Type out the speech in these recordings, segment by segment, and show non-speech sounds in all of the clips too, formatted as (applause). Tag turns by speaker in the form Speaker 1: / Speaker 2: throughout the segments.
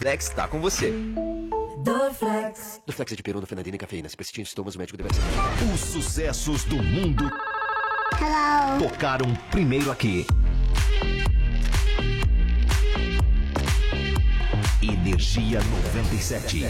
Speaker 1: Dorflex está tá com você.
Speaker 2: Dorflex.
Speaker 3: Dorflex é de perona, fenadina e cafeína. Se persistir em sintomas, o médico deve ser.
Speaker 4: Os sucessos do mundo
Speaker 2: Hello.
Speaker 4: tocaram primeiro aqui. Energia 97.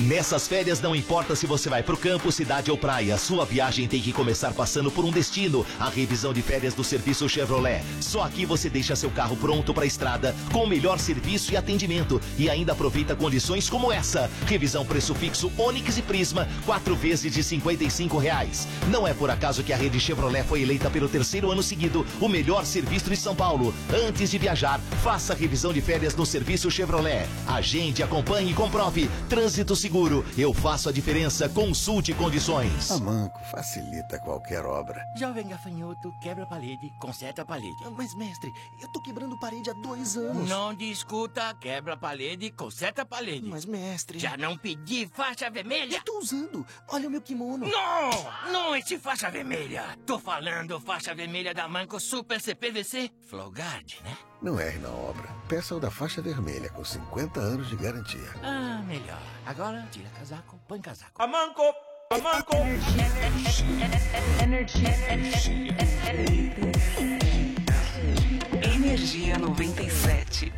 Speaker 4: Nessas férias não importa se você vai pro campo, cidade ou praia, sua viagem tem que começar passando por um destino, a revisão de férias do serviço Chevrolet. Só aqui você deixa seu carro pronto pra estrada, com o melhor serviço e atendimento e ainda aproveita condições como essa. Revisão preço fixo Onix e Prisma, quatro vezes de R$ 55 reais. Não é por acaso que a rede Chevrolet foi eleita pelo terceiro ano seguido o melhor serviço de São Paulo. Antes de viajar, faça a revisão de férias no serviço Chevrolet. Agende, acompanhe e comprove. Trânsito seguro. Eu faço a diferença. Consulte condições.
Speaker 5: A Manco facilita qualquer obra.
Speaker 6: Jovem gafanhoto, quebra a parede, conserta a parede.
Speaker 7: Mas, mestre, eu tô quebrando parede há dois anos.
Speaker 6: Não discuta, quebra a parede, conserta a parede.
Speaker 7: Mas, mestre.
Speaker 6: Já não pedi faixa vermelha?
Speaker 7: Eu tô usando. Olha o meu kimono.
Speaker 6: Não! Não esse faixa vermelha! Tô falando faixa vermelha da Manco Super CPVC Flogard, né?
Speaker 5: Não erre na obra. Peça o da faixa vermelha com 50 anos de garantia.
Speaker 6: Ah, melhor. Agora, tira casaco, põe casaco.
Speaker 8: Energia 97.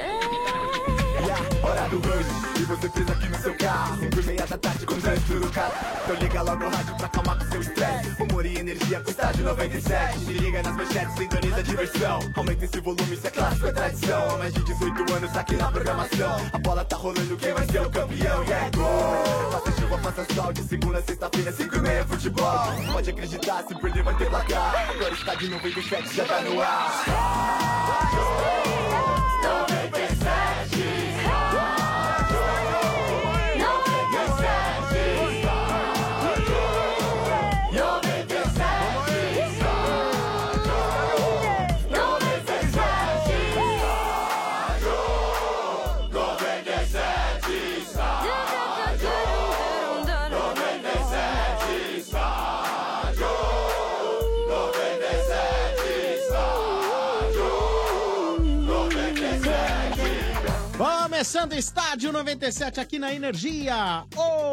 Speaker 9: É a hora do rush E você fez aqui no seu carro Cinco e meia da tarde com trânsito no carro Então liga logo o rádio pra acalmar com seu estresse Humor e energia com estágio 97 Se liga nas manchetes, sintoniza a diversão Aumenta esse volume, isso é clássico, é tradição Há mais de 18 anos aqui na programação A bola tá rolando, quem vai ser o campeão? E é gol! Faça chuva, faça sol De segunda a sexta-feira, cinco e meia, futebol Pode acreditar, se perder vai ter placar Agora está de 97, já tá no ar
Speaker 10: Começando Estádio 97 aqui na Energia.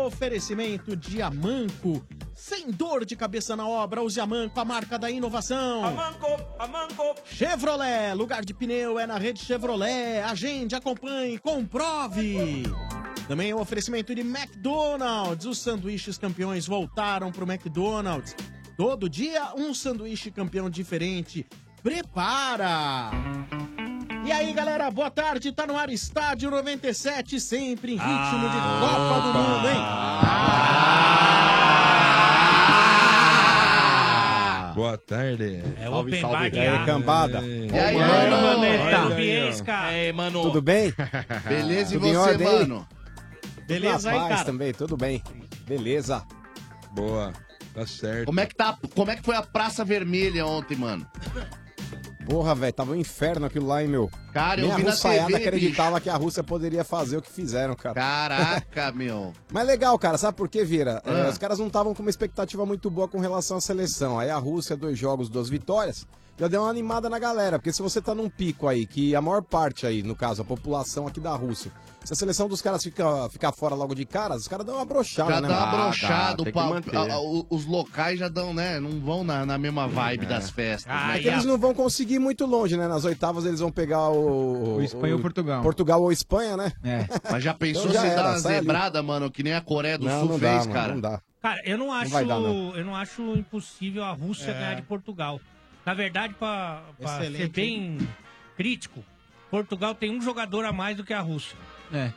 Speaker 10: Oferecimento de Amanco. Sem dor de cabeça na obra, use Amanco, a marca da inovação. Amanco, Amanco. Chevrolet, lugar de pneu é na rede Chevrolet. Agende, acompanhe, comprove. Também o oferecimento de McDonald's. Os sanduíches campeões voltaram pro McDonald's. Todo dia um sanduíche campeão diferente. Prepara! E aí, galera, boa tarde. Tá no ar Estádio 97, sempre em ritmo
Speaker 11: Ah,
Speaker 10: de Copa do Mundo, hein?
Speaker 12: Ah.
Speaker 13: Boa tarde.
Speaker 11: É
Speaker 13: o
Speaker 11: open bar que abre.
Speaker 13: E aí, mano?
Speaker 14: Tá.
Speaker 13: Olha aí, ó.
Speaker 11: aí, mano?
Speaker 15: Tudo
Speaker 12: (laughs)
Speaker 15: bem?
Speaker 11: Beleza, e
Speaker 15: Tudo em
Speaker 11: você,
Speaker 15: ordem aí?
Speaker 11: mano? Beleza
Speaker 15: Tudo na
Speaker 11: aí,
Speaker 15: paz
Speaker 11: cara?
Speaker 15: também, tudo bem. Beleza.
Speaker 13: Boa, tá certo.
Speaker 11: Como é que tá? Como é que foi a Praça Vermelha ontem, mano?
Speaker 15: Porra, velho, tava um inferno aquilo lá, hein, meu.
Speaker 11: Cara, eu
Speaker 15: Nem
Speaker 11: vi
Speaker 15: a
Speaker 11: na
Speaker 15: russaiada
Speaker 11: TV,
Speaker 15: acreditava que a Rússia poderia fazer o que fizeram, cara. (laughs)
Speaker 11: Caraca, meu.
Speaker 15: Mas legal, cara, sabe por quê, Vira? É,
Speaker 11: Ah.
Speaker 15: os caras não estavam com uma expectativa muito boa com relação à seleção. Aí a Rússia, dois jogos, duas vitórias, já deu uma animada na galera. Porque se você tá num pico aí, que a maior parte aí, no caso, a população aqui da Rússia, se a seleção dos caras ficar fica fora logo de cara, os caras dão uma brochada,
Speaker 11: Já
Speaker 15: né,
Speaker 11: dá
Speaker 15: mano?
Speaker 11: abrochado,
Speaker 15: tem que
Speaker 11: pa-
Speaker 15: manter.
Speaker 11: a- a- o- os locais já dão, né? Não vão na, na mesma vibe das festas.
Speaker 15: É
Speaker 11: né?
Speaker 15: que eles não vão conseguir ir muito longe, né? Nas oitavas eles vão pegar o.
Speaker 11: O Espanha ou Portugal. É.
Speaker 15: Portugal ou Espanha, né? (laughs)
Speaker 11: Mas já pensou
Speaker 15: Então já
Speaker 11: se
Speaker 15: era,
Speaker 11: dar uma
Speaker 15: sai ali.
Speaker 11: zebrada, mano, que nem a Coreia do
Speaker 15: Não,
Speaker 11: Sul
Speaker 15: não dá,
Speaker 11: fez,
Speaker 15: mano,
Speaker 11: cara?
Speaker 15: não dá.
Speaker 12: Cara, eu não acho,
Speaker 15: vai dar, não.
Speaker 12: eu não acho impossível a Rússia
Speaker 11: É.
Speaker 12: ganhar de Portugal. Na verdade, pra, pra
Speaker 11: Excelente,
Speaker 12: ser bem crítico, Portugal tem um jogador a mais do que a Rússia.
Speaker 16: É.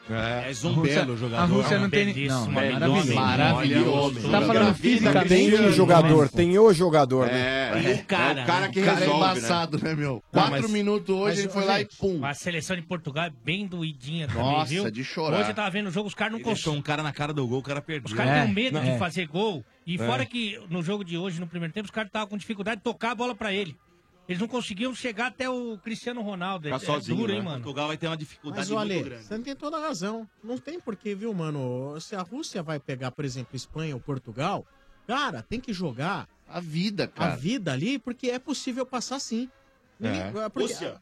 Speaker 11: És um
Speaker 16: A Rússia-
Speaker 11: belo jogador.
Speaker 16: A Rússia
Speaker 11: É
Speaker 16: não
Speaker 11: um
Speaker 16: tem. ni-
Speaker 11: belíssimo,
Speaker 16: Não,
Speaker 11: belo homem.
Speaker 16: maravilhoso.
Speaker 11: Maravilhoso.
Speaker 16: Tá falando
Speaker 11: Maravilhoso.
Speaker 16: física
Speaker 15: Tem um jogador, tem o jogador, né?
Speaker 11: É, é o cara é embaçado, né, meu?
Speaker 12: Não,
Speaker 11: Quatro
Speaker 12: mas-
Speaker 11: minutos hoje,
Speaker 12: mas,
Speaker 11: ele foi
Speaker 12: ô,
Speaker 11: lá e
Speaker 12: gente,
Speaker 11: pum.
Speaker 12: A seleção de Portugal é bem doidinha também,
Speaker 11: Nossa,
Speaker 12: viu?
Speaker 11: de chorar. é
Speaker 12: Hoje eu tava vendo o jogo, os caras não
Speaker 14: Deixou
Speaker 12: conseguem.
Speaker 14: um cara na cara do gol, o cara perdeu.
Speaker 12: Os caras
Speaker 15: É.
Speaker 12: têm um medo de fazer gol. E
Speaker 14: É.
Speaker 12: fora que no jogo de hoje, no primeiro tempo, os caras estavam com dificuldade de tocar a bola pra ele. Eles não conseguiam chegar até o Cristiano Ronaldo. É,
Speaker 14: Ficar sozinho,
Speaker 12: duro,
Speaker 14: né?
Speaker 12: hein, mano?
Speaker 14: Portugal vai ter uma
Speaker 10: Mas
Speaker 14: dificuldade muito
Speaker 10: olha,
Speaker 14: grande.
Speaker 10: você tem toda a razão. Não tem porquê, viu, mano? Se a Rússia vai pegar, por exemplo, Espanha ou Portugal, cara, tem que jogar
Speaker 11: a vida,
Speaker 10: cara. A vida ali, porque é possível passar sim. Ninguém-
Speaker 12: É.
Speaker 10: porque-
Speaker 12: Rússia.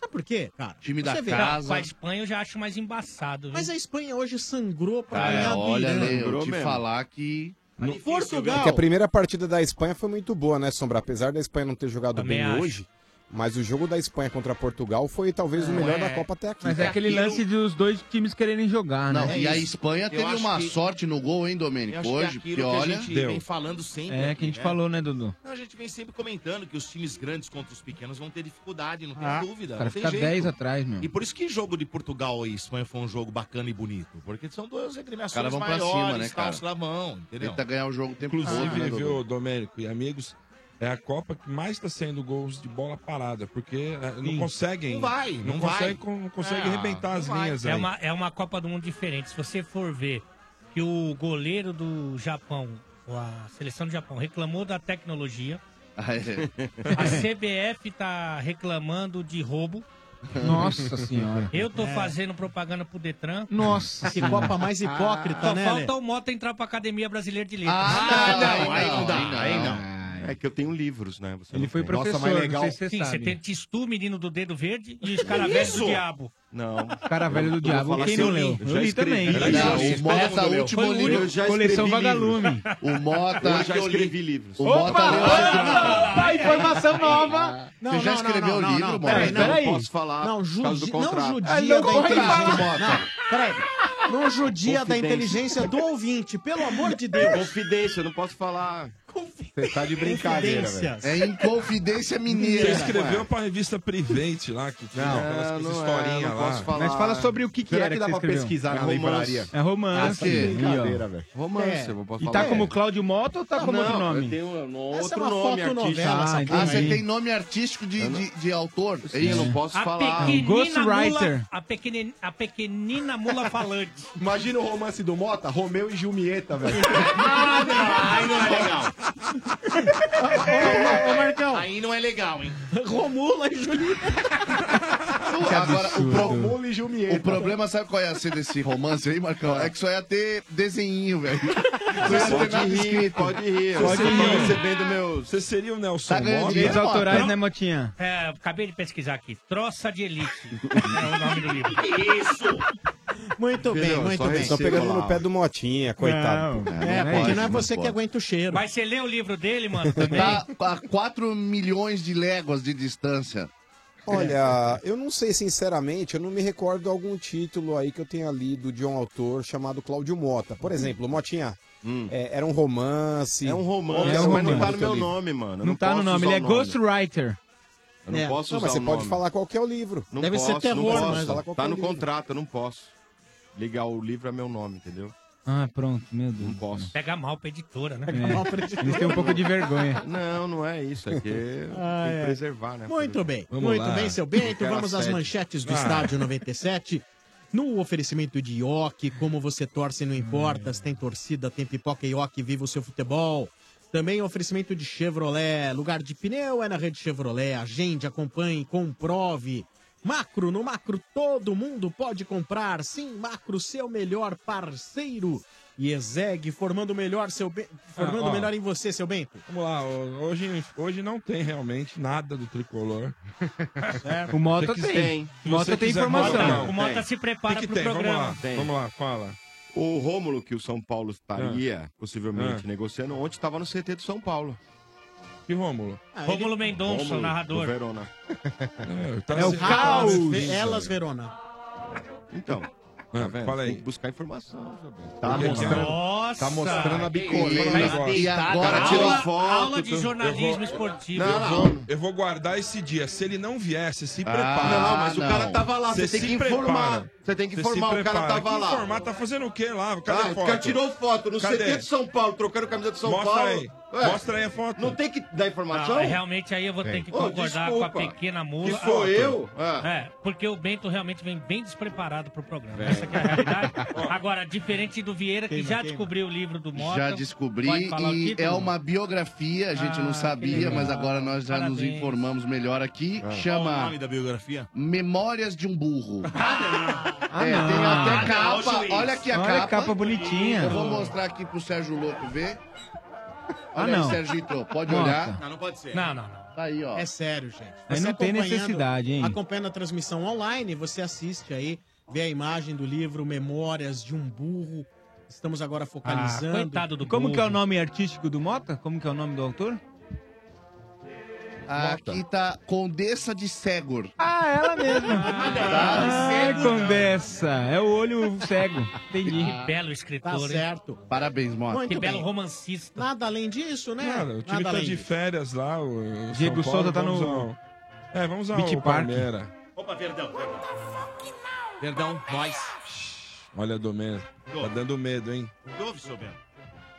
Speaker 10: Sabe por quê, cara?
Speaker 11: Time
Speaker 10: ah, Você
Speaker 11: da
Speaker 10: vê,
Speaker 11: casa.
Speaker 12: Com a Espanha eu já acho mais embaçado.
Speaker 10: Mas a Espanha hoje sangrou pra
Speaker 4: é
Speaker 11: Cara,
Speaker 10: ganhar do
Speaker 11: olha,
Speaker 4: né?
Speaker 10: Irã.
Speaker 11: Lê, eu te falar que.
Speaker 10: No Portugal.
Speaker 15: É que a primeira partida da Espanha foi muito boa, né, Sombra? Apesar da Espanha não ter jogado
Speaker 12: Também
Speaker 15: bem
Speaker 12: acho.
Speaker 15: hoje, mas o jogo da Espanha contra Portugal foi talvez o
Speaker 16: Não,
Speaker 15: melhor
Speaker 16: é.
Speaker 15: da Copa até aqui.
Speaker 16: Mas é aquele
Speaker 15: Aquilo-
Speaker 16: lance dos dois times quererem jogar, né?
Speaker 11: Não, e a Espanha teve uma
Speaker 16: sorte.
Speaker 11: sorte no gol, hein,
Speaker 4: Eu
Speaker 11: Domênico?
Speaker 4: acho
Speaker 11: Hoje,
Speaker 4: que é
Speaker 11: porque
Speaker 4: aquilo que
Speaker 11: olha.
Speaker 4: a gente vem falando sempre.
Speaker 16: É,
Speaker 4: aqui,
Speaker 16: que a gente falou, né, Dudu?
Speaker 4: Não, a gente vem sempre comentando que os times grandes contra os pequenos vão ter dificuldade, não tem
Speaker 16: Ah,
Speaker 4: dúvida.
Speaker 16: o cara
Speaker 4: não tem
Speaker 16: fica
Speaker 4: jeito.
Speaker 16: 10 atrás, meu.
Speaker 4: E por isso que jogo de Portugal e Espanha foi um jogo bacana e bonito. Porque são duas
Speaker 11: Os
Speaker 4: agremiações
Speaker 11: caras vão pra
Speaker 4: maiores,
Speaker 11: cima, né,
Speaker 4: tal,
Speaker 11: cara?
Speaker 4: os lá vão, entendeu? (laughs)
Speaker 11: Tenta ganhar tá o jogo o tempo todo,
Speaker 13: Inclusive,
Speaker 11: né, Dudu?
Speaker 13: viu, Domênico e amigos, é a Copa que mais está sendo gols de bola parada, porque eh, não
Speaker 12: Sim.
Speaker 13: conseguem.
Speaker 12: Não vai, não vai.
Speaker 13: consegue, con- Não consegue
Speaker 12: Ah,
Speaker 13: arrebentar as linhas
Speaker 12: É
Speaker 13: aí.
Speaker 12: uma, é uma Copa do Mundo diferente. Se você for ver que o goleiro do Japão, a seleção do Japão, reclamou da tecnologia.
Speaker 11: Ah, é.
Speaker 12: A
Speaker 4: Assim,
Speaker 12: CBF tá reclamando de roubo.
Speaker 16: Nossa senhora.
Speaker 12: Eu tô
Speaker 16: É.
Speaker 12: fazendo propaganda pro Detran.
Speaker 16: Nossa
Speaker 10: Que Senhora. Copa mais hipócrita,
Speaker 12: Ah. Só
Speaker 10: né,
Speaker 12: falta
Speaker 10: Lê?
Speaker 12: o Mota entrar pra Academia Brasileira de Letras.
Speaker 16: Ah,
Speaker 4: É que eu tenho livros, né? Você
Speaker 16: Ele
Speaker 4: não
Speaker 16: foi
Speaker 4: tem.
Speaker 16: professor, Nossa, mas não legal. sei se você
Speaker 12: Sim, você
Speaker 16: sabe.
Speaker 12: tem Tistu, menino do dedo verde, e os caras velhos do
Speaker 4: Isso?
Speaker 12: diabo.
Speaker 4: Não.
Speaker 16: (laughs) Cara velho do diabo,
Speaker 17: assim,
Speaker 16: quem não leu? Eu li também.
Speaker 11: o Mota, o último livro.
Speaker 17: Tá
Speaker 16: Coleção Vagalume.
Speaker 11: O Mota.
Speaker 16: Eu já
Speaker 11: que li-
Speaker 16: escrevi
Speaker 11: O Mota leu.
Speaker 16: Ah, informação nova.
Speaker 11: Não, Ah. Você já não, não, escreveu o não, livro, não, Mota?
Speaker 10: Peraí,
Speaker 17: Então
Speaker 11: Não,
Speaker 10: peraí.
Speaker 11: não posso falar
Speaker 10: Não,
Speaker 11: por causa do
Speaker 10: judi... não
Speaker 11: contrato.
Speaker 8: É,
Speaker 10: judia
Speaker 16: É
Speaker 11: Ah, não
Speaker 10: da
Speaker 11: pode
Speaker 10: inteligência.
Speaker 11: falar.
Speaker 10: Não, peraí. Não judia da
Speaker 17: Confidência.
Speaker 10: inteligência do ouvinte, pelo amor de Deus.
Speaker 17: Confidência, eu não posso falar.
Speaker 15: Você tá de
Speaker 10: brincadeira, velho.
Speaker 11: É Inconfidência
Speaker 13: Você
Speaker 11: Mineira.
Speaker 13: escreveu pra revista Private lá, que tinha
Speaker 11: Não,
Speaker 13: aquelas
Speaker 11: não
Speaker 13: coisas
Speaker 11: é,
Speaker 13: historinha
Speaker 11: não
Speaker 13: lá.
Speaker 11: posso falar. Mas fala sobre o que que era que você escreveu. É romance.
Speaker 16: É romance.
Speaker 11: Ah, que
Speaker 16: Aí, ó.
Speaker 11: brincadeira, velho. Romance,
Speaker 16: É.
Speaker 11: eu posso
Speaker 16: E
Speaker 11: falar.
Speaker 16: tá como Cláudio Mota ou tá como
Speaker 11: Não,
Speaker 16: outro nome?
Speaker 11: eu tenho um no-
Speaker 16: Essa
Speaker 11: outro
Speaker 16: é uma
Speaker 11: nome
Speaker 16: fotonovela,
Speaker 11: artístico.
Speaker 16: essa porra
Speaker 11: Ah, você
Speaker 16: aí.
Speaker 11: tem nome artístico de, de, de autor?
Speaker 16: Sim, eu não posso
Speaker 12: A
Speaker 17: É um
Speaker 9: Um
Speaker 12: pequenina mula- a, pequeni- a
Speaker 17: (laughs)
Speaker 12: pequenina mula falante.
Speaker 17: Imagina o romance do Mota, Romeu e Julieta,
Speaker 12: (laughs)
Speaker 17: velho.
Speaker 12: Ah,
Speaker 4: Aí não é legal.
Speaker 10: ô,
Speaker 11: (laughs)
Speaker 10: Marcão.
Speaker 4: Aí não é legal, hein?
Speaker 10: Romula e Julieta.
Speaker 11: Agora, o, pro-
Speaker 17: Romula e Julieta.
Speaker 11: o problema, sabe qual ia ser desse romance aí, Marcão? É que só ia ter desenhinho, velho. Não ia ter nada escrito.
Speaker 13: Você
Speaker 11: Pode
Speaker 13: seria-
Speaker 11: rir.
Speaker 13: Você seria o Nelson
Speaker 11: Tá ganhando
Speaker 13: Mota?
Speaker 11: direitos autorais,
Speaker 12: né,
Speaker 16: Motinha?
Speaker 12: É, acabei de pesquisar aqui. Troça de Elite. é o nome do livro. Isso!
Speaker 10: Muito bem, muito bem.
Speaker 15: Estão pegando no pé do Motinha, coitado. pô.
Speaker 10: É, porque não é você que aguenta o cheiro.
Speaker 12: Mas você lê o livro dele, mano, também?
Speaker 11: Tá a 4 milhões de léguas de distância.
Speaker 15: Olha, eu não sei, sinceramente, eu não me recordo de algum título aí que eu tenha lido de um autor chamado Cláudio Mota. Por exemplo, Motinha, é, era um romance.
Speaker 17: Uhum. Hum. É um romance,
Speaker 15: Era
Speaker 17: mas não tá
Speaker 15: romance
Speaker 17: no
Speaker 15: que eu
Speaker 17: meu
Speaker 15: li.
Speaker 17: nome, mano. Eu
Speaker 16: Não tá no
Speaker 17: posso usar
Speaker 16: nome, ele é
Speaker 17: o nome.
Speaker 16: Ghostwriter.
Speaker 17: Eu não
Speaker 16: É.
Speaker 17: posso
Speaker 15: Não,
Speaker 17: usar
Speaker 15: mas você
Speaker 17: o
Speaker 15: pode
Speaker 17: nome.
Speaker 15: falar qualquer livro.
Speaker 17: Não
Speaker 15: Deve
Speaker 17: posso,
Speaker 15: ser terror,
Speaker 17: não
Speaker 15: mas-
Speaker 17: posso.
Speaker 15: Fala qualquer
Speaker 17: Tá no
Speaker 15: livro.
Speaker 17: contrato, eu não posso. Ligar o livro é meu nome, entendeu?
Speaker 16: Ah, pronto, meu Deus. Não
Speaker 17: posso.
Speaker 12: Pega mal pra editora, né?
Speaker 16: É. Eles têm um pouco de vergonha.
Speaker 17: Não, não é isso.
Speaker 10: (laughs)
Speaker 17: É que
Speaker 10: Ah,
Speaker 17: tem
Speaker 10: é.
Speaker 17: que preservar, né?
Speaker 10: Muito bem,
Speaker 17: Vamos
Speaker 10: muito
Speaker 17: lá.
Speaker 10: bem, seu
Speaker 17: Eu
Speaker 10: Bento.
Speaker 17: quero
Speaker 10: Vamos às
Speaker 17: assédio.
Speaker 10: manchetes do
Speaker 17: Ah.
Speaker 10: Estádio 97. No oferecimento de Ioki, como você torce, não importa. Se tem torcida, tem pipoca Ioki, viva o seu futebol. Também oferecimento de Chevrolet. Lugar de pneu é na rede Chevrolet. Agende, acompanhe, comprove. Macro, no Macro todo mundo pode comprar. Sim, Macro, seu melhor parceiro. E Ezeg, formando o melhor, seu Be- formando
Speaker 13: Ah,
Speaker 10: o
Speaker 13: ó.
Speaker 10: melhor em você, seu Bento.
Speaker 13: Vamos lá, ho- hoje, hoje não tem realmente nada do tricolor.
Speaker 16: O Mota tem. O Mota tem informação. O Mota
Speaker 12: se prepara
Speaker 13: que que
Speaker 12: pro
Speaker 13: tem?
Speaker 12: programa.
Speaker 13: Vamos lá, vamos lá, fala.
Speaker 17: O Rômulo, que o São Paulo estaria possivelmente
Speaker 13: Ah.
Speaker 17: negociando, ontem estava no CT do São Paulo.
Speaker 13: Que Rômulo?
Speaker 10: Ah,
Speaker 12: Rômulo Mendonça, o narrador.
Speaker 17: Do Verona. tá
Speaker 13: tava (laughs) É o assistindo caos. Elas Verona.
Speaker 10: Elas Verona.
Speaker 17: Então. tá vendo?
Speaker 13: fala aí.
Speaker 17: Tem que buscar informação.
Speaker 13: Tá mostrando-
Speaker 12: Nossa!
Speaker 17: tá mostrando a
Speaker 13: bicolê.
Speaker 17: E agora
Speaker 13: Aula-
Speaker 17: tá, tirou foto. então. tá.
Speaker 12: aula de jornalismo esportivo.
Speaker 13: Eu,
Speaker 12: Não,
Speaker 13: vou, eu vou guardar esse dia. Se ele não viesse, se prepara.
Speaker 17: Ah, não, mas o cara tava lá, você tem que informar. Você tem que informar, o cara tava lá.
Speaker 13: informar, tá fazendo o quê lá? Cadê
Speaker 17: Ah,
Speaker 13: a
Speaker 17: o
Speaker 13: foto?
Speaker 17: cara tirou foto no
Speaker 13: Cadê?
Speaker 17: CT de São Paulo, trocando camisa de São
Speaker 13: Mostra
Speaker 17: Paulo.
Speaker 13: aí. Mostra aí a foto.
Speaker 17: Não tem que dar informação?
Speaker 12: mas é realmente aí eu vou ter
Speaker 17: Tem.
Speaker 12: que
Speaker 17: Ô,
Speaker 12: concordar com a
Speaker 17: desculpa.
Speaker 12: pequena mula.
Speaker 17: Que sou
Speaker 12: Ah,
Speaker 17: eu?
Speaker 12: É, porque o Bento realmente vem bem despreparado pro programa. Essa que é a realidade. Agora, diferente do Vieira, que
Speaker 11: Queima,
Speaker 12: já
Speaker 11: queima.
Speaker 12: descobriu o livro do Mota.
Speaker 11: Já descobri
Speaker 12: Pode falar o
Speaker 11: e
Speaker 12: título?
Speaker 11: é uma biografia, a gente
Speaker 12: Ah,
Speaker 11: não
Speaker 12: que
Speaker 11: sabia,
Speaker 12: legal.
Speaker 11: mas agora nós já nos
Speaker 12: Parabéns.
Speaker 11: informamos melhor aqui.
Speaker 4: Ah. Qual o
Speaker 11: Chama
Speaker 4: nome da biografia?
Speaker 11: Memórias de um Burro. é,
Speaker 4: não.
Speaker 11: tem até
Speaker 4: Ah, não,
Speaker 11: capa.
Speaker 4: juiz.
Speaker 11: olha aqui a
Speaker 4: Olha
Speaker 11: capa.
Speaker 4: a capa bonitinha.
Speaker 11: Eu vou mostrar aqui pro Sérgio Louco ver.
Speaker 18: Olha aí, Sérgio entrou. Pode olhar.
Speaker 10: Não, não pode ser.
Speaker 12: Não, não, não.
Speaker 18: Tá aí, ó.
Speaker 10: É sério, gente.
Speaker 16: Mas
Speaker 10: Você
Speaker 16: não tem
Speaker 10: acompanhando-
Speaker 12: (laughs)
Speaker 16: necessidade, hein?
Speaker 10: Acompanhando a transmissão online, você assiste aí, vê a imagem do livro Memórias de um Burro. Estamos agora focalizando.
Speaker 16: Como que é o nome artístico do Mota? Como que é o nome do autor?
Speaker 18: Aqui tá Condessa de Segor.
Speaker 16: Ah, ela mesma.
Speaker 11: (laughs)
Speaker 16: Ah, Condessa. É o olho cego. Entendi.
Speaker 12: Que belo escritor,
Speaker 10: Tá
Speaker 12: hein?
Speaker 10: certo.
Speaker 18: Parabéns, Mota.
Speaker 10: Muito
Speaker 12: que belo
Speaker 10: bem.
Speaker 12: romancista.
Speaker 10: Nada além disso, né?
Speaker 13: Cara, o time
Speaker 10: Nada
Speaker 13: tá
Speaker 10: além
Speaker 13: de
Speaker 10: disso.
Speaker 13: férias lá. O, o
Speaker 16: Diego
Speaker 13: São Paulo,
Speaker 16: Souza tá
Speaker 13: vamos
Speaker 16: no
Speaker 13: ao- É, vamos ao
Speaker 16: Beach Park.
Speaker 13: Palmeira.
Speaker 4: Opa, Verdão, Verdão.
Speaker 19: Perdão, nós.
Speaker 13: Olha, Domênio. Tá dando medo, hein?
Speaker 4: Dove, seu Bento.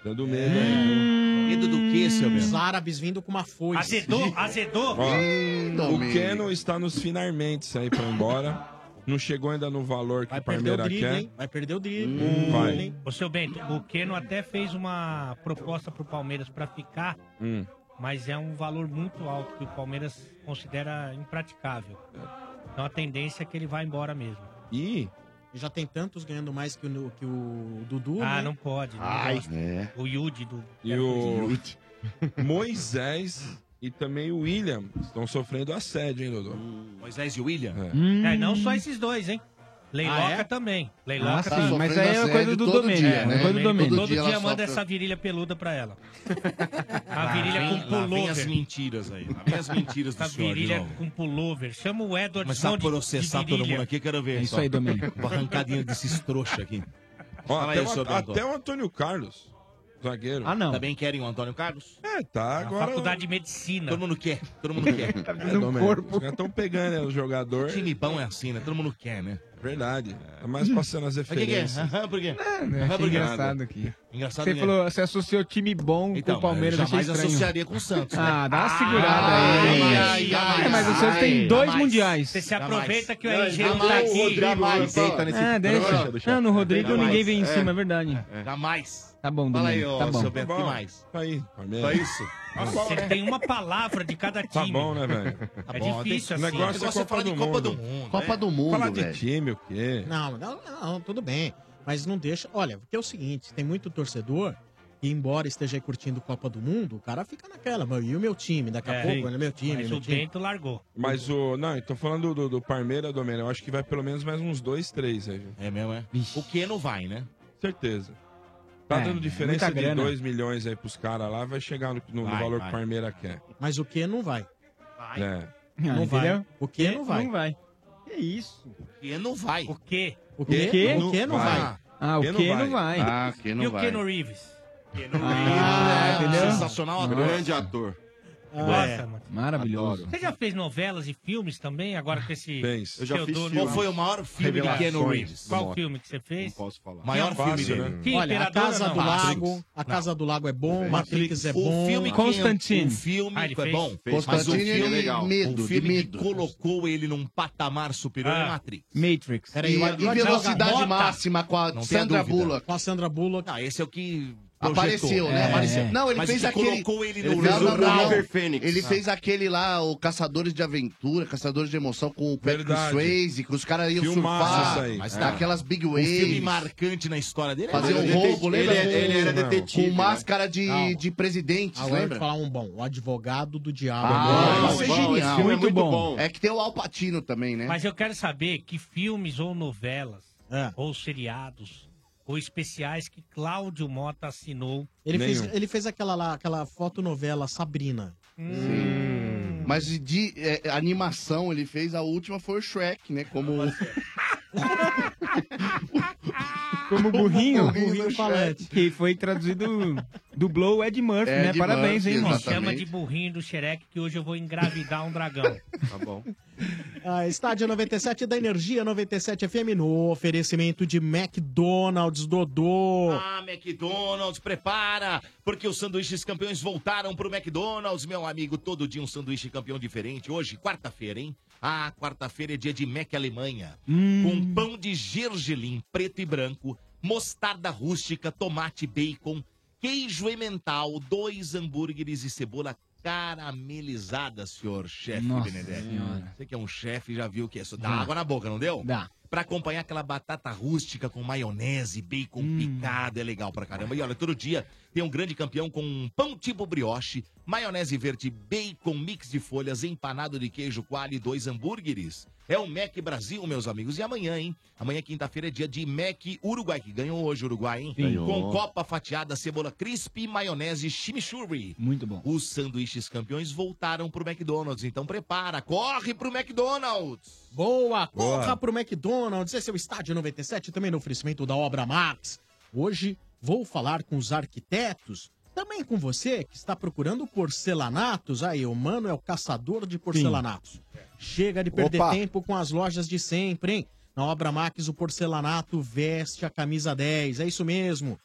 Speaker 13: Dando
Speaker 12: É.
Speaker 13: medo aí.
Speaker 10: Medo do quê,
Speaker 13: seu
Speaker 10: Os árabes vindo com uma foice. (laughs)
Speaker 12: Azedou, azedou.
Speaker 13: Ó, o
Speaker 10: Domênico.
Speaker 13: Keno está nos finalmente aí pra ir embora. Não chegou ainda no valor que o
Speaker 10: Perdeu o
Speaker 13: Parmeira
Speaker 10: drible,
Speaker 13: quer.
Speaker 10: hein? Vai perder o drible.
Speaker 13: Hum, vai.
Speaker 12: Ô, seu Bento, o Keno até fez uma proposta pro Palmeiras pra ficar,
Speaker 13: Hum.
Speaker 12: mas é um valor muito alto que o Palmeiras considera impraticável. Então a tendência é que ele vá embora mesmo.
Speaker 13: E
Speaker 10: já tem tantos ganhando mais que o, no- que o Dudu.
Speaker 12: Ah,
Speaker 10: né?
Speaker 12: não pode. Não
Speaker 13: Ai.
Speaker 12: gosto.
Speaker 13: É.
Speaker 12: O Yudi do.
Speaker 13: E
Speaker 12: É
Speaker 13: o (laughs) Moisés e também o William estão sofrendo assédio, hein, Dodô?
Speaker 4: Moisés e o William?
Speaker 12: É, não só esses dois, hein? Leiloca
Speaker 4: Hum. Ah, é?
Speaker 12: também.
Speaker 4: Ah,
Speaker 12: Leiloca
Speaker 4: sim,
Speaker 12: também.
Speaker 4: mas aí é Sofrendo coisa do assédio todo Domênico, dia, né? né?
Speaker 12: Todo,
Speaker 4: Todo
Speaker 12: dia,
Speaker 4: dia ela
Speaker 12: manda
Speaker 4: sofre.
Speaker 12: essa virilha peluda pra ela. A
Speaker 4: Lá
Speaker 12: virilha
Speaker 4: vem-
Speaker 12: com
Speaker 4: lá vem as
Speaker 12: pullover.
Speaker 4: mentiras aí. Lá vem as mentiras do
Speaker 12: Essa
Speaker 4: senhor de
Speaker 12: virilha
Speaker 4: novo.
Speaker 12: com pullover. Chama o Edward
Speaker 4: Começar a
Speaker 12: Snowden de
Speaker 4: processar todo
Speaker 12: virilha.
Speaker 4: mundo aqui, quero ver. só. Uma arrancadinha desses trouxa aqui.
Speaker 13: Ó,
Speaker 4: Fala
Speaker 13: até,
Speaker 4: aí,
Speaker 13: o,
Speaker 4: seu Bento.
Speaker 13: até o Antônio Carlos, zagueiro.
Speaker 4: Ah, não. Também querem o Antônio Carlos?
Speaker 13: É, tá. Agora...
Speaker 12: Faculdade de Medicina.
Speaker 4: Todo mundo quer. Todo mundo quer.
Speaker 13: No corpo. É Os caras estão pegando né, o jogador.
Speaker 4: Time bom é assim, né? Todo mundo quer, né?
Speaker 13: Verdade. Tá mais passando as
Speaker 4: Mas o que que é?
Speaker 13: referências.
Speaker 4: Aham, por quê?
Speaker 13: né,
Speaker 4: Aham,
Speaker 13: achei
Speaker 4: por quê?
Speaker 13: engraçado
Speaker 16: aqui.
Speaker 4: é Engraçado
Speaker 16: Você
Speaker 4: né?
Speaker 16: falou, você associou time bom com o Palmeiras.
Speaker 4: eu jamais
Speaker 16: achei estranho.
Speaker 4: associaria com o Santos, né?
Speaker 16: Ah, dá uma
Speaker 4: Ah,
Speaker 16: segurada aí.
Speaker 4: ai, ai,
Speaker 16: É,
Speaker 4: ai,
Speaker 16: mas o Santos
Speaker 4: ai,
Speaker 16: tem dois
Speaker 4: jamais.
Speaker 16: mundiais.
Speaker 12: Você se
Speaker 4: Jamais.
Speaker 12: aproveita que o
Speaker 4: Não,
Speaker 12: RG não tá
Speaker 4: jamais,
Speaker 12: aqui.
Speaker 4: Rodrigo, Jamais. deita nesse-
Speaker 16: Ah,
Speaker 4: Deixa,
Speaker 16: deixa.
Speaker 4: deixa.
Speaker 16: Não, no Rodrigo
Speaker 4: Jamais.
Speaker 16: ninguém vem em
Speaker 4: É.
Speaker 16: cima, é verdade.
Speaker 4: Jamais.
Speaker 16: Tá bom,
Speaker 4: Fala aí,
Speaker 16: Domênico,
Speaker 4: ô,
Speaker 16: tá bom.
Speaker 4: seu Bento, o que
Speaker 16: Bom.
Speaker 4: mais?
Speaker 13: Tá aí.
Speaker 4: Só isso?
Speaker 12: Nossa,
Speaker 4: Tá bom,
Speaker 12: você
Speaker 4: né?
Speaker 12: tem uma palavra de cada time.
Speaker 13: Tá bom, né, velho?
Speaker 4: Tá
Speaker 12: É difícil assim.
Speaker 13: O negócio é Copa, do, mundo.
Speaker 4: né?
Speaker 10: Copa do Mundo,
Speaker 13: Falar de
Speaker 10: velho.
Speaker 13: time, o quê?
Speaker 10: Não, não, não, tudo bem. Mas não deixa. Olha, porque é o seguinte: tem muito torcedor que, embora esteja aí curtindo Copa do Mundo, o cara fica naquela. "Mas E o meu time? Daqui a
Speaker 13: É,
Speaker 10: pouco,
Speaker 13: sim.
Speaker 10: olha, meu time.
Speaker 13: Mas
Speaker 10: meu
Speaker 13: o
Speaker 10: time.
Speaker 12: Bento largou.
Speaker 13: Mas o. Não, eu tô falando do, do Parmeira, Domênio. Eu acho que vai pelo menos mais uns dois, três aí.
Speaker 4: É mesmo, é? O que não vai, né?
Speaker 13: Certeza. Tá
Speaker 4: É,
Speaker 13: dando diferença
Speaker 4: muita
Speaker 13: de
Speaker 4: grana.
Speaker 13: 2 milhões aí pros caras lá, vai chegar no, no
Speaker 10: Vai,
Speaker 13: valor
Speaker 10: vai.
Speaker 13: que o Parmeira quer.
Speaker 10: Mas o que não vai.
Speaker 13: É.
Speaker 10: Não vai. O que Ah, É, não vai.
Speaker 16: Não vai. Que isso?
Speaker 4: O que não vai. O
Speaker 12: que?
Speaker 10: O que? O que não vai.
Speaker 16: Ah, o que não vai.
Speaker 18: Ah, o que não
Speaker 12: e o
Speaker 18: vai.
Speaker 12: Keno Reeves?
Speaker 16: Ah, entendeu?
Speaker 4: Sensacional
Speaker 16: Nossa.
Speaker 4: ator.
Speaker 20: Grande ator.
Speaker 12: Gosta,
Speaker 16: É.
Speaker 12: mano?
Speaker 16: Maravilhoso.
Speaker 12: Você já fez novelas e filmes também? Agora com esse.
Speaker 4: Fez. Eu já fiz
Speaker 12: pseudônimo?
Speaker 4: filme. Qual foi o maior filme de
Speaker 12: Revelações
Speaker 4: Keanu Reeves?
Speaker 12: Qual
Speaker 4: Não.
Speaker 12: filme que você fez? Não
Speaker 20: posso falar.
Speaker 4: Maior filme
Speaker 12: Fácil,
Speaker 4: dele.
Speaker 12: né? Que
Speaker 10: Olha, a
Speaker 12: Imperadora
Speaker 10: Casa
Speaker 12: não.
Speaker 10: do
Speaker 12: Matrix.
Speaker 10: Lago, a Casa do Lago é bom, Matrix,
Speaker 4: Matrix.
Speaker 10: é
Speaker 4: O
Speaker 10: bom.
Speaker 4: filme que-
Speaker 16: Constantine.
Speaker 4: O filme
Speaker 10: Ah, ele
Speaker 4: foi
Speaker 10: fez?
Speaker 4: bom. Mas
Speaker 10: Fez.
Speaker 4: o
Speaker 10: Constantine,
Speaker 4: filme,
Speaker 10: ele é medo,
Speaker 4: o filme
Speaker 10: de
Speaker 4: que colocou ele num patamar superior
Speaker 10: Ah.
Speaker 4: é Matrix.
Speaker 16: Matrix.
Speaker 10: Peraí,
Speaker 4: E-
Speaker 10: o-
Speaker 4: e
Speaker 10: o-
Speaker 4: velocidade
Speaker 10: Bota.
Speaker 4: máxima com a
Speaker 10: Não
Speaker 4: Sandra
Speaker 10: tenha dúvida.
Speaker 4: Bullock.
Speaker 10: Com a Sandra Bullock.
Speaker 4: Ah, esse é o que
Speaker 18: Apareceu, né?
Speaker 4: Apareceu.
Speaker 18: Não, ele
Speaker 4: Mas
Speaker 18: fez
Speaker 4: que
Speaker 18: aquele.
Speaker 4: colocou ele
Speaker 18: Ele
Speaker 4: no
Speaker 18: fez o- não,
Speaker 4: jornal.
Speaker 18: Ele fez aquele lá, o Caçadores de Aventura, Caçadores de Emoção com o Patrick
Speaker 4: Verdade.
Speaker 18: Swayze, que os caras iam
Speaker 4: Filmaço isso
Speaker 18: surfar,
Speaker 4: aí.
Speaker 18: mas
Speaker 4: É.
Speaker 18: daquelas big
Speaker 4: Um filme
Speaker 18: waves.
Speaker 4: marcante na história dele.
Speaker 18: Fazer um roubo, lembra? Com- Com máscara
Speaker 10: Calma.
Speaker 18: de, de presidente,
Speaker 10: Agora eu vou
Speaker 18: lembra?
Speaker 10: falar um bom. O Advogado do Diabo.
Speaker 18: Ah,
Speaker 10: Bom,
Speaker 18: isso é
Speaker 10: bom, esse
Speaker 18: genial.
Speaker 10: filme é muito bom.
Speaker 18: É que tem o Alpatino também, né?
Speaker 12: Mas eu quero saber que filmes ou novelas,
Speaker 10: É.
Speaker 12: ou seriados, ou especiais que Cláudio Mota assinou.
Speaker 10: Ele fez, ele fez aquela lá, aquela fotonovela Sabrina.
Speaker 18: Mas de, de, é, animação ele fez, a última foi o Shrek, né? Como.
Speaker 16: Como burrinho,
Speaker 18: burrinho
Speaker 16: burrinho
Speaker 18: no
Speaker 16: falante. Que foi traduzido, dublou o Ed Murphy,
Speaker 12: É,
Speaker 16: né?
Speaker 12: Ed
Speaker 16: Parabéns, hein,
Speaker 12: Me
Speaker 16: mano?
Speaker 12: chama de burrinho do Xerec que hoje eu vou engravidar um dragão.
Speaker 20: Tá bom.
Speaker 10: Ah, Estádio 97 da Energia 97 FM no oferecimento de McDonald's Dodô.
Speaker 4: Ah, McDonald's, prepara! Porque os sanduíches campeões voltaram pro McDonald's, meu amigo. Todo dia um sanduíche campeão diferente. Hoje, quarta-feira, hein? Ah, quarta-feira é dia de Mac Alemanha.
Speaker 16: Hum.
Speaker 4: Com pão de gergelim preto e branco, mostarda rústica, tomate, bacon, queijo emmental, dois hambúrgueres e cebola caramelizada, senhor chefe
Speaker 16: Nossa
Speaker 4: Benedetti.
Speaker 16: Senhora.
Speaker 4: Você que é um chefe já viu que é isso. Dá
Speaker 16: né? Hum.
Speaker 4: água na boca, não deu?
Speaker 16: Dá.
Speaker 4: Pra acompanhar aquela batata rústica com maionese, bacon
Speaker 16: Hum.
Speaker 4: picado, é legal pra caramba. E olha, todo dia tem um grande campeão com um pão tipo brioche, maionese verde, bacon, mix de folhas, empanado de queijo coalho e dois hambúrgueres. É o Mac Brasil, meus amigos. E amanhã, hein? Amanhã, quinta-feira, é dia de Mac Uruguai, que ganhou hoje o Uruguai, hein?
Speaker 16: Sim. Ganhou.
Speaker 4: Com copa fatiada, cebola crisp, maionese, chimichurri.
Speaker 16: Muito bom.
Speaker 4: Os sanduíches campeões voltaram pro McDonald's, então prepara, corre pro McDonald's!
Speaker 10: Boa,
Speaker 4: Boa.
Speaker 10: corra pro McDonald's, esse é o Estádio 97, também no oferecimento da Obra Max. Hoje vou falar com os arquitetos, também com você que está procurando porcelanatos. Aí, o mano é o caçador de porcelanatos. Chega de perder
Speaker 15: Opa.
Speaker 10: tempo com as lojas de sempre, hein? Na Obra Max, o porcelanato veste a camisa 10, é isso mesmo.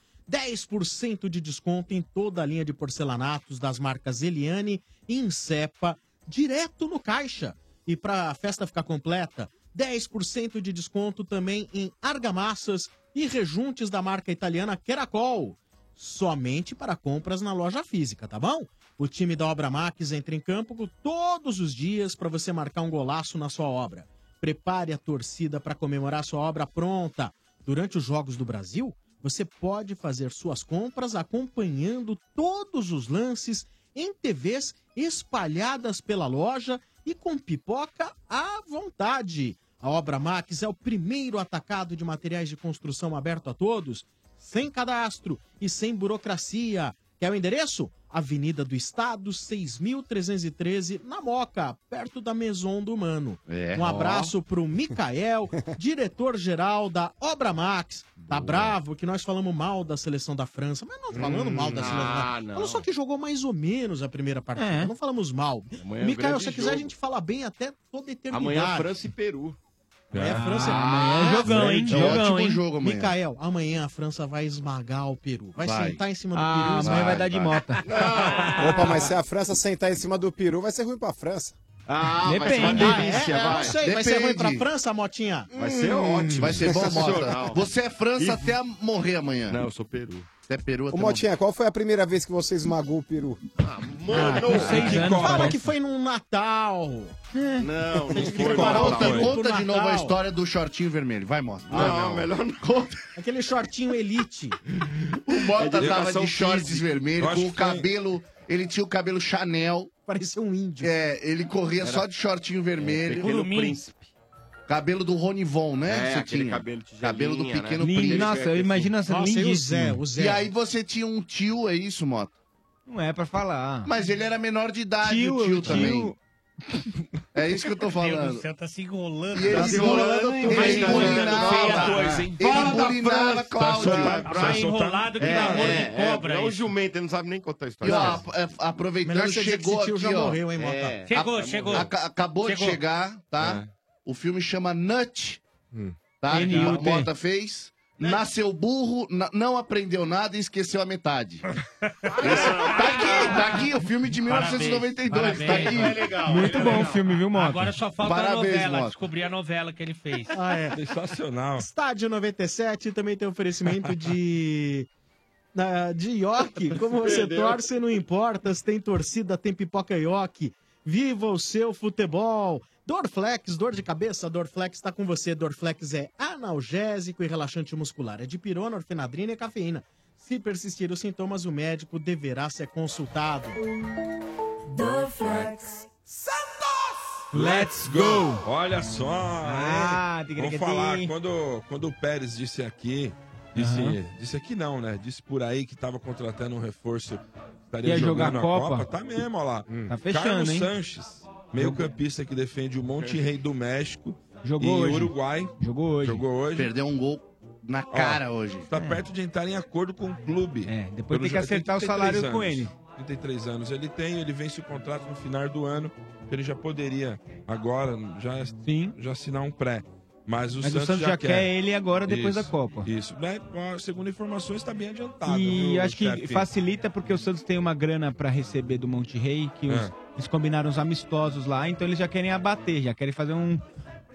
Speaker 10: 10% de desconto em toda a linha de porcelanatos das marcas Eliane e Insepa, direto no caixa. E para a festa ficar completa, 10% de desconto também em argamassas e rejuntes da marca italiana Keracol somente para compras na loja física, tá bom? O time da Obra Max entra em campo todos os dias para você marcar um golaço na sua obra. Prepare a torcida para comemorar sua obra pronta. Durante os Jogos do Brasil, você pode fazer suas compras acompanhando todos os lances em TVs espalhadas pela loja e com pipoca à vontade. A Obra Max é o primeiro atacado de materiais de construção aberto a todos sem cadastro e sem burocracia. Quer o endereço? Avenida do Estado, 6313, na Moca, perto da Maison do Mano.
Speaker 21: É.
Speaker 10: Um abraço
Speaker 21: (laughs)
Speaker 10: pro Micael, diretor-geral da Obra Max. Tá bravo que nós falamos mal da seleção da França, mas não falando
Speaker 21: Hum,
Speaker 10: mal da seleção da
Speaker 21: ah,
Speaker 10: França.
Speaker 21: não.
Speaker 10: Falando só que jogou mais ou menos a primeira partida,
Speaker 21: É.
Speaker 10: não falamos mal.
Speaker 21: Amanhã é um
Speaker 10: Micael,
Speaker 21: grande
Speaker 10: se quiser
Speaker 21: jogo.
Speaker 10: a gente fala bem até toda eternidade.
Speaker 8: Amanhã França e Peru.
Speaker 10: Amanhã a França
Speaker 8: Ah,
Speaker 10: amanhã
Speaker 8: grande
Speaker 10: é jogão, hein?
Speaker 8: jogo.
Speaker 10: Jogão,
Speaker 8: Ótimo
Speaker 10: hein?
Speaker 8: jogo amanhã.
Speaker 10: Mikael, amanhã a França vai esmagar o Peru. Vai,
Speaker 15: Vai.
Speaker 10: sentar em cima do
Speaker 15: Ah,
Speaker 10: Peru. e
Speaker 15: amanhã
Speaker 10: esmagar.
Speaker 15: vai dar de mota. (laughs) Opa, mas se a França sentar em cima do peru, vai ser ruim pra França.
Speaker 8: Ah,
Speaker 10: vai ser uma Depende. delícia, Ah, é? vai. Não sei, vai ser ruim pra França, Motinha?
Speaker 8: Vai ser
Speaker 11: Hum,
Speaker 8: ótimo.
Speaker 11: Vai ser bom, Mota.
Speaker 8: sensacional.
Speaker 11: Você é França
Speaker 8: E-
Speaker 11: até a morrer amanhã.
Speaker 8: Não, eu sou Peru.
Speaker 11: Você é Peru até
Speaker 15: Ô, Motinha, qual foi a primeira vez que você esmagou o peru?
Speaker 10: Ah, com seis
Speaker 15: Que
Speaker 10: anos.
Speaker 15: Copa,
Speaker 10: Fala
Speaker 15: né?
Speaker 10: que foi num Natal. É.
Speaker 8: Não,
Speaker 11: não
Speaker 10: foi,
Speaker 11: foi.
Speaker 10: não,
Speaker 11: Conta,
Speaker 10: não.
Speaker 11: conta
Speaker 10: Foi.
Speaker 11: de novo a
Speaker 10: Natal.
Speaker 11: história do shortinho vermelho. Vai, Mota.
Speaker 10: Não, melhor
Speaker 11: não. Conta.
Speaker 10: Aquele shortinho elite.
Speaker 11: O
Speaker 8: É
Speaker 11: Mota tava
Speaker 10: É Educação
Speaker 11: de shorts
Speaker 10: física. Eu
Speaker 11: vermelho,
Speaker 10: acho
Speaker 11: com o
Speaker 10: que foi- um
Speaker 11: cabelo... Ele tinha o cabelo Chanel.
Speaker 10: Parecia um índio.
Speaker 11: É, ele corria
Speaker 8: Era- É,
Speaker 11: só de shortinho vermelho.
Speaker 8: Pequeno Curumim. Príncipe.
Speaker 11: Cabelo do Ronivon, né?
Speaker 8: É,
Speaker 11: você
Speaker 8: aquele
Speaker 11: tinha.
Speaker 8: cabelo tigelinha,
Speaker 11: Cabelo do
Speaker 8: né?
Speaker 11: pequeno
Speaker 8: Lindo.
Speaker 11: príncipe.
Speaker 8: Nossa, eu imagino essa Nossa, e o lindíssimo. Zé, o Zé.
Speaker 11: E aí você tinha um tio, é isso, Mota?
Speaker 16: Não é pra falar.
Speaker 11: Mas ele era menor de idade,
Speaker 16: Tio,
Speaker 11: o tio,
Speaker 16: o tio.
Speaker 11: também. É isso que eu tô
Speaker 17: Meu Deus
Speaker 11: falando.
Speaker 17: do céu, tá se enrolando.
Speaker 11: E ele
Speaker 17: tá
Speaker 11: se enrolando,
Speaker 17: hein?
Speaker 11: ele
Speaker 17: Tá enrolando
Speaker 11: bulinava,
Speaker 17: feia coisa, hein?
Speaker 11: ele
Speaker 17: Fala da
Speaker 11: bulinava
Speaker 17: França.
Speaker 11: Cláudio.
Speaker 17: Tá soltando- tá enrolado que dá amor de cobra,
Speaker 8: É, é o
Speaker 17: isso.
Speaker 8: jumento, ele não sabe nem contar a
Speaker 11: E,
Speaker 8: história.
Speaker 11: ó, a- a- aproveitando,
Speaker 8: Melhor você dizer que
Speaker 11: chegou
Speaker 8: esse tio
Speaker 11: aqui,
Speaker 8: já
Speaker 11: ó.
Speaker 8: morreu, hein, Mota? É.
Speaker 11: É.
Speaker 8: Chegou, chegou.
Speaker 11: Aca- acabou
Speaker 8: Chegou.
Speaker 11: de chegar, tá? O filme chama Nut,
Speaker 8: Hum.
Speaker 11: tá? Que
Speaker 8: N.U.T..
Speaker 11: o Mota fez. Nasceu burro, na- não aprendeu nada e esqueceu a
Speaker 8: (laughs)
Speaker 11: metade. Esse- tá aqui, tá aqui, o filme de 1992, tá aqui.
Speaker 16: Muito bom o filme, viu, Mota?
Speaker 17: Agora só falta
Speaker 11: Parabéns,
Speaker 17: a novela,
Speaker 11: Mota.
Speaker 17: descobrir a novela que ele fez.
Speaker 10: Ah, é.
Speaker 13: Sensacional.
Speaker 10: Estádio 97 também tem oferecimento de. (laughs) na- de ioki. Como você
Speaker 16: Perdeu.
Speaker 10: torce, não importa. Se tem torcida, tem pipoca ioki. Viva o seu futebol! Dorflex, dor de cabeça, Dorflex está com você. Dorflex é analgésico e relaxante muscular. É de pirona, orfenadrina e cafeína. Se persistir os sintomas, o médico deverá ser consultado.
Speaker 22: Dorflex.
Speaker 13: Let's go! Olha só!
Speaker 16: Ah,
Speaker 13: hein?
Speaker 16: tigriguedim.
Speaker 13: Vou falar, quando, quando o Pérez disse aqui, disse,
Speaker 16: Aham.
Speaker 13: disse aqui não, né? Disse por aí que tava contratando um reforço, estaria
Speaker 16: Ia jogar
Speaker 13: jogando
Speaker 16: a Copa.
Speaker 13: Tá mesmo, olha lá.
Speaker 16: Tá fechando,
Speaker 13: Carlos
Speaker 16: hein?
Speaker 13: Sanches, meio campista que defende o Monte Rei do México.
Speaker 16: Jogou
Speaker 13: e
Speaker 16: hoje.
Speaker 13: Uruguai.
Speaker 16: Jogou hoje. É.
Speaker 13: Jogou hoje.
Speaker 11: Perdeu um gol na cara hoje.
Speaker 13: Tá perto de entrar em acordo com o clube. É,
Speaker 16: depois tem que acertar o salário com ele.
Speaker 13: 33 anos ele tem, ele vence o contrato no final do ano, então ele já poderia agora já, já assinar um pré. Mas o
Speaker 16: Mas o
Speaker 13: Santos,
Speaker 16: Santos já quer ele agora, depois
Speaker 13: Isso,
Speaker 16: da Copa.
Speaker 13: Isso. Né, segundo informações, está bem adiantado.
Speaker 16: E
Speaker 13: viu,
Speaker 16: acho que
Speaker 13: chefe?
Speaker 16: facilita porque o Santos tem uma grana pra receber do Monte Rei, que
Speaker 15: Ah.
Speaker 16: os-
Speaker 13: É.
Speaker 16: eles combinaram os amistosos lá, então eles já querem abater, já querem fazer um,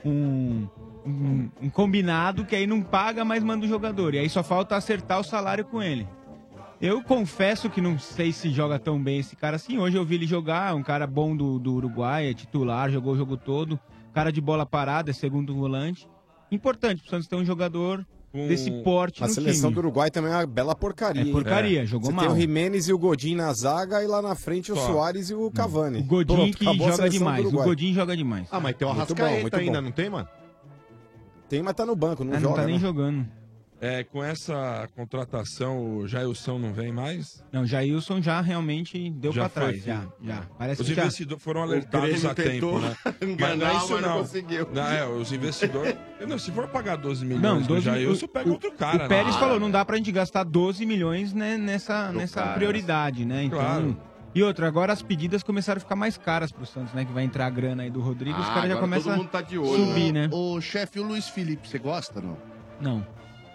Speaker 16: um, um- um combinado que aí não paga, mas manda o jogador. E aí só falta acertar o salário com ele. Eu confesso que não sei se joga tão bem esse cara assim. Hoje eu vi ele jogar, é um cara bom do, do Uruguai, é titular, jogou o jogo todo. Cara de bola parada, é segundo volante. Importante, pro Santos ter um jogador desse porte
Speaker 15: A
Speaker 16: no
Speaker 15: seleção
Speaker 16: time.
Speaker 15: do Uruguai também é uma bela porcaria.
Speaker 16: É
Speaker 15: hein?
Speaker 16: porcaria, jogou
Speaker 15: Você
Speaker 16: mal.
Speaker 15: Tem o Jimenez e o Godin na zaga e lá na frente o
Speaker 16: Só.
Speaker 15: Soares e o Cavani.
Speaker 16: O Godin
Speaker 15: Pronto,
Speaker 16: que
Speaker 15: acabou a
Speaker 16: joga
Speaker 15: seleção do
Speaker 16: demais. O
Speaker 15: Uruguai.
Speaker 16: Godin é joga demais.
Speaker 20: Ah, mas tem o
Speaker 15: Muito bom,
Speaker 20: Arrascaeta
Speaker 15: muito
Speaker 20: ainda, né?
Speaker 15: bom.
Speaker 20: não tem, mano?
Speaker 15: Tem, mas tá no banco, não
Speaker 16: Ah,
Speaker 15: joga.
Speaker 16: não tá nem
Speaker 15: né?
Speaker 16: jogando.
Speaker 13: É, com essa contratação, o Jailson não vem mais?
Speaker 16: Não, Jailson já realmente deu
Speaker 13: Já
Speaker 16: pra
Speaker 13: foi,
Speaker 16: trás.
Speaker 13: sim. é.
Speaker 16: Já, já. Parece
Speaker 13: os
Speaker 16: que já.
Speaker 13: investidores foram alertados a tempo,
Speaker 15: (laughs)
Speaker 13: (laughs) né? Mas não é isso não. Não, é, os investidores... não, se for pagar 12 milhões
Speaker 16: Não,
Speaker 13: no
Speaker 16: 12 milhões.
Speaker 13: Jailson, pega outro cara.
Speaker 16: O Pérez
Speaker 13: né?
Speaker 16: falou, não dá pra gente gastar 12 milhões né, nessa,
Speaker 13: Do
Speaker 16: nessa
Speaker 13: cara.
Speaker 16: prioridade, né? Então.
Speaker 13: Claro.
Speaker 16: E outra, agora as pedidas começaram a ficar mais caras pro Santos, né? Que vai entrar a grana aí do Rodrigo, os
Speaker 11: Ah,
Speaker 16: caras já
Speaker 11: agora
Speaker 16: começam
Speaker 11: todo
Speaker 16: a
Speaker 11: mundo tá de olho,
Speaker 16: subir, né?
Speaker 11: O chefe, o Luiz Felipe, você gosta, não?
Speaker 16: Não.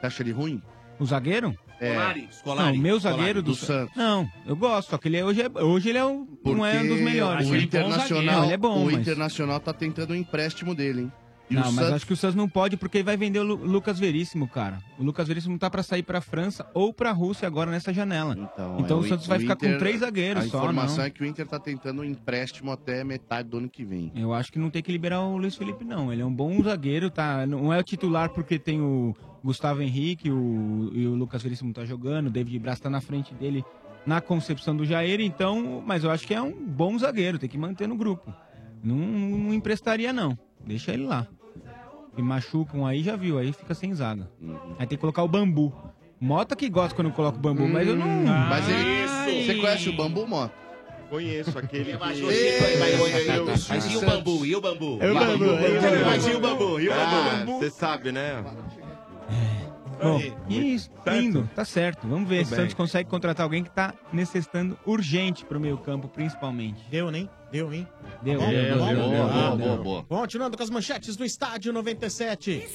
Speaker 11: Você acha ele ruim?
Speaker 16: né? O zagueiro?
Speaker 11: É.
Speaker 16: Scolari,
Speaker 11: Scolari,
Speaker 16: Não, meu
Speaker 11: Scolari,
Speaker 16: zagueiro do,
Speaker 11: do Santos.
Speaker 16: Não, eu gosto, só que ele é- hoje, é, hoje ele é um, não é um dos
Speaker 11: Porque
Speaker 16: melhores.
Speaker 11: O
Speaker 16: né?
Speaker 11: Internacional,
Speaker 16: Não, ele é bom,
Speaker 11: o
Speaker 16: mas...
Speaker 11: Internacional tá tentando um empréstimo dele, hein? E
Speaker 16: não,
Speaker 11: o
Speaker 16: mas
Speaker 11: Santos
Speaker 16: acho que o Santos não pode porque ele vai vender o Lu- Lucas Veríssimo, cara. O Lucas Veríssimo tá pra sair pra França ou pra Rússia agora nessa janela. Então,
Speaker 11: é,
Speaker 16: o, Santos vai ficar
Speaker 11: Inter-
Speaker 16: com três zagueiros
Speaker 11: a
Speaker 16: só, né?
Speaker 11: informação
Speaker 16: não.
Speaker 11: é que o Inter tá tentando um empréstimo até metade do ano que vem.
Speaker 16: Eu acho que não tem que liberar o Luiz Felipe, não. Ele é um bom zagueiro, tá? Não é o titular porque tem o Gustavo Henrique o, e o Lucas Veríssimo tá jogando, o David Braz tá na frente dele na concepção do Jair, então... Mas eu acho que é um bom zagueiro, tem que manter no grupo. Não, não emprestaria, não. Deixa ele lá. E machucam aí, já viu, aí fica sem zaga.
Speaker 11: Uhum.
Speaker 16: Aí tem que colocar o bambu. Mota que gosta quando coloca o bambu, mas eu não...
Speaker 11: Hum, Mas ele-
Speaker 16: Ai.
Speaker 11: você conhece o Bambu Mota?
Speaker 20: Conheço aquele. que-
Speaker 15: assim,
Speaker 4: Mas e o bambu? E o bambu?
Speaker 20: E o bambu, e o bambu?
Speaker 4: Mas e o bambu? E o
Speaker 20: Ah,
Speaker 4: bambu?
Speaker 20: você sabe, né?
Speaker 16: Bom, e isso, lindo, tá certo. Vamos ver
Speaker 20: Tudo
Speaker 16: se o
Speaker 20: bem.
Speaker 16: Santos consegue contratar alguém que tá necessitando urgente pro meio campo, principalmente.
Speaker 10: Deu, né? Deu, hein?
Speaker 16: Deu,
Speaker 10: Tá bom?
Speaker 16: deu,
Speaker 10: Tá
Speaker 16: deu,
Speaker 10: bom?
Speaker 16: deu,
Speaker 10: Ah,
Speaker 16: deu,
Speaker 10: bom.
Speaker 16: deu.
Speaker 13: boa.
Speaker 10: Continuando com as manchetes do Estádio 97.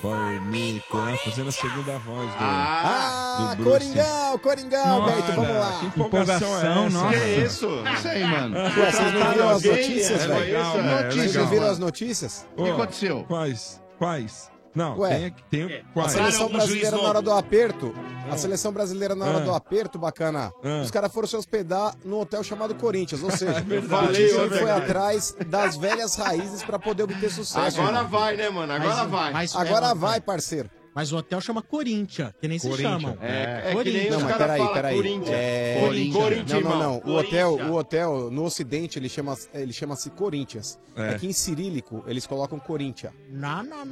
Speaker 13: Formico, né? Fazendo a segunda voz do...
Speaker 10: Ah,
Speaker 13: do Bruce.
Speaker 15: Coringão, Coringão,
Speaker 13: Nossa,
Speaker 15: Beto, vamos lá.
Speaker 13: que empolgação é essa?
Speaker 15: nossa.
Speaker 13: Que isso?
Speaker 11: Isso aí, mano.
Speaker 15: Ué, vocês não viram as notícias,
Speaker 13: É
Speaker 15: velho?
Speaker 13: legal, é
Speaker 15: notícias,
Speaker 13: legal,
Speaker 15: vocês viram
Speaker 13: mano.
Speaker 15: as notícias?
Speaker 13: Ô, Quais? Quais? Não,
Speaker 15: Ué,
Speaker 13: tem, tem
Speaker 16: É.
Speaker 15: a
Speaker 13: quais?
Speaker 15: seleção brasileira na hora do aperto. A seleção brasileira na hora
Speaker 13: Ah.
Speaker 15: do aperto, bacana.
Speaker 13: Ah.
Speaker 15: Os caras foram se hospedar num hotel chamado Corinthians.
Speaker 20: (laughs)
Speaker 15: Ou seja,
Speaker 20: É
Speaker 15: o
Speaker 20: verdade,
Speaker 15: Valeu,
Speaker 20: isso é
Speaker 15: foi
Speaker 20: verdade.
Speaker 15: atrás das velhas raízes pra poder obter sucesso.
Speaker 20: Agora
Speaker 15: mano.
Speaker 20: vai, né, mano? Agora
Speaker 15: Mas-
Speaker 20: vai.
Speaker 15: mas- Agora
Speaker 10: é,
Speaker 15: vai, parceiro.
Speaker 10: Mas o hotel chama Corinthians, que nem se
Speaker 15: Corinthians.
Speaker 10: chamam.
Speaker 15: É,
Speaker 10: Corinthians.
Speaker 15: Não, mas peraí, peraí. É...
Speaker 10: Corinthians,
Speaker 15: Não, não, não. O
Speaker 10: irmão.
Speaker 15: hotel, o hotel no ocidente, ele chama- ele chama-se Corinthians.
Speaker 10: É.
Speaker 15: Aqui em cirílico, eles colocam Corinthians.
Speaker 10: Não, não, Ah,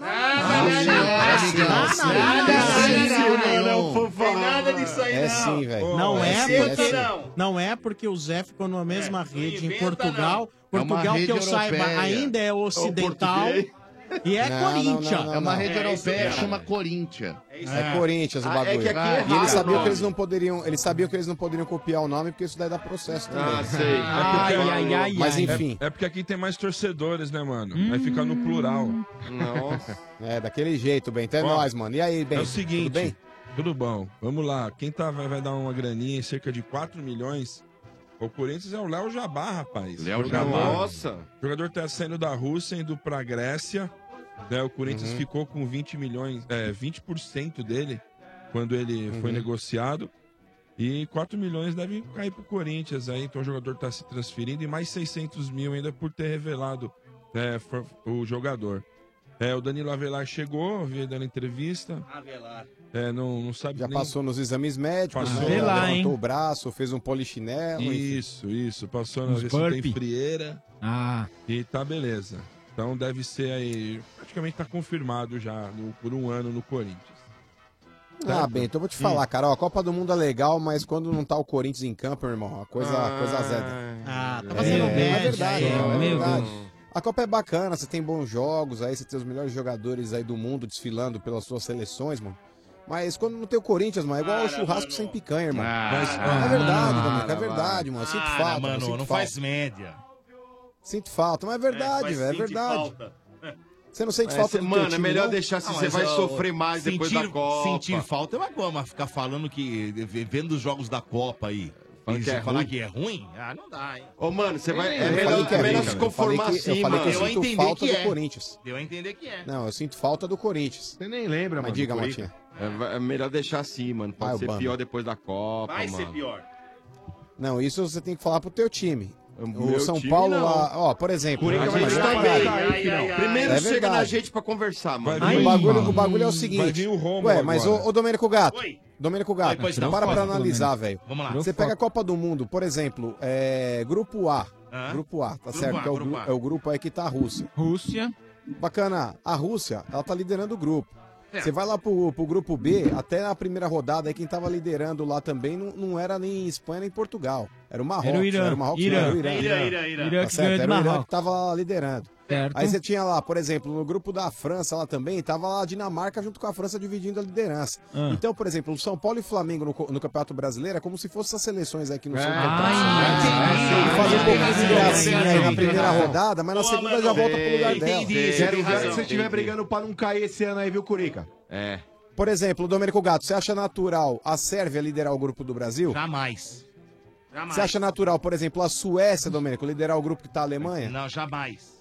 Speaker 10: não.
Speaker 15: É sim, velho.
Speaker 10: Não é
Speaker 15: sim.
Speaker 10: porque não é porque o Zé ficou na mesma rede em Portugal.
Speaker 15: não. É uma
Speaker 10: Portugal que eu
Speaker 15: rede
Speaker 10: saiba
Speaker 15: europeia.
Speaker 10: ainda é
Speaker 15: Ou
Speaker 10: ocidental
Speaker 15: português.
Speaker 10: e
Speaker 15: Não,
Speaker 10: é
Speaker 15: não, não,
Speaker 10: Corinthians.
Speaker 15: não, não,
Speaker 11: É uma rede
Speaker 15: isso
Speaker 11: europeia,
Speaker 15: mesmo.
Speaker 11: chama Corinthians.
Speaker 15: É Corinthians o
Speaker 11: Ah,
Speaker 15: bagulho.
Speaker 11: é que aqui é
Speaker 15: e
Speaker 11: raro
Speaker 15: eles
Speaker 11: o
Speaker 15: sabiam
Speaker 11: nome.
Speaker 15: que eles não poderiam, eles sabiam que eles não poderiam copiar o nome porque isso daí dá processo também.
Speaker 13: Ah, sei.
Speaker 15: É porque- Mas enfim.
Speaker 13: um-
Speaker 15: Hum.
Speaker 13: É, é porque aqui tem mais torcedores, né, mano? Vai ficar no plural.
Speaker 15: É, daquele jeito, Bento. É
Speaker 13: Ó,
Speaker 15: nóis, mano. E aí, Bento?
Speaker 13: é o seguinte,
Speaker 15: Tudo bem?
Speaker 13: Tudo bom. Vamos lá. Quem tá, vai, vai dar uma graninha, cerca de 4 milhões. O Corinthians é o Léo Jabá, rapaz.
Speaker 20: Léo
Speaker 13: Jogador-
Speaker 20: Jabá. Nossa.
Speaker 13: O jogador tá saindo da Rússia, indo pra Grécia. né? O Corinthians
Speaker 20: Uhum.
Speaker 13: ficou com 20 milhões, é, 20% dele quando ele foi
Speaker 20: Uhum.
Speaker 13: negociado. E 4 milhões devem cair pro Corinthians aí, então o jogador tá se transferindo e mais 600 mil ainda por ter revelado né, for- o jogador. É, o Danilo Avelar chegou, vi dando entrevista. Avelar. É, não, não sabe
Speaker 15: Já
Speaker 13: nem-
Speaker 15: passou nos exames médicos,
Speaker 13: Passou.
Speaker 15: já
Speaker 13: Vê lá,
Speaker 15: levantou
Speaker 13: hein?
Speaker 15: o braço, fez um polichinelo. enfim.
Speaker 13: Isso, isso. Passou na
Speaker 15: Uns
Speaker 13: vez que tem
Speaker 15: burpee.
Speaker 13: frieira.
Speaker 16: Ah.
Speaker 13: E tá beleza. Então deve ser aí. Praticamente tá confirmado já no- por um ano no Corinthians.
Speaker 15: Ah, Bento, eu vou te falar, cara. Ó, a Copa do Mundo é legal, mas quando não tá o Corinthians em campo, meu irmão, a coisa, a coisa azeda.
Speaker 10: Ah,
Speaker 15: tá
Speaker 10: fazendo
Speaker 15: é,
Speaker 10: média,
Speaker 15: é verdade,
Speaker 10: é,
Speaker 15: é,
Speaker 10: meu
Speaker 15: verdade.
Speaker 10: Deus.
Speaker 15: A Copa é bacana, você tem bons jogos, aí você tem os melhores jogadores aí do mundo desfilando pelas suas seleções, mano. Mas quando não tem o Corinthians, mano, é igual o churrasco sem picanha, irmão.
Speaker 4: Mas-
Speaker 15: é verdade,
Speaker 4: Para,
Speaker 15: Domenico, é
Speaker 4: vai.
Speaker 15: verdade, mano. Eu Sinto
Speaker 4: Para,
Speaker 15: falta,
Speaker 4: mano,
Speaker 15: eu sinto
Speaker 4: não
Speaker 15: falta.
Speaker 4: faz média.
Speaker 15: Sinto falta, mas é verdade,
Speaker 4: É, faz
Speaker 15: velho, é
Speaker 4: sentir
Speaker 15: verdade.
Speaker 4: falta.
Speaker 15: Você não sente
Speaker 4: É,
Speaker 15: falta (laughs)
Speaker 4: cê-
Speaker 15: do teu
Speaker 4: mano, é
Speaker 15: time,
Speaker 4: melhor
Speaker 15: não?
Speaker 4: deixar se
Speaker 15: Ah,
Speaker 4: você
Speaker 15: mas,
Speaker 20: é
Speaker 4: vai
Speaker 15: ó,
Speaker 4: sofrer mais depois da Copa. Sentir falta é uma coisa, mas ficar falando que. vendo os jogos da Copa aí. E se
Speaker 20: que é
Speaker 4: falar
Speaker 20: ruim?
Speaker 4: que é ruim, ah, não dá, hein?
Speaker 20: Ô, mano, você vai.
Speaker 4: Eu
Speaker 20: É
Speaker 4: falei
Speaker 20: melhor,
Speaker 4: que é
Speaker 20: é melhor
Speaker 4: ruim,
Speaker 20: se
Speaker 4: cara. Eu falei
Speaker 20: conformar
Speaker 4: que- é eu
Speaker 20: assim,
Speaker 4: falei
Speaker 20: mano.
Speaker 4: que eu
Speaker 20: Eu
Speaker 4: sinto
Speaker 20: entender
Speaker 4: falta
Speaker 20: que
Speaker 4: do
Speaker 20: é.
Speaker 15: Corinthians.
Speaker 4: Deu a entender que é.
Speaker 15: Não, eu sinto falta do Corinthians.
Speaker 20: Você nem lembra,
Speaker 15: Mas
Speaker 20: mano.
Speaker 15: diga, Ah,
Speaker 20: do Corinthians. É, vai- é melhor deixar assim, mano. Pode
Speaker 15: Vai,
Speaker 20: ser
Speaker 15: Obama.
Speaker 20: pior depois da Copa.
Speaker 4: Vai
Speaker 20: mano.
Speaker 4: ser pior.
Speaker 15: Não, isso você tem que falar pro teu time. O
Speaker 20: meu
Speaker 15: São
Speaker 20: time,
Speaker 15: Paulo
Speaker 20: não.
Speaker 15: lá, ó, por exemplo.
Speaker 20: Coringa
Speaker 15: a
Speaker 20: vai
Speaker 15: gente
Speaker 20: jogar
Speaker 15: tá
Speaker 20: bem. Ai,
Speaker 15: bem.
Speaker 20: ai, ai. Primeiro
Speaker 15: É
Speaker 20: chega
Speaker 15: verdade.
Speaker 20: na gente pra conversar, mano.
Speaker 15: o, bagulho, o bagulho é o seguinte.
Speaker 20: Vai vir o Romulo
Speaker 15: Ué, mas
Speaker 20: agora.
Speaker 15: ô, ô Domênico Gato.
Speaker 20: Oi.
Speaker 15: Domênico Gato,
Speaker 20: Depois não
Speaker 15: para
Speaker 20: foca,
Speaker 15: pra analisar,
Speaker 20: Domênico.
Speaker 15: velho.
Speaker 20: Vamos lá.
Speaker 15: Você
Speaker 20: Não
Speaker 15: pega
Speaker 20: foca.
Speaker 15: a Copa do Mundo, por exemplo, é, grupo A.
Speaker 16: Hã?
Speaker 15: Grupo A, tá
Speaker 16: Grupo
Speaker 15: certo?
Speaker 16: A,
Speaker 15: que é, o,
Speaker 16: grupo
Speaker 15: gru-
Speaker 16: A.
Speaker 15: é o grupo aí que tá a Rússia.
Speaker 16: Rússia.
Speaker 15: Bacana. A Rússia, ela tá liderando o grupo.
Speaker 16: É.
Speaker 15: Você vai lá pro, pro grupo B, até na primeira rodada, aí quem tava liderando lá também não, não era nem Espanha nem Portugal. Era o Marrocos.
Speaker 16: Era o Irã.
Speaker 15: Era o Marrocos,
Speaker 16: Irã.
Speaker 15: não, era o Irã.
Speaker 16: Irã, Irã, Irã. Irã
Speaker 15: Tá
Speaker 16: que
Speaker 15: certo,
Speaker 16: ganhou do
Speaker 15: era o Irã
Speaker 16: Marrocos.
Speaker 15: que tava liderando.
Speaker 16: Certo.
Speaker 15: Aí você tinha lá, por exemplo, no grupo da França lá também, tava lá a Dinamarca junto com a França dividindo a liderança.
Speaker 16: Ah.
Speaker 15: Então, por exemplo, o São Paulo e Flamengo no, co- no Campeonato Brasileiro é como se fossem as seleções
Speaker 4: Ah,
Speaker 15: aqui no São Paulo. Fazer um pouquinho de gracinha aí na primeira rodada, mas na segunda já volta pro lugar dela.
Speaker 20: Quero ver se você
Speaker 15: tiver
Speaker 20: estiver brigando pra não cair esse ano aí, viu, Curica? É.
Speaker 15: Por exemplo, o Domênico Gato, você acha natural a Sérvia liderar o grupo do Brasil?
Speaker 4: Jamais. Jamais.
Speaker 15: Você acha natural, por exemplo, a Suécia, Domênico, liderar o grupo que tá a Alemanha?
Speaker 4: Não, jamais.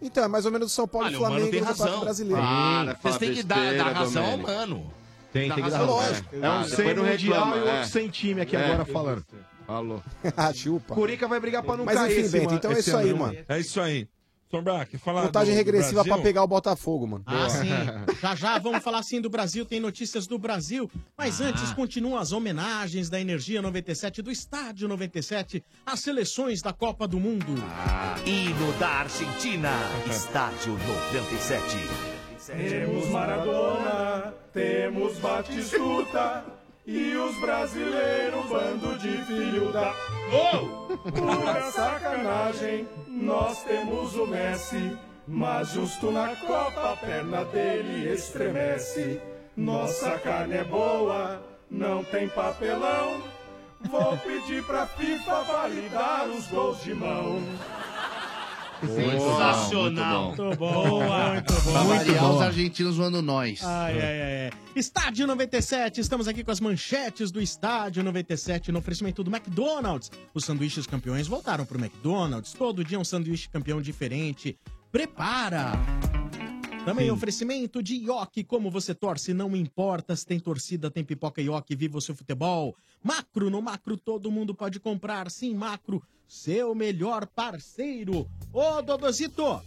Speaker 15: Então, é mais ou menos o São Paulo
Speaker 4: Olha,
Speaker 15: e
Speaker 4: o Mano
Speaker 15: Flamengo
Speaker 4: tem
Speaker 15: no Campeonato
Speaker 4: razão.
Speaker 15: Brasileiro.
Speaker 4: Para, Vocês fala têm que dar- besteira, dar razão ao Domênico.
Speaker 20: mano.
Speaker 4: Tem,
Speaker 20: Dá
Speaker 4: tem que
Speaker 20: razão,
Speaker 4: dar
Speaker 9: né?
Speaker 4: razão.
Speaker 20: lógico. É
Speaker 4: É.
Speaker 20: um
Speaker 4: Ah,
Speaker 20: sem
Speaker 4: depois não
Speaker 20: mundial
Speaker 4: reclama,
Speaker 20: e outro
Speaker 4: é.
Speaker 20: sem time aqui É.
Speaker 4: É.
Speaker 20: agora falando. Falou.
Speaker 15: (laughs) Ah, Chupa.
Speaker 20: Curica vai brigar pra não
Speaker 15: Mas
Speaker 20: cair
Speaker 15: enfim,
Speaker 20: esse
Speaker 15: Bento,
Speaker 20: ano.
Speaker 15: então é
Speaker 20: Esse
Speaker 15: isso aí,
Speaker 20: ano.
Speaker 15: mano.
Speaker 13: É isso aí. Sombra, quer falar
Speaker 15: Contagem
Speaker 13: do- do
Speaker 15: regressiva
Speaker 13: Brasil?
Speaker 15: pra pegar o Botafogo, mano.
Speaker 13: Boa.
Speaker 10: Ah, sim. Já já vamos falar sim do Brasil, tem notícias do Brasil. Mas antes, continuam as homenagens da Energia 97, do Estádio 97, às seleções da Copa do Mundo. Ah,
Speaker 23: Hino da
Speaker 4: (laughs)
Speaker 23: Argentina, estádio 97.
Speaker 8: Temos Maradona, temos Batistuta e os brasileiros, bando de filho da. Pura sacanagem, nós temos o Messi, mas justo na Copa a perna dele estremece. Nossa carne é boa, não tem papelão. Vou pedir pra FIFA validar os gols de mão.
Speaker 10: Sensacional. Muito bom. Boa, muito bom.
Speaker 11: Pra
Speaker 10: Muito
Speaker 11: variar,
Speaker 10: bom.
Speaker 11: os argentinos zoando nós.
Speaker 10: Ai, ai, ai, ai. Estádio 97, estamos aqui com as manchetes do Estádio 97 no oferecimento do McDonald's. Os sanduíches campeões voltaram pro McDonald's. Todo dia um sanduíche campeão diferente. Prepara! Também
Speaker 12: Sim.
Speaker 10: oferecimento de Ioki. Como você torce, não importa se tem torcida, tem pipoca Ioki, viva o seu futebol. Macro, no Macro todo mundo pode comprar. Sim, Macro, seu melhor parceiro. Ô, Dodozito,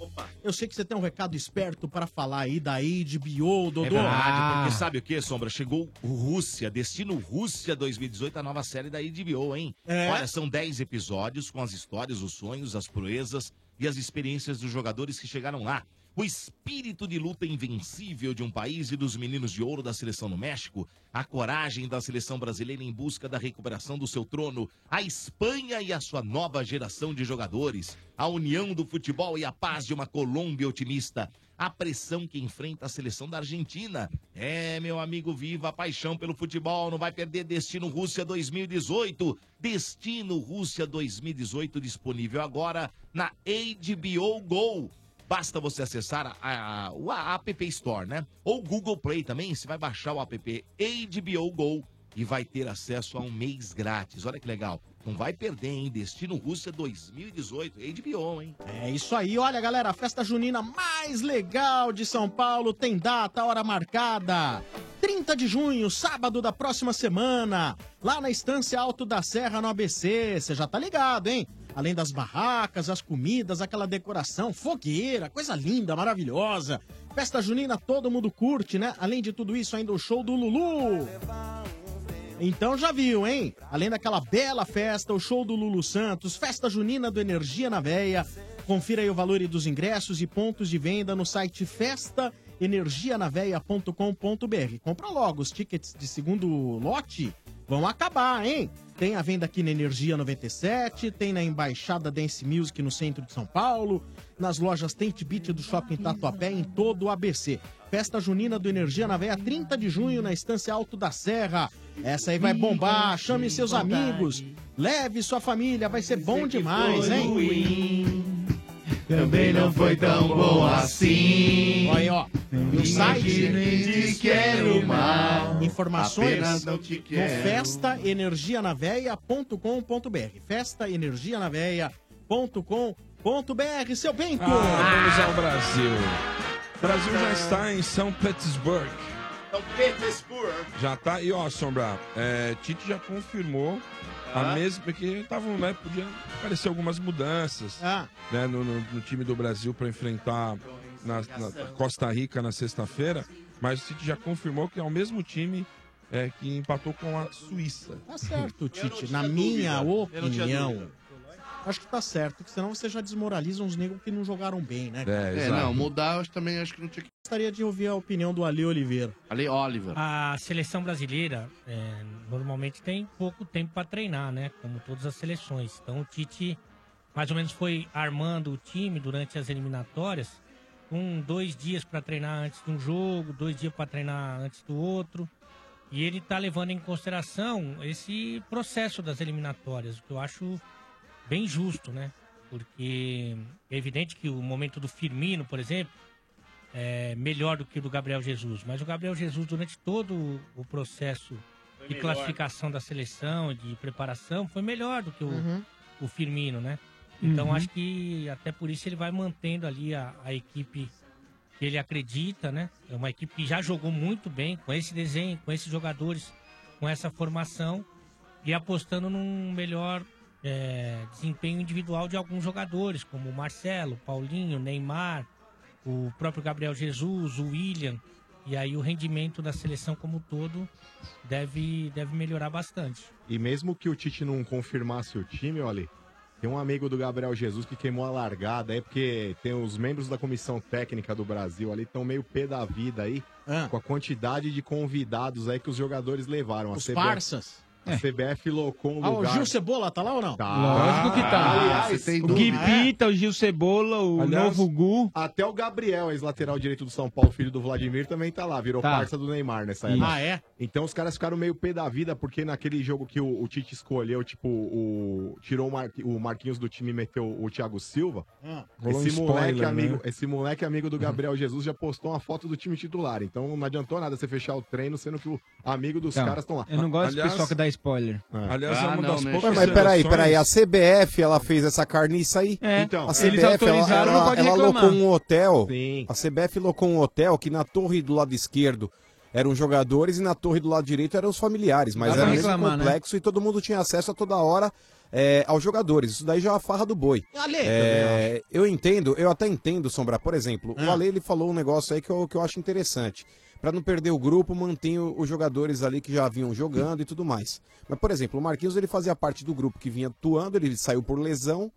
Speaker 10: eu sei que você tem um recado esperto para falar aí da HBO, Dodô.
Speaker 4: É verdade,
Speaker 10: Ah.
Speaker 4: porque sabe o que, Sombra? Chegou o Rússia, Destino Rússia 2018, a nova série da HBO, hein?
Speaker 10: É.
Speaker 4: Olha, são 10 episódios com as histórias, os sonhos, as proezas e as experiências dos jogadores que chegaram lá. O espírito de luta invencível de um país e dos meninos de ouro da seleção no México, a coragem da seleção brasileira em busca da recuperação do seu trono, a Espanha e a sua nova geração de jogadores, a união do futebol e a paz de uma Colômbia otimista, a pressão que enfrenta a seleção da Argentina. É, meu amigo, viva a paixão pelo futebol, não vai perder Destino Rússia 2018. Destino Rússia 2018 disponível agora na HBO Go. Basta você acessar a, a- o a- App Store, né? Ou Google Play também, você vai baixar o app HBO Go e vai ter acesso a um mês grátis. Olha que legal. Não vai perder, hein? Destino Rússia 2018, HBO, hein?
Speaker 10: É isso aí, olha galera, a festa junina mais legal de São Paulo tem data, hora marcada. 30 de junho, sábado da próxima semana, lá na Estância Alto da Serra, no ABC. Você já tá ligado, hein? Além das barracas, as comidas, aquela decoração, fogueira, coisa linda, maravilhosa. Festa junina todo mundo curte, né? Além de tudo isso, ainda o show do Lulu. Então já viu, hein? Além daquela bela festa, o show do Lulu Santos, festa junina do Energia na Veia. Confira aí o valor dos ingressos e pontos de venda no site festaenergianaveia.com.br. Compra logo, os tickets de segundo lote vão acabar, hein? Tem a venda aqui na Energia 97, tem na Embaixada Dance Music no centro de São Paulo, nas lojas Tente Beat do Shopping Tatuapé em todo o ABC. Festa Junina do Energia na Veia, 30 de junho, na Estância Alto da Serra. Essa aí vai bombar, chame seus amigos, leve sua família, vai ser bom demais, hein?
Speaker 24: Também não foi tão bom assim.
Speaker 10: Olha aí, ó. No site.
Speaker 24: diz que era o mal.
Speaker 10: Informações
Speaker 11: é Apenas não
Speaker 10: no
Speaker 11: te quero.
Speaker 10: festaenergianaveia.com.br. Festaenergianaveia.com.br, seu Bento!
Speaker 13: (laughs)
Speaker 11: Ah,
Speaker 13: Vamos ao Brasil. O Brasil
Speaker 20: Ah.
Speaker 13: já está em São Petersburgo.
Speaker 4: Então, Petersburg.
Speaker 13: Já tá. E ó, Sombra, é, Tite já confirmou a
Speaker 4: Ah.
Speaker 13: mesma. Porque tava, né, podia aparecer algumas mudanças
Speaker 10: Ah.
Speaker 13: né, no, no- no time do Brasil para enfrentar na, na Costa Rica na sexta-feira. Mas o Tite já confirmou que é o mesmo time é, que empatou com a Suíça. (laughs)
Speaker 10: Tá certo, Tite. Na minha opinião, acho que tá certo, porque senão você já desmoraliza uns negros que não jogaram bem, né? cara?
Speaker 11: É, não, mudar eu acho- também acho que não tinha que.
Speaker 10: Gostaria de ouvir a opinião do Ali Oliveira.
Speaker 11: Ali Oliver.
Speaker 12: A seleção brasileira é, normalmente tem pouco tempo para treinar, né? Como todas as seleções. Então o Tite mais ou menos foi armando o time durante as eliminatórias, com dois dias para treinar antes de um jogo, dois dias para treinar antes do outro. E ele tá levando em consideração esse processo das eliminatórias, o que eu acho bem justo, né? Porque é evidente que o momento do Firmino, por exemplo, é melhor do que o do Gabriel Jesus. Mas o Gabriel Jesus, durante todo o processo
Speaker 6: Foi
Speaker 12: de
Speaker 6: melhor.
Speaker 12: classificação da seleção, de preparação, foi melhor do que o,
Speaker 6: Uhum.
Speaker 12: o Firmino, né? Então
Speaker 6: Uhum.
Speaker 12: acho que até por isso ele vai mantendo ali a, a equipe que ele acredita, né? É uma equipe que já jogou muito bem com esse desenho, com esses jogadores, com essa formação e apostando num melhor é, desempenho individual de alguns jogadores, como o Marcelo, Paulinho, Neymar, o próprio Gabriel Jesus, o William. E aí o rendimento da seleção como um todo deve, deve melhorar bastante.
Speaker 9: E mesmo que o Tite não confirmasse o time, olha, tem um amigo do Gabriel Jesus que queimou a largada aí, porque tem os membros da comissão técnica do Brasil ali estão meio pé da vida aí,
Speaker 10: Ah.
Speaker 9: com a quantidade de convidados aí que os jogadores levaram.
Speaker 10: Os
Speaker 9: CBF
Speaker 10: parças?
Speaker 9: A CBF locou um
Speaker 10: Ah, o
Speaker 9: lugar.
Speaker 10: Gil Cebola tá lá ou não?
Speaker 9: Tá.
Speaker 16: Lógico que tá.
Speaker 9: Aliás, sem
Speaker 16: o Gui
Speaker 9: dúvida. É.
Speaker 16: Pita, o Gil Cebola, o
Speaker 9: Aliás,
Speaker 16: novo Gu.
Speaker 9: Até o Gabriel, ex-lateral direito do São Paulo, filho do Vladimir, também tá lá, virou
Speaker 16: Tá.
Speaker 9: parça do Neymar nessa
Speaker 16: Isso.
Speaker 9: época.
Speaker 16: Ah, é?
Speaker 9: Então os caras ficaram meio pé da vida, porque naquele jogo que o, o Tite escolheu, tipo, o, tirou o, Mar- o Marquinhos do time e meteu o Thiago Silva.
Speaker 10: Ah.
Speaker 9: Esse,
Speaker 10: Rolou um
Speaker 9: moleque
Speaker 10: spoiler,
Speaker 9: amigo,
Speaker 10: né?
Speaker 9: esse moleque amigo do Gabriel Jesus já postou uma foto do time titular. Então não adiantou nada você fechar o treino, sendo que o amigo dos
Speaker 16: Então,
Speaker 9: caras estão lá.
Speaker 16: Eu não gosto de pessoal que dá spoiler.
Speaker 9: Aliás, é Ah, uma não, das né? poucas
Speaker 15: Mas, mas peraí,
Speaker 9: seleções-
Speaker 15: peraí, a CBF ela fez essa carniça aí?
Speaker 16: É.
Speaker 15: a
Speaker 16: Então, eles
Speaker 15: CBF ela,
Speaker 16: autorizaram, não
Speaker 15: ela,
Speaker 16: pode
Speaker 15: ela
Speaker 16: reclamar.
Speaker 15: locou um hotel.
Speaker 9: Sim.
Speaker 15: A CBF locou um hotel que na torre do lado esquerdo eram jogadores e na torre do lado direito eram os familiares, mas
Speaker 16: Dá pra
Speaker 15: era um
Speaker 16: reclamar, né?
Speaker 15: complexo e todo mundo tinha acesso a toda hora é, aos jogadores. Isso daí já é a farra do boi.
Speaker 10: Ale,
Speaker 15: É, eu entendo, eu até entendo, Sombra. Por exemplo, o Ale ele falou um negócio aí que eu, que eu acho interessante. Pra não perder o grupo, mantém o- os jogadores ali que já vinham jogando e tudo mais. Mas, por exemplo, o Marquinhos ele fazia parte do grupo que vinha atuando, ele saiu por lesão.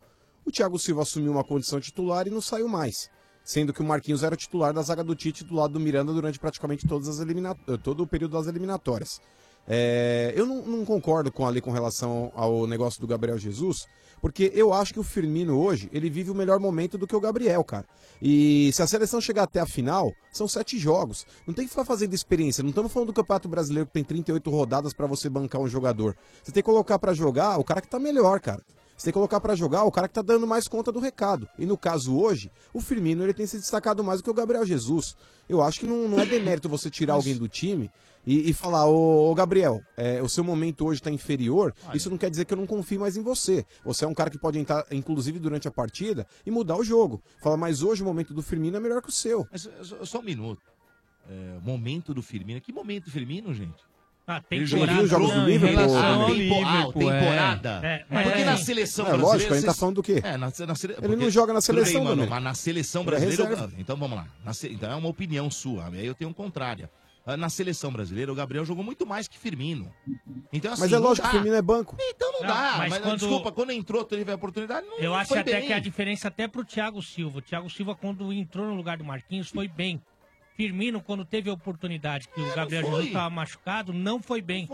Speaker 15: O Thiago Silva assumiu uma condição titular e não saiu mais. Sendo que o Marquinhos era o titular da zaga do Tite do lado do Miranda durante praticamente todas as elimina- eh, todo o período das eliminatórias. É, eu não, não concordo com a lei com relação ao negócio do Gabriel Jesus, porque eu acho que o Firmino hoje ele vive o melhor momento do que o Gabriel, cara. E se a seleção chegar até a final, são sete jogos. Não tem que ficar fazendo experiência. Não estamos falando do Campeonato Brasileiro que tem 38 rodadas pra você bancar um jogador. Você tem que colocar pra jogar o cara que tá melhor, cara. Você tem que colocar pra jogar o cara que tá dando mais conta do recado. E no caso hoje, o Firmino ele tem se destacado mais do que o Gabriel Jesus. Eu acho que não, não é demérito você tirar alguém do time e, e falar, ô, ô, Gabriel, é, o seu momento hoje tá inferior, isso não quer dizer que eu não confio mais em você. Você é um cara que pode entrar, inclusive durante a partida, e mudar o jogo. Fala, mas hoje o momento do Firmino é melhor que o seu.
Speaker 4: Mas só, só um minuto. É, momento do Firmino. Que momento do Firmino, gente?
Speaker 12: Ah,
Speaker 4: Ele jogou
Speaker 12: temporada.
Speaker 4: os jogos do
Speaker 12: Não, em
Speaker 4: Liverpool?
Speaker 12: relação
Speaker 4: Ah,
Speaker 12: ao
Speaker 4: tempo- ah,
Speaker 12: Liverpool, é.
Speaker 4: temporada.
Speaker 12: É,
Speaker 4: Mas por que
Speaker 12: é.
Speaker 4: na seleção
Speaker 15: né? É,
Speaker 4: brasileira...
Speaker 15: lógico, a gente tá
Speaker 4: vocês-
Speaker 15: falando do quê?
Speaker 4: É, na, na sele-
Speaker 15: Ele
Speaker 4: porque-
Speaker 15: não joga na
Speaker 4: tudo
Speaker 15: seleção,
Speaker 4: bem, mano,
Speaker 15: Domênico.
Speaker 4: mas na seleção
Speaker 15: Ele é
Speaker 4: brasileira... eu-
Speaker 15: reserva.
Speaker 4: então vamos lá. Na se- Então é uma opinião sua. Aí eu tenho um contrário. Ah, Na seleção brasileira, o Gabriel jogou muito mais que Firmino. Então, assim,
Speaker 15: mas é
Speaker 4: não
Speaker 15: lógico
Speaker 4: dá.
Speaker 15: que o Firmino é banco.
Speaker 4: Então não,
Speaker 12: Não,
Speaker 4: dá.
Speaker 12: mas
Speaker 4: Mas,
Speaker 12: quando-
Speaker 4: desculpa, quando entrou, teve a oportunidade, não
Speaker 12: Eu
Speaker 4: não
Speaker 12: acho
Speaker 4: foi
Speaker 12: até
Speaker 4: bem.
Speaker 12: que a diferença até pro Thiago Silva. O Thiago Silva, quando entrou no lugar do Marquinhos, foi bem. Firmino, quando teve a oportunidade que o
Speaker 4: É,
Speaker 12: Gabriel
Speaker 4: foi.
Speaker 12: Jesus estava machucado, não foi bem.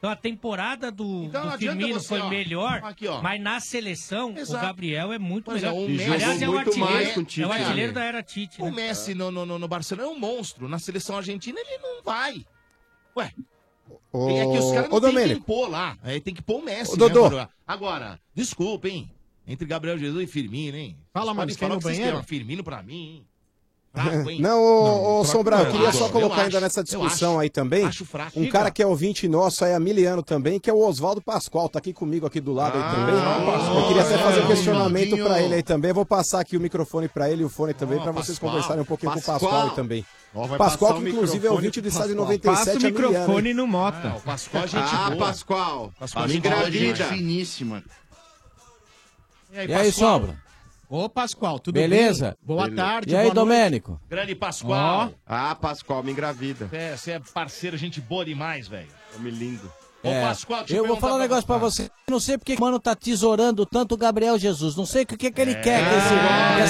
Speaker 12: Então a temporada do,
Speaker 4: Então
Speaker 12: do
Speaker 4: não adianta
Speaker 12: Firmino
Speaker 4: você,
Speaker 12: foi
Speaker 4: ó,
Speaker 12: melhor,
Speaker 4: aqui, ó.
Speaker 12: mas na seleção
Speaker 4: Exato.
Speaker 12: o Gabriel é muito
Speaker 4: Pois é,
Speaker 12: melhor.
Speaker 4: o Messi
Speaker 12: Aliás, é o
Speaker 4: jogou muito
Speaker 12: artilheiro,
Speaker 4: mais com o Tite,
Speaker 12: é o artilheiro
Speaker 4: né?
Speaker 12: da era Tite.
Speaker 4: O Messi no, no, no, no Barcelona é um monstro. Na seleção argentina ele não vai. Ué,
Speaker 15: Ô,
Speaker 4: é que os caras não
Speaker 15: ô,
Speaker 4: tem
Speaker 15: Domênico.
Speaker 4: quem pôr lá. É, tem que pôr o Messi.
Speaker 15: Ô, Dodô.
Speaker 4: Né, Agora, desculpa, hein? Entre Gabriel Jesus e Firmino, hein?
Speaker 10: Fala,
Speaker 4: Vocês podem
Speaker 10: Marcos,
Speaker 4: falar
Speaker 10: quer ir no
Speaker 4: o que vocês
Speaker 10: banheiro?
Speaker 4: querem, mas Firmino pra mim, hein?
Speaker 15: fraco, hein? Não, ô, ô, Sombra, eu queria só colocar ainda nessa discussão aí também.
Speaker 4: fraco.
Speaker 15: Um
Speaker 4: Diga.
Speaker 15: cara que é ouvinte nosso aí há mil anos também, que é o Oswaldo Pascoal, tá aqui comigo aqui do lado aí também. eu queria até fazer um questionamento pra ele aí também. Vou passar aqui o microfone pra ele e o fone também, pra vocês
Speaker 16: Pascoal.
Speaker 15: conversarem um pouquinho
Speaker 16: Pascoal.
Speaker 15: com o Pascoal aí também.
Speaker 16: Ó, vai
Speaker 15: Pascoal,
Speaker 16: passar
Speaker 15: que
Speaker 16: o
Speaker 15: inclusive é
Speaker 16: microfone
Speaker 15: ouvinte do
Speaker 16: pro
Speaker 15: estádio
Speaker 16: Pascoal.
Speaker 15: 97.
Speaker 16: Passa o
Speaker 15: há mil e ano,
Speaker 16: microfone
Speaker 15: hein?
Speaker 16: no Mota. Ah, o
Speaker 4: Pascoal
Speaker 16: é gente
Speaker 11: Ah,
Speaker 16: boa.
Speaker 11: Pascoal.
Speaker 4: Pascoal
Speaker 11: Me
Speaker 4: é gente boa
Speaker 11: engravida.
Speaker 4: demais.
Speaker 11: Finíssima.
Speaker 10: aí,
Speaker 6: E aí,
Speaker 10: Pascoal?
Speaker 6: Sombra?
Speaker 10: Ô, Pascoal, tudo
Speaker 6: Beleza?
Speaker 10: bem? Boa
Speaker 11: Beleza.
Speaker 10: tarde.
Speaker 6: E aí,
Speaker 10: boa noite.
Speaker 6: Domênico?
Speaker 4: Grande Pascoal.
Speaker 11: Ah, Pascoal, me engravida.
Speaker 4: É, Você é parceiro, gente boa demais, velho.
Speaker 11: Homem lindo.
Speaker 4: Ô,
Speaker 6: É,
Speaker 4: Pascoal, deixa eu
Speaker 6: eu vou falar um
Speaker 4: perguntar
Speaker 6: negócio pra você. Não sei porque que o mano tá tesourando tanto o Gabriel Jesus. Não sei o que, que, que
Speaker 4: É.
Speaker 6: ele quer com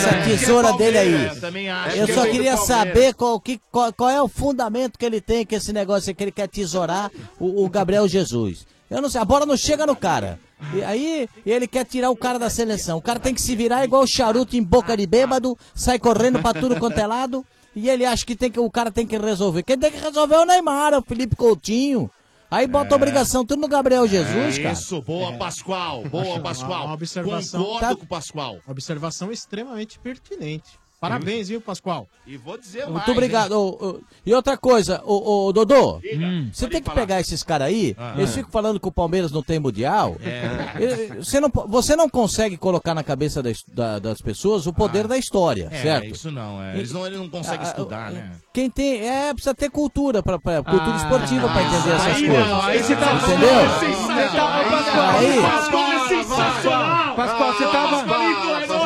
Speaker 6: esse- com essa tesoura dele aí.
Speaker 4: Eu também acho.
Speaker 6: Eu
Speaker 4: que
Speaker 6: só
Speaker 4: vem do
Speaker 6: queria
Speaker 4: Palmeiras.
Speaker 6: saber qual, que, qual, qual é o fundamento que ele tem com esse negócio aí que ele quer tesourar o, o Gabriel Jesus. Eu não sei, a bola não chega no cara. E aí ele quer tirar o cara da seleção. O cara tem que se virar igual o charuto em boca de bêbado, sai correndo pra tudo quanto é lado. E ele acha que, tem que o cara tem que resolver. Quem tem que resolver é o Neymar, é o Felipe Coutinho. Aí bota
Speaker 4: É.
Speaker 6: obrigação tudo no Gabriel Jesus, cara.
Speaker 4: Isso, boa, Pascoal. Boa, Pascoal.
Speaker 10: É. Uma observação.
Speaker 4: Concordo
Speaker 6: Tá-
Speaker 4: com o Pascoal.
Speaker 10: Observação extremamente pertinente. Parabéns, viu, Pascoal?
Speaker 4: E vou dizer mais.
Speaker 6: Muito obrigado. Ô, ô, E outra coisa, ô, ô, Dodô,
Speaker 10: Diga,
Speaker 6: você tem que pegar esses caras aí,
Speaker 10: Ah.
Speaker 6: eles ficam falando que o Palmeiras não tem mundial.
Speaker 10: É.
Speaker 6: E- e- Você, não, po- você não consegue colocar na cabeça das, da- das pessoas o poder da história,
Speaker 4: É,
Speaker 6: certo?
Speaker 4: isso não, é. Eles não, eles não conseguem
Speaker 6: Ah,
Speaker 4: estudar, né?
Speaker 6: Quem tem. É, precisa ter cultura, pra, pra- cultura esportiva pra entender essas
Speaker 4: Ah. aí
Speaker 6: coisas.
Speaker 4: não, aí você tá falando
Speaker 6: Entendeu?
Speaker 16: é
Speaker 4: sensacional.
Speaker 6: Aí-
Speaker 16: Pascoal,
Speaker 6: aí-
Speaker 16: Pascoal é sensacional. Pascoal, você tava,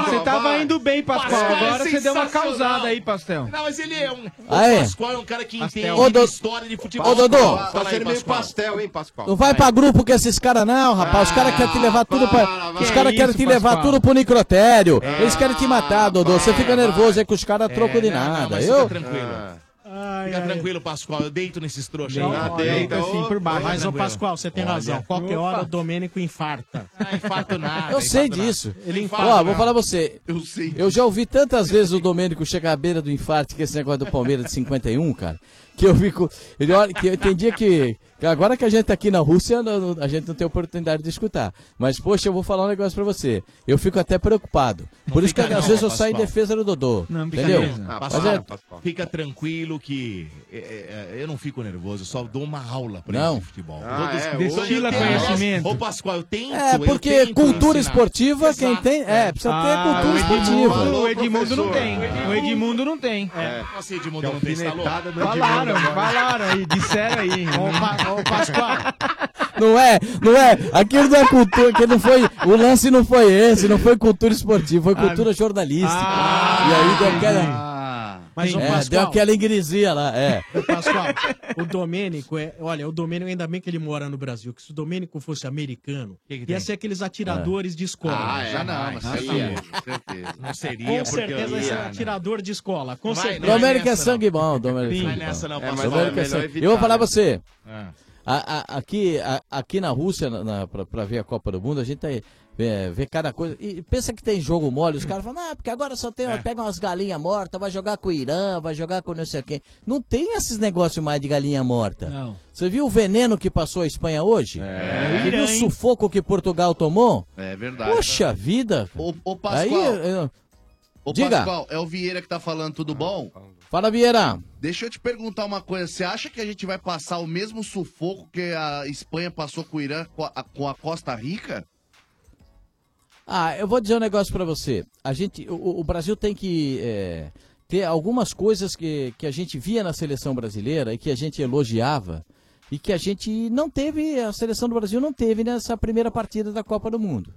Speaker 16: você tava indo bem, Pascoal.
Speaker 4: Pascoal é
Speaker 16: Agora você deu uma
Speaker 4: sensacional.
Speaker 16: causada aí, Pastel.
Speaker 4: Não, mas ele é um.
Speaker 6: Aí.
Speaker 4: O Pascoal é um cara que
Speaker 16: Pastel.
Speaker 4: entende
Speaker 6: Ô, Dodô.
Speaker 4: história de futebol.
Speaker 6: Ô, Dodô.
Speaker 4: Fala
Speaker 11: Tá
Speaker 4: aí,
Speaker 11: sendo meio
Speaker 4: Pascoal.
Speaker 11: pastel, hein, Pascoal?
Speaker 6: Não vai pra grupo com esses caras, não, rapaz. Os caras querem te levar tudo
Speaker 4: Ah,
Speaker 6: pra. Os
Speaker 11: Que
Speaker 6: caras querem
Speaker 11: isso,
Speaker 6: te levar
Speaker 11: Pascoal?
Speaker 6: tudo pro necrotério.
Speaker 4: É.
Speaker 6: Eles querem te matar, Dodô. Você fica nervoso aí com os caras, troco de
Speaker 4: não, não,
Speaker 6: nada.
Speaker 4: mas
Speaker 6: Eu.
Speaker 4: Fica tranquilo. fica tranquilo, Pascoal. Eu deito nesses trouxas aí. Ah,
Speaker 10: Não, deita assim por baixo. Mas, ô,
Speaker 4: Tranquilo.
Speaker 10: Pascoal, você tem
Speaker 4: Olha.
Speaker 10: razão. Qualquer
Speaker 4: Opa.
Speaker 10: hora o Domênico infarta.
Speaker 6: Eu sei disso.
Speaker 10: Ele infarta.
Speaker 6: Ó, vou falar pra você. Eu sei. Eu já ouvi tantas vezes o Domênico chegar à beira do infarto que esse negócio do Palmeiras de 51, cara. Que eu fico. Ele olha, que eu entendi que. que Agora que a gente tá aqui na Rússia, não- não- a gente não tem oportunidade de escutar. Mas, poxa, eu vou falar um negócio pra você. Eu fico até preocupado. Por isso que
Speaker 4: fica
Speaker 6: às
Speaker 4: não,
Speaker 6: vezes eu saio em
Speaker 4: Pascoal.
Speaker 6: defesa do Dodô.
Speaker 4: Fica
Speaker 6: entendeu?
Speaker 4: nervoso.
Speaker 6: Mas
Speaker 4: Ah, Pascoal,
Speaker 6: é,
Speaker 4: Fica tranquilo que é, é, é, eu não fico nervoso, eu só dou uma aula pra
Speaker 6: Não.
Speaker 4: ele de futebol.
Speaker 6: Ah,
Speaker 4: Todos-
Speaker 6: é,
Speaker 4: eu
Speaker 6: destila
Speaker 4: tento-
Speaker 6: conhecimento.
Speaker 4: Ô, Pascoal, eu tenho.
Speaker 6: É, porque cultura esportiva, quem tem. É, precisa
Speaker 16: Ah,
Speaker 6: ter cultura esportiva.
Speaker 16: O Edmundo não tem. O Edmundo não tem.
Speaker 4: É. Nossa, Edmundo não tem, tá instalou.
Speaker 16: Falaram, falaram aí, disseram
Speaker 6: (laughs)
Speaker 16: aí. né?
Speaker 10: Ô, Pascoal.
Speaker 6: Não é, não é. Aquilo não é cultura, aquilo não foi. O lance não foi esse, não foi cultura esportiva,
Speaker 4: Ah,
Speaker 6: foi cultura jornalística. e aí deu aquela.
Speaker 4: ah. um
Speaker 10: Mas, ô,
Speaker 6: é,
Speaker 10: Pascoal.
Speaker 6: deu aquela ingresia lá, é.
Speaker 10: Ô, Pascoal, o Domênico é. Olha, o Domênico, ainda bem que ele mora no Brasil, que se o Domênico fosse americano,
Speaker 4: que tem?
Speaker 10: ia ser
Speaker 6: É.
Speaker 10: aqueles atiradores de escola.
Speaker 11: Ah, é, não, mas
Speaker 10: Ah,
Speaker 11: seria.
Speaker 10: sim.
Speaker 11: Com certeza.
Speaker 4: Não seria,
Speaker 10: Com
Speaker 4: porque
Speaker 10: certeza
Speaker 4: eu
Speaker 10: ia ser
Speaker 4: ia, né?
Speaker 10: atirador de escola. Com
Speaker 4: Vai,
Speaker 10: certeza.
Speaker 4: não é
Speaker 6: Domênico é sangue bom, Domênico.
Speaker 4: Sim.
Speaker 6: sangue
Speaker 4: Não é nessa
Speaker 6: bom.
Speaker 4: não, Pascoal,
Speaker 6: Domênico
Speaker 4: é
Speaker 6: é sangue-
Speaker 4: melhor
Speaker 6: Eu vou falar pra você.
Speaker 4: Ah.
Speaker 6: A- a- aqui, a- aqui na Rússia, na, na- pra, pra ver a Copa do Mundo, a gente tá, aí, é, vê cada coisa. E pensa que tem jogo mole, os caras falam, ah, porque agora só tem.
Speaker 4: É.
Speaker 6: Pega umas galinhas mortas, Então vai jogar com o Irã, vai jogar com não sei quem. Não tem esses negócios mais de galinha morta.
Speaker 16: Não.
Speaker 6: Você viu o veneno que passou a Espanha hoje?
Speaker 11: É.
Speaker 6: Você viu o sufoco que Portugal tomou?
Speaker 11: É verdade.
Speaker 6: Poxa vida!
Speaker 11: Ô, ô Pascoal,
Speaker 6: Aí, eu-
Speaker 11: ô,
Speaker 6: diga.
Speaker 11: Pascoal, é o Vieira que tá falando, tudo bom?
Speaker 6: Fala, Vieira.
Speaker 11: Deixa eu te perguntar uma coisa. Você acha que a gente vai passar o mesmo sufoco que a Espanha passou com o Irã com a, com a Costa Rica?
Speaker 6: Ah, eu vou dizer um negócio pra você. A gente, o, o Brasil tem que é, ter algumas coisas que, que a gente via na seleção brasileira e que a gente elogiava e que a gente não teve, a seleção do Brasil não teve nessa primeira partida da Copa do Mundo.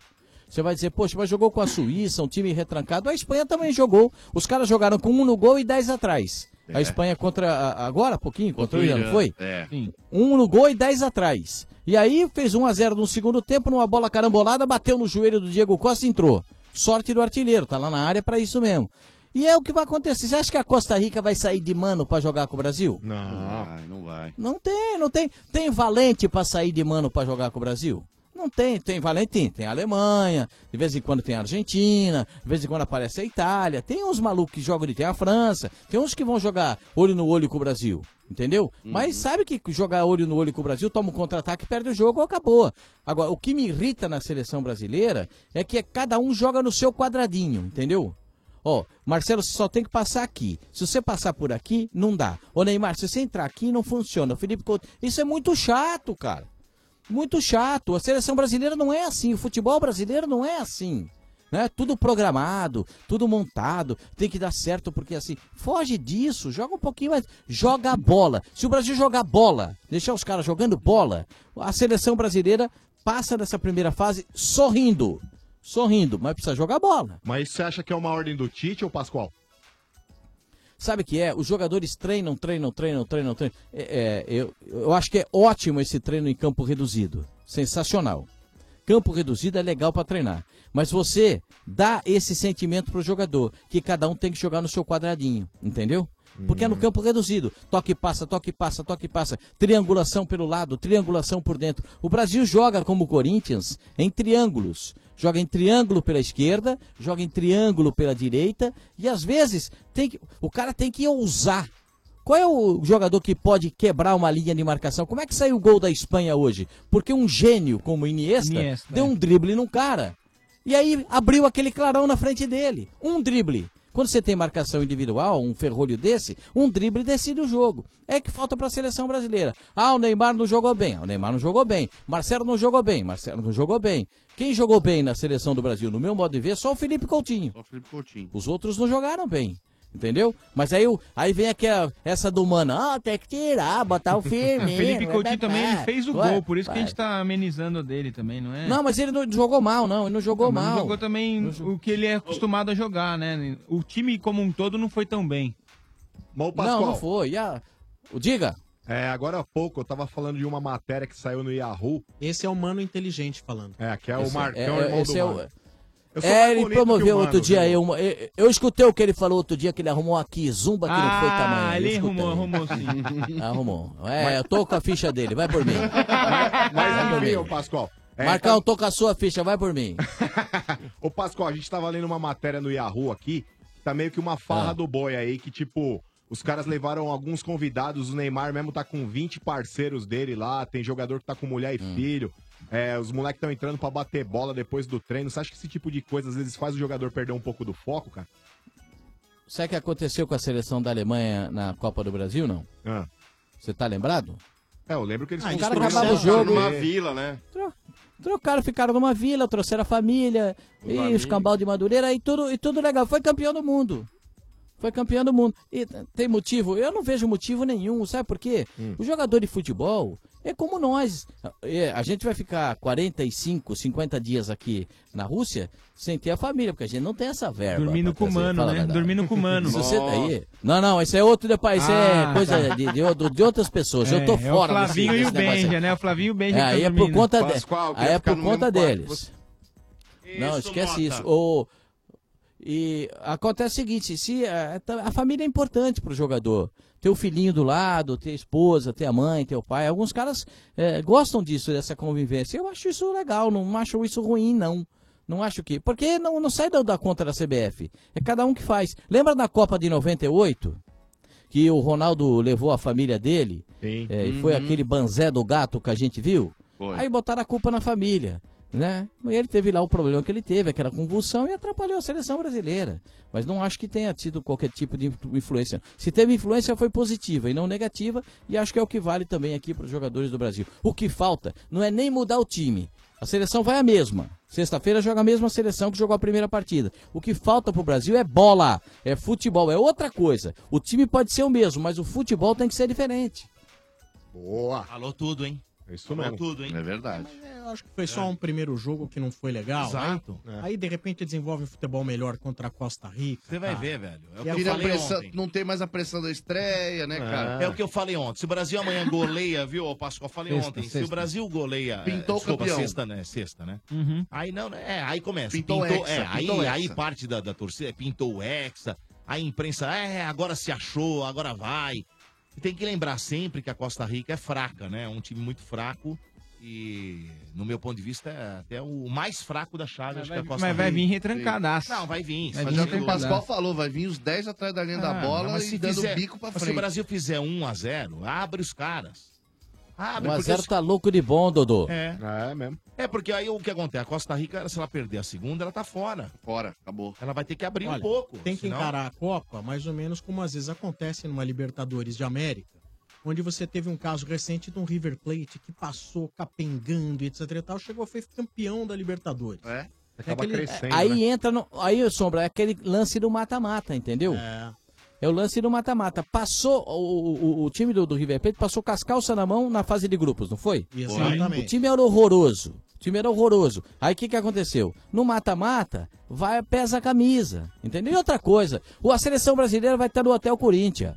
Speaker 6: Você vai dizer, poxa, mas jogou com a Suíça, um time retrancado. A Espanha também jogou. Os caras jogaram com um no gol e dez atrás. A Espanha contra, a- agora, pouquinho, É. contra o Irã, não foi?
Speaker 11: É.
Speaker 6: Um no gol e 10 atrás. E aí fez 1 a 0 no segundo tempo, numa bola carambolada, bateu no joelho do Diego Costa e entrou. Sorte do artilheiro, tá lá na área pra isso mesmo. E é o que vai acontecer. Você acha que a Costa Rica vai sair de mano pra jogar com o Brasil?
Speaker 11: Não vai, não vai.
Speaker 6: Não tem, não tem. Tem valente pra sair de mano pra jogar com o Brasil? Não tem, tem Valentim, tem a Alemanha, de vez em quando tem a Argentina, de vez em quando aparece a Itália, tem uns malucos que jogam de tem a França, tem uns que vão jogar olho no olho com o Brasil, entendeu? Mas sabe que jogar olho no olho com o Brasil toma um contra-ataque, perde o jogo, acabou. Agora, o é que me irrita na seleção brasileira é que cada um joga no seu quadradinho, entendeu? Ó, Marcelo, você só tem que passar aqui. Se você passar por aqui, não dá. Ô, Neymar, se você entrar aqui, não funciona. O Felipe Couto... Isso é muito chato, cara. Muito chato. A seleção brasileira não é assim. O futebol brasileiro não é assim. Né? Tudo programado, tudo montado, tem que dar certo, porque assim, foge disso, joga um pouquinho mais, joga a bola. Se o Brasil jogar bola, deixar os caras jogando bola, a seleção brasileira passa dessa primeira fase sorrindo. Sorrindo, mas precisa jogar bola.
Speaker 9: Mas você acha que é uma ordem do Tite ou Pascoal?
Speaker 6: Sabe o que é? Os jogadores treinam, treinam, treinam, treinam, treinam. É, é, eu, eu acho que é ótimo esse treino em campo reduzido. Sensacional. Campo reduzido é legal para treinar. Mas você dá esse sentimento pro jogador, que cada um tem que jogar no seu quadradinho, entendeu? Porque é no campo reduzido. Toque, passa, toque, passa, toque, passa. Triangulação pelo lado, triangulação por dentro. O Brasil joga como o Corinthians em triângulos. Joga em triângulo pela esquerda, joga em triângulo pela direita. E às vezes tem que, o cara tem que ousar. Qual é o jogador que pode quebrar uma linha de marcação? Como é que saiu o gol da Espanha hoje? Porque um gênio como o Iniesta,
Speaker 16: Iniesta,
Speaker 6: deu um drible num cara. E aí abriu aquele clarão na frente dele. Um drible. Quando você tem marcação individual, um ferrolho desse, um drible decide o jogo. É que falta para a seleção brasileira. Ah, o Neymar não jogou bem. Ah, o Neymar não jogou bem. Marcelo não jogou bem. Marcelo não jogou bem. Quem jogou bem na seleção do Brasil, no meu modo de ver, é só o Felipe Coutinho.
Speaker 11: Felipe Coutinho.
Speaker 6: Os outros não jogaram bem. Entendeu? Mas aí, o- aí vem aquela, essa do mano, ah, tem que tirar,
Speaker 16: (laughs)
Speaker 6: botar o né, firme.
Speaker 16: Felipe Coutinho também ele fez o gol, por isso que a
Speaker 6: Vai.
Speaker 16: gente tá amenizando dele também, não é?
Speaker 6: Não, mas ele não jogou mal, não. Ele não jogou
Speaker 16: Mas
Speaker 6: mal.
Speaker 16: Não jogou também o que ele é acostumado a jogar, né? O time como um todo não foi tão bem.
Speaker 9: Mas o
Speaker 16: Pascoal-
Speaker 6: Não, não foi. E a- O Diga.
Speaker 9: É, agora há pouco eu tava falando de uma matéria que saiu no Yahoo.
Speaker 10: Esse é o Mano Inteligente falando.
Speaker 9: É, que é o
Speaker 10: Esse-
Speaker 9: Marcão,
Speaker 10: é, é,
Speaker 9: irmão
Speaker 10: esse
Speaker 9: do
Speaker 10: é o-
Speaker 9: Mano. Eu sou mais
Speaker 6: É, ele
Speaker 9: bonito que o
Speaker 6: promoveu outro
Speaker 9: Mano,
Speaker 6: dia
Speaker 9: viu?
Speaker 6: aí uma- eu, eu escutei o que ele falou outro dia, que ele arrumou aqui, zumba que não foi
Speaker 16: Ah,
Speaker 6: tamanho. Eu
Speaker 16: ele
Speaker 6: escutei.
Speaker 16: arrumou, arrumou
Speaker 6: (laughs)
Speaker 16: sim.
Speaker 6: arrumou. É, eu tô com a ficha dele, vai
Speaker 16: (laughs)
Speaker 6: por mim.
Speaker 9: Mas enfim, ô Pascoal. é,
Speaker 6: Marcão,
Speaker 16: tá-
Speaker 6: tô com a sua ficha, vai por mim.
Speaker 9: Ô, Pascoal, a gente tava lendo uma matéria no Yahoo aqui, que tá meio que uma farra
Speaker 15: Ah.
Speaker 9: do boi aí, que tipo, os caras levaram alguns convidados, o Neymar mesmo tá com 20 parceiros dele lá, tem jogador que tá com mulher
Speaker 15: Hum.
Speaker 9: e filho, é, os moleques estão entrando pra bater bola depois do treino. Você acha que esse tipo de coisa às vezes faz o jogador perder um pouco do foco, cara?
Speaker 6: Sabe o que aconteceu com a seleção da Alemanha na Copa do Brasil, não? Você tá lembrado?
Speaker 9: Ah. É, eu lembro que eles
Speaker 6: Ah, os caras
Speaker 9: construíram
Speaker 6: acabaram o jogo.
Speaker 20: tá numa vila, né?
Speaker 6: Trocaram, ficaram numa vila, trouxeram a família, e os
Speaker 20: amigos.
Speaker 6: cambal de Madureira, e tudo, e tudo legal. Foi campeão do mundo. Foi campeão do mundo. E t- tem motivo? Eu não vejo motivo nenhum, sabe por quê? O jogador de futebol é como nós. É, a gente vai ficar 45, 50 dias aqui na Rússia sem ter a família, porque a gente não tem essa verba.
Speaker 16: Dormindo
Speaker 6: pra
Speaker 16: com o
Speaker 6: trazer,
Speaker 16: mano,
Speaker 6: fala a
Speaker 16: né?
Speaker 6: verdade.
Speaker 16: Dormindo com o mano.
Speaker 6: Se você-
Speaker 16: Nossa.
Speaker 6: aí- não, não, isso é outro depois, isso
Speaker 16: Ah,
Speaker 6: é coisa
Speaker 16: tá.
Speaker 6: de, de, de outras pessoas. eu tô
Speaker 16: É,
Speaker 6: fora
Speaker 16: É o
Speaker 6: desse-
Speaker 16: Flavinho e o
Speaker 6: desse negócio aí.
Speaker 16: Benja, né? O Flavinho e o Benja
Speaker 6: É, aí
Speaker 16: ficam
Speaker 6: é por
Speaker 16: dormindo.
Speaker 6: conta, de... aí é por conta deles. Não,
Speaker 16: Isso,
Speaker 6: esquece
Speaker 16: Mota.
Speaker 6: isso. O... E acontece o seguinte, se a, a família é importante pro jogador. Ter o filhinho do lado, ter a esposa, ter a mãe, ter o pai. Alguns caras eh, gostam disso, dessa convivência. Eu acho isso legal, não acho isso ruim, não. Não acho que. Porque não, não sai da, da conta da CBF. É cada um que faz. Lembra da Copa de 98? Que o Ronaldo levou a família dele. eh, E foi
Speaker 11: Uhum.
Speaker 6: aquele banzé do gato que a gente viu.
Speaker 11: Foi.
Speaker 6: Aí botaram a culpa na família, né? E ele teve lá o problema que ele teve, aquela convulsão, e atrapalhou a seleção brasileira. Mas não acho que tenha tido qualquer tipo de influ- influência. Se teve influência, foi positiva e não negativa, e acho que é o que vale também aqui para os jogadores do Brasil. O que falta não é nem mudar o time. A seleção vai a mesma. Sexta-feira joga a mesma seleção que jogou a primeira partida. O que falta pro Brasil é bola, é futebol, é outra coisa. O time pode ser o mesmo, mas o futebol tem que ser diferente.
Speaker 9: Boa.
Speaker 4: Falou tudo, hein?
Speaker 9: Isso
Speaker 4: Falou
Speaker 10: mesmo.
Speaker 4: tudo, hein?
Speaker 11: É verdade.
Speaker 10: Eu acho que foi só um primeiro jogo que não foi legal.
Speaker 4: É. Exato. É.
Speaker 10: Aí, aí, de repente desenvolve um futebol melhor contra a Costa Rica.
Speaker 4: Você vai
Speaker 10: cara.
Speaker 4: ver, velho. É o
Speaker 10: E
Speaker 4: que eu
Speaker 10: aí-
Speaker 4: falei
Speaker 11: Pressão-
Speaker 4: ontem.
Speaker 11: não tem mais a pressão da estreia, né, cara?
Speaker 4: É o que eu falei ontem. Se o Brasil amanhã goleia, viu, ô, Pascoal? Falei
Speaker 11: Sexta,
Speaker 4: ontem. Se
Speaker 11: sexta.
Speaker 4: o Brasil goleia. é,
Speaker 11: Pintou o
Speaker 4: desculpa,
Speaker 11: campeão.
Speaker 4: sexta, né? Sexta, né?
Speaker 16: Uhum.
Speaker 4: Aí não, né? é, aí começa.
Speaker 11: Pintou o hexa,
Speaker 4: é, aí,
Speaker 11: pintou o
Speaker 4: aí
Speaker 11: hexa.
Speaker 4: parte da, da torcida pintou o Hexa, a imprensa, é, agora se achou, agora vai. E Tem que lembrar sempre que a Costa Rica é fraca, né? É um time muito fraco e, no meu ponto de vista, é até o mais fraco da chave. acho
Speaker 16: vai-
Speaker 4: que é a Costa
Speaker 16: mas vai
Speaker 4: Rica.
Speaker 16: vir retrancadaço.
Speaker 4: Não, vai vir.
Speaker 11: Mas é o que o Pascoal falou, vai vir os 10 atrás da linha da
Speaker 4: Ah,
Speaker 11: bola
Speaker 4: mas
Speaker 11: e
Speaker 4: se
Speaker 11: dando
Speaker 4: fizer- um
Speaker 11: o bico pra
Speaker 4: mas
Speaker 11: frente.
Speaker 4: Se o Brasil fizer 1 a 0 abre os caras. Ah,
Speaker 11: Um
Speaker 4: mas porque
Speaker 6: 1x0 tá louco de bom, Dodô.
Speaker 4: É.
Speaker 9: É mesmo.
Speaker 4: É, porque aí o que acontece? A Costa Rica, se ela perder a segunda, ela tá fora.
Speaker 11: Fora, acabou.
Speaker 4: Ela vai ter que abrir um
Speaker 10: Olha,
Speaker 4: pouco.
Speaker 10: Tem que
Speaker 4: senão-
Speaker 10: encarar a Copa mais ou menos como às vezes acontece numa Libertadores de América, onde você teve um caso recente de um River Plate que passou capengando, etc e tal, chegou a ser campeão da Libertadores. é,
Speaker 11: É.
Speaker 6: Acaba crescendo, né? aí entra no. Aí, Sombra, é aquele lance do mata-mata, entendeu?
Speaker 10: É.
Speaker 6: o lance do mata-mata. Passou. O, o- o time do, do River Plate passou com as calças na mão na fase de grupos, não foi?
Speaker 10: Exatamente.
Speaker 6: O time era horroroso. O time era horroroso. Aí o que, que aconteceu? No mata-mata, vai pesa a camisa. Entendeu? E outra coisa, o- a seleção brasileira vai estar no Hotel Corinthians.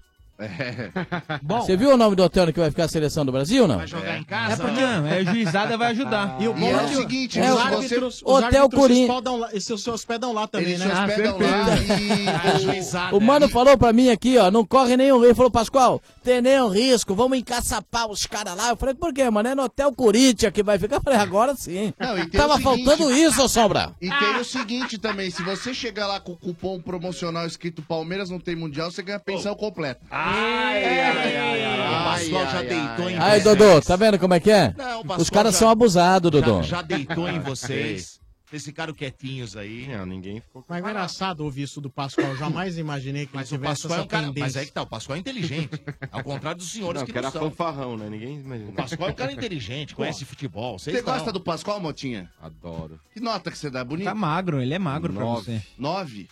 Speaker 6: Você viu o nome do hotel que vai ficar a seleção do Brasil, não?
Speaker 4: jogar em casa?
Speaker 16: É porque não, é, a juizada vai ajudar.
Speaker 10: E o bom
Speaker 16: E
Speaker 10: é,
Speaker 16: é
Speaker 10: que
Speaker 16: o seguinte,
Speaker 10: os
Speaker 16: é,
Speaker 10: árbitros, os
Speaker 6: Hotel
Speaker 10: árbitros se
Speaker 6: Corinthians.
Speaker 10: hospedam lá- se, se hospedam lá também,
Speaker 11: Eles
Speaker 10: né?
Speaker 11: se hospedam
Speaker 10: (laughs)
Speaker 11: lá
Speaker 10: é.
Speaker 6: O
Speaker 4: né?
Speaker 6: mano falou pra mim aqui, ó, não corre nenhum risco. Ele Falou, Pascoal, tem nenhum risco, vamos encaçapar os caras lá. Eu falei, por quê, mano? É no Hotel Corinthians que vai ficar. Eu falei, agora sim.
Speaker 11: Não, e tem
Speaker 6: Tava
Speaker 11: o seguinte-
Speaker 6: faltando isso, ô Sombra.
Speaker 11: E tem o seguinte também, se você chegar lá com o cupom promocional escrito Palmeiras não tem mundial, você ganha pensão completa.
Speaker 4: Ai, ai, ai, ai. O Pascoal já deitou em
Speaker 6: Aí,
Speaker 4: vocês.
Speaker 6: Dodô, tá vendo como é que é?
Speaker 4: Não, o Pascoal
Speaker 6: Os caras
Speaker 4: já-
Speaker 6: são abusados,
Speaker 4: já-
Speaker 6: Dodô.
Speaker 4: Já deitou em
Speaker 6: Ah,
Speaker 4: vocês. Vocês ficaram quietinhos aí.
Speaker 20: Não, ninguém ficou.
Speaker 10: Mas é engraçado ouvir isso do Pascoal. eu Jamais imaginei que ele
Speaker 4: Mas o
Speaker 10: tivesse
Speaker 4: Pascoal é
Speaker 10: essa
Speaker 4: um cara.
Speaker 10: tendência.
Speaker 4: Mas aí que tá, o Pascoal é (laughs) inteligente. Ao contrário dos senhores
Speaker 20: Não,
Speaker 4: que
Speaker 20: que era
Speaker 4: não são.
Speaker 20: fanfarrão, né? Ninguém imagina.
Speaker 4: O Pascoal é um cara inteligente, conhece futebol.
Speaker 11: Você gosta do Pascoal, Motinha?
Speaker 20: Adoro.
Speaker 11: Que nota que você dá? Bonito?
Speaker 16: Tá magro, ele é magro pra
Speaker 20: Nove.
Speaker 16: você.
Speaker 11: Nove?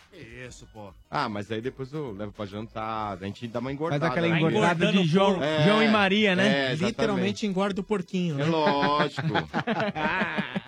Speaker 4: Isso, pô.
Speaker 20: Ah, mas aí depois eu levo pra jantar, a gente dá uma engordada.
Speaker 16: Faz aquela
Speaker 20: né?
Speaker 16: engordada
Speaker 4: um
Speaker 16: de João,
Speaker 20: É,
Speaker 16: João e Maria, né?
Speaker 20: é, exatamente.
Speaker 10: Literalmente engorda o porquinho. né?
Speaker 20: É lógico.
Speaker 10: (laughs)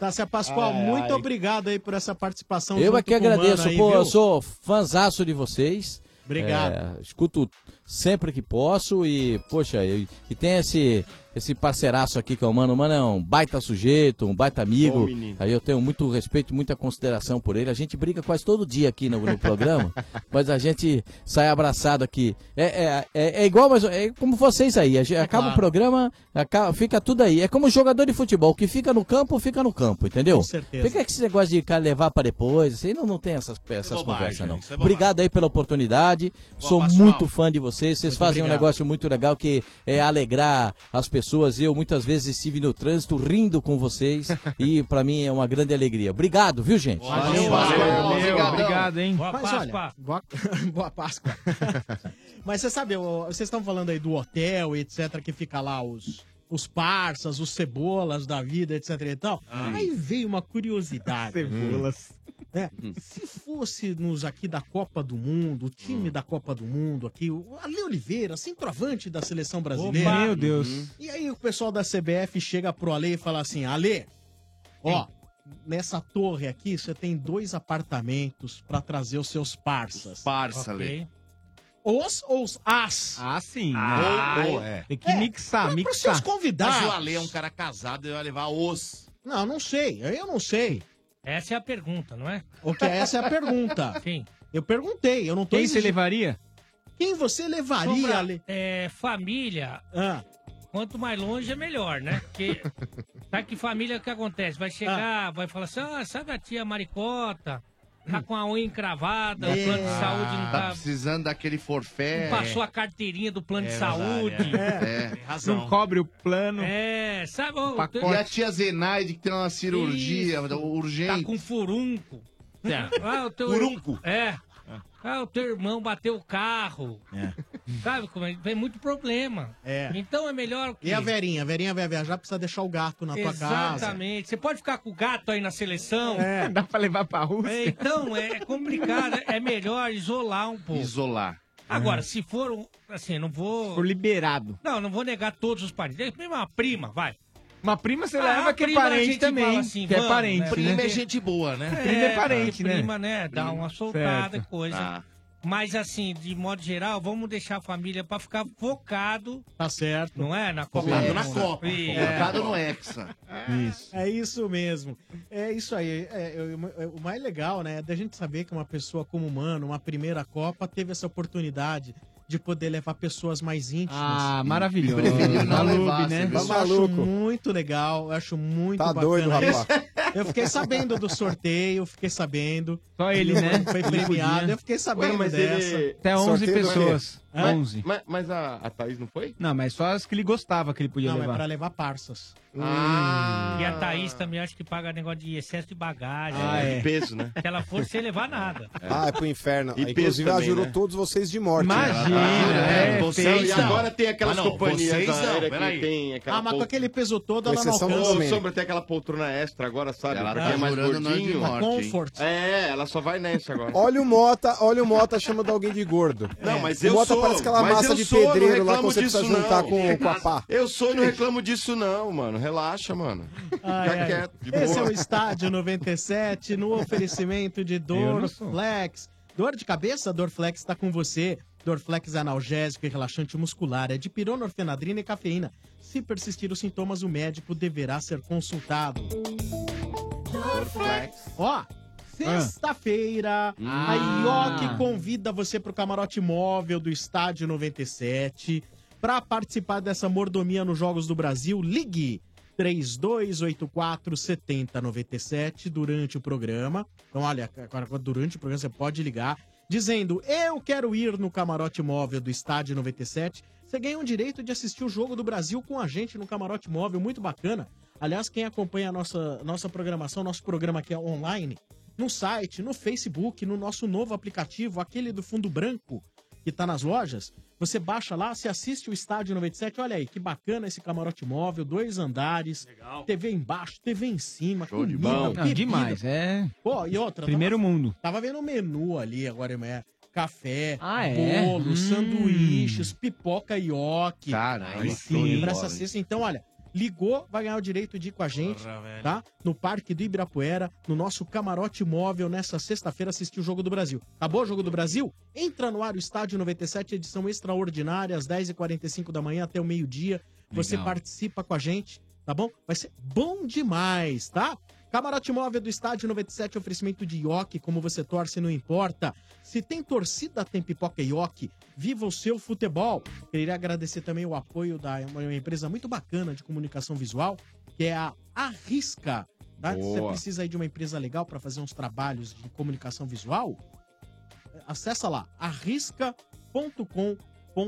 Speaker 10: Tá, Cé Pascoal,
Speaker 6: Ai,
Speaker 10: muito
Speaker 6: ai.
Speaker 10: obrigado aí por essa participação.
Speaker 6: Eu
Speaker 10: junto
Speaker 6: é que
Speaker 10: com o Mano
Speaker 6: agradeço,
Speaker 10: aí,
Speaker 6: pô,
Speaker 10: viu?
Speaker 6: eu sou fanzaço de vocês.
Speaker 10: Obrigado.
Speaker 6: É, escuto sempre que posso e, poxa, eu- e tem esse, esse parceiraço aqui que é o Mano. O Mano é um baita sujeito, um baita
Speaker 20: Bom
Speaker 6: amigo.
Speaker 20: menino.
Speaker 6: Aí eu tenho muito respeito, muita consideração por ele. A gente briga quase todo dia aqui no, no
Speaker 20: (laughs)
Speaker 6: programa, mas a gente sai abraçado aqui. É, é, é, é igual, mas é como vocês aí. A gente- acaba
Speaker 10: É claro.
Speaker 6: o programa, acaba- fica tudo aí. É como jogador de futebol, que fica no campo, fica no campo, entendeu?
Speaker 10: Com certeza.
Speaker 6: Fica que esse negócio de cara levar para depois, assim, não, não tem essas, essas
Speaker 10: bobagem,
Speaker 6: conversas, não.
Speaker 10: isso é bobagem.
Speaker 6: obrigado aí pela oportunidade. Sou muito fã de vocês. Vocês
Speaker 10: Muito
Speaker 6: fazem um
Speaker 10: obrigado.
Speaker 6: negócio muito legal que é alegrar as pessoas. Eu muitas vezes estive no trânsito rindo com
Speaker 10: (laughs)
Speaker 6: vocês e para mim é uma grande alegria. Obrigado, viu, gente?
Speaker 10: Valeu,
Speaker 16: Valeu,
Speaker 10: Obrigadão.
Speaker 16: obrigado, hein?
Speaker 10: Boa Mas
Speaker 16: Páscoa.
Speaker 10: olha, boa, (laughs) boa Páscoa. (laughs) Mas você sabe, o- vocês estão falando aí do hotel, etc, que fica lá os, os parças, os cebolas da vida, etc e tal. Aí veio uma (laughs) curiosidade.
Speaker 16: Cebolas.
Speaker 10: É, se fosse nos aqui da Copa do Mundo, o time da Copa do Mundo aqui, o Ale Oliveira, centroavante da seleção brasileira.
Speaker 16: Opa! Meu Deus.
Speaker 10: Uhum. E aí o pessoal da CBF chega pro Ale e fala assim: Ale, ó, nessa torre aqui você tem dois apartamentos pra trazer os seus parças.
Speaker 11: Parça, Ale.
Speaker 10: Os ou os as?
Speaker 16: Ah, sim.
Speaker 4: Ah, ou, é.
Speaker 16: Tem que mixar,
Speaker 10: Para os
Speaker 16: mixar.
Speaker 10: seus convidados.
Speaker 4: tá. Mas o Ale é um cara casado, ele vai levar os.
Speaker 10: Não, não sei. Eu não sei.
Speaker 12: Essa é a pergunta, não é?
Speaker 10: O que essa é a pergunta.
Speaker 12: Sim.
Speaker 10: Eu perguntei, eu não tô
Speaker 12: Quem você
Speaker 16: levaria?
Speaker 10: Quem você levaria,
Speaker 12: Sombra,
Speaker 10: Ale?
Speaker 12: É, família,
Speaker 11: Ah.
Speaker 12: quanto mais longe é melhor, né?
Speaker 11: (laughs)
Speaker 12: Porque, sabe que família o que acontece? Vai chegar, vai falar assim, ah, sabe a tia Maricota? Tá com a unha encravada, o Tá plano de saúde não
Speaker 11: Tá
Speaker 12: tá...
Speaker 11: precisando daquele forfé.
Speaker 12: não passou a carteirinha do plano
Speaker 11: É
Speaker 12: de
Speaker 11: verdade,
Speaker 12: saúde.
Speaker 11: é. É. Tem razão. Não
Speaker 16: cobre o plano.
Speaker 12: É, sabe? ô,
Speaker 11: E a tia Zenaide que tem uma cirurgia
Speaker 12: Isso.
Speaker 11: urgente.
Speaker 12: Tá com furunco.
Speaker 11: Tá.
Speaker 12: Ah, o teu...
Speaker 11: Furunco?
Speaker 12: É. Ah, o teu irmão bateu o carro. Sabe como é? Tem muito problema.
Speaker 10: É.
Speaker 12: Então é melhor que...
Speaker 10: E a Verinha? A Verinha vai viajar, precisa deixar o gato na tua casa.
Speaker 12: Exatamente. Você pode ficar com o gato aí na seleção.
Speaker 16: (laughs)
Speaker 10: É.
Speaker 16: Dá pra levar pra Rússia?
Speaker 12: É, então, é é complicado. É melhor isolar um pouco.
Speaker 11: Isolar.
Speaker 12: Agora, se for, um- assim, eu não vou...
Speaker 16: Por liberado.
Speaker 12: Não, não vou negar todos os parentes. Mesmo Uma prima, vai.
Speaker 16: Uma prima
Speaker 12: (laughs)
Speaker 16: você
Speaker 12: Ah,
Speaker 16: leva que é
Speaker 12: prima a
Speaker 16: parente
Speaker 12: gente
Speaker 16: também.
Speaker 12: fala assim,
Speaker 16: que é
Speaker 12: vamos,
Speaker 16: parente.
Speaker 12: né?
Speaker 16: né?
Speaker 12: Prima é
Speaker 4: gente boa, né?
Speaker 16: Prima é parente, né?
Speaker 12: Prima, né? Dá uma soltada,
Speaker 16: Certo.
Speaker 12: coisa.
Speaker 16: Ah.
Speaker 12: Mas, assim, de modo geral, vamos deixar a família pra ficar focado,
Speaker 10: Tá certo.
Speaker 12: não é? Na Copa.
Speaker 11: Focado
Speaker 12: do
Speaker 11: na
Speaker 12: Mundo. É.
Speaker 11: Copa.
Speaker 12: Isso.
Speaker 11: Focado no Hexa.
Speaker 16: (laughs) Isso.
Speaker 10: É isso mesmo. É isso aí. É, eu- eu- o mais legal, né, é da gente saber que uma pessoa como o Mano, uma primeira Copa, teve essa oportunidade de poder levar pessoas mais íntimas.
Speaker 16: Ah, maravilhoso.
Speaker 10: Preferiu
Speaker 8: Tá
Speaker 10: não
Speaker 16: Malube,
Speaker 10: levar,
Speaker 16: né?
Speaker 10: você viu? Isso eu acho muito legal, eu acho muito
Speaker 15: Tá
Speaker 10: bacana.
Speaker 15: doido,
Speaker 10: isso.
Speaker 15: rapaz.
Speaker 10: Eu fiquei sabendo do sorteio, fiquei sabendo.
Speaker 16: Só ele,
Speaker 10: E o
Speaker 16: né?
Speaker 10: Mano Foi
Speaker 16: Ele
Speaker 10: premiado,
Speaker 16: podia.
Speaker 10: eu fiquei sabendo
Speaker 16: Ué, mas ele-
Speaker 10: dessa.
Speaker 16: Até 11 Sorteio do quê? pessoas.
Speaker 20: Mas-
Speaker 16: 11.
Speaker 20: Mas, mas a, a Thaís não foi?
Speaker 16: Não, mas só as que ele gostava que ele podia
Speaker 20: Não, é
Speaker 16: levar.
Speaker 20: pra
Speaker 10: levar parças.
Speaker 12: E a Thaís também acho que paga negócio de excesso de bagagem.
Speaker 15: Ah, é.
Speaker 12: De
Speaker 15: Peso, né?
Speaker 12: Se ela for sem levar nada.
Speaker 15: Ah, é pro inferno.
Speaker 12: E peso
Speaker 15: Inclusive, ela
Speaker 12: também,
Speaker 15: jurou
Speaker 12: né?
Speaker 15: todos vocês de morte.
Speaker 12: Imagina,
Speaker 15: Ah,
Speaker 12: é,
Speaker 15: vocês
Speaker 20: e
Speaker 15: não.
Speaker 20: agora tem aquelas
Speaker 15: Ah, não,
Speaker 20: companhias
Speaker 15: vocês
Speaker 20: da
Speaker 15: não,
Speaker 20: aérea que
Speaker 15: peraí. tá
Speaker 20: tem aquela
Speaker 10: Ah, mas com aquele peso todo,
Speaker 20: Com
Speaker 10: ela não
Speaker 20: exceção do
Speaker 10: alcança.
Speaker 20: Ô, Sombra tem aquela poltrona extra agora, sabe?
Speaker 10: Ela
Speaker 20: pra
Speaker 10: tá
Speaker 20: quem é mais
Speaker 10: jurando nós de
Speaker 20: gordinho.
Speaker 10: morte, hein? Comfort.
Speaker 20: É, ela só vai nessa agora.
Speaker 15: Olha o Mota, olha o Mota chamando alguém de gordo. É.
Speaker 20: Não, mas
Speaker 15: o
Speaker 20: eu
Speaker 15: Mota
Speaker 20: sou.
Speaker 15: parece aquela
Speaker 20: mas
Speaker 15: massa
Speaker 20: eu
Speaker 15: de
Speaker 20: sou, não
Speaker 15: pedreiro lá que
Speaker 20: reclamo
Speaker 15: você precisa
Speaker 20: disso,
Speaker 15: juntar
Speaker 20: não.
Speaker 15: com, com a pá.
Speaker 17: É
Speaker 20: Eu sou, não reclamo disso não, mano. Relaxa, mano. Fica
Speaker 10: Ai, ai.
Speaker 20: quieto. de
Speaker 10: Esse é
Speaker 20: boa.
Speaker 10: o Estádio 97 no oferecimento
Speaker 20: (laughs)
Speaker 10: de
Speaker 20: Eu não sou.
Speaker 10: Dorflex. Dor de cabeça? Dorflex está com você. Dorflex é analgésico e relaxante muscular. É de pirona, orfenadrina e cafeína. Se persistir os sintomas, o médico deverá ser consultado. Ó, sexta-feira, a
Speaker 20: Ah.
Speaker 10: IOC convida você pro camarote móvel do Estádio 97. Para participar dessa mordomia nos Jogos do Brasil, ligue 3284 7097 durante o programa. Então, olha, agora, durante o programa você pode ligar dizendo: Eu quero ir no camarote móvel do Estádio 97. Você ganha o direito de assistir o Jogo do Brasil com a gente no camarote móvel, muito bacana. Aliás, quem acompanha a nossa, nossa programação, nosso programa aqui online, no site, no Facebook, no nosso novo aplicativo, aquele do fundo branco que tá nas lojas, você baixa lá, você assiste o Estádio 97, olha aí, que bacana esse camarote móvel, dois andares, TV embaixo, TV em cima,
Speaker 16: Show de bola. Não, demais, é.
Speaker 10: Pô, e outra,
Speaker 16: Primeiro mundo.
Speaker 10: Tava vendo o menu ali agora, é café,
Speaker 16: é?
Speaker 10: bolo,
Speaker 16: Hum.
Speaker 10: sanduíches, pipoca e oque.
Speaker 11: Caralho,
Speaker 10: Aí
Speaker 11: show de
Speaker 10: sim,
Speaker 11: bola,
Speaker 10: pra essa
Speaker 11: hein?
Speaker 10: sexta. Então, olha, ligou, vai ganhar o direito de ir com a gente, tá? No Parque do Ibirapuera, no nosso camarote móvel, nessa sexta-feira, assistir o Jogo do Brasil. Acabou o Jogo do Brasil? Entra no ar o Estádio 97, edição extraordinária, às 10h45 da manhã até o meio-dia. Você
Speaker 16: Legal.
Speaker 10: participa com a gente, tá bom? Vai ser bom demais, tá? Camarote móvel do Estádio 97, oferecimento de Ioki, como você torce, não importa. Se tem torcida, tem pipoca e Ioki. Viva o seu futebol! Queria agradecer também o apoio da uma empresa muito bacana de comunicação visual, que é a Arrisca. Tá? Se Você
Speaker 20: Boa.
Speaker 10: precisa aí de uma empresa legal para fazer uns trabalhos de comunicação visual? Acessa lá,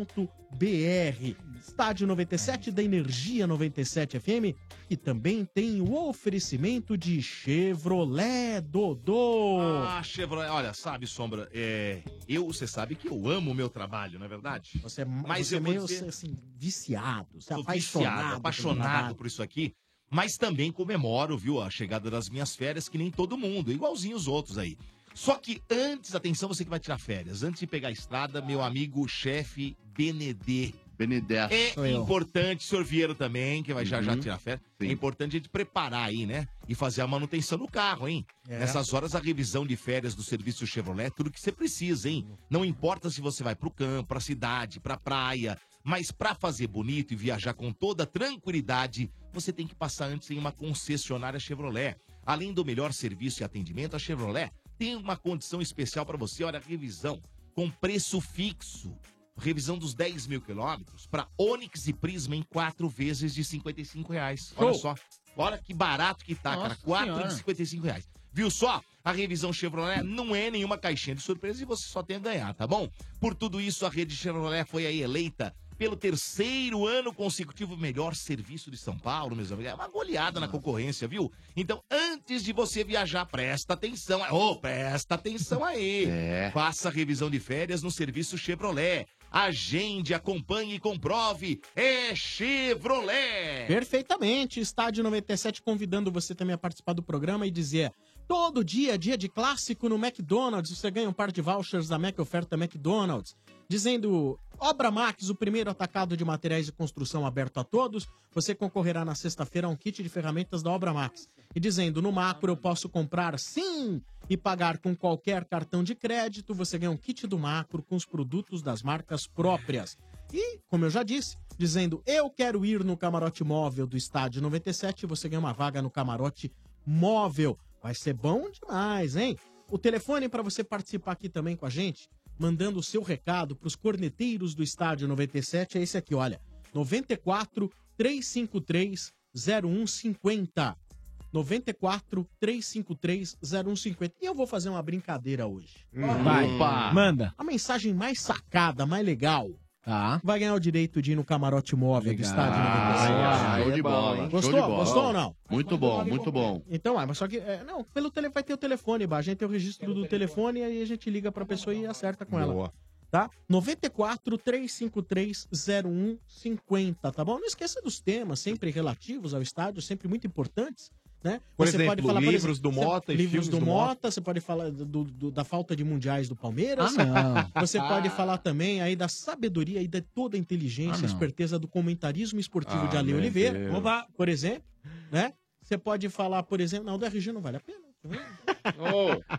Speaker 10: arrisca.com.br. Estádio 97 da Energia 97 FM, que também tem o oferecimento de Chevrolet Dodô.
Speaker 4: Ah, Chevrolet, olha, sabe, Sombra, é, eu, você sabe que eu amo o meu trabalho, não é verdade?
Speaker 10: Você é,
Speaker 4: Mas
Speaker 10: você
Speaker 4: eu
Speaker 10: é
Speaker 4: vou
Speaker 10: meio
Speaker 4: dizer-
Speaker 10: assim, viciado, você é
Speaker 4: Sou
Speaker 10: apaixonado.
Speaker 4: viciado,
Speaker 10: pelo
Speaker 4: apaixonado
Speaker 10: trabalho.
Speaker 4: por isso aqui. Mas também comemoro, viu, a chegada das minhas férias, que nem todo mundo, igualzinho os outros aí. Só que antes, atenção, você que vai tirar férias, antes de pegar a estrada, meu amigo chefe Benedê.
Speaker 11: Benedetto.
Speaker 4: É
Speaker 11: Sou eu.
Speaker 4: importante, senhor Vieira também, que vai já já
Speaker 11: Então. Uhum.
Speaker 4: tirar férias. É importante a gente preparar aí, né? E fazer a manutenção no carro, hein?
Speaker 11: É.
Speaker 4: Nessas horas, a revisão de férias do serviço Chevrolet, é tudo que você precisa, hein? Não importa se você vai pro campo, pra cidade, pra praia, mas pra fazer bonito e viajar com toda tranquilidade, você tem que passar antes em uma concessionária Chevrolet. Além do melhor serviço e atendimento, a Chevrolet tem uma condição especial pra você, olha, a revisão com preço fixo revisão dos 10 mil quilômetros para Onix e Prisma em quatro vezes de 55 reais. Olha
Speaker 11: Show.
Speaker 4: só. Olha que barato que tá, cara.
Speaker 11: Nossa
Speaker 4: Quatro
Speaker 11: Senhora.
Speaker 4: de 55 reais. Viu só? A revisão Chevrolet não é nenhuma caixinha de surpresa e você só tem a ganhar, tá bom? Por tudo isso, a rede Chevrolet foi aí eleita pelo terceiro ano consecutivo melhor serviço de São Paulo, meus amigos. É uma goleada na concorrência, viu? Então, antes de você viajar, presta atenção. Ô, presta atenção aí.
Speaker 11: É.
Speaker 4: Faça a revisão de férias no serviço Chevrolet. Agende, acompanhe e comprove. É Chevrolet!
Speaker 10: Perfeitamente. Estádio 97 convidando você também a participar do programa e dizer: todo dia, é dia de clássico no McDonald's, você ganha um par de vouchers da Mac Oferta McDonald's. Dizendo, Obra Max, o primeiro atacado de materiais de construção aberto a todos, você concorrerá na sexta-feira a um kit de ferramentas da Obra Max. E dizendo, no macro eu posso comprar sim e pagar com qualquer cartão de crédito, você ganha um kit do macro com os produtos das marcas próprias. E, como eu já disse, dizendo eu quero ir no camarote móvel do estádio 97, você ganha uma vaga no camarote móvel. Vai ser bom demais, hein? O telefone para você participar aqui também com a gente, mandando o seu recado para os corneteiros do estádio 97 é esse aqui, um olha. 94 353 0150. 94 353 0150. E eu vou fazer uma brincadeira hoje.
Speaker 16: Hum. Vai. Opa. Manda.
Speaker 10: A mensagem mais sacada, mais legal.
Speaker 11: Tá.
Speaker 10: Vai ganhar o direito de ir no camarote móvel do estádio.
Speaker 11: Ah, show
Speaker 9: É
Speaker 11: de bola.
Speaker 10: Gostou?
Speaker 11: show de bola.
Speaker 10: Gostou ou não?
Speaker 11: Muito bom, muito bom.
Speaker 10: Então, ah, mas só que. é, não, pelo tele, vai ter o telefone, Bah. A gente tem o registro do telefone, aí a gente liga pra pessoa e acerta com ela.
Speaker 9: Boa.
Speaker 10: Tá? 94 353 0150, tá bom? Não esqueça dos temas, sempre relativos ao estádio, sempre muito importantes. Né?
Speaker 9: Por exemplo, livros do Mota e
Speaker 10: livros
Speaker 9: filmes
Speaker 10: do
Speaker 9: do
Speaker 10: Mota,
Speaker 9: Mota.
Speaker 10: Tá, você pode falar do- do- da falta de mundiais do Palmeiras.
Speaker 9: Ah, não.
Speaker 10: Você pode falar também aí da sabedoria e de toda
Speaker 12: Ah,
Speaker 10: a inteligência e
Speaker 12: não.
Speaker 10: esperteza do comentarismo esportivo
Speaker 12: Ah,
Speaker 10: de Ale
Speaker 12: meu
Speaker 10: Oliveira,
Speaker 12: Deus.
Speaker 10: Oba, por exemplo, né? Você pode falar, por exemplo, não, do RG não vale a pena. tá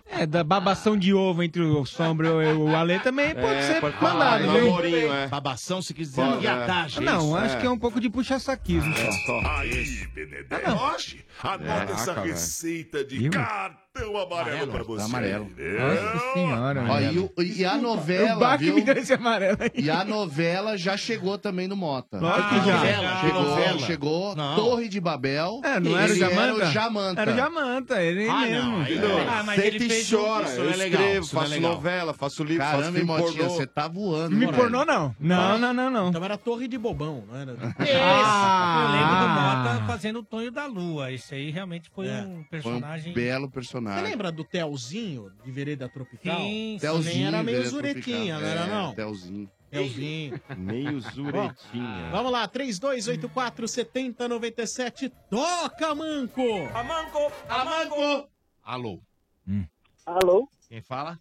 Speaker 16: É, da babação de ovo entre o Sombra e o e o Ale também pode
Speaker 4: É,
Speaker 16: ser
Speaker 4: pode falar,
Speaker 16: mandado,
Speaker 4: é
Speaker 16: viu?
Speaker 4: namorinho, é. Babação, se quiser.
Speaker 16: Pode,
Speaker 4: E
Speaker 11: né?
Speaker 4: a taxa,
Speaker 16: Não,
Speaker 4: isso?
Speaker 16: acho que é um pouco de puxa-saquismo
Speaker 11: É.
Speaker 16: só.
Speaker 3: Aí, Benedetti, anota
Speaker 16: Caraca,
Speaker 3: essa
Speaker 16: velho.
Speaker 3: receita de
Speaker 16: Viu?
Speaker 3: cartão amarelo,
Speaker 11: Amarelo,
Speaker 3: pra
Speaker 11: tá
Speaker 3: você.
Speaker 11: amarelo.
Speaker 3: Meu.
Speaker 16: Nossa senhora,
Speaker 11: Ó, e,
Speaker 16: velho.
Speaker 11: o- e a
Speaker 16: Desculpa,
Speaker 11: novela.
Speaker 16: o baque
Speaker 11: viu?
Speaker 16: me deu esse amarelo
Speaker 11: E a novela já chegou também no Mota.
Speaker 16: Lógico que
Speaker 11: Ah,
Speaker 16: já.
Speaker 11: Novela, Chegou,
Speaker 16: Novela.
Speaker 11: chegou.
Speaker 16: Não.
Speaker 11: Torre de Babel.
Speaker 16: É, não era o
Speaker 11: Ele
Speaker 16: Jamanta?
Speaker 11: Era o Jamanta.
Speaker 16: Era o Jamanta, ele
Speaker 11: Ah,
Speaker 16: mesmo.
Speaker 11: não, aí
Speaker 16: entendeu?
Speaker 11: não. Ah, mas
Speaker 20: Senta
Speaker 11: ele
Speaker 20: e
Speaker 11: fez um-
Speaker 20: chora.
Speaker 11: isso
Speaker 20: Eu
Speaker 11: não é legal,
Speaker 20: escrevo,
Speaker 11: isso não é
Speaker 20: faço
Speaker 11: legal.
Speaker 20: novela, faço livro, faço
Speaker 11: Caramba, hein,
Speaker 20: filme
Speaker 11: Motinha,
Speaker 20: pornô.
Speaker 11: você tá voando.
Speaker 16: Me
Speaker 11: mano.
Speaker 16: pornô não. Não,
Speaker 11: Vai.
Speaker 16: não, não, não.
Speaker 10: Então era Torre de Bobão, não era?
Speaker 12: Ah, eu lembro do Mota fazendo o Tonho da Lua. Esse aí realmente foi
Speaker 10: É.
Speaker 12: um
Speaker 11: Foi
Speaker 12: personagem.
Speaker 11: um belo
Speaker 10: Você
Speaker 11: personagem.
Speaker 10: lembra do Telzinho de Vereda Tropical?
Speaker 12: Sim,
Speaker 10: Telzinho era meio
Speaker 11: Vereda
Speaker 10: zurequinha,
Speaker 11: Tropical.
Speaker 10: não era
Speaker 11: É,
Speaker 10: não?
Speaker 11: Telzinho.
Speaker 10: Telzinho.
Speaker 20: Meio zuretinha.
Speaker 10: Vamos lá, 3284 7097, toca, Manco!
Speaker 25: Amanco! Amanco!
Speaker 4: Alô.
Speaker 26: Hum. Alô?
Speaker 4: Quem fala?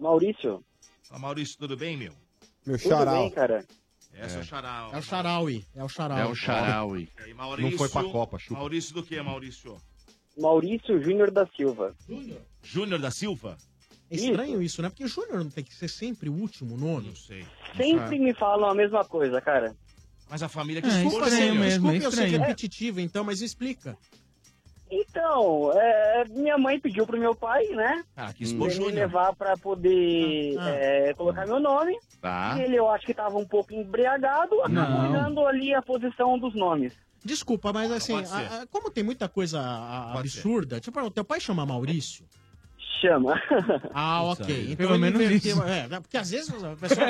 Speaker 26: Maurício?
Speaker 4: Fala, Maurício, tudo bem, meu?
Speaker 15: Meu
Speaker 26: Tudo bem, cara?
Speaker 4: É, seu xarau.
Speaker 10: É o Charaui, é o Charaui.
Speaker 4: É o Charaui. E aí, Maurício?
Speaker 26: Não foi pra Copa, chupa.
Speaker 4: Maurício do que, Maurício?
Speaker 26: Maurício Júnior da Silva.
Speaker 4: Júnior da Silva?
Speaker 10: É estranho isso, né? Porque o Júnior não tem que ser sempre o último, o nono. Não
Speaker 4: sei.
Speaker 26: Sempre me falam a mesma coisa, cara.
Speaker 4: Ah. Mas a família
Speaker 16: Ah,
Speaker 4: né,
Speaker 10: que Desculpa,
Speaker 26: Ah, estranho
Speaker 10: ser-
Speaker 26: mesmo, é
Speaker 10: desculpa eu ser
Speaker 26: estranho.
Speaker 10: repetitivo, então, mas explica.
Speaker 26: Então, é, minha mãe pediu pro meu pai, né?
Speaker 4: Ah, que
Speaker 26: pra
Speaker 4: expor
Speaker 26: ele me
Speaker 4: Júnior.
Speaker 26: levar pra poder
Speaker 4: Ah, ah.
Speaker 26: é, colocar meu nome.
Speaker 11: Tá.
Speaker 26: E Ele, eu acho que tava um pouco embriagado, acabou
Speaker 10: Não.
Speaker 26: dando ali a posição dos nomes.
Speaker 10: Desculpa,
Speaker 4: Ah,
Speaker 10: mas assim,
Speaker 26: pode ser.
Speaker 10: a- a- como tem muita coisa a- absurda, deixa eu perguntar, teu pai chama Maurício?
Speaker 26: Chama.
Speaker 10: Ah,
Speaker 26: Putz,
Speaker 10: ok.
Speaker 26: aí.
Speaker 10: Então
Speaker 26: Pelo
Speaker 10: ele
Speaker 26: menos
Speaker 10: inverteu-
Speaker 26: isso.
Speaker 10: é, né? porque às vezes a pessoa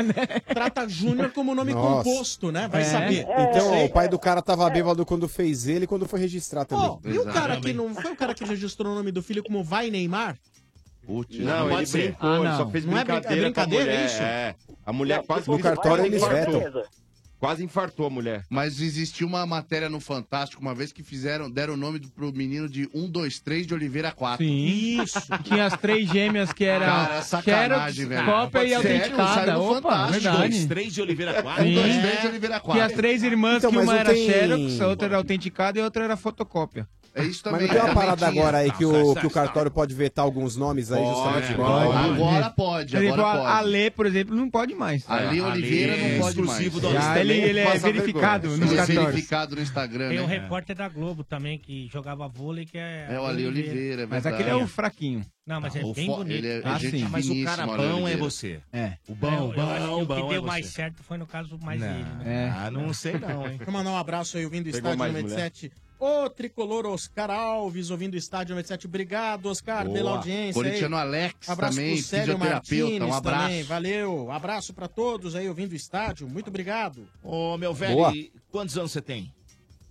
Speaker 10: trata Júnior como um nome
Speaker 15: Nossa.
Speaker 10: composto, né? Vai
Speaker 15: É.
Speaker 10: saber.
Speaker 15: Então, ó, o pai do cara tava bêbado quando fez ele e quando foi registrar também.
Speaker 10: Pô, e o cara que não foi o cara que registrou o nome do filho como Vai Neymar?
Speaker 20: Putz,
Speaker 10: Não,
Speaker 20: não,
Speaker 10: ele
Speaker 20: ele brincou,
Speaker 10: brincou, ele
Speaker 16: Ah,
Speaker 20: não. só fez
Speaker 10: Não é brinca-
Speaker 20: brincadeira,
Speaker 10: é brincadeira,
Speaker 20: com a mulher.
Speaker 10: é isso?
Speaker 20: É. A mulher
Speaker 11: Não,
Speaker 20: quase
Speaker 11: no
Speaker 20: infartou,
Speaker 11: cartório
Speaker 20: ela
Speaker 11: eles
Speaker 20: infartou.
Speaker 11: vetam.
Speaker 20: Quase infartou a mulher.
Speaker 11: Mas existiu uma matéria no Fantástico uma vez que fizeram, deram o nome do, pro menino de 1, 2, 3 de Oliveira 4.
Speaker 16: Sim. Tinha as três gêmeas que era
Speaker 11: Cara, é sacanagem,
Speaker 16: Xerox,
Speaker 11: velho.
Speaker 16: cópia e
Speaker 11: Sério?
Speaker 4: é
Speaker 11: Saiu
Speaker 16: autenticada.
Speaker 11: no
Speaker 16: É Opa,
Speaker 11: é
Speaker 16: é
Speaker 11: Fantástico.
Speaker 16: verdade.
Speaker 11: Dois,
Speaker 4: um Três de Oliveira Quadra.
Speaker 16: Sim.
Speaker 11: três de Oliveira
Speaker 16: Que
Speaker 11: Quadra.
Speaker 16: as três irmãs,
Speaker 15: Então,
Speaker 16: que
Speaker 15: mas
Speaker 16: uma
Speaker 15: não
Speaker 16: era
Speaker 15: tem-
Speaker 16: Xerox, a outra era autenticada e a outra era fotocópia.
Speaker 11: É isso
Speaker 15: Mas não tem uma parada agora aí que o, que o cartório pode vetar alguns nomes Tá aí,
Speaker 16: Pode,
Speaker 15: justamente
Speaker 16: pode. Agora
Speaker 11: pode,
Speaker 16: Ele
Speaker 15: agora
Speaker 16: fala,
Speaker 15: pode.
Speaker 16: Ale, por exemplo, não pode mais.
Speaker 10: Ah,
Speaker 11: Ali Oliveira não pode
Speaker 16: exclusivo
Speaker 11: mais.
Speaker 16: do Já, ele, ele é verificado nos
Speaker 11: Ele é
Speaker 16: cartórios.
Speaker 11: verificado no Instagram,
Speaker 12: Tem um
Speaker 11: né?
Speaker 12: repórter da Globo também que jogava vôlei, que é.
Speaker 11: É o Ali Oliveira, é
Speaker 16: Mas aquele é o fraquinho.
Speaker 12: Não, mas é
Speaker 16: o
Speaker 12: bem
Speaker 16: fo-
Speaker 12: bonito.
Speaker 16: ele é- é Ah, gente sim.
Speaker 12: Mas o
Speaker 16: finíssima,
Speaker 12: cara
Speaker 16: olha,
Speaker 4: Um
Speaker 12: bom é
Speaker 16: Oliveira.
Speaker 12: você.
Speaker 16: É.
Speaker 12: O
Speaker 4: bom,
Speaker 12: eu, eu
Speaker 4: bom,
Speaker 12: acho que o que
Speaker 4: bom é
Speaker 12: deu
Speaker 4: você.
Speaker 12: mais certo foi no caso mais
Speaker 4: Não,
Speaker 12: ele.
Speaker 10: né?
Speaker 4: é. Ah, não sei não, hein.
Speaker 10: Deixa eu mandar um abraço aí ouvindo o
Speaker 4: Pegou
Speaker 10: Estádio
Speaker 4: mais
Speaker 10: 97. Ô, Tricolor Oscar Alves, ouvindo o Estádio 97. Obrigado, Oscar,
Speaker 11: Boa.
Speaker 10: pela audiência.
Speaker 11: Corintiano
Speaker 10: aí.
Speaker 11: Alex
Speaker 10: abraço
Speaker 11: também,
Speaker 10: pro Célio
Speaker 11: fisioterapeuta,
Speaker 10: Martins
Speaker 11: um abraço.
Speaker 10: também. Valeu, abraço pra todos aí ouvindo o estádio. Muito obrigado.
Speaker 4: Ô, meu velho,
Speaker 10: Boa.
Speaker 4: e quantos anos você tem?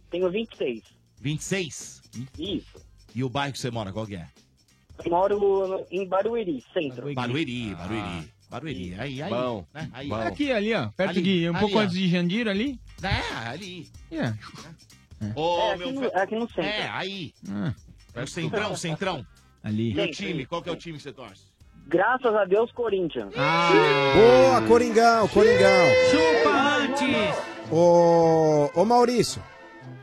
Speaker 26: Tenho 26.
Speaker 4: 26?
Speaker 26: Isso.
Speaker 4: E o bairro que você mora, qual que é?
Speaker 26: Eu moro em Barueri, centro.
Speaker 4: Barueri, Barueri. Barueri, aí, aí.
Speaker 20: Bom,
Speaker 4: né? aí.
Speaker 16: É Aqui, ali, ó. Perto
Speaker 4: Ali,
Speaker 16: de. Um
Speaker 4: ali,
Speaker 16: pouco
Speaker 4: ó.
Speaker 16: antes de Jandira ali.
Speaker 4: É, ali.
Speaker 16: É.
Speaker 4: Ô,
Speaker 26: É, aqui
Speaker 4: meu
Speaker 26: no-
Speaker 4: velho.
Speaker 26: aqui no centro.
Speaker 4: É, aí.
Speaker 16: Ah,
Speaker 4: É o centrão, centrão.
Speaker 16: ali.
Speaker 4: E o time, qual que é o time que você torce?
Speaker 26: Graças a Deus, Corinthians.
Speaker 15: Ah. Boa, Coringão, Coringão.
Speaker 12: Chupa antes!
Speaker 15: Ô, ô Maurício.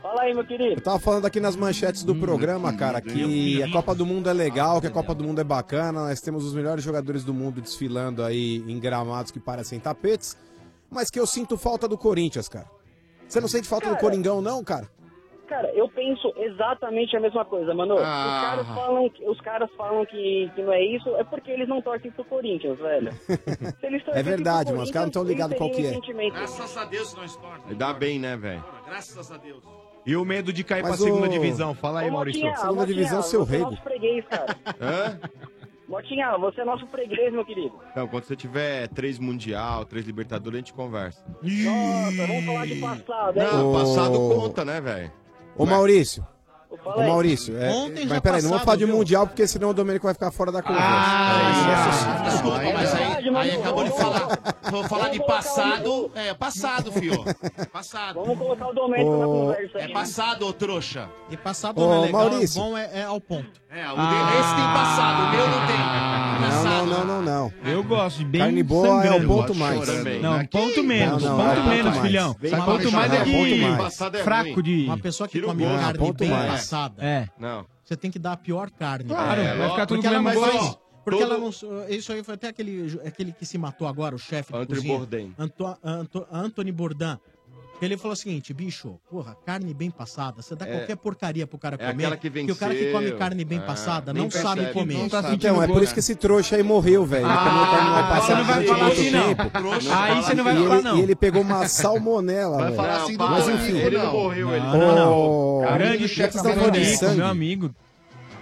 Speaker 26: Fala aí, meu querido.
Speaker 15: Eu tava falando aqui nas manchetes do programa, cara, que a Copa do Mundo é legal, que a Copa do Mundo é bacana, nós temos os melhores jogadores do mundo desfilando aí em gramados que parecem tapetes, mas que eu sinto falta do Corinthians, cara. Você não sente falta do Coringão, não, cara?
Speaker 26: Cara, eu penso exatamente a mesma coisa, mano.
Speaker 15: Ah.
Speaker 26: Os caras falam, que- os caras falam que, que não é isso, é porque eles não torcem pro Corinthians,
Speaker 15: (laughs)
Speaker 26: velho. Se eles torcessem pro
Speaker 15: É verdade, mano, os caras não tão
Speaker 17: é?
Speaker 26: Corinthians,
Speaker 15: ligados
Speaker 26: eles
Speaker 15: qual que
Speaker 26: teriam
Speaker 15: é.
Speaker 26: sentimento.
Speaker 4: Graças a Deus nós torcemos.
Speaker 20: Ainda bem, né, velho?
Speaker 4: Graças a Deus.
Speaker 9: E o medo de cair
Speaker 15: Mas
Speaker 9: pra segunda
Speaker 15: o-
Speaker 9: divisão? Fala aí,
Speaker 15: Ô,
Speaker 9: Maurício.
Speaker 15: Motinha, Segunda Motinha, divisão, seu
Speaker 9: rei.
Speaker 15: você
Speaker 26: é Nosso freguês, cara.
Speaker 17: Hã?
Speaker 26: Motinha, você é nosso freguês, meu querido.
Speaker 17: Não, quando você tiver três Mundial, três Libertadores, a gente conversa.
Speaker 26: Nossa, vamos falar de passado, hein?
Speaker 17: Não,
Speaker 15: Ô.
Speaker 17: passado conta, né, velho?
Speaker 15: Ô Maurício.
Speaker 26: Ô
Speaker 17: aí.
Speaker 15: Maurício, é,
Speaker 17: Ontem já
Speaker 15: mas peraí, não vamos falar
Speaker 17: passado,
Speaker 15: de Mundial, porque senão o Domênico vai ficar fora da conversa. É
Speaker 4: Desculpa, mas aí, aí acabou de falar. Vou falar de passado. É, passado, fio. Passado.
Speaker 26: Vamos colocar o
Speaker 4: Domênico
Speaker 15: na Ô. conversa
Speaker 4: É passado, ô trouxa.
Speaker 10: E passado
Speaker 15: Ô,
Speaker 26: né?
Speaker 10: não é legal,
Speaker 15: Maurício.
Speaker 10: bom é, é ao ponto.
Speaker 4: É, o dele- esse tem passado, o meu não tem.
Speaker 10: Ah.
Speaker 15: Não, não, não, não, não.
Speaker 16: Eu gosto de bem
Speaker 15: Carne boa é um
Speaker 16: sangrando.
Speaker 15: ponto mais.
Speaker 16: Também. Não, ponto menos,
Speaker 15: Não, não,
Speaker 16: ponto
Speaker 15: é
Speaker 16: menos, filhão.
Speaker 15: Vem
Speaker 16: Sabe
Speaker 15: pra
Speaker 16: ponto
Speaker 15: me
Speaker 16: mais é
Speaker 15: chorar,
Speaker 16: de-
Speaker 15: ponto mais.
Speaker 16: Passado é Fraco ruim. de-
Speaker 10: Uma pessoa que
Speaker 16: Tira o
Speaker 10: come
Speaker 16: gosto.
Speaker 10: carne
Speaker 16: Ponto
Speaker 10: bem
Speaker 16: mais.
Speaker 10: assada.
Speaker 16: É.
Speaker 17: Não.
Speaker 10: Você tem que dar a pior carne.
Speaker 16: Claro,
Speaker 10: cara.
Speaker 16: vai ficar tudo
Speaker 10: porque ela
Speaker 16: mesmo
Speaker 10: não
Speaker 16: gosto.
Speaker 10: faz- Porque
Speaker 16: Todo-
Speaker 10: ela não. é Isso aí foi até aquele, ju- aquele que se matou agora, o chefe de
Speaker 17: Anthony
Speaker 10: cozinha.
Speaker 17: Bourdain.
Speaker 10: Anto, Anto- Anthony Bourdain. Ele falou o seguinte, bicho, porra, carne bem passada, você dá
Speaker 17: É.
Speaker 10: qualquer porcaria pro cara
Speaker 17: É
Speaker 10: comer.
Speaker 17: aquela que
Speaker 10: o cara que
Speaker 17: venceu.
Speaker 10: come carne bem
Speaker 17: Ah,
Speaker 10: passada
Speaker 17: nem
Speaker 10: não sabe
Speaker 17: percebe,
Speaker 10: comer.
Speaker 17: não tá
Speaker 15: Então, é por isso que esse trouxa aí morreu, velho. Ele comeu carne mal passada
Speaker 10: não vai
Speaker 15: durante
Speaker 10: falar
Speaker 15: muito
Speaker 10: assim, não.
Speaker 15: tempo.
Speaker 10: Trouxa. Aí você não vai
Speaker 15: E ele-
Speaker 10: falar, não.
Speaker 15: E ele pegou uma salmonela,
Speaker 16: Vai
Speaker 15: velho.
Speaker 16: falar assim do
Speaker 15: Mas
Speaker 16: Domênico,
Speaker 15: enfim.
Speaker 16: ele não morreu, ele- Não, não,
Speaker 15: não.
Speaker 16: não. Grande chefe Domênico, meu amigo.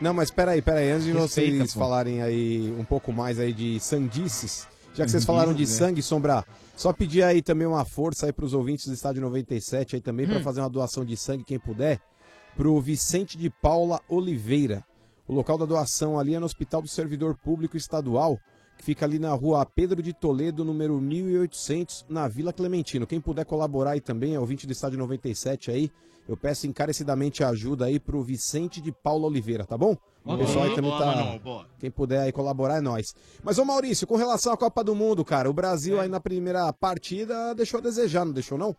Speaker 15: Não, mas peraí, peraí. Antes de
Speaker 16: Respeita,
Speaker 15: vocês
Speaker 16: pô.
Speaker 15: falarem aí um pouco mais aí de sandices, já que vocês
Speaker 16: Sandices,
Speaker 15: falaram de
Speaker 16: né?
Speaker 15: sangue, Sombra, só pedir aí também uma força aí pros ouvintes do Estádio 97 aí também pra
Speaker 16: Hum.
Speaker 15: fazer uma doação de sangue, quem puder, pro Vicente de Paula Oliveira. O local da doação ali é no Hospital do Servidor Público Estadual, que fica ali na rua Pedro de Toledo, número 1800, na Vila Clementino. Quem puder colaborar aí também, é ouvinte do Estádio 97 aí, eu peço encarecidamente ajuda aí pro Vicente de Paula Oliveira, tá bom? O
Speaker 2: Boa,
Speaker 15: pessoal aí também
Speaker 2: boa,
Speaker 15: tá...
Speaker 2: Manolo, boa.
Speaker 15: Quem puder aí colaborar é nós. Mas, ô Maurício, com relação à Copa do Mundo, cara, o
Speaker 17: É.
Speaker 15: Brasil aí na primeira partida deixou a desejar, não deixou não?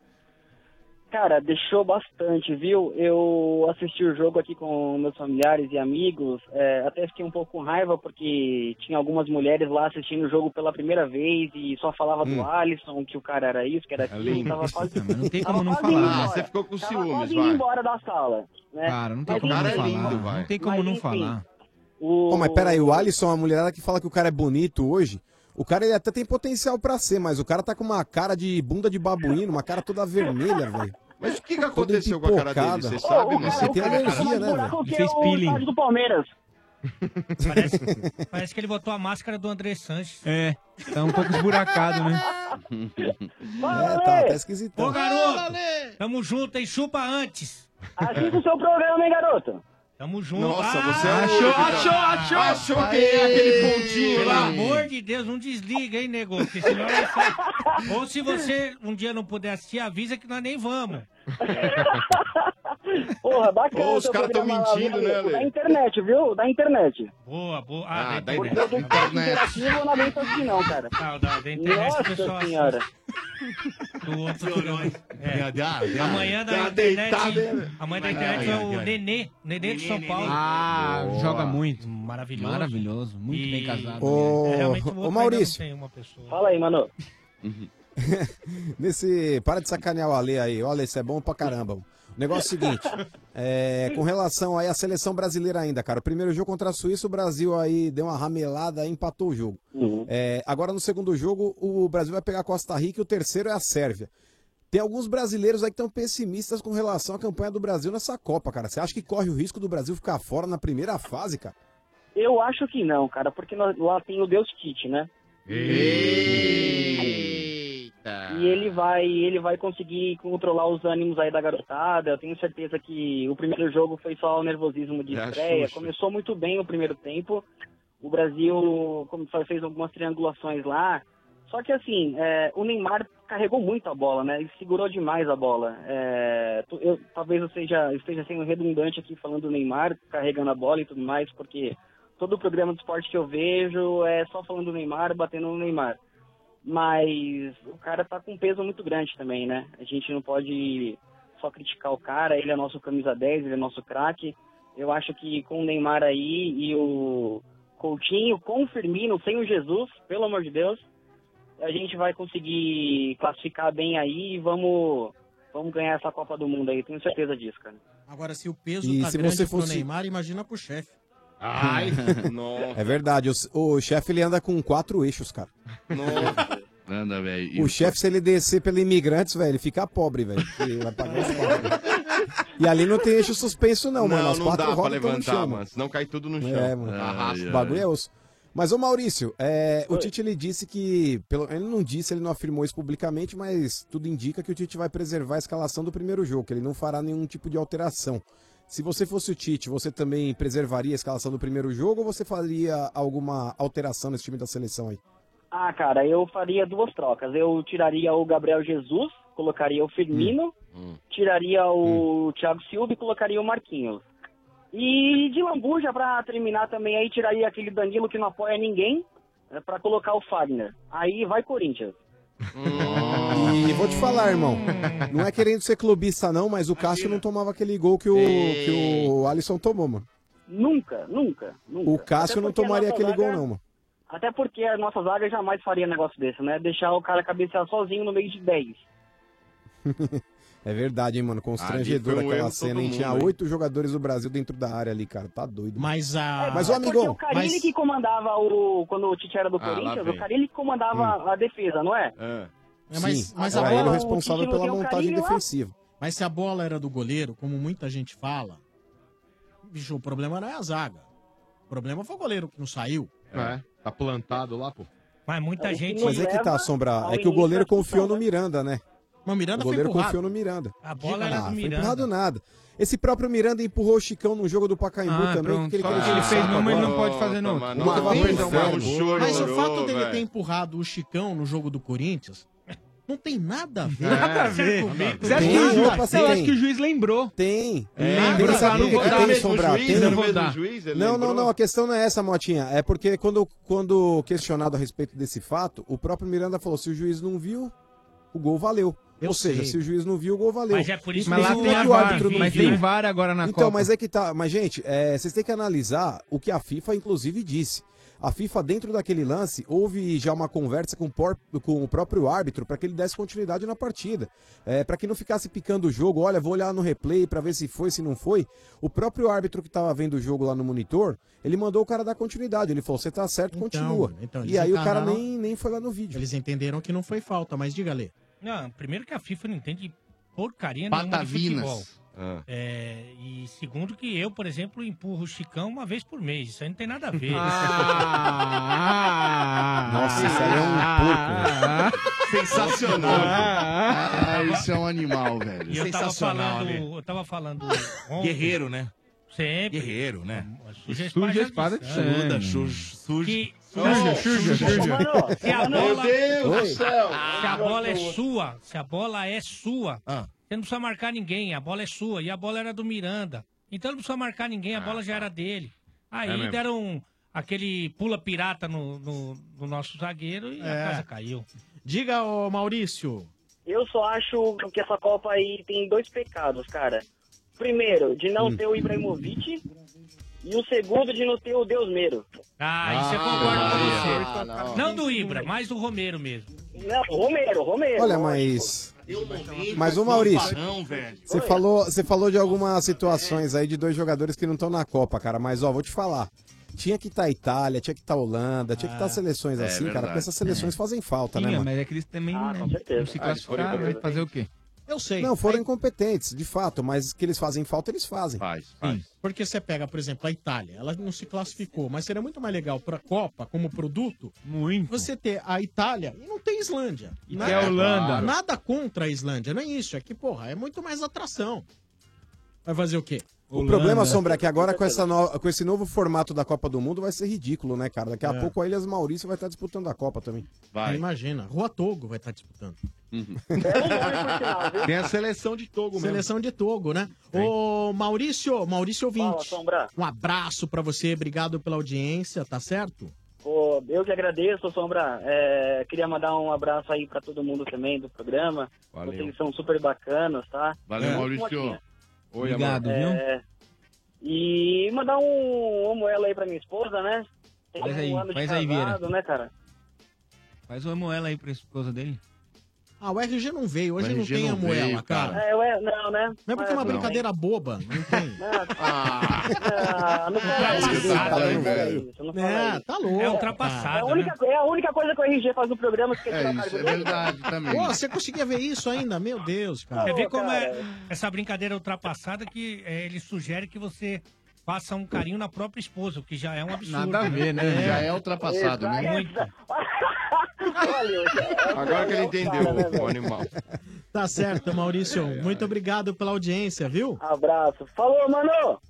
Speaker 26: Cara, deixou bastante, viu? Eu assisti o jogo aqui com meus familiares e amigos, é, até fiquei um pouco com raiva porque tinha algumas mulheres lá assistindo o jogo pela primeira vez e só falava do Alisson, que o cara era isso, que era aquilo,
Speaker 17: lindo.
Speaker 26: tava quase...
Speaker 16: não tem
Speaker 26: como não
Speaker 17: Ah, você ficou com ciúmes,
Speaker 26: quase indo
Speaker 17: vai.
Speaker 26: embora da sala, né?
Speaker 16: É. Cara,
Speaker 10: É,
Speaker 16: não tem
Speaker 26: Mas
Speaker 16: como não
Speaker 26: enfim,
Speaker 16: falar. Não tem como
Speaker 26: Mas,
Speaker 16: não
Speaker 26: enfim,
Speaker 16: falar.
Speaker 26: O...
Speaker 15: Pô, mas peraí, o Alisson, a mulherada que fala que o cara é bonito hoje, o cara ele até tem potencial pra ser, mas o cara tá com uma cara de bunda de babuíno, uma cara toda vermelha, velho.
Speaker 17: Mas o que, que aconteceu com a cara dele? Você sabe, mano?
Speaker 15: Você tem
Speaker 26: é
Speaker 15: alergia, né, velho?
Speaker 26: Ele fez peeling. do Palmeiras.
Speaker 12: (laughs) Parece que ele botou a máscara do André Sanches.
Speaker 16: É, tá um pouco esburacado, né?
Speaker 12: É,
Speaker 15: tá, tá esquisitão.
Speaker 12: Ô, garoto! Tamo junto, hein? Chupa antes!
Speaker 26: Assista o seu programa, hein, garoto?
Speaker 12: Tamo junto. Ah,
Speaker 26: Nossa, você é
Speaker 12: achou,
Speaker 26: louco, cara.
Speaker 12: achou, achou,
Speaker 26: Achou que é aquele pontinho
Speaker 12: Pelo
Speaker 26: lá.
Speaker 12: amor de Deus, não desliga, hein, nego? Porque senão nós
Speaker 26: (laughs)
Speaker 12: sai. Ou se você um dia não puder assistir, avisa que nós nem vamos.
Speaker 26: Porra, bacana.
Speaker 12: Ô, os
Speaker 26: seu
Speaker 12: caras tão
Speaker 26: programa lá,
Speaker 12: mentindo,
Speaker 26: viu?
Speaker 12: né, Ale?
Speaker 26: Da internet, viu? Da internet.
Speaker 12: Boa, boa. Ah, da
Speaker 26: Porque
Speaker 12: internet.
Speaker 26: do site
Speaker 12: né?
Speaker 26: interativo eu não aguento assim não, cara.
Speaker 12: Não, da, da internet
Speaker 26: Nossa
Speaker 12: o pessoal assiste.
Speaker 26: senhora.
Speaker 12: Do outro programa. É.
Speaker 26: Dá- dá- dá-
Speaker 12: Amanhã da
Speaker 26: dá né?
Speaker 12: internet.
Speaker 4: tá
Speaker 26: deitado, hein?
Speaker 12: Amanhã da
Speaker 26: Ai,
Speaker 12: internet é
Speaker 26: ai,
Speaker 12: o
Speaker 26: ai.
Speaker 12: Nenê. Nenê de São Paulo.
Speaker 16: Ah,
Speaker 12: Boa.
Speaker 16: joga muito.
Speaker 12: Maravilhoso.
Speaker 16: Maravilhoso, muito
Speaker 12: E-
Speaker 16: bem casado.
Speaker 15: Ô,
Speaker 16: né?
Speaker 15: ô Maurício,
Speaker 26: Fala aí, mano.
Speaker 15: (laughs) Nesse. Para de sacanear o Ale aí. Olha, isso é bom pra caramba. O negócio é o seguinte, é, com relação aí à seleção brasileira ainda, cara. O primeiro jogo contra a Suíça, o Brasil aí deu uma ramelada e empatou o jogo. É, agora no segundo jogo, o Brasil vai pegar a Costa Rica e o terceiro é a Sérvia. Tem alguns brasileiros aí que estão pessimistas com relação à campanha do Brasil nessa Copa, cara. Você acha que corre o risco do Brasil ficar fora na primeira fase, cara?
Speaker 26: Eu acho que não, cara, porque nós- lá tem o Deus Kit, né?
Speaker 4: Eita!
Speaker 26: E ele vai, ele vai conseguir controlar os ânimos aí da garotada. Eu tenho certeza que o primeiro jogo foi só o nervosismo de
Speaker 4: É a
Speaker 26: estreia.
Speaker 4: Xuxa.
Speaker 26: Começou muito bem o primeiro tempo. O Brasil como fala, fez algumas triangulações lá. Só que assim, é, o Neymar carregou muito a bola, né? Ele segurou demais a bola. É, tu- eu- talvez eu seja, esteja sendo redundante aqui falando do Neymar carregando a bola e tudo mais, porque todo o programa de esporte que eu vejo é só falando do Neymar, batendo no Neymar mas o cara tá com um peso muito grande também, né? A gente não pode só criticar o cara, ele é nosso camisa 10, ele é nosso craque. Eu acho que com o Neymar aí e o Coutinho, com o Firmino, sem o Jesus, pelo amor de Deus, a gente vai conseguir classificar bem aí e vamos, vamos ganhar essa Copa do Mundo aí, tenho certeza disso, cara.
Speaker 10: Agora, se o peso
Speaker 15: E
Speaker 10: tá
Speaker 15: se
Speaker 10: grande
Speaker 15: você
Speaker 10: pro
Speaker 15: fosse-
Speaker 10: Neymar, imagina pro chefe.
Speaker 15: (laughs) Ai, É verdade, o, o chefe ele anda com quatro eixos, cara.
Speaker 11: Anda, velho.
Speaker 15: O chefe, se ele descer pelo imigrantes, velho, ele fica pobre, velho. porque vai pagar os pobres. E ali não tem eixo suspenso, não, mano.
Speaker 17: Não,
Speaker 15: As
Speaker 17: não
Speaker 15: quatro
Speaker 17: dá pra
Speaker 15: rodas estão no
Speaker 17: levantar,
Speaker 15: chão,
Speaker 17: mano. Senão cai tudo no chão.
Speaker 15: É, mano.
Speaker 17: Arrasta.
Speaker 15: o bagulho é osso. Mas, ô Maurício, é, o Tite ele disse que. Pelo, ele não disse, ele não afirmou isso publicamente, mas tudo indica que o Tite vai preservar a escalação do primeiro jogo, que ele não fará nenhum tipo de alteração. Se você fosse o Tite, você também preservaria a escalação do primeiro jogo ou você faria alguma alteração nesse time da seleção aí?
Speaker 26: Ah, cara, eu faria duas trocas. Eu tiraria o Gabriel Jesus, colocaria o Firmino, tiraria o Thiago Silva e colocaria o Marquinhos. E de lambuja, pra terminar também, aí tiraria aquele Danilo que não apoia ninguém, eh, pra colocar o Fagner. Aí vai Corinthians.
Speaker 15: E vou te falar,
Speaker 26: (laughs)
Speaker 15: irmão. Não é querendo ser clubista, não, mas o Cássio não tomava aquele gol que o,
Speaker 26: Ei.
Speaker 15: que o Alisson tomou, mano.
Speaker 26: Nunca, nunca, nunca.
Speaker 15: O Cássio
Speaker 26: Até
Speaker 15: não
Speaker 26: porque é a
Speaker 15: tomaria
Speaker 26: nossa
Speaker 15: aquele gol,
Speaker 26: zaga-
Speaker 15: não, mano. (laughs)
Speaker 26: Até porque a nossa zaga jamais faria negócio desse, né? Deixar o cara cabecear sozinho no meio de 10.
Speaker 15: É verdade, hein, mano. Constrangedor
Speaker 26: Ali foi um
Speaker 15: aquela
Speaker 26: erro
Speaker 15: cena,
Speaker 26: todo
Speaker 15: hein?
Speaker 26: mundo,
Speaker 15: Tinha
Speaker 26: hein?
Speaker 15: oito jogadores do Brasil dentro da área ali, cara. Tá doido.
Speaker 10: Mas a.
Speaker 15: Mas, ô,
Speaker 26: Ah, é Porque o
Speaker 15: amigão.
Speaker 26: Carilli que comandava o. Quando o Tite era do
Speaker 15: Ah, lá
Speaker 26: Corinthians,
Speaker 15: vem.
Speaker 26: o Carilli que comandava a defesa, não é?
Speaker 10: É, mas,
Speaker 26: Sim,
Speaker 10: mas a
Speaker 15: era
Speaker 10: bola
Speaker 15: ele o responsável pela montagem defensiva.
Speaker 10: Mas se a bola era do goleiro, como muita gente fala, bicho, o problema não é a zaga. O problema foi o goleiro que não saiu.
Speaker 9: É, tá plantado lá, pô.
Speaker 12: Mas muita gente.
Speaker 15: Mas é que tá, Sombra. É que o goleiro confiou no Miranda, né?
Speaker 10: Mas o Miranda
Speaker 15: O goleiro
Speaker 10: foi empurrado.
Speaker 15: confiou no Miranda. Ah,
Speaker 12: A bola era do
Speaker 15: foi
Speaker 12: Miranda.
Speaker 15: empurrado nada. Esse próprio Miranda empurrou o Chicão no jogo do Pacaembu
Speaker 16: Ah,
Speaker 15: também.
Speaker 16: pronto.
Speaker 15: que
Speaker 16: Só que ele
Speaker 15: saco
Speaker 16: fez numa, ele não
Speaker 15: agora.
Speaker 16: pode
Speaker 17: tá,
Speaker 16: fazer na outra.
Speaker 15: Uma
Speaker 16: Uma
Speaker 15: vez
Speaker 16: vez
Speaker 15: é um
Speaker 16: é um
Speaker 15: jogo.
Speaker 10: Mas o fato
Speaker 16: Chorou,
Speaker 10: dele
Speaker 16: velho.
Speaker 10: ter empurrado o Chicão no jogo do Corinthians não tem nada a ver.
Speaker 16: É, Nada a ver.
Speaker 10: com o Beto.
Speaker 16: Você acha que o juiz-
Speaker 10: Nada.
Speaker 16: eu acho que o juiz lembrou.
Speaker 15: Tem.
Speaker 16: É. Lembra?
Speaker 15: Tem, sabe
Speaker 16: Não
Speaker 15: o que
Speaker 16: vou
Speaker 15: que
Speaker 16: dar.
Speaker 15: tem,
Speaker 16: É o mesmo
Speaker 15: Sombra?
Speaker 16: juiz?
Speaker 15: Tem. um-
Speaker 16: É o mesmo Não, juiz? Ele
Speaker 15: Não, não,
Speaker 16: lembrou?
Speaker 15: não. A questão não é essa, Motinha. É porque quando, quando questionado a respeito desse fato, o próprio Miranda falou: se o juiz não viu, o gol valeu. Ou seja,
Speaker 16: sei.
Speaker 15: se o juiz não viu, o gol valeu.
Speaker 16: Mas é por isso
Speaker 15: Mas
Speaker 16: que
Speaker 15: lá
Speaker 16: o
Speaker 15: tem
Speaker 16: VAR,
Speaker 15: o árbitro não
Speaker 16: mas
Speaker 15: viu.
Speaker 16: tem VAR agora na
Speaker 15: então,
Speaker 16: Copa.
Speaker 15: mas é que tá. Mas, gente, é, vocês têm que analisar o que a FIFA, inclusive, disse. A FIFA, dentro daquele lance, houve já uma conversa com o, por- com o próprio árbitro para que ele desse continuidade na partida. É, para que não ficasse picando o jogo, olha, vou olhar no replay para ver se foi, se não foi. O próprio árbitro que estava vendo o jogo lá no monitor, ele mandou o cara dar continuidade. Ele falou, você tá certo, continua.
Speaker 10: então, eles
Speaker 15: e aí o cara
Speaker 10: encanaram-
Speaker 15: nem, nem foi lá no vídeo.
Speaker 10: Eles entenderam que não foi falta, mas diga, Lê.
Speaker 12: Não, primeiro que a FIFA não entende porcaria nenhuma de
Speaker 10: Patavinas.
Speaker 12: futebol.
Speaker 15: Ah.
Speaker 12: É, e segundo que eu, por exemplo, empurro o Chicão uma vez por mês. Isso aí não tem nada a ver.
Speaker 11: (laughs)
Speaker 12: Ah,
Speaker 11: Ah.
Speaker 15: Nossa, isso aí é um porco.
Speaker 11: Sensacional. Ah, isso é um animal, velho.
Speaker 12: E eu tava
Speaker 11: Sensacional,
Speaker 12: falando,
Speaker 11: Ale.
Speaker 12: eu tava falando ontem.
Speaker 4: Guerreiro, né?
Speaker 12: Sempre.
Speaker 4: Guerreiro, né?
Speaker 12: Suja
Speaker 4: Suja
Speaker 12: a espada de sangue.
Speaker 4: Suda, suja, suja.
Speaker 12: Que...
Speaker 4: Suja,
Speaker 12: Não,
Speaker 4: suja, suja.
Speaker 12: Mano, Se a
Speaker 4: Meu
Speaker 12: bola,
Speaker 4: Deus do céu.
Speaker 12: Se a bola é
Speaker 4: Oi.
Speaker 12: sua, se a bola é sua, você não precisa marcar ninguém, a bola é sua. E a bola era do Miranda. Então não precisa marcar ninguém, a bola já era dele. Aí
Speaker 4: É mesmo.
Speaker 12: deram um, aquele pula pirata no, no- no nosso zagueiro e
Speaker 10: É.
Speaker 12: a casa caiu.
Speaker 10: Diga, ô Maurício.
Speaker 26: Eu só acho que essa Copa aí tem dois pecados, cara. Primeiro, de não ter o Ibrahimovic. E o segundo, de não ter o Deus Meiro.
Speaker 12: Ah, isso eu concordo com você. Não do Ibra, mas do Romero mesmo.
Speaker 26: Não, Romero, Romero.
Speaker 15: Olha, mas. Mas o
Speaker 26: com
Speaker 15: Maurício,
Speaker 26: Barão, velho.
Speaker 15: você
Speaker 26: Oi.
Speaker 15: falou, você falou de algumas situações aí de dois jogadores que não estão na Copa, cara. Mas ó, vou te falar. Tinha que estar a Itália, tinha que estar a Holanda, tinha que estar seleções
Speaker 16: é
Speaker 15: assim, cara.
Speaker 16: verdade.
Speaker 15: Porque essas seleções fazem falta,
Speaker 16: Tinha,
Speaker 15: né, mano?
Speaker 16: mas é que eles também né, não se
Speaker 15: Ah, eles foram
Speaker 16: classificaram, vai
Speaker 15: embora.
Speaker 16: fazer o quê?
Speaker 10: Eu sei.
Speaker 15: Não, foram incompetentes, de fato, mas que eles fazem falta, eles fazem.
Speaker 10: Sim. Porque você pega, por exemplo, a Itália, ela não se classificou, mas seria muito mais legal pra Copa como produto.
Speaker 16: Muito.
Speaker 10: Você ter a Itália e não ter Islândia.
Speaker 16: E ter a Holanda.
Speaker 10: Nada contra a Islândia, não é isso. É que, porra, é muito mais atração. Vai fazer o quê?
Speaker 15: O problema, Sombra, é que agora com, essa no- com esse novo formato da Copa do Mundo vai ser ridículo, né, cara? Daqui a
Speaker 10: É.
Speaker 15: pouco a Ilhas Maurício vai estar disputando a Copa também.
Speaker 10: Imagina, Rua Togo vai estar disputando.
Speaker 9: Uhum.
Speaker 10: (laughs) é
Speaker 9: Tem a seleção de Togo mesmo.
Speaker 10: Seleção de Togo, né? Ô, Maurício, Maurício ouvinte.
Speaker 26: Fala, Sombra.
Speaker 10: um abraço pra você, obrigado pela audiência, tá certo?
Speaker 26: Pô, eu que agradeço, Sombra. É, queria mandar um abraço aí pra todo mundo também do programa.
Speaker 10: Valeu.
Speaker 26: Vocês são super bacanas, tá?
Speaker 11: Valeu,
Speaker 26: É.
Speaker 11: Maurício.
Speaker 26: Oi,
Speaker 16: Obrigado,
Speaker 26: amor.
Speaker 16: viu?
Speaker 26: É, e mandar um homoela aí pra minha esposa, né? Tem
Speaker 16: Faz aí,
Speaker 26: um ano de
Speaker 16: faz aí, Vieira.
Speaker 26: casado, né, cara?
Speaker 16: Faz uma moela aí pra esposa dele.
Speaker 10: Ah, o RG não veio. Hoje
Speaker 4: O
Speaker 10: não
Speaker 4: RG
Speaker 10: tem
Speaker 4: não
Speaker 10: a moela,
Speaker 4: veio,
Speaker 10: cara.
Speaker 4: cara.
Speaker 26: É, ué, não, É né?
Speaker 10: Não é porque é uma brincadeira boba. Não tem.
Speaker 26: Ah, (laughs) não fala
Speaker 10: Tá
Speaker 26: isso,
Speaker 10: esquisito,
Speaker 26: cara,
Speaker 10: hein,
Speaker 26: não fala
Speaker 10: velho?
Speaker 26: isso, não
Speaker 10: É,
Speaker 26: fala isso.
Speaker 10: tá louco. É ultrapassado,
Speaker 26: É
Speaker 12: né?
Speaker 26: a única, é a única coisa que o RG faz no programa que quer tirar o cargo dele.
Speaker 10: Pô, você conseguia ver isso ainda? Meu Deus, cara.
Speaker 12: Você vê como é essa brincadeira ultrapassada que eh, ele sugere que você faça um carinho na própria esposa, o que já é um absurdo.
Speaker 11: Nada a ver, né? Já é ultrapassado, né?
Speaker 12: Muito.
Speaker 17: Agora que
Speaker 26: é
Speaker 17: ele entendeu o animal.
Speaker 10: Tá certo, Maurício. Muito obrigado pela audiência, viu?
Speaker 26: Abraço. Falou, mano!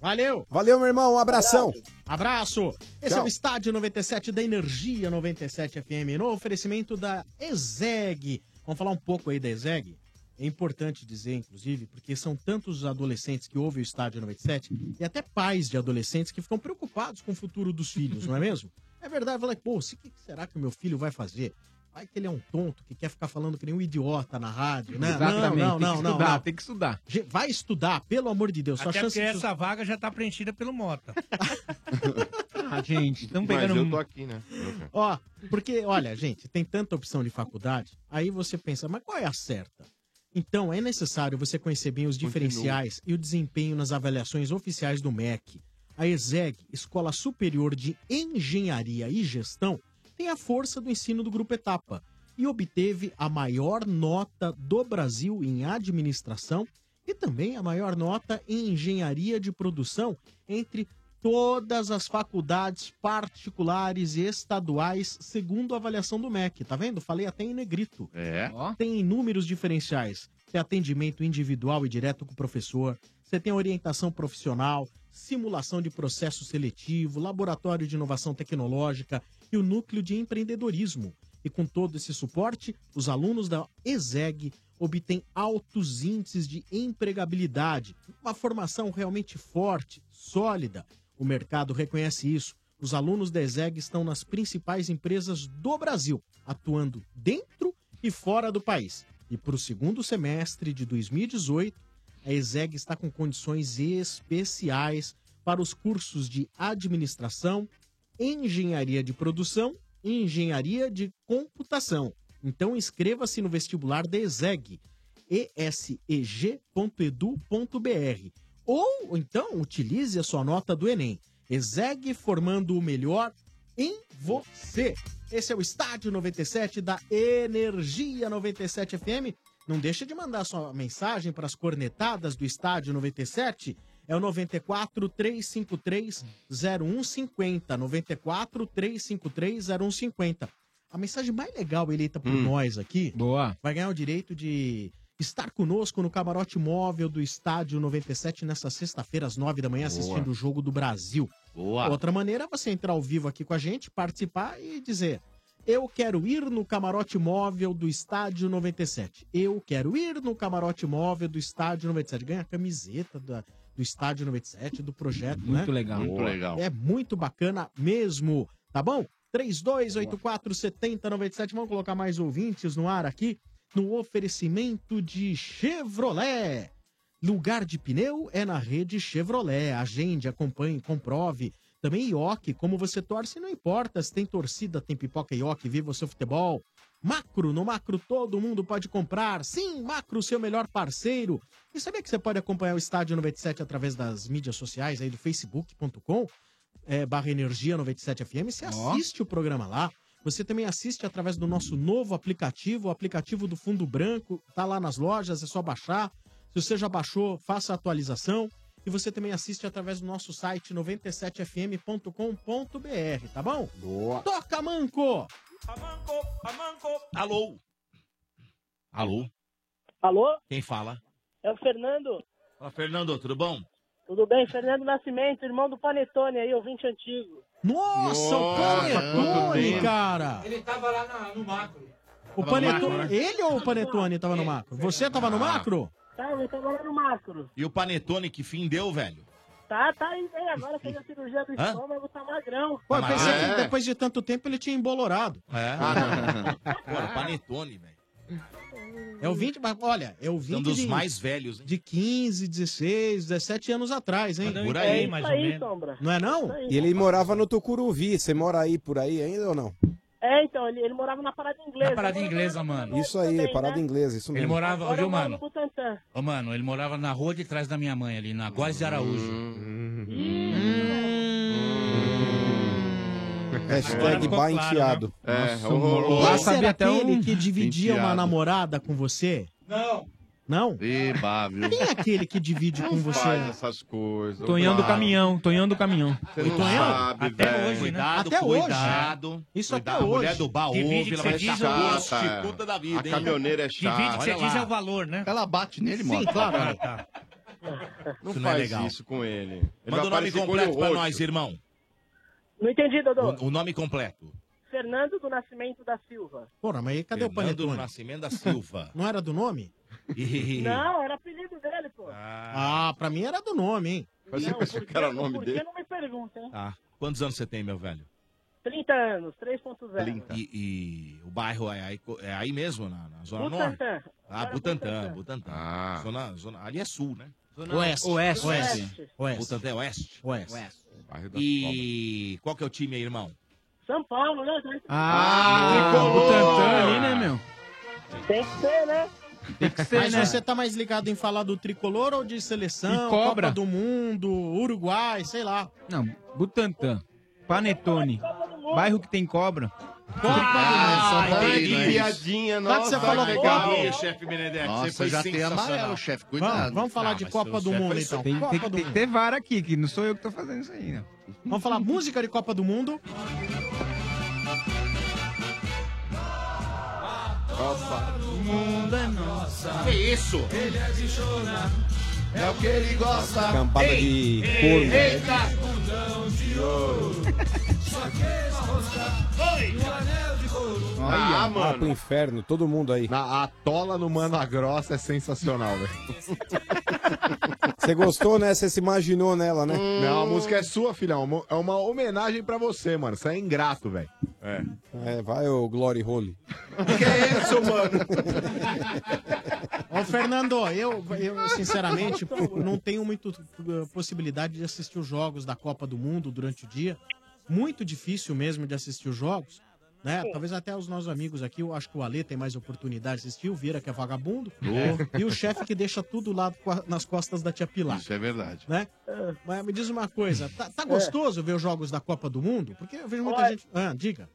Speaker 10: Valeu!
Speaker 15: Valeu, meu irmão. Um abração.
Speaker 10: Abraço! Esse é
Speaker 15: Tchau.
Speaker 10: o Estádio 97 da Energia 97 FM, no oferecimento da ESEG. Vamos falar um pouco aí da ESEG? É importante dizer, inclusive, porque são tantos os adolescentes que ouvem o Estádio 97 e até pais de adolescentes que ficam preocupados com o futuro dos filhos, não é mesmo? É verdade, fala, pô, o que será que o meu filho vai fazer? Vai que ele é um tonto que quer ficar falando que nem um idiota na rádio, né?
Speaker 16: Exatamente,
Speaker 10: Não, não,
Speaker 16: tem que
Speaker 10: não, não,
Speaker 16: estudar,
Speaker 10: não.
Speaker 16: tem que estudar.
Speaker 10: Ge- Vai estudar, pelo amor de Deus.
Speaker 12: Até
Speaker 10: sua chance
Speaker 12: porque
Speaker 10: de
Speaker 12: essa vaga já tá preenchida pelo Mota.
Speaker 16: Ah, gente, estamos
Speaker 12: Mas
Speaker 16: pegando...
Speaker 12: eu tô
Speaker 16: aqui,
Speaker 11: É.
Speaker 16: né?
Speaker 10: Ó, porque, olha, gente, tem tanta opção de faculdade, aí você pensa, mas qual é a certa? Então, é necessário você conhecer bem os
Speaker 27: Continua.
Speaker 10: diferenciais e o desempenho nas avaliações oficiais do MEC. A ESEG, Escola Superior de Engenharia e Gestão, tem a força do ensino do Grupo Etapa e obteve a maior nota do Brasil em administração e também a maior nota em engenharia de produção entre todas as faculdades particulares e estaduais, segundo a avaliação do MEC. Tá vendo? Falei até em negrito.
Speaker 11: É.
Speaker 10: Tem inúmeros diferenciais. Tem atendimento individual e direto com o professor. Você tem orientação profissional, simulação de processo seletivo, laboratório de inovação tecnológica e o núcleo de empreendedorismo. E com todo esse suporte, os alunos da ESEG obtêm altos índices de empregabilidade, uma formação realmente forte, sólida. O mercado reconhece isso. Os alunos da ESEG estão nas principais empresas do Brasil, atuando dentro e fora do país. E para o segundo semestre de 2018, a ESEG está com condições especiais para os cursos de administração, engenharia de produção e engenharia de computação. Então inscreva-se no vestibular da ESEG, eseg.edu.br. Ou então utilize a sua nota do Enem. ESEG formando o melhor em você. Esse é o Estádio 97 da Energia 97 FM. Não deixa de mandar sua mensagem para as cornetadas do Estádio 97. É o 94 353 0150. 94 353 0150. A mensagem mais legal eleita por
Speaker 16: Hum.
Speaker 10: nós aqui
Speaker 16: Boa.
Speaker 10: vai ganhar o direito de estar conosco no camarote móvel do Estádio 97 nessa sexta-feira às 9 da manhã assistindo o jogo do Brasil.
Speaker 11: Boa.
Speaker 10: Outra maneira é você entrar ao vivo aqui com a gente, participar e dizer: Eu quero ir no camarote móvel do Estádio 97. Eu quero ir no camarote móvel do Estádio 97. Ganha a camiseta da- do Estádio 97, do projeto, né?
Speaker 16: Muito legal. Muito
Speaker 10: Boa.
Speaker 16: legal.
Speaker 10: É muito bacana mesmo, tá bom? 3284 7097. Vamos colocar mais ouvintes no ar aqui no oferecimento de Chevrolet. Lugar de pneu é na rede Chevrolet. Agende, acompanhe, comprove. Também ioki, como você torce, não importa. Se tem torcida, tem pipoca ioki, viva o seu futebol. Macro, no Macro todo mundo pode comprar. Sim, Macro, seu melhor parceiro. E sabia que você pode acompanhar o Estádio 97 através das mídias sociais aí do facebook.com é, barra energia 97 FM. Você assiste o programa lá. Você também assiste através do nosso novo aplicativo, o aplicativo do Fundo Branco. Tá lá nas lojas, é só baixar. Se você já baixou, faça a atualização. E você também assiste através do nosso site 97fm.com.br, tá bom? Boa. Toca, Manco!
Speaker 4: Alô? Alô?
Speaker 26: Alô?
Speaker 4: Quem fala?
Speaker 26: É o Fernando.
Speaker 4: Fala, Fernando, tudo bom?
Speaker 26: Tudo bem? Fernando Nascimento, irmão do Panetone aí, ouvinte antigo.
Speaker 10: Nossa, o Panetone, cara!
Speaker 26: Ele tava lá no macro.
Speaker 10: O
Speaker 26: Tava no
Speaker 10: Panetone,
Speaker 26: macro, né?
Speaker 10: ele ou o Panetone tava no macro? Você tava no
Speaker 4: Ah.
Speaker 10: macro?
Speaker 26: Tá, ele tava lá no macro.
Speaker 4: E o Panetone que fim deu, velho?
Speaker 26: Tá, tá aí, velho. Agora fez a cirurgia do
Speaker 4: Hã?
Speaker 26: estômago, tá magrão.
Speaker 10: Pô, eu pensei
Speaker 4: É.
Speaker 10: que depois de tanto tempo ele tinha embolorado.
Speaker 4: É. Ah, não. Pô, o Panetone, velho.
Speaker 10: É o 20, mas olha, é o 20
Speaker 4: É um dos
Speaker 10: de,
Speaker 4: mais velhos, hein?
Speaker 10: de 15, 16, 17 anos atrás, hein?
Speaker 4: Por aí, É isso mais ou aí, menos.
Speaker 26: Tá Sombra.
Speaker 10: Não é não?
Speaker 15: E ele morava no Tucuruvi. Você mora aí por aí ainda ou não?
Speaker 27: É, então, ele, ele morava na Parada Inglesa.
Speaker 2: Na parada inglesa, né? mano.
Speaker 15: Isso aí, parada inglesa, isso mesmo.
Speaker 2: Ele morava,
Speaker 27: Agora
Speaker 2: viu,
Speaker 27: eu moro
Speaker 2: mano?
Speaker 27: no Butantã.
Speaker 2: Ô, mano, ele morava na rua de trás da minha mãe ali, na Góes de Araújo.
Speaker 11: Hum.
Speaker 15: É,
Speaker 2: Agora
Speaker 15: Hashtag
Speaker 2: ficou
Speaker 15: bar
Speaker 2: claro,
Speaker 15: enfiado.
Speaker 2: né? É,
Speaker 15: Nossa, um
Speaker 2: o-
Speaker 15: mano.
Speaker 10: Lá sabe até aquele
Speaker 15: um-
Speaker 10: que dividia
Speaker 15: Enteado.
Speaker 10: uma namorada com você?
Speaker 2: Não.
Speaker 10: Não?
Speaker 11: Eba, viu?
Speaker 10: Quem é aquele que divide com você?
Speaker 17: Faz essas coisas.
Speaker 16: Tonhão do
Speaker 17: Bravo.
Speaker 16: caminhão, Tonhão do caminhão.
Speaker 17: Você não
Speaker 10: Tonhão?
Speaker 17: sabe,
Speaker 10: Até
Speaker 17: velho.
Speaker 10: hoje, né?
Speaker 4: Cuidado,
Speaker 10: Até hoje.
Speaker 4: cuidado.
Speaker 10: Isso
Speaker 4: cuidado.
Speaker 10: até
Speaker 4: A mulher
Speaker 10: hoje.
Speaker 4: do baú,
Speaker 10: Divide que
Speaker 4: pela
Speaker 10: você
Speaker 4: mais
Speaker 10: diz,
Speaker 4: chata,
Speaker 11: é.
Speaker 10: o-
Speaker 4: prostituta da vida,
Speaker 17: A
Speaker 4: hein?
Speaker 17: caminhoneira é chata.
Speaker 4: Divide que você diz é o
Speaker 2: valor, né?
Speaker 11: Ela bate nele,
Speaker 17: Sim,
Speaker 11: mano.
Speaker 17: claro.
Speaker 11: Ah,
Speaker 2: tá.
Speaker 17: Não
Speaker 11: Isso não é
Speaker 17: faz
Speaker 11: legal.
Speaker 17: isso com ele. ele
Speaker 4: Manda o nome completo pra nós, irmão.
Speaker 27: Não entendi, Dodô.
Speaker 4: O, o nome completo.
Speaker 27: Fernando do Nascimento da Silva.
Speaker 10: Porra, mas aí cadê o
Speaker 4: Fernando
Speaker 10: panetone?
Speaker 4: Nascimento da Silva.
Speaker 10: (laughs) Não era do nome?
Speaker 27: Não, era apelido dele, pô.
Speaker 10: Ah, pra mim era do nome, hein?
Speaker 4: Fazia com esse cara o nome
Speaker 27: Por que
Speaker 4: dele.
Speaker 27: não me pergunta, hein?
Speaker 4: Tá. Quantos anos você tem, meu velho?
Speaker 27: 30 anos, 3.0.
Speaker 4: E, e o bairro é aí, é aí mesmo, na, na Zona Norte?
Speaker 27: Butantã.
Speaker 4: Ah, Butantã, Butantã. Zona, zona, ali é sul, né? Zona
Speaker 10: Oeste. Oeste.
Speaker 4: Oeste.
Speaker 10: Oeste.
Speaker 4: Butantã é oeste?
Speaker 10: Oeste.
Speaker 4: E qual que é o time aí, irmão?
Speaker 27: São Paulo, né? gente?
Speaker 4: Ah.
Speaker 10: Ah, Butantã
Speaker 16: ali, né, meu?
Speaker 27: Tem que ser, né?
Speaker 10: Tem que ser, Mas
Speaker 16: né?
Speaker 10: você tá mais ligado em falar do tricolor ou de seleção,
Speaker 16: E cobra?
Speaker 10: Copa do Mundo, Uruguai, sei lá.
Speaker 16: Não, Butantã. Panetone. Bairro que tem cobra.
Speaker 10: Ah,
Speaker 16: Cobra
Speaker 10: entendi.
Speaker 17: piadinha,
Speaker 10: Só que
Speaker 17: nossa,
Speaker 10: você falou
Speaker 17: legal.
Speaker 10: Copa.
Speaker 17: Ih,
Speaker 4: chefe Benedete,
Speaker 17: Nossa,
Speaker 4: você foi
Speaker 17: já tem
Speaker 4: sensacional. Ah,
Speaker 17: amarelo, chefe,
Speaker 10: cuidado. Vamos- vamos falar de
Speaker 4: mas
Speaker 10: Copa
Speaker 4: seu
Speaker 10: do
Speaker 4: chefe
Speaker 10: Mundo,
Speaker 4: foi
Speaker 10: então.
Speaker 16: Tem,
Speaker 10: Copa
Speaker 16: tem que
Speaker 10: do
Speaker 16: ter,
Speaker 10: Mundo.
Speaker 16: ter vara aqui, que não sou eu que tô fazendo isso aí, né?
Speaker 10: Vamos falar música de Copa do Mundo?
Speaker 28: Copa do
Speaker 16: Mundo é nossa.
Speaker 28: Que isso? Ele é de chorar. É o que ele gosta.
Speaker 15: Campada de né? corno.
Speaker 28: Eita! Fundão de ouro. Só quis mostrar. O anel de couro.
Speaker 15: ah, mano. pro inferno, todo mundo aí.
Speaker 9: Na, a tola no Mana Grossa é
Speaker 15: (laughs)
Speaker 9: sensacional, velho.
Speaker 15: Você gostou, né? Você se imaginou nela, né?
Speaker 10: Hum,
Speaker 9: Não, a música é sua, filhão. Mo- É uma homenagem pra você, mano. Você é ingrato, velho. É.
Speaker 15: É, vai, ô Glory Holy.
Speaker 9: Que isso, mano?
Speaker 10: Ô, Fernando, eu, eu sinceramente não tenho muita possibilidade de assistir os jogos da Copa do Mundo durante o dia. Muito difícil mesmo de assistir os jogos. Né? Talvez até os nossos amigos aqui, eu acho que o Ale tem mais oportunidade de assistir, o Vira que é vagabundo,
Speaker 11: Ô.
Speaker 10: e o chefe que deixa tudo lá co- nas costas da tia Pilar.
Speaker 11: Isso é verdade.
Speaker 10: Né? Mas me diz uma coisa, tá, tá gostoso ver os jogos da Copa do Mundo? Porque eu vejo muita
Speaker 27: Olha.
Speaker 10: gente... Ah, diga.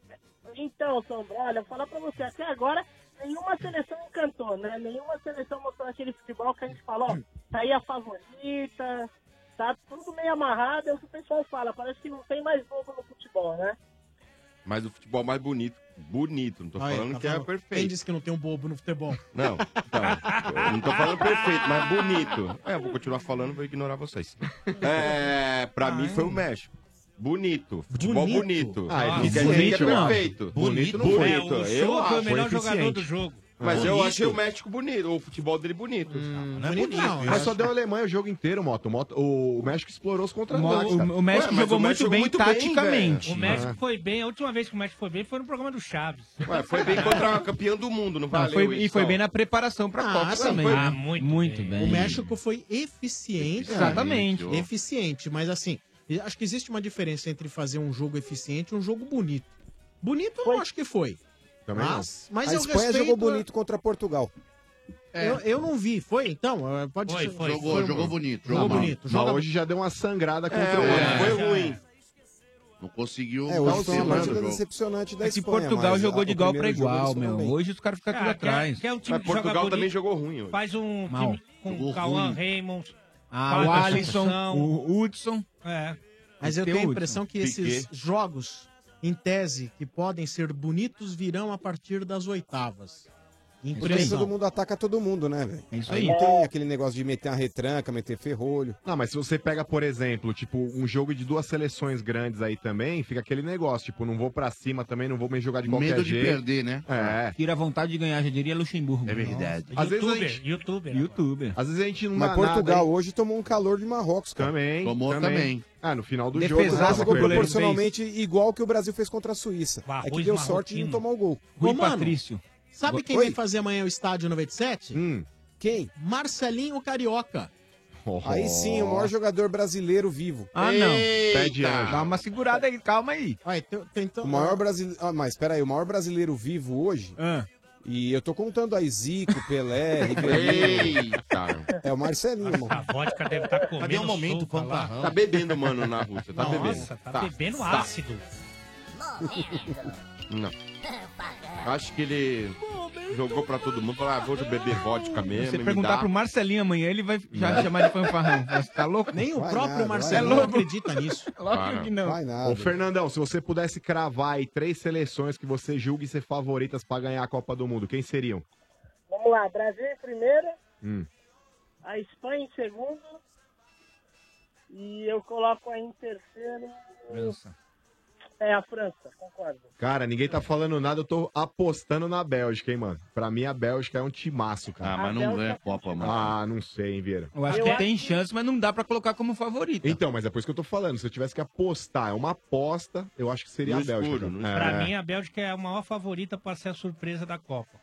Speaker 27: Então, Sombra, olha, vou falar pra você, até agora nenhuma seleção encantou, né? Nenhuma seleção mostrou aquele futebol que a gente falou, ó, tá aí a favorita, tá tudo meio amarrado, é o que o pessoal fala, parece que não tem mais jogo no futebol, né?
Speaker 17: Mas o futebol mais bonito. Bonito, não tô
Speaker 10: Aí,
Speaker 17: falando
Speaker 10: tá
Speaker 17: que é
Speaker 10: vendo? Quem
Speaker 17: perfeito.
Speaker 10: disse que não tem um bobo no futebol?
Speaker 17: Não, então, eu não tô falando perfeito, mas bonito. É, eu vou continuar falando, vou ignorar vocês. É, pra mim foi o México. Bonito. Futebol bonito.
Speaker 9: Ah, é
Speaker 17: Não quer
Speaker 9: bonito,
Speaker 17: dizer que é
Speaker 9: mano.
Speaker 17: perfeito.
Speaker 9: Bonito não foi.
Speaker 17: bonito.
Speaker 9: É, o
Speaker 17: eu
Speaker 9: Souza
Speaker 17: acho.
Speaker 9: foi o melhor jogador do
Speaker 2: jogo.
Speaker 17: Mas eu
Speaker 9: Bonito.
Speaker 17: achei o México bonito, o futebol dele bonito.
Speaker 9: Não é bonito, não. Mas só deu a Alemanha o jogo inteiro, Moto. O, Moto- o México explorou os contra-ataques.
Speaker 16: O-
Speaker 9: cara.
Speaker 16: o México
Speaker 9: Ué, mas
Speaker 16: jogou
Speaker 9: o
Speaker 16: muito
Speaker 9: México
Speaker 16: bem
Speaker 9: velho. É.
Speaker 12: O México foi bem, a última vez que o México foi bem foi no programa do Chaves.
Speaker 17: Ué, foi bem contra a campeã do mundo, não
Speaker 16: Não,
Speaker 17: valeu
Speaker 16: foi- e
Speaker 17: isso,
Speaker 16: foi
Speaker 17: não.
Speaker 16: bem na preparação pra
Speaker 10: Ah,
Speaker 16: Copa
Speaker 10: sim,
Speaker 16: também.
Speaker 10: foi. Ah,
Speaker 16: muito, muito bem.
Speaker 10: O México foi eficiente.
Speaker 16: Exatamente.
Speaker 10: Né? Eficiente, mas assim, eu acho que existe uma diferença entre fazer um jogo eficiente e um jogo bonito. Bonito eu não acho que foi.
Speaker 15: Também não.
Speaker 10: mas, mas
Speaker 15: a
Speaker 10: eu
Speaker 15: Espanha
Speaker 10: respeito- é,
Speaker 15: jogou bonito contra Portugal.
Speaker 10: Eu, eu não vi, foi então? Eh, Pode
Speaker 15: Foi,
Speaker 10: ser-
Speaker 15: foi, Jogou- foi. jogou bonito,
Speaker 10: Jogou
Speaker 15: jogou mal.
Speaker 10: bonito.
Speaker 9: Mas
Speaker 10: joga-
Speaker 9: hoje já deu uma sangrada contra
Speaker 15: É,
Speaker 9: o
Speaker 15: hoje
Speaker 9: México.
Speaker 15: foi ruim.
Speaker 11: Não conseguiu.
Speaker 15: É, hoje foi uma
Speaker 11: né,
Speaker 15: partida decepcionante da
Speaker 16: É que
Speaker 15: Espanha.
Speaker 16: Portugal
Speaker 15: mas a-
Speaker 16: jogou
Speaker 15: o
Speaker 16: de igual pra
Speaker 15: primeiro jogo
Speaker 16: igual,
Speaker 15: eles
Speaker 16: meu.
Speaker 15: foram bem.
Speaker 16: Hoje os caras ficam tudo atrás.
Speaker 12: Ah, Quer o é um time que joga bonito, Faz um
Speaker 16: Mal.
Speaker 12: time com
Speaker 16: Jogou
Speaker 12: Cauã
Speaker 16: ruim.
Speaker 12: Raymond.
Speaker 16: Ah, o
Speaker 12: Fábio
Speaker 16: Alisson,
Speaker 12: Assunção.
Speaker 16: o Hudson.
Speaker 12: É.
Speaker 10: Mas eu
Speaker 16: Tem
Speaker 10: tenho a
Speaker 16: o
Speaker 10: impressão que
Speaker 16: Hudson.
Speaker 10: esses
Speaker 16: Piquet.
Speaker 10: jogos, em tese, que podem ser bonitos, virão a partir das oitavas.
Speaker 15: Porque todo
Speaker 10: Impressão.
Speaker 15: mundo ataca todo mundo, né, velho?
Speaker 9: É.
Speaker 10: isso
Speaker 15: aí.
Speaker 10: aí.
Speaker 15: Não tem aquele negócio de meter uma retranca, meter ferrolho.
Speaker 9: Não, mas se você pega, por exemplo, tipo, um jogo de duas seleções grandes aí também, fica aquele negócio, tipo, não vou pra cima também, não vou me jogar de qualquer
Speaker 16: Medo de
Speaker 9: jeito.
Speaker 16: perder,
Speaker 11: né?
Speaker 9: É.
Speaker 16: Tira a vontade de ganhar, já diria Luxemburgo. É verdade.
Speaker 9: Às vezes a
Speaker 12: Youtuber,
Speaker 9: gente-
Speaker 12: youtuber.
Speaker 16: Youtuber.
Speaker 9: Às vezes a gente não
Speaker 15: Mas
Speaker 9: dá
Speaker 15: Portugal
Speaker 9: nada, hein?
Speaker 15: hoje tomou um calor de Marrocos, cara.
Speaker 9: Também. Ah, no final do
Speaker 15: Defesaço
Speaker 9: jogo. tava
Speaker 15: jogou
Speaker 9: perdendo.
Speaker 15: proporcionalmente igual que o Brasil fez contra a Suíça. é que
Speaker 10: Ruiz
Speaker 15: deu sorte de não tomar o gol.
Speaker 10: Rui Ô, mano, Patrício. Sabe quem
Speaker 15: Oi? Hum.
Speaker 10: vem fazer amanhã o estádio 97?
Speaker 15: Quem?
Speaker 10: Marcelinho Carioca.
Speaker 15: Aí sim, o maior jogador brasileiro vivo.
Speaker 16: Ah, não.
Speaker 15: Pé de anjo.
Speaker 16: Dá uma segurada aí, calma aí.
Speaker 15: então, O maior brasileiro. Ah, mas peraí, o maior brasileiro vivo hoje. E eu tô contando aí Zico, (laughs) Pelé, Ribeirinho. É o Marcelinho, mano.
Speaker 12: A vodka deve estar
Speaker 9: Tá
Speaker 12: comendo.
Speaker 15: Cadê o momento,
Speaker 12: sopa lá.
Speaker 15: fanfarrão? Tá bebendo, mano, na
Speaker 17: Rússia,
Speaker 15: tá
Speaker 12: Nossa,
Speaker 15: bebendo.
Speaker 12: tá,
Speaker 17: Tá,
Speaker 12: bebendo
Speaker 17: tá.
Speaker 12: ácido.
Speaker 17: Não. Acho que ele jogou pra todo mundo. Falou, ah, vou beber vodka mesmo.
Speaker 16: Você
Speaker 17: e me
Speaker 16: perguntar
Speaker 17: dá.
Speaker 16: pro Marcelinho amanhã, ele vai já
Speaker 17: Não.
Speaker 16: chamar de fanfarrão. Você tá louco?
Speaker 10: Nem o
Speaker 16: Vai
Speaker 10: próprio
Speaker 16: nada, vai
Speaker 10: Marcelinho
Speaker 16: nada.
Speaker 10: acredita nisso.
Speaker 16: Lógico que não.
Speaker 9: Ô, Fernandão, se você pudesse cravar aí três seleções que você julgue ser favoritas pra ganhar a Copa do Mundo, quem seriam?
Speaker 27: Vamos lá, Brasil em primeiro,
Speaker 9: Hum.
Speaker 27: a Espanha em segundo. E eu coloco aí em terceiro. É a França, concordo.
Speaker 9: Cara, ninguém tá falando nada, eu tô apostando na Bélgica, hein, mano. Pra mim, a Bélgica é um timaço, cara.
Speaker 16: Ah, mas não A Bélgica- ganha a
Speaker 9: Copa, mano. Ah, não sei, hein, Vieira.
Speaker 16: Eu acho que tem chance, mas não dá pra colocar como favorito.
Speaker 9: Então, mas é por isso que eu tô falando. Se eu tivesse que apostar, é uma aposta, eu acho que seria
Speaker 16: No
Speaker 9: a Bélgica.
Speaker 16: escuro, no
Speaker 9: é.
Speaker 16: escuro.
Speaker 12: Pra mim, a Bélgica é a maior favorita pra ser a surpresa da Copa.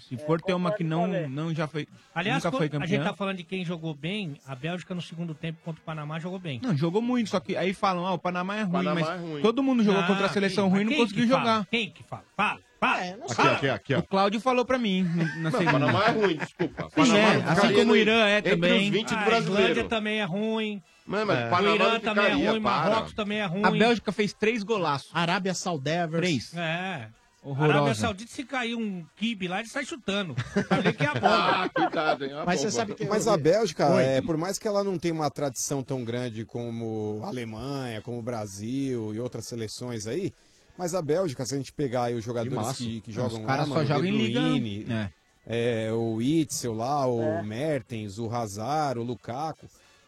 Speaker 16: Se for ter uma que não, não já foi.
Speaker 12: Aliás,
Speaker 16: nunca foi
Speaker 12: quando
Speaker 16: campeã.
Speaker 12: a gente tá falando de quem jogou bem, a Bélgica no segundo tempo contra o Panamá jogou bem.
Speaker 16: Não, jogou muito, só que aí falam, ah, o Panamá é ruim,
Speaker 12: Panamá
Speaker 16: mas
Speaker 12: é ruim.
Speaker 16: todo mundo jogou
Speaker 12: Ah,
Speaker 16: contra a seleção
Speaker 12: quem-
Speaker 16: ruim e
Speaker 12: mas
Speaker 16: não
Speaker 12: quem
Speaker 16: conseguiu
Speaker 12: que fala?
Speaker 16: jogar.
Speaker 12: Quem que fala? Fala, fala. É, não
Speaker 16: Aqui, aqui,
Speaker 9: aqui,
Speaker 16: O Cláudio falou pra mim
Speaker 12: Não,
Speaker 16: na semana.
Speaker 12: Panamá é
Speaker 17: ruim, desculpa.
Speaker 16: Sim,
Speaker 17: Panamá
Speaker 16: é,
Speaker 17: não
Speaker 16: assim
Speaker 17: ficaria
Speaker 16: como o
Speaker 17: no-
Speaker 16: Irã é
Speaker 17: entre
Speaker 16: também.
Speaker 17: os 20 do
Speaker 12: a Ah, Islândia
Speaker 17: brasileiro.
Speaker 12: também é ruim.
Speaker 17: Mas,
Speaker 16: mas Panamá
Speaker 12: o Irã
Speaker 16: não
Speaker 12: também é
Speaker 16: ficaria,
Speaker 12: ruim,
Speaker 16: para.
Speaker 12: Marrocos também é ruim.
Speaker 16: A Bélgica fez três golaços.
Speaker 10: Arábia Saudevers.
Speaker 16: Três.
Speaker 12: É.
Speaker 16: Horrorosa.
Speaker 12: Arábia Saudita, se cair um kibe lá, ele sai chutando. Sabe que é a bola.
Speaker 17: Ah, cuidado, hein? É
Speaker 12: Mas você sabe que-
Speaker 15: Mas a Bélgica,
Speaker 12: Oi.
Speaker 15: é, por mais que ela não tenha uma tradição tão grande como a Alemanha, como o Brasil e outras seleções aí, mas a Bélgica, se a gente pegar aí os jogadores
Speaker 16: Timaço.
Speaker 15: que, que
Speaker 16: Os
Speaker 15: jogam lá,
Speaker 16: caras só
Speaker 15: mano, o De
Speaker 16: jogam em
Speaker 15: Bruyne,
Speaker 16: liga, né?
Speaker 15: é, o Itzel lá, o
Speaker 16: É.
Speaker 15: Mertens, o Hazard, o Lukaku,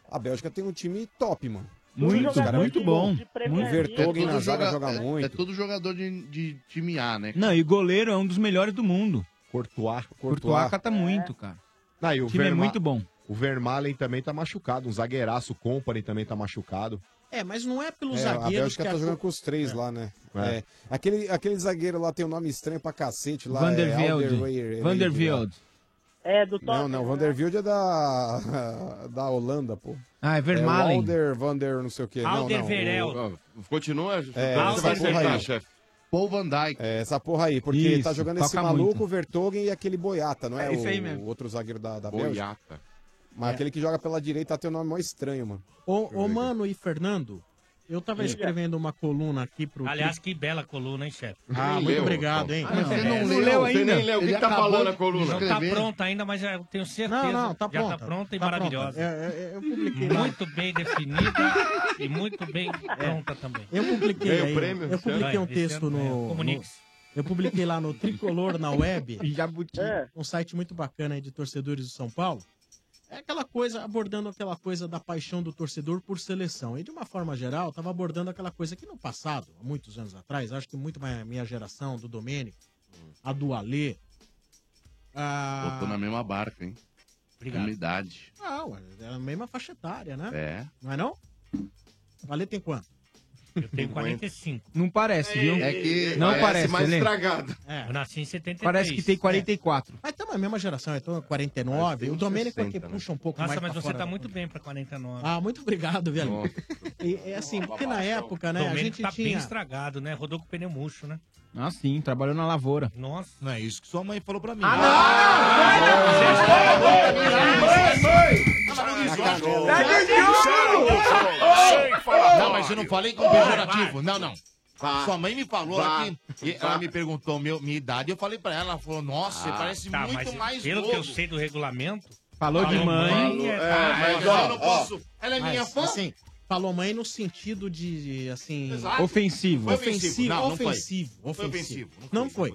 Speaker 15: a Bélgica tem um time top, mano.
Speaker 16: Muito,
Speaker 15: Os caras
Speaker 16: muito
Speaker 15: é
Speaker 16: bom.
Speaker 15: Muito. O Vertonghen
Speaker 11: É
Speaker 15: na
Speaker 11: tudo
Speaker 15: zaga
Speaker 11: joga-
Speaker 15: joga
Speaker 11: é-
Speaker 15: muito.
Speaker 11: É todo jogador de, de time A, né?
Speaker 16: Não, e goleiro é um dos melhores do mundo.
Speaker 9: Courtois.
Speaker 16: Courtois
Speaker 9: tá
Speaker 16: cata muito, cara.
Speaker 9: Ah, e
Speaker 16: O time é muito bom.
Speaker 9: O Vermaelen também tá machucado. Um zagueiraço, o Company também tá machucado.
Speaker 10: É, mas não é pelos
Speaker 15: É,
Speaker 10: zagueiros
Speaker 15: a Bélgica
Speaker 10: que
Speaker 15: tá
Speaker 10: a
Speaker 15: jogando
Speaker 10: Copa-
Speaker 15: com os três lá, né?
Speaker 9: É.
Speaker 15: É. Aquele, aquele zagueiro lá tem um nome estranho pra cacete lá.
Speaker 16: Van der
Speaker 15: é
Speaker 16: Velde.
Speaker 15: Alderweireld,
Speaker 16: Van der Velde.
Speaker 27: É, do
Speaker 15: Não, não, Van der Velde é da, (laughs) da Holanda, pô.
Speaker 16: Ah, é
Speaker 15: É
Speaker 16: Vermaelen.
Speaker 15: o Alder, Van der não sei o quê. Não, não, o-
Speaker 17: Continua,
Speaker 15: É,
Speaker 17: Alder
Speaker 15: essa porra aí.
Speaker 17: Vermaelen, chefe.
Speaker 11: Paul Van Dijk.
Speaker 15: É, essa porra aí, porque
Speaker 17: Isso,
Speaker 15: tá jogando esse
Speaker 17: toca
Speaker 15: maluco,
Speaker 17: muito.
Speaker 15: o Vertogen e aquele Boiata, não é?
Speaker 16: É isso
Speaker 15: o,
Speaker 16: aí mesmo.
Speaker 15: o outro zagueiro da, da Bélgica.
Speaker 17: Boiata.
Speaker 15: Mas
Speaker 10: É.
Speaker 15: aquele que joga pela direita tem um nome mó estranho, mano.
Speaker 10: Ô, ô, Mano e Fernando, eu tava
Speaker 15: Sim.
Speaker 10: escrevendo uma coluna aqui pro...
Speaker 12: Aliás, que bela coluna, hein, chefe?
Speaker 10: Ah, muito obrigado, hein? tá
Speaker 12: Não tá pronta ainda, mas já eu tenho certeza.
Speaker 10: Não, não, tá
Speaker 12: já
Speaker 10: pronta.
Speaker 12: tá pronta e
Speaker 10: Tá
Speaker 12: maravilhosa.
Speaker 10: pronta. É, é, eu publiquei lá.
Speaker 12: Muito bem definida e muito bem pronta também.
Speaker 10: Eu publiquei
Speaker 12: Ganhou
Speaker 10: aí,
Speaker 12: prêmio
Speaker 10: eu
Speaker 12: esse
Speaker 10: publiquei
Speaker 12: ano?
Speaker 10: um
Speaker 12: Esse ano
Speaker 10: texto no,
Speaker 12: ganhou. Comunique-se.
Speaker 10: no- eu publiquei lá no Tricolor na web,
Speaker 16: Jabuti.
Speaker 10: um site muito bacana aí de torcedores do São Paulo. É aquela coisa abordando aquela coisa da paixão do torcedor por seleção. E de uma forma geral, estava abordando aquela coisa que no passado, há muitos anos atrás, acho que muito mais a minha geração do Domênico, a do Alê, a-
Speaker 11: Botou na mesma barca, hein?
Speaker 10: Obrigado.
Speaker 11: Mesma idade.
Speaker 10: Ah, ué, era a mesma faixa etária, né?
Speaker 11: É.
Speaker 10: Não é não? O Alê tem quanto?
Speaker 12: Eu tenho
Speaker 16: 45. Não parece, viu?
Speaker 10: É que
Speaker 16: não
Speaker 10: parece
Speaker 16: parece,
Speaker 10: mais
Speaker 16: né?
Speaker 10: estragado. É.
Speaker 12: Eu nasci em 73.
Speaker 16: Parece que tem
Speaker 12: é.
Speaker 16: 44.
Speaker 10: Mas estamos na mesma geração, então 49. O Domênico é que
Speaker 16: 60, né?
Speaker 10: puxa um pouco
Speaker 12: Nossa,
Speaker 10: mais
Speaker 12: mas
Speaker 10: pra
Speaker 12: você
Speaker 10: fora
Speaker 12: tá
Speaker 10: da-
Speaker 12: muito bem pra 49.
Speaker 10: Ah, muito obrigado, velho. E, é assim, porque na época, né, a
Speaker 12: Domênico
Speaker 10: gente
Speaker 12: tá bem
Speaker 10: tinha...
Speaker 12: estragado, né? Rodou com o pneu murcho, né?
Speaker 16: Ah, sim, trabalhou na lavoura.
Speaker 12: Nossa.
Speaker 4: Não é isso que sua mãe falou pra mim.
Speaker 12: Ah,
Speaker 4: Não, mas eu não falei com pejorativo. Não, não.
Speaker 28: Vai.
Speaker 4: Sua mãe me falou
Speaker 28: Vai.
Speaker 4: aqui. e Ela me perguntou meu- minha idade. Eu falei pra ela. Ela falou, nossa, você
Speaker 12: Ah,
Speaker 4: parece
Speaker 12: tá,
Speaker 4: muito
Speaker 12: mas
Speaker 4: mais
Speaker 12: Pelo
Speaker 4: novo.
Speaker 12: que eu sei do regulamento...
Speaker 16: Falou de mãe.
Speaker 12: é,
Speaker 4: Ah,
Speaker 12: mas
Speaker 4: mas
Speaker 12: ó,
Speaker 4: eu não posso. Ela é
Speaker 10: Mas,
Speaker 4: minha fã.
Speaker 10: Assim, falou mãe no sentido de, assim...
Speaker 4: Exato.
Speaker 16: Ofensivo.
Speaker 4: Foi ofensivo.
Speaker 10: Ofensivo,
Speaker 4: Não, não foi.
Speaker 10: ofensivo.
Speaker 4: Foi
Speaker 10: ofensivo.
Speaker 4: ofensivo,
Speaker 10: Não foi.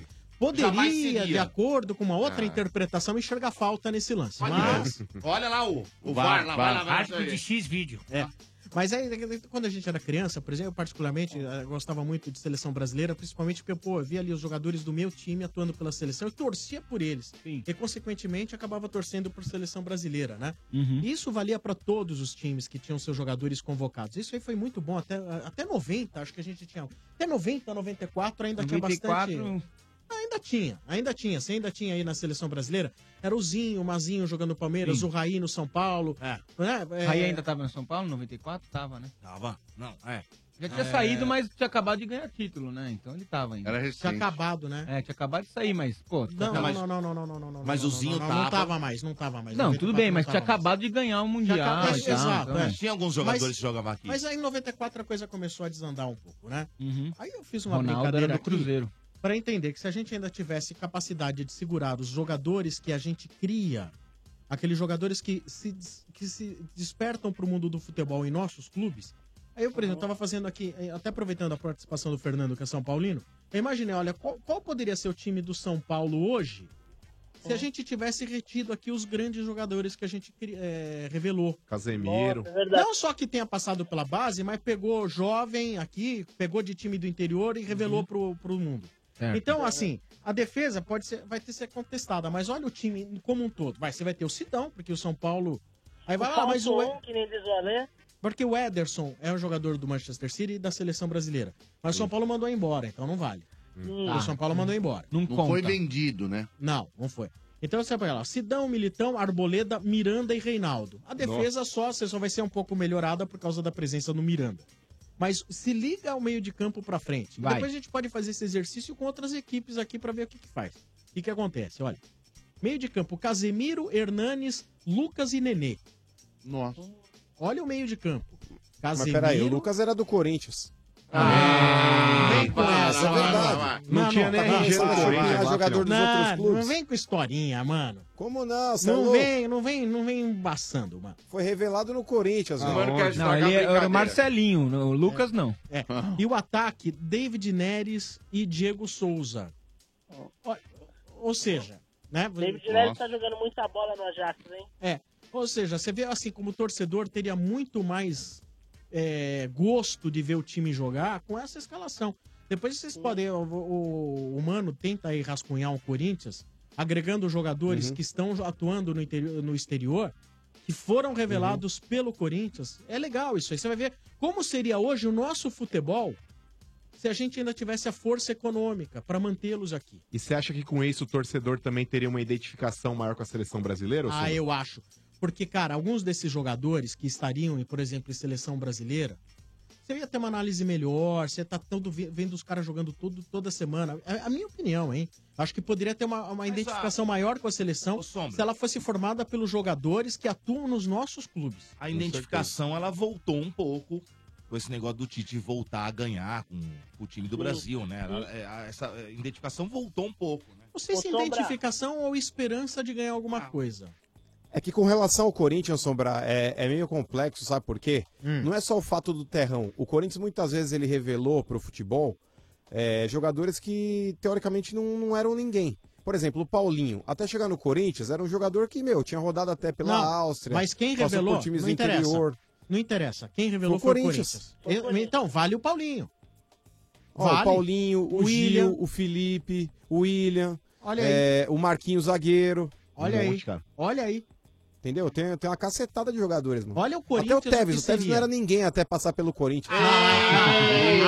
Speaker 4: Jamais
Speaker 10: Poderia,
Speaker 4: seria.
Speaker 10: de acordo com uma outra
Speaker 4: Ah.
Speaker 10: interpretação, enxergar falta nesse lance.
Speaker 4: Olha,
Speaker 10: Mas...
Speaker 4: olha lá o, o
Speaker 10: Vai,
Speaker 4: VAR, lá,
Speaker 10: vai.
Speaker 4: vai lá, vai lá.
Speaker 10: Árbitro de
Speaker 12: X vídeo.
Speaker 10: É. Mas aí, quando a gente era criança, por exemplo, eu particularmente eh, gostava muito de seleção brasileira, principalmente porque, pô, eu via ali os jogadores do meu time atuando pela seleção e torcia por eles. E, consequentemente, acabava torcendo por seleção brasileira, né?
Speaker 16: Uhum.
Speaker 10: Isso valia para todos os times que tinham seus jogadores convocados. Isso aí foi muito bom, até, até 90, acho que a gente tinha. Até 90, 94 ainda tinha bastante.
Speaker 16: 94.
Speaker 10: Ainda tinha, ainda tinha. Você ainda tinha aí na seleção brasileira. Era o Zinho, o Mazinho jogando no Palmeiras,
Speaker 16: Sim.
Speaker 10: o Raí no São Paulo. né? É,
Speaker 16: Aí ainda tava no São Paulo, 94? Tava, né?
Speaker 4: Tava. Não, é.
Speaker 16: Já tinha
Speaker 10: É.
Speaker 16: saído, mas tinha acabado de ganhar título, né? Então ele tava ainda.
Speaker 10: Era recente. Tinha acabado, né?
Speaker 16: É, tinha acabado de sair, mas, pô...
Speaker 10: Não, não,
Speaker 16: mas...
Speaker 10: não, não, não, não, não, não, não.
Speaker 16: mas
Speaker 10: não,
Speaker 16: o Zinho
Speaker 10: não, não, Não
Speaker 16: tava.
Speaker 10: tava mais, não tava mais. tá
Speaker 16: Não, tudo
Speaker 10: 94
Speaker 16: bem, mas
Speaker 10: não
Speaker 16: tinha
Speaker 10: tava mais.
Speaker 16: acabado de ganhar o Mundial.
Speaker 10: Já acabou-
Speaker 16: e tal,
Speaker 10: exato,
Speaker 16: então,
Speaker 10: é.
Speaker 16: é.
Speaker 10: Mas- Mas aí em 94 a coisa começou a desandar um pouco, né? Aí eu fiz uma
Speaker 16: Uhum. Ronaldo
Speaker 10: brincadeira
Speaker 16: era do
Speaker 10: aqui
Speaker 16: Cruzeiro.
Speaker 10: Pra entender que se a gente ainda tivesse capacidade de segurar os jogadores que a gente cria, aqueles jogadores que se, des- que se despertam pro mundo do futebol em nossos clubes, aí eu, por exemplo, tava fazendo aqui, eh, até aproveitando a participação do Fernando, que é São Paulino, eu imaginei, olha, qual, qual poderia ser o time do São Paulo hoje se a gente tivesse retido aqui os grandes jogadores que a gente cri- eh, revelou?
Speaker 9: Casemiro.
Speaker 10: Não só que tenha passado pela base, mas pegou jovem aqui, pegou de time do interior e revelou pro, pro mundo.
Speaker 16: Certo.
Speaker 10: Então, assim, a defesa pode ser, vai ter que ser contestada, mas olha o time como um todo. Vai, você vai ter o Sidão, porque o São Paulo. Aí vai, ah, mas o.
Speaker 27: um que nem diz o Alê.
Speaker 10: Porque o Ederson é um jogador do Manchester City e da seleção brasileira. Mas o São Paulo mandou embora, então não vale.
Speaker 11: Hum.
Speaker 10: O São Paulo mandou embora.
Speaker 11: Não Não foi conta. vendido, né?
Speaker 10: Não, não foi. Então você vai lá, Sidão, Militão, Arboleda, Miranda e Reinaldo. A defesa só, você só vai ser um pouco melhorada por causa da presença do Miranda. Mas se liga ao meio de campo pra frente.
Speaker 16: Vai.
Speaker 10: Depois a gente pode fazer esse exercício com outras equipes aqui pra ver o que, que faz. O que, que acontece? Olha. Meio de campo, Casemiro, Hernanes, Lucas e Nenê.
Speaker 11: Nossa.
Speaker 10: Olha o meio de campo.
Speaker 15: Mas
Speaker 10: Casemiro.
Speaker 15: peraí, o Lucas era do Corinthians.
Speaker 10: Ah, Vem com essa,
Speaker 15: é
Speaker 10: mano.
Speaker 15: verdade.
Speaker 10: Não, não, tá bom,
Speaker 15: do
Speaker 10: vai, vai,
Speaker 15: Corinthians,
Speaker 10: vai,
Speaker 15: jogador dos
Speaker 10: não,
Speaker 15: outros clubes.
Speaker 10: Não vem com historinha, mano.
Speaker 15: Como não? Você é
Speaker 10: Não
Speaker 15: louco?
Speaker 10: vem, não vem, não vem embaçando, mano. Ah.
Speaker 15: Foi revelado no Corinthians,
Speaker 16: Não, não, ele era o Marcelinho, não, o Lucas não.
Speaker 10: É. E o ataque, David Neres e Diego Souza. Ó, Ou seja, né?
Speaker 27: David Neres tá jogando muita bola no Ajax, hein?
Speaker 10: É. Ou seja, você vê assim, como torcedor, teria muito mais é, gosto de ver o time jogar com essa escalação. Depois vocês podem. O, o, o Mano tenta aí rascunhar o Corinthians, agregando jogadores
Speaker 15: Uhum.
Speaker 10: que estão jo- atuando no, interior- no exterior, que foram revelados pelo Corinthians. É legal isso aí. Você vai ver como seria hoje o nosso futebol se a gente ainda tivesse a força econômica para mantê-los aqui.
Speaker 9: E você acha que com isso o torcedor também teria uma identificação maior com a seleção brasileira? ou
Speaker 10: Ah,
Speaker 9: sim?
Speaker 10: eu acho. Porque, cara, alguns desses jogadores que estariam, em, por exemplo, em seleção brasileira, você ia ter uma análise melhor, você tá todo, ve- vendo os caras jogando tudo, toda semana. É a minha opinião, hein? Acho que poderia ter uma,
Speaker 4: ah,
Speaker 10: uma identificação maior com a seleção se ela fosse formada pelos jogadores que atuam nos nossos clubes.
Speaker 4: A identificação, ela voltou um pouco com esse negócio do Tite voltar a ganhar com, com o time do
Speaker 10: Sim.
Speaker 4: Brasil, né? Ela- é, a- essa é, identificação voltou um pouco, né? Ah.
Speaker 10: Não sei se é
Speaker 4: Ô, Sombra.
Speaker 10: identificação ou esperança de ganhar alguma coisa.
Speaker 15: É que com relação ao Corinthians, Sombra, é, é meio complexo, sabe por quê?
Speaker 10: Hum.
Speaker 15: Não é só o fato do terrão. O Corinthians muitas vezes ele revelou pro futebol é, jogadores que teoricamente não, não eram ninguém. Por exemplo, o Paulinho, até chegar no Corinthians, era um jogador que, meu, tinha rodado até pela
Speaker 10: Não,
Speaker 15: Áustria.
Speaker 10: Mas quem
Speaker 15: passou por
Speaker 10: revelou?
Speaker 15: times
Speaker 10: não
Speaker 15: do
Speaker 10: interessa.
Speaker 15: interior.
Speaker 10: Não interessa. Quem revelou
Speaker 15: Foi o
Speaker 10: foi o
Speaker 15: Corinthians.
Speaker 10: Corinthians. Eu- Então, vale o Paulinho.
Speaker 15: Ó, o Paulinho, o,
Speaker 10: William.
Speaker 15: Gil, o Felipe, o William,
Speaker 10: Olha
Speaker 15: é, o Marquinhos zagueiro.
Speaker 10: Olha Um aí, monte, cara. olha aí.
Speaker 15: Entendeu? Tem, tem uma cacetada de jogadores, mano.
Speaker 10: Olha o
Speaker 15: Corinthians. Até o
Speaker 10: o
Speaker 15: Tevez.
Speaker 10: que
Speaker 15: O Tevez não
Speaker 10: seria.
Speaker 15: era ninguém até passar pelo Corinthians.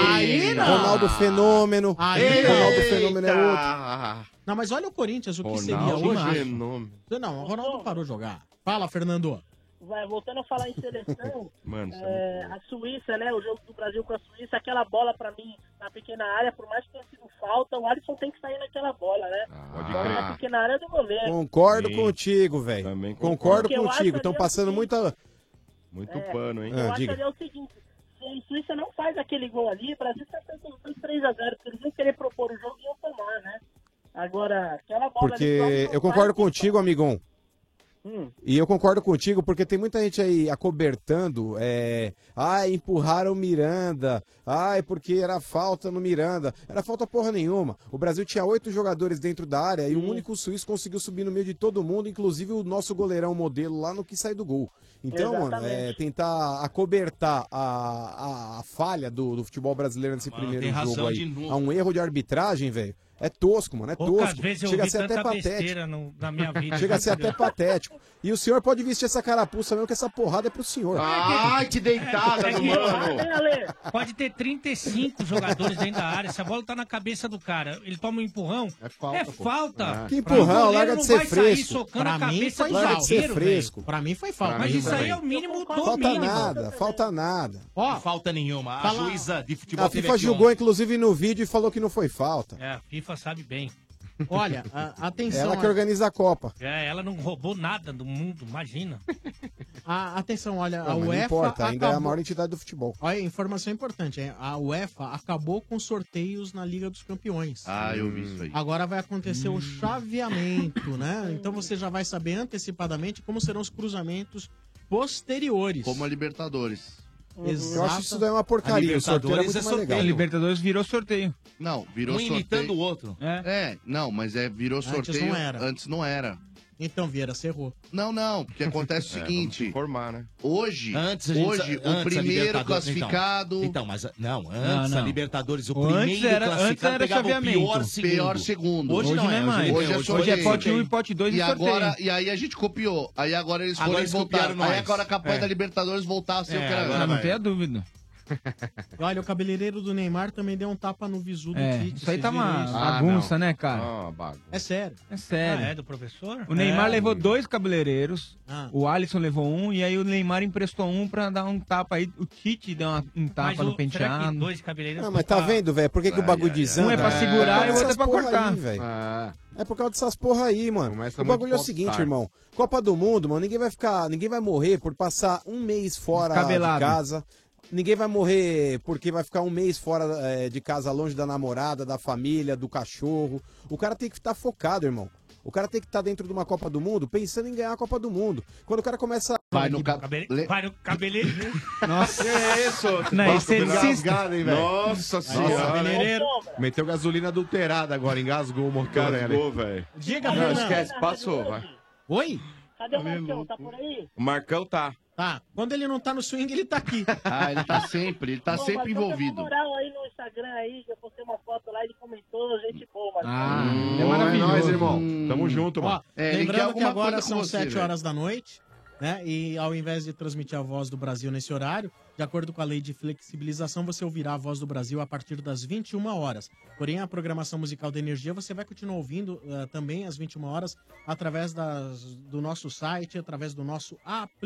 Speaker 10: Aí não.
Speaker 15: Ronaldo Fenômeno.
Speaker 10: Aí não.
Speaker 15: Um Ronaldo Fenômeno é outro.
Speaker 10: Não, mas olha o Corinthians, o que
Speaker 15: Ronaldo
Speaker 10: seria hoje.
Speaker 15: Fenômeno.
Speaker 10: Não, o Ronaldo parou de jogar. Fala, Fernando.
Speaker 27: Vai, voltando a falar em
Speaker 15: (laughs)
Speaker 27: seleção,
Speaker 10: Mano, isso
Speaker 27: é, a Suíça, né? O jogo do Brasil com a Suíça, aquela bola pra mim na pequena área, por mais que tenha sido falta, o Alisson tem que sair naquela bola, né?
Speaker 15: Ah, pode
Speaker 27: bola
Speaker 15: crer.
Speaker 27: na pequena área do goleiro.
Speaker 15: Concordo contigo, velho. Concordo,
Speaker 27: Porque eu acho
Speaker 15: contigo. Estão
Speaker 27: ali
Speaker 15: passando
Speaker 27: assim-
Speaker 15: muita.
Speaker 17: Muito
Speaker 27: É, Eu
Speaker 15: Ah,
Speaker 27: acho
Speaker 15: diga.
Speaker 27: ali é o seguinte, se a Suíça não faz aquele gol ali, o Brasil tá com
Speaker 2: um
Speaker 27: 3x0, porque eles vão querer propor o jogo e iam tomar, né? Agora, aquela bola ali... só
Speaker 15: Porque
Speaker 27: não
Speaker 15: eu
Speaker 27: vai-
Speaker 15: concordo contigo, amigão.
Speaker 27: Hum.
Speaker 15: E eu concordo contigo, porque tem muita gente aí acobertando. É... Ah, empurraram o Miranda. Ai, porque era falta no Miranda. Era falta porra nenhuma. O Brasil tinha oito jogadores dentro da área e o único suíço conseguiu subir no meio de todo mundo, inclusive o nosso goleirão modelo lá no que sai do gol. Então, mano,
Speaker 9: Exatamente.
Speaker 15: é, tentar acobertar a, a, a falha do, do futebol brasileiro nesse primeiro
Speaker 12: Ah,
Speaker 4: tem razão
Speaker 15: jogo aí. É
Speaker 4: de novo.
Speaker 15: A um erro de arbitragem, velho. É tosco, mano, é
Speaker 12: Poucas
Speaker 15: tosco.
Speaker 12: vezes eu
Speaker 15: Chega a
Speaker 12: vi
Speaker 15: ser até
Speaker 12: tanta
Speaker 15: patético.
Speaker 12: besteira no- na minha vida.
Speaker 15: Chega a ser até
Speaker 12: entendeu?
Speaker 15: patético. E o senhor pode vestir essa carapuça mesmo que essa porrada é pro senhor.
Speaker 11: Ai, que deitada
Speaker 12: É
Speaker 11: do
Speaker 12: que-
Speaker 11: mano.
Speaker 12: Pode ter 35 jogadores dentro da área. Se a bola tá na cabeça do cara, ele toma um empurrão. É falta. É
Speaker 15: pô.
Speaker 12: falta.
Speaker 10: Ah.
Speaker 15: É. Que empurrão,
Speaker 12: O goleiro
Speaker 15: larga de
Speaker 12: não
Speaker 15: ser
Speaker 12: vai Sair
Speaker 15: fresco.
Speaker 12: socando
Speaker 15: Pra
Speaker 12: a
Speaker 15: mim,
Speaker 12: cabeça
Speaker 15: foi
Speaker 12: do
Speaker 15: falta. Ser
Speaker 12: zagueiro,
Speaker 15: fresco.
Speaker 12: velho. Pra mim foi falta.
Speaker 15: Pra
Speaker 12: Mas
Speaker 15: mim
Speaker 12: isso aí
Speaker 15: também.
Speaker 12: é o mínimo do
Speaker 15: Falta
Speaker 12: mínimo.
Speaker 15: nada, falta nada.
Speaker 12: Ó,
Speaker 4: falta nenhuma. A
Speaker 12: fala-
Speaker 4: juíza de futebol
Speaker 15: A
Speaker 4: teve
Speaker 15: FIFA
Speaker 4: aqui um-
Speaker 15: julgou,
Speaker 4: ontem.
Speaker 15: inclusive, no vídeo e falou que não foi falta.
Speaker 12: É, a FIFA sabe bem.
Speaker 10: Olha, a- atenção.
Speaker 15: Ela que
Speaker 10: a-
Speaker 15: organiza a Copa.
Speaker 12: (laughs) É, ela não roubou nada do mundo, imagina.
Speaker 10: a- Ah, atenção, olha,
Speaker 15: Não,
Speaker 10: a
Speaker 15: mas
Speaker 10: UEFA.
Speaker 15: não importa, ainda é a
Speaker 10: acabou-
Speaker 15: maior entidade do futebol.
Speaker 10: Olha, informação importante, hein? a UEFA acabou com sorteios na Liga dos Campeões.
Speaker 11: Ah, eu vi isso aí.
Speaker 10: Agora vai acontecer o chaveamento, né? Então você já vai saber antecipadamente como serão os cruzamentos posteriores. Como
Speaker 11: a Libertadores.
Speaker 10: Exato.
Speaker 15: Uhum. Eu acho isso daí é uma porcaria. O sorteio era muito mais legal.
Speaker 16: A Libertadores virou sorteio.
Speaker 11: Não, virou sorteio. É. não, mas é, virou
Speaker 10: Antes
Speaker 11: sorteio.
Speaker 10: não era.
Speaker 11: Antes não era.
Speaker 10: Então, Vieira, você errou.
Speaker 11: Não, não, porque acontece o
Speaker 4: É, vamos
Speaker 11: seguinte.
Speaker 17: Informar, né?
Speaker 11: Hoje,
Speaker 4: Antes a gente-
Speaker 11: hoje
Speaker 4: antes a
Speaker 11: o primeiro
Speaker 4: Libertadores-
Speaker 11: classificado.
Speaker 4: Então, então, mas não, antes
Speaker 11: Não,
Speaker 4: a
Speaker 11: não.
Speaker 4: Libertadores, o
Speaker 11: Antes
Speaker 4: primeiro
Speaker 11: era- antes
Speaker 4: classificado
Speaker 11: era
Speaker 4: pegava o
Speaker 11: chaveamento.
Speaker 4: pior segundo.
Speaker 11: Pior segundo.
Speaker 4: Hoje,
Speaker 11: Hoje
Speaker 4: não,
Speaker 11: não
Speaker 4: é,
Speaker 11: é mais.
Speaker 4: Hoje,
Speaker 11: Hoje é sorteio. E agora- e aí a gente copiou. Aí agora eles
Speaker 4: Agora
Speaker 11: foram
Speaker 4: eles
Speaker 11: voltar.
Speaker 4: copiaram
Speaker 11: Aí
Speaker 4: nós.
Speaker 11: agora a campanha
Speaker 4: É.
Speaker 11: da Libertadores voltar a ser o que era.
Speaker 16: não tenha dúvida.
Speaker 10: Olha, o cabeleireiro do Neymar também deu um tapa no visu do
Speaker 16: É,
Speaker 10: Tite.
Speaker 16: isso aí
Speaker 10: vocês
Speaker 16: tá
Speaker 10: viram
Speaker 16: uma
Speaker 10: isso?
Speaker 4: Ah,
Speaker 16: bagunça, né, cara?
Speaker 10: É sério.
Speaker 16: É sério.
Speaker 12: Ah, é do professor?
Speaker 16: O Neymar
Speaker 12: É.
Speaker 16: levou dois cabeleireiros,
Speaker 12: Ah.
Speaker 16: o Alisson levou um, e aí o Neymar emprestou um pra dar um tapa aí. O Tite deu uma- um tapa
Speaker 12: Mas o-
Speaker 16: no
Speaker 12: será que
Speaker 16: penteado.
Speaker 12: dois cabeleireiros
Speaker 15: Ah, mas tá vendo, velho? Por que, que o bagulho tá- desanda?
Speaker 16: Um é pra segurar e o outro é
Speaker 15: Essas
Speaker 16: pra
Speaker 15: porra
Speaker 16: cortar.
Speaker 15: aí, velho.
Speaker 9: Ah.
Speaker 15: É por causa dessas porra aí, mano. o bagulho é o
Speaker 16: popstar.
Speaker 15: seguinte, irmão. Copa do Mundo, mano, ninguém vai ficar, ninguém vai morrer por passar um mês fora
Speaker 16: Descabelado.
Speaker 15: de casa. Ninguém vai morrer porque vai ficar um mês fora eh, de casa, longe da namorada, da família, do cachorro. O cara tem que estar focado, irmão. O cara tem que estar dentro de uma Copa do Mundo pensando em ganhar a Copa do Mundo. Quando o cara começa.
Speaker 11: Vai no ca-
Speaker 12: Cabele- Vai no cabeleireiro.
Speaker 15: Nossa.
Speaker 12: Que é isso?
Speaker 15: Não, esse
Speaker 9: Nossa,
Speaker 15: é
Speaker 9: engasgado,
Speaker 15: insista.
Speaker 9: hein, velho?
Speaker 15: Nossa
Speaker 10: senhora. cabeleireiro.
Speaker 9: Meteu gasolina adulterada agora, engasgou o né, motor.
Speaker 17: Engasgou, velho.
Speaker 10: Diga,
Speaker 17: Não,
Speaker 10: Fernando.
Speaker 17: esquece, passou, vai.
Speaker 10: Oi?
Speaker 2: Cadê o Marcão? Tá por aí?
Speaker 17: O Marcão tá.
Speaker 10: Tá, quando ele não tá no swing, ele tá aqui.
Speaker 11: Ah, ele tá sempre, ele tá
Speaker 2: Pô, Marcão, tem
Speaker 11: sempre
Speaker 2: uma
Speaker 11: envolvido.
Speaker 2: moral aí no Instagram aí, já postei uma foto lá, ele comentou, gente boa, Marcão.
Speaker 10: Ah.
Speaker 15: Hum.
Speaker 9: é maravilhoso. É nóis, irmão. Tamo junto, mano.
Speaker 10: Ó, lembrando que agora são 7 horas da noite, né? E ao invés de transmitir a voz do Brasil nesse horário, de acordo com a lei de flexibilização, você ouvirá a voz do Brasil a partir das 21 horas. Porém, a programação musical da Energia você vai continuar ouvindo eh, também às 21 horas através das- do nosso site, através do nosso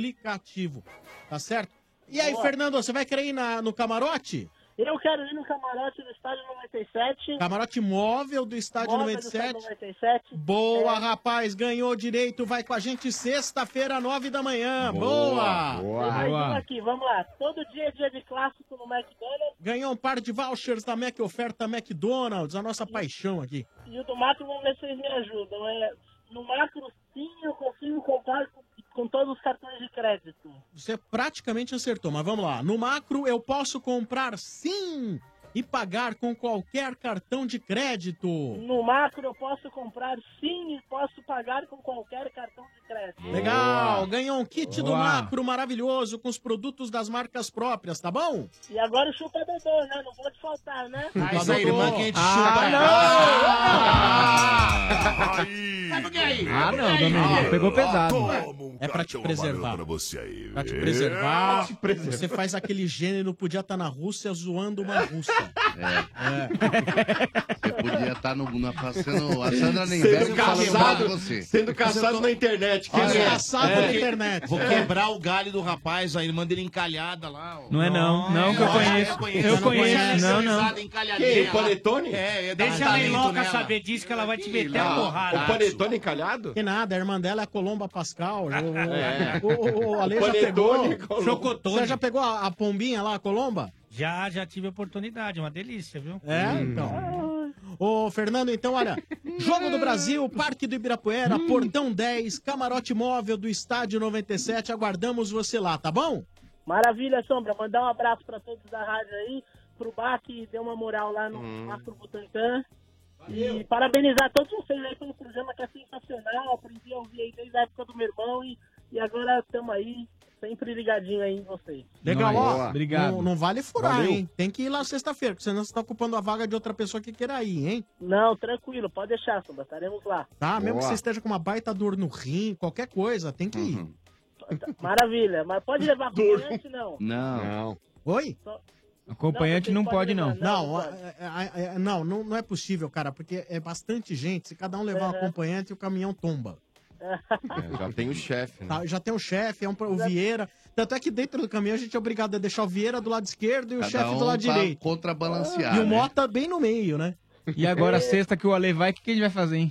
Speaker 10: aplicativo. Tá certo? E aí,
Speaker 2: Boa.
Speaker 10: Fernando, você vai querer ir na- no camarote?
Speaker 2: Eu quero ir no camarote do estádio 97.
Speaker 10: Camarote móvel do estádio
Speaker 2: Móvel do
Speaker 10: 97.
Speaker 2: estádio 97.
Speaker 10: Boa,
Speaker 2: É.
Speaker 10: rapaz, ganhou direito, vai com a gente sexta-feira, nove da manhã. Boa!
Speaker 2: Tem mais uma Então aqui, vamos lá. Todo dia é dia de clássico no McDonald's
Speaker 10: Ganhou um par de vouchers da Mac Oferta McDonald's, a nossa paixão aqui.
Speaker 2: e o do macro, vamos ver se vocês me ajudam. É, no macro, sim, eu consigo comprar com, com todos os cartões de crédito.
Speaker 10: Você praticamente acertou, mas vamos lá. No macro, eu posso comprar sim e pagar com qualquer cartão de crédito.
Speaker 2: No macro, eu posso comprar sim e posso pagar com qualquer cartão de crédito.
Speaker 10: Legal, ganhou um kit do
Speaker 2: Boa.
Speaker 10: macro maravilhoso com os produtos das marcas próprias, tá bom?
Speaker 2: E agora o chupa Dodô, né? Não pode faltar, né?
Speaker 10: Ah, isso aí, irmã, que a gente Ah,
Speaker 16: chupa.
Speaker 2: Sabe o que é aí?
Speaker 16: Ah, não, Domingão. Pegou pesado.
Speaker 10: É pra te preservar.
Speaker 29: Pra você aí.
Speaker 10: Pra te
Speaker 29: viu?
Speaker 10: preservar,
Speaker 29: um É Pra te preservar.
Speaker 10: você faz aquele gênero, podia estar na Rússia zoando uma russa.
Speaker 4: É.
Speaker 11: Você É. podia estar no, na, fazendo a Sandra Nemberg
Speaker 4: Sendo
Speaker 11: falando mal de
Speaker 4: casado-
Speaker 11: você.
Speaker 4: sendo casado na internet,
Speaker 10: Tá
Speaker 4: quem é? É. Vou quebrar o galho do rapaz, a irmã dele encalhada lá. ó. é,
Speaker 16: Não é não, não que eu conheço. Eu conheço, não, não.
Speaker 4: Que, panetone?
Speaker 11: É, é
Speaker 4: da-
Speaker 12: Deixa
Speaker 4: dá
Speaker 12: a
Speaker 4: talento
Speaker 12: Leiloca
Speaker 4: nela.
Speaker 12: saber disso que ela vai te meter a
Speaker 4: lá,
Speaker 12: porrada.
Speaker 4: o panetone
Speaker 10: encalhado? Que nada, a irmã dela é a Colomba Pascal. O,
Speaker 12: É.
Speaker 10: o, o, o Ale
Speaker 12: O
Speaker 10: já
Speaker 12: Panetone,
Speaker 10: pegou.
Speaker 12: Colomba. Chocotone.
Speaker 10: Você já pegou a, a pombinha lá, a Colomba?
Speaker 12: Já, já tive a oportunidade, uma delícia, viu? Hum.
Speaker 10: É, então. Ô, Fernando, então, olha. Jogo do Brasil, Parque do Ibirapuera,
Speaker 16: Hum.
Speaker 10: Portão 10, Camarote Móvel do Estádio 97. Aguardamos você lá, tá bom?
Speaker 2: Maravilha, Sombra. Mandar um abraço pra todos da rádio aí, pro Bach, que deu uma moral lá no Macro Butantan. E parabenizar todos
Speaker 27: um
Speaker 2: vocês
Speaker 27: né?
Speaker 2: aí pelo programa que é sensacional. Aprendi a ouvir aí desde a época do meu irmão e, e agora estamos aí.
Speaker 27: Sempre ligadinho aí em vocês.
Speaker 10: Legal, ó.
Speaker 16: Obrigado.
Speaker 10: Não, não vale furar,
Speaker 16: Valeu.
Speaker 10: hein? Tem que ir lá sexta-feira, porque senão você tá ocupando a vaga de outra pessoa que queira ir, hein?
Speaker 27: Não, tranquilo, pode deixar, Sombra. Estaremos lá.
Speaker 10: Tá? Mesmo que você esteja com uma baita dor no rim, qualquer coisa, tem que
Speaker 11: Uhum.
Speaker 10: ir.
Speaker 27: Então, Maravilha, mas pode levar acompanhante, não.
Speaker 10: Não.
Speaker 16: Não.
Speaker 10: Oi?
Speaker 27: Só-
Speaker 16: Acompanhante não, pode, não.
Speaker 10: Não, a- a- a- não, não, não é possível, cara, porque é bastante gente. Se cada um levar um
Speaker 27: Uhum.
Speaker 10: acompanhante, o caminhão tomba.
Speaker 17: É, já tem o chefe,
Speaker 11: Uhum.
Speaker 17: né?
Speaker 10: Tá, já tem o chefe, é um, pro- o Vieira. Tanto é que dentro do caminhão a gente é obrigado a deixar o Vieira do lado esquerdo e o
Speaker 11: Cada
Speaker 10: chefe
Speaker 11: um
Speaker 10: do lado
Speaker 11: pra
Speaker 10: direito.
Speaker 11: contrabalancear,
Speaker 10: E o
Speaker 11: né?
Speaker 10: Mota bem no meio, né?
Speaker 16: E agora, sexta que o Ale vai, o que, que a gente vai fazer, hein?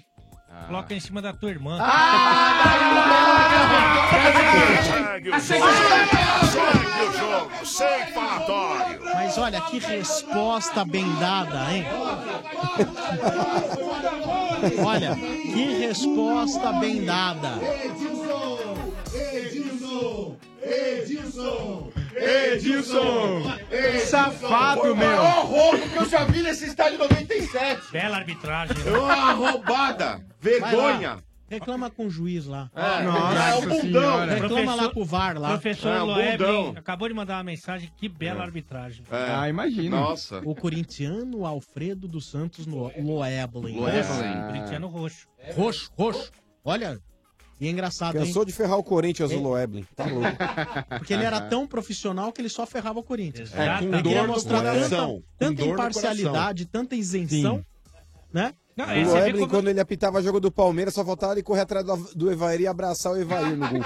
Speaker 12: Ah. Coloca em cima da tua irmã.
Speaker 28: Ah,
Speaker 12: Ah,
Speaker 28: Ah.
Speaker 3: Segue o jogo, sem falatório.
Speaker 10: Mas olha, que resposta bem dada, hein? (laughs) Olha, que resposta bem dada.
Speaker 28: Edilson! Edilson! Edilson! Edilson! Edilson!
Speaker 10: Safado,
Speaker 28: Foi o
Speaker 10: meu.
Speaker 28: maior roubo que eu já vi nesse estádio 97!
Speaker 12: Bela arbitragem.
Speaker 28: É uma roubada!
Speaker 10: Vai
Speaker 28: Vergonha!
Speaker 10: lá, Reclama com o juiz lá.
Speaker 28: É, Nossa é um bundão. senhora.
Speaker 10: Reclama lá
Speaker 12: Professor-
Speaker 10: pro VAR lá.
Speaker 12: Professor
Speaker 10: É, um
Speaker 12: Loeb
Speaker 10: bundão.
Speaker 12: acabou de mandar uma mensagem. Que bela
Speaker 28: É.
Speaker 12: arbitragem.
Speaker 16: Ah, imagina.
Speaker 17: Nossa.
Speaker 10: O corintiano Alfredo dos Santos no Loeblen.
Speaker 12: Loeblen. Corintiano roxo.
Speaker 10: Roxo, roxo. Olha, e é engraçado, hein?
Speaker 15: Cansou de ferrar o Corinthians,
Speaker 10: É.
Speaker 15: o Loeblin. Tá louco.
Speaker 10: (laughs) Porque ele era tão profissional que ele só ferrava o Corinthians.
Speaker 15: É, com
Speaker 10: ele
Speaker 15: dor
Speaker 10: queria
Speaker 15: no
Speaker 10: mostrar tanta,
Speaker 15: coração.
Speaker 10: tanta
Speaker 15: Com dor no
Speaker 10: imparcialidade, tanta isenção, né?
Speaker 15: o Loeblin, quando ele apitava jogo do Palmeiras, só faltava ele correr atrás do, do Evair e abraçar o Evair no gol.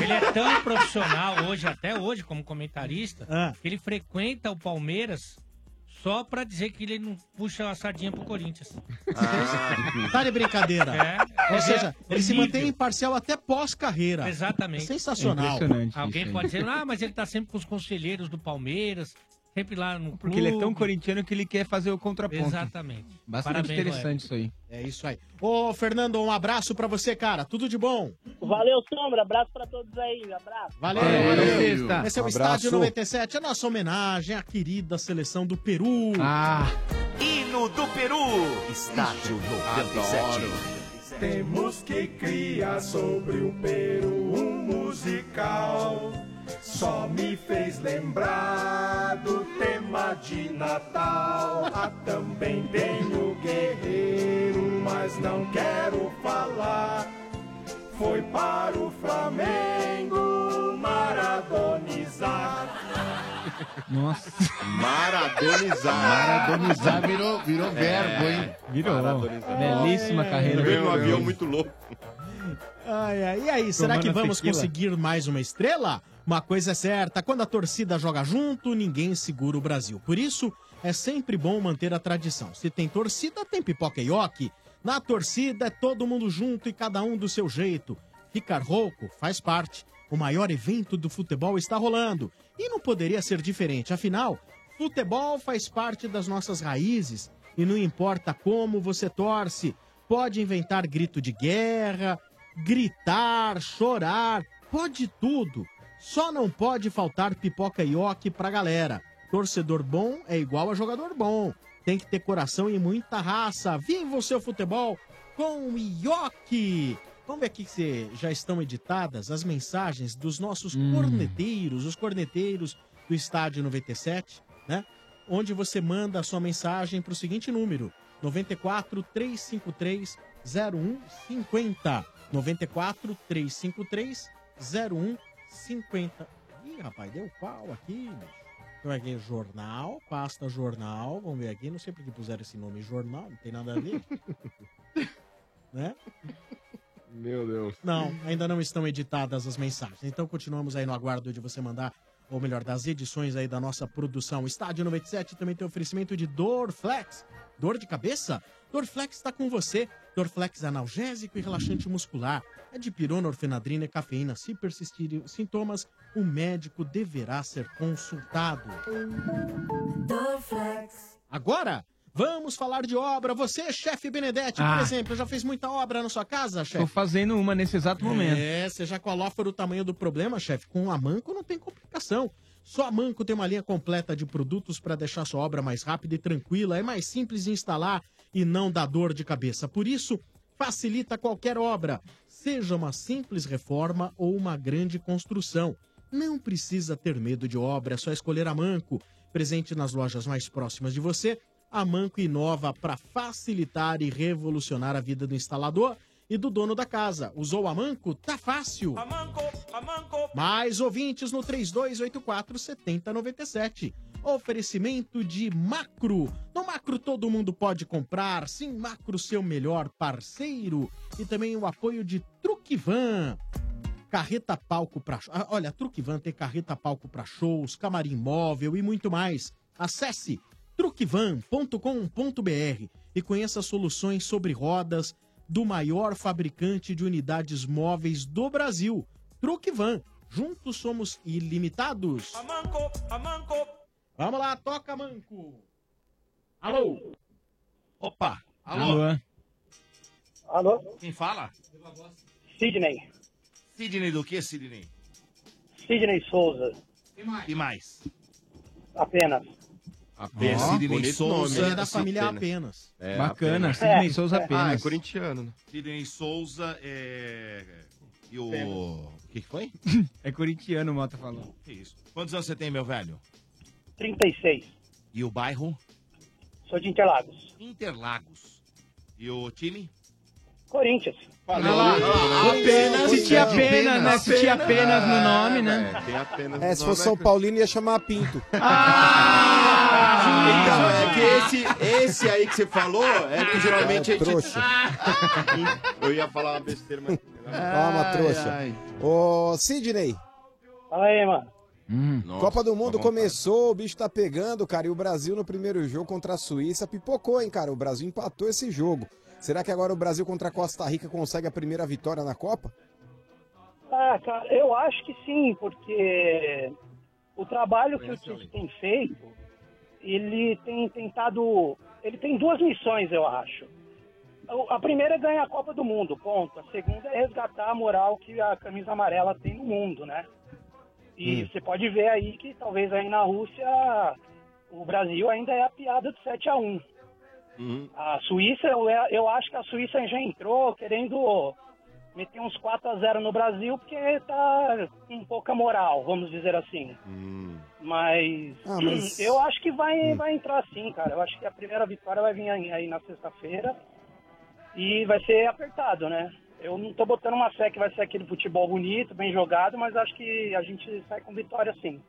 Speaker 12: Ele é tão profissional hoje, até hoje, como comentarista,
Speaker 10: Ah.
Speaker 12: que ele frequenta o Palmeiras só pra dizer que ele não puxa a sardinha pro Corinthians.
Speaker 15: Ah.
Speaker 10: (laughs) Tá de brincadeira.
Speaker 12: É.
Speaker 10: Ou seja,
Speaker 12: É
Speaker 10: ele se
Speaker 12: horrível.
Speaker 10: mantém imparcial até pós-carreira.
Speaker 12: Exatamente.
Speaker 10: É sensacional.
Speaker 12: Alguém pode dizer, ah, mas ele tá sempre com os conselheiros do Palmeiras, sempre lá no
Speaker 16: Porque ele é tão
Speaker 12: clube."
Speaker 16: corintiano que ele quer fazer o contraponto.
Speaker 12: Exatamente.
Speaker 16: Bastante
Speaker 12: Parabéns,
Speaker 16: interessante
Speaker 12: Loeb.
Speaker 16: isso aí.
Speaker 10: É isso aí. Ô, Fernando, um abraço pra você, cara. Tudo de bom.
Speaker 27: Valeu, Sombra. Abraço pra todos aí. um Abraço.
Speaker 10: Valeu,
Speaker 27: Valeu.
Speaker 10: valeu. Esse é o
Speaker 27: Um
Speaker 10: Estádio
Speaker 27: abraço.
Speaker 10: 97, a nossa homenagem à querida seleção do Peru.
Speaker 16: Ah.
Speaker 23: Hino do Peru. Estádio 97.
Speaker 8: Temos que criar sobre o Peru um musical. Só me fez lembrar do tema de Natal. Ah, também tenho guerreiro, mas não quero falar. Foi para o Flamengo maradonizar.
Speaker 16: Nossa.
Speaker 15: Tá
Speaker 17: Maradonizar.
Speaker 11: Maradonizar virou,
Speaker 4: É.
Speaker 11: virou verbo, hein?
Speaker 16: Virou.
Speaker 27: É.
Speaker 16: Belíssima carreira.
Speaker 17: Veio no avião muito louco.
Speaker 10: Ai, ai, e aí, será
Speaker 16: Tomando
Speaker 10: que vamos
Speaker 16: tequila.
Speaker 10: conseguir mais uma estrela? Uma coisa é certa, quando a torcida joga junto, ninguém segura o Brasil. Por isso, é sempre bom manter a tradição. Se tem torcida, tem pipoca e oque. Na torcida é todo mundo junto e cada um do seu jeito. Ficar rouco faz parte. O maior evento do futebol está rolando. E não poderia ser diferente, afinal, futebol faz parte das nossas raízes. E não importa como você torce, pode inventar grito de guerra, gritar, chorar, pode tudo. Só não pode faltar pipoca e oque pra galera. Torcedor bom é igual a jogador bom. Tem que ter coração e muita raça. Viva o seu futebol com o Ioki! Vamos ver aqui se já estão editadas as mensagens dos nossos corneteiros, os corneteiros do Estádio 97, né? Onde você manda a sua mensagem para o seguinte número: 94 353 0150. 94 353 0150. Ih, rapaz, deu pau aqui, bicho. Então aqui, jornal, pasta jornal. Vamos ver aqui, não sei porque puseram esse nome jornal, não tem nada a ver. né?
Speaker 9: Meu Deus.
Speaker 10: Não, ainda não estão editadas as mensagens. Então continuamos aí no aguardo de você mandar, ou melhor, das edições aí da nossa produção. Estádio 97 também tem oferecimento de Dorflex. Dor de cabeça? Dorflex está com você. Dorflex é analgésico e relaxante muscular. É de pirona, orfenadrina e cafeína. Se persistirem os sintomas, o médico deverá ser consultado. Agora, vamos falar de obra. Você, chefe Benedetti,
Speaker 16: Ah.
Speaker 10: por exemplo, já fez muita obra na sua casa, chefe?
Speaker 16: Tô fazendo uma nesse exato momento.
Speaker 10: É, você já com a lófera o tamanho do problema, chefe. Com a Manco não tem complicação. Só a Manco tem uma linha completa de produtos para deixar sua obra mais rápida e tranquila. É mais simples de instalar e não dá dor de cabeça. Por isso, facilita qualquer obra, seja uma simples reforma ou uma grande construção. Não precisa ter medo de obra, é só escolher a Manco. Presente nas lojas mais próximas de você, a Manco inova para facilitar e revolucionar a vida do instalador e do dono da casa. Usou a Manco? Tá fácil! Mais ouvintes no 3284 7097. Oferecimento de macro. No macro todo mundo pode comprar. Sim, macro, seu melhor parceiro. E também o apoio de Truquivan. Carreta palco para. Olha, Truquivan tem carreta palco para shows, camarim móvel e muito mais. Acesse truquivan.com.br e conheça soluções sobre rodas do maior fabricante de unidades móveis do Brasil, Truquivan. Juntos somos ilimitados.
Speaker 8: Amanco, amanco.
Speaker 10: Vamos lá, toca Manco. Alô?
Speaker 4: Opa, alô?
Speaker 27: Alô?
Speaker 4: Quem fala?
Speaker 27: Sidney.
Speaker 4: Sidney do que, Sidney?
Speaker 27: Sidney Souza.
Speaker 4: E mais?
Speaker 27: Apenas.
Speaker 4: Apenas. Sidney Souza. É,
Speaker 10: é da família apenas.
Speaker 16: Bacana,
Speaker 4: apenas.
Speaker 16: Sidney Souza apenas.
Speaker 4: Ah, é
Speaker 16: né?
Speaker 4: corintiano. Sidney Souza é... E o... O que que foi?
Speaker 16: (laughs) É corintiano, o Mota falou.
Speaker 4: Que isso? Quantos anos você tem, meu velho?
Speaker 27: 36.
Speaker 4: E o bairro?
Speaker 27: Sou de Interlagos.
Speaker 4: Interlagos. E o time?
Speaker 27: Corinthians.
Speaker 4: Olha lá,
Speaker 16: Apenas, se (laughs) tinha
Speaker 15: Apenas.
Speaker 16: apenas, né? Se tinha apenas no nome, né?
Speaker 17: Tem
Speaker 15: (laughs)
Speaker 17: apenas
Speaker 15: É, se fosse São Paulino ia chamar Pinto.
Speaker 4: Ah!
Speaker 17: Ah, Então, é que esse, esse aí que você falou é que geralmente a
Speaker 15: É,
Speaker 17: gente.
Speaker 15: trouxa.
Speaker 17: Eu ia falar uma besteira, mas.
Speaker 15: Toma, trouxa. Ô, Sidney.
Speaker 27: Fala aí, mano.
Speaker 15: Copa do Mundo começou, o bicho tá pegando, cara. E o Brasil no primeiro jogo contra a Suíça pipocou, hein, cara. O Brasil empatou esse jogo. Será que agora o Brasil contra a Costa Rica consegue a primeira vitória na Copa?
Speaker 27: Ah, cara, eu acho que sim, porque o trabalho que o Tite tem feito, ele tem tentado. Ele tem duas missões, eu acho. O- A primeira é ganhar a Copa do Mundo, ponto. A segunda é resgatar a moral que a camisa amarela tem no mundo, né? E
Speaker 19: Hum.
Speaker 27: você pode ver aí que talvez aí na Rússia o Brasil ainda é a piada do 7 a 1 A Suíça, eu, é, eu acho que a Suíça já entrou querendo meter uns 4 a 0 no Brasil porque tá com pouca moral, vamos dizer assim. Mas,
Speaker 28: Ah, mas- hum.
Speaker 27: eu acho que vai, vai entrar sim, cara. Eu acho que a primeira vitória vai vir aí, aí na sexta-feira e vai ser apertado, né? Eu não tô botando uma fé que vai ser aquele futebol bonito, bem jogado, mas acho que a gente sai com vitória sim.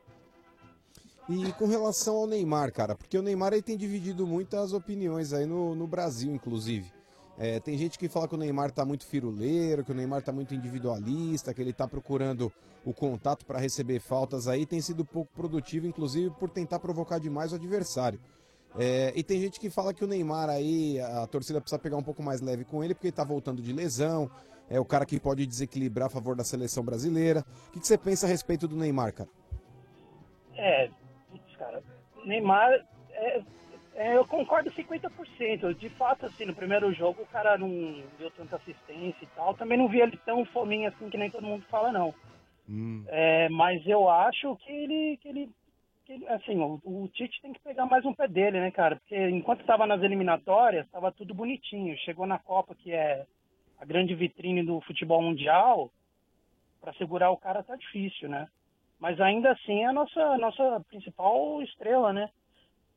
Speaker 15: E com relação ao Neymar, cara, porque o Neymar ele tem dividido muitas opiniões aí no, no Brasil, inclusive. É, tem gente que fala que o Neymar tá muito firuleiro, que o Neymar tá muito individualista, que ele tá procurando o contato para receber faltas aí, tem sido pouco produtivo, inclusive por tentar provocar demais o adversário. É, e tem gente que fala que o Neymar aí, a torcida precisa pegar um pouco mais leve com ele, porque ele tá voltando de lesão, é o cara que pode desequilibrar a favor da seleção brasileira. O que que você pensa a respeito do Neymar, cara?
Speaker 27: É, putz, cara, Neymar, é, é, eu concordo 50%. De fato, assim, no primeiro jogo o cara não deu tanta assistência e tal. Também não vi ele tão fominha assim que nem todo mundo fala, não. É, mas eu acho que ele, que ele, que ele- assim, o, o Tite tem que pegar mais um pé dele, né, cara? Porque enquanto estava nas eliminatórias, estava tudo bonitinho. Chegou na Copa, que é a grande vitrine do futebol mundial, para segurar o cara tá difícil, né? Mas ainda assim é a nossa, nossa principal estrela, né?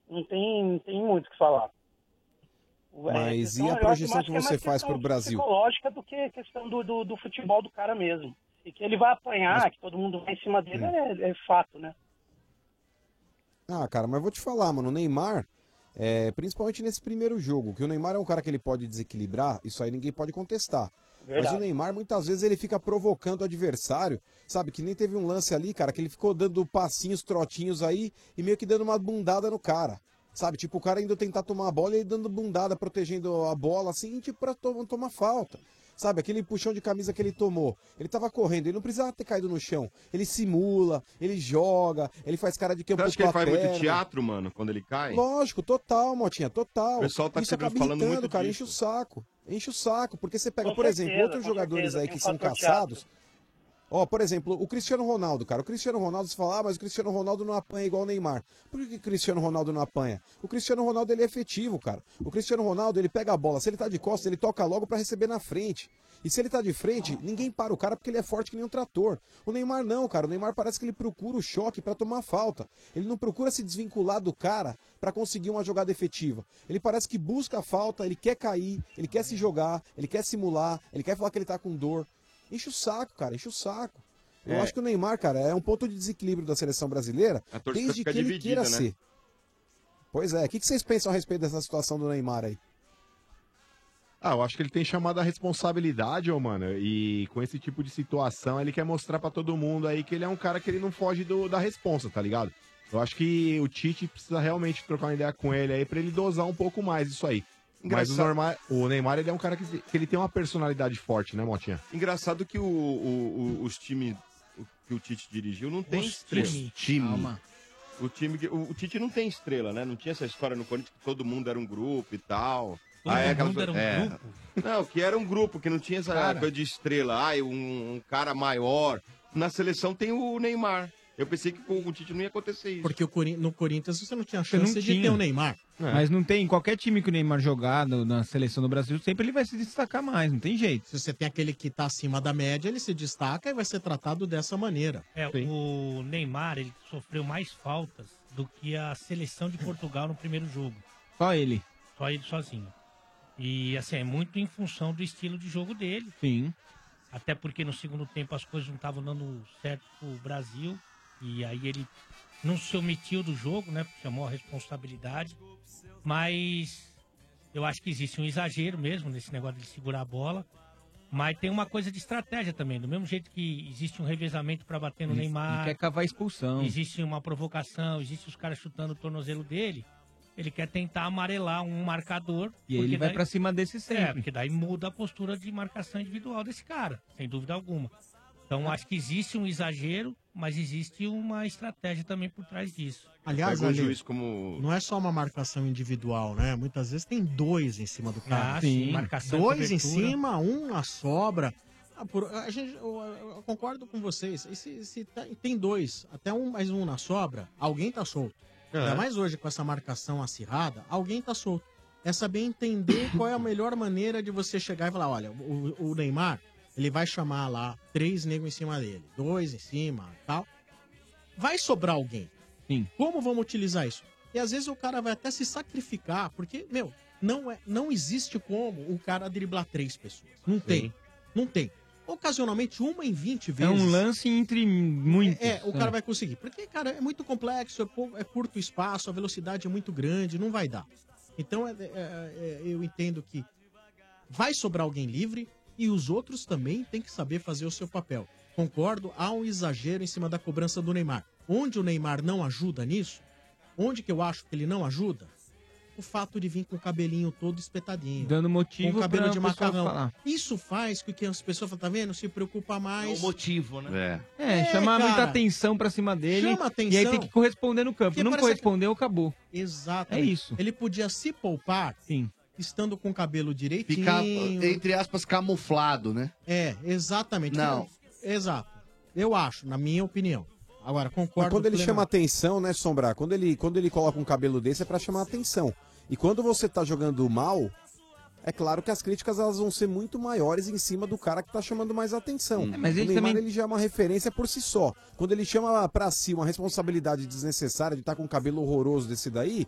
Speaker 27: Não tem, não tem muito o que falar. É,
Speaker 15: Mas
Speaker 27: questão-
Speaker 15: e
Speaker 27: eu
Speaker 15: a
Speaker 27: acho-
Speaker 15: projeção
Speaker 27: acho
Speaker 15: que
Speaker 27: é
Speaker 15: você
Speaker 27: mais
Speaker 15: faz
Speaker 27: questão
Speaker 15: pro Brasil?
Speaker 27: psicológica do que questão do, do, do futebol do cara mesmo. E que ele vai apanhar, que todo mundo vai em cima dele,
Speaker 15: Hum.
Speaker 27: é, é fato, né?
Speaker 15: Ah, cara, mas vou te falar, mano, o Neymar, é, principalmente nesse primeiro jogo, que o Neymar é um cara que ele pode desequilibrar, isso aí ninguém pode contestar. Mas
Speaker 27: Verdade.
Speaker 15: o Neymar, muitas vezes, ele fica provocando o adversário, sabe? Que nem teve um lance ali, cara, que ele ficou dando passinhos, trotinhos aí e meio que dando uma bundada no cara. Sabe, tipo, o cara indo tentar tomar a bola e ele dando bundada, protegendo a bola, assim, tipo, pra to- tomar falta. Sabe, aquele puxão de camisa que ele tomou. Ele tava correndo, ele não precisava ter caído no chão. Ele simula, ele joga, ele faz cara de que
Speaker 17: Você acha que ele faz muito teatro, mano, quando ele cai?
Speaker 15: Lógico, total, Motinha, total.
Speaker 17: O pessoal tá
Speaker 15: Isso
Speaker 17: sempre
Speaker 15: acaba
Speaker 17: falando
Speaker 15: irritando,
Speaker 17: muito
Speaker 15: cara,
Speaker 17: disso.
Speaker 15: enche o saco. Enche o saco, porque você pega,
Speaker 27: Com
Speaker 15: por
Speaker 27: certeza,
Speaker 15: exemplo, outros
Speaker 27: com
Speaker 15: jogadores
Speaker 27: certeza,
Speaker 15: aí
Speaker 27: tem
Speaker 15: que
Speaker 27: um
Speaker 15: são
Speaker 27: fator
Speaker 15: caçados. Ó, por exemplo, o Cristiano Ronaldo, cara. O Cristiano Ronaldo, você fala, ah, mas o Cristiano Ronaldo não apanha igual o Neymar. Por que que o Cristiano Ronaldo não apanha? O Cristiano Ronaldo, ele é efetivo, cara. O Cristiano Ronaldo, ele pega a bola. Se ele tá de costas, ele toca logo pra receber na frente. E se ele tá de frente, ninguém para o cara porque ele é forte que nem um trator. O Neymar não, cara. O Neymar parece que ele procura o choque para tomar falta. Ele não procura se desvincular do cara para conseguir uma jogada efetiva. Ele parece que busca a falta, ele quer cair, ele quer se jogar, ele quer simular, ele quer falar que ele tá com dor. Enche o saco, cara, enche o saco. Eu
Speaker 17: É.
Speaker 15: acho que o Neymar, cara, é um ponto de desequilíbrio da seleção brasileira
Speaker 17: A torcida
Speaker 15: desde que
Speaker 17: fica
Speaker 15: ele
Speaker 17: dividida,
Speaker 15: queira
Speaker 17: né?
Speaker 15: ser. Pois é, o que que vocês pensam a respeito dessa situação do Neymar aí?
Speaker 9: Ah, eu acho que ele tem chamado a responsabilidade, ô, mano. E com esse tipo de situação, ele quer mostrar pra todo mundo aí que ele é um cara que ele não foge do- da responsa, tá ligado? Eu acho que o Tite precisa realmente trocar uma ideia com ele aí pra ele dosar um pouco mais isso aí. Mas o,
Speaker 17: Engraçado-
Speaker 9: norma- o Neymar, ele é um cara que, que ele tem uma personalidade forte, né, Motinha?
Speaker 17: Engraçado que o, o- o- os times que o Tite dirigiu não tem
Speaker 9: Os
Speaker 17: estrela.
Speaker 9: time. Os time. Calma.
Speaker 17: O time que- o, o Tite não tem estrela, né? Não tinha essa história no Corinthians que todo mundo era um grupo e tal.
Speaker 4: Todo
Speaker 17: é aquela
Speaker 4: mundo
Speaker 17: coisa-
Speaker 4: era um
Speaker 17: é. Não, que era um grupo, que não tinha essa
Speaker 4: Cara.
Speaker 17: coisa de estrela. Ai, um, um cara maior. Na seleção tem o Neymar. Eu pensei que com o Tite não ia acontecer isso.
Speaker 10: Porque o Corin- no Corinthians você não tinha
Speaker 17: não
Speaker 10: chance de
Speaker 17: tinha.
Speaker 10: ter o Neymar.
Speaker 16: Mas não tem, qualquer time que o Neymar jogar no- na seleção do Brasil, sempre ele vai se destacar mais, não tem jeito.
Speaker 10: Se você tem aquele que tá acima da média, ele se destaca e vai ser tratado dessa maneira.
Speaker 12: É, o Neymar, ele sofreu mais faltas do que a seleção de Portugal no primeiro jogo.
Speaker 16: Só ele.
Speaker 12: Só ele sozinho. E, assim, é muito em função do estilo de jogo dele.
Speaker 16: Sim.
Speaker 12: Até porque no segundo tempo as coisas não estavam dando certo pro Brasil. E aí ele não se omitiu do jogo, né? Chamou a responsabilidade. Mas eu acho que existe um exagero mesmo nesse negócio de segurar a bola. Mas tem uma coisa de estratégia também. Do mesmo jeito que existe um revezamento para bater no
Speaker 16: Ele-
Speaker 12: Neymar.
Speaker 16: ele quer cavar expulsão.
Speaker 12: Existe uma provocação, existe os caras chutando o tornozelo dele. Ele quer tentar amarelar um marcador.
Speaker 16: E ele
Speaker 12: porque
Speaker 16: vai
Speaker 12: daí-
Speaker 16: pra cima desse
Speaker 12: É,
Speaker 16: sempre.
Speaker 12: porque daí muda a postura de marcação individual desse cara, sem dúvida alguma.
Speaker 16: Ah.
Speaker 12: Então acho que existe um exagero, mas existe uma estratégia também por trás disso.
Speaker 10: Aliás,
Speaker 17: Pega um
Speaker 10: Ale,
Speaker 17: juiz como.
Speaker 10: não é só uma marcação individual, né? Muitas vezes tem dois em cima do cara.
Speaker 12: Ah, sim. Marcação,
Speaker 10: dois em
Speaker 12: cobertura.
Speaker 10: cima, um na sobra. Ah, por- a gente, eu, eu concordo com vocês. E se, se tá- tem dois, até um mais um na sobra, alguém tá solto.
Speaker 27: É.
Speaker 10: Ainda mais hoje com essa marcação acirrada, alguém tá solto. É saber entender qual é a melhor maneira de você chegar e falar: olha, o, o Neymar, ele vai chamar lá três negros em cima dele, dois em cima tal vai sobrar alguém. Como vamos utilizar isso? E às vezes o cara vai até se sacrificar, porque, meu, não, é, não existe como o cara driblar três pessoas. Não tem. Não tem. Ocasionalmente, uma em 20
Speaker 16: É
Speaker 10: vezes.
Speaker 16: um lance entre muitos.
Speaker 10: É, o cara vai conseguir. Porque, cara, é muito complexo, é, pou- é curto o espaço, a velocidade é muito grande, não vai dar. Então, é- é- é- eu entendo que vai sobrar alguém livre e os outros também têm que saber fazer o seu papel. Concordo, há um exagero em cima da cobrança do Neymar. Onde o Neymar não ajuda nisso, onde que eu acho que ele não ajuda, o fato de vir com o cabelinho todo espetadinho.
Speaker 16: Dando motivo
Speaker 10: Com o cabelo
Speaker 16: pra
Speaker 10: de
Speaker 16: pessoa
Speaker 10: macarrão.
Speaker 16: falar.
Speaker 10: Isso faz com que as pessoas falem, tá vendo? Se preocupa mais.
Speaker 11: É
Speaker 4: o motivo, né?
Speaker 16: É, chamar
Speaker 10: cara.
Speaker 16: muita atenção pra cima dele.
Speaker 10: Chama
Speaker 16: E aí
Speaker 10: atenção.
Speaker 16: tem que corresponder no campo.
Speaker 10: Porque
Speaker 16: não
Speaker 10: parece que-
Speaker 16: correspondeu, acabou.
Speaker 10: Exatamente.
Speaker 16: É isso.
Speaker 10: Ele podia se poupar estando com o cabelo direitinho.
Speaker 11: Ficar, entre aspas, camuflado, né?
Speaker 10: É, exatamente.
Speaker 11: Não.
Speaker 10: Exato. Eu acho, na minha opinião. Agora, concordo.
Speaker 15: Mas quando ele
Speaker 10: plenamente.
Speaker 15: chama atenção, né, Sombra? Quando ele, quando ele coloca um cabelo desse é pra chamar atenção. E quando você tá jogando mal, é claro que as críticas elas vão ser muito maiores em cima do cara que tá chamando mais atenção.
Speaker 16: mas
Speaker 15: o
Speaker 16: ele
Speaker 15: Neymar
Speaker 16: também-
Speaker 15: ele já é uma referência por si só. Quando ele chama pra si uma responsabilidade desnecessária de estar com um cabelo horroroso desse daí,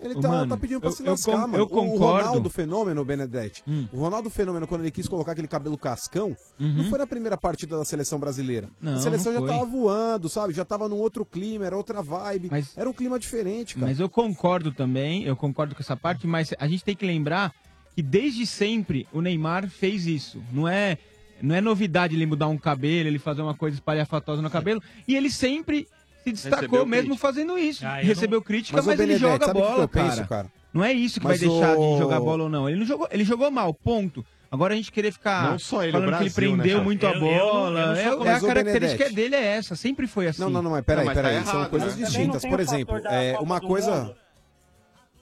Speaker 15: ele tá,
Speaker 16: Mano,
Speaker 15: tá pedindo pra
Speaker 16: eu-
Speaker 15: se
Speaker 16: eu
Speaker 15: lascar,
Speaker 16: con-
Speaker 15: mano.
Speaker 16: eu
Speaker 15: O- O
Speaker 16: concordo. Hum.
Speaker 15: Ronaldo Fenômeno, Benedetti. O Ronaldo Fenômeno, quando ele quis colocar aquele cabelo cascão, não foi na primeira partida da seleção brasileira.
Speaker 16: Uhum. Não,
Speaker 15: a seleção
Speaker 16: não
Speaker 15: já
Speaker 16: foi.
Speaker 15: tava voando, sabe? Já tava num outro clima, era outra vibe. Era um clima diferente, cara.
Speaker 16: Mas eu concordo também, eu concordo com essa parte, mas a gente tem que lembrar que desde sempre o Neymar fez isso. Não é, não é novidade ele mudar um cabelo, ele fazer uma coisa
Speaker 15: É.
Speaker 16: espalhafatosa no cabelo, e ele sempre se destacou
Speaker 15: Recebeu
Speaker 16: mesmo
Speaker 15: crítica.
Speaker 16: fazendo isso.
Speaker 15: Ah, eu
Speaker 16: Recebeu
Speaker 15: não-
Speaker 16: crítica,
Speaker 15: Mas,
Speaker 16: mas,
Speaker 15: ô,
Speaker 16: ele
Speaker 15: Benedetti,
Speaker 16: joga
Speaker 15: sabe o que
Speaker 16: bola,
Speaker 15: eu penso,
Speaker 16: cara.
Speaker 15: cara?
Speaker 16: Não é isso que
Speaker 15: Mas
Speaker 16: vai deixar
Speaker 15: o-
Speaker 16: de jogar bola ou não. Ele não jogou, ele jogou mal, ponto. Agora a gente querer ficar
Speaker 15: Não só ele, o
Speaker 16: falando que ele
Speaker 15: Brasil, né,
Speaker 16: prendeu
Speaker 15: cara?
Speaker 16: muito
Speaker 15: Eu-
Speaker 16: a
Speaker 15: eu não- eu não
Speaker 16: bola.
Speaker 15: sou
Speaker 16: é- é, a
Speaker 15: contra- Mas, ô,
Speaker 16: característica
Speaker 15: Benedetti.
Speaker 16: dele é essa, sempre foi assim.
Speaker 15: Não, não, não, mas peraí,
Speaker 16: Não, mas tá
Speaker 15: peraí. São
Speaker 16: errado,
Speaker 15: coisas
Speaker 16: né?
Speaker 15: distintas.
Speaker 16: Também não
Speaker 15: Por
Speaker 16: tem o
Speaker 15: exemplo,
Speaker 16: fator da
Speaker 15: é,
Speaker 16: Copa
Speaker 15: uma
Speaker 16: do
Speaker 15: coisa.
Speaker 16: Mundo.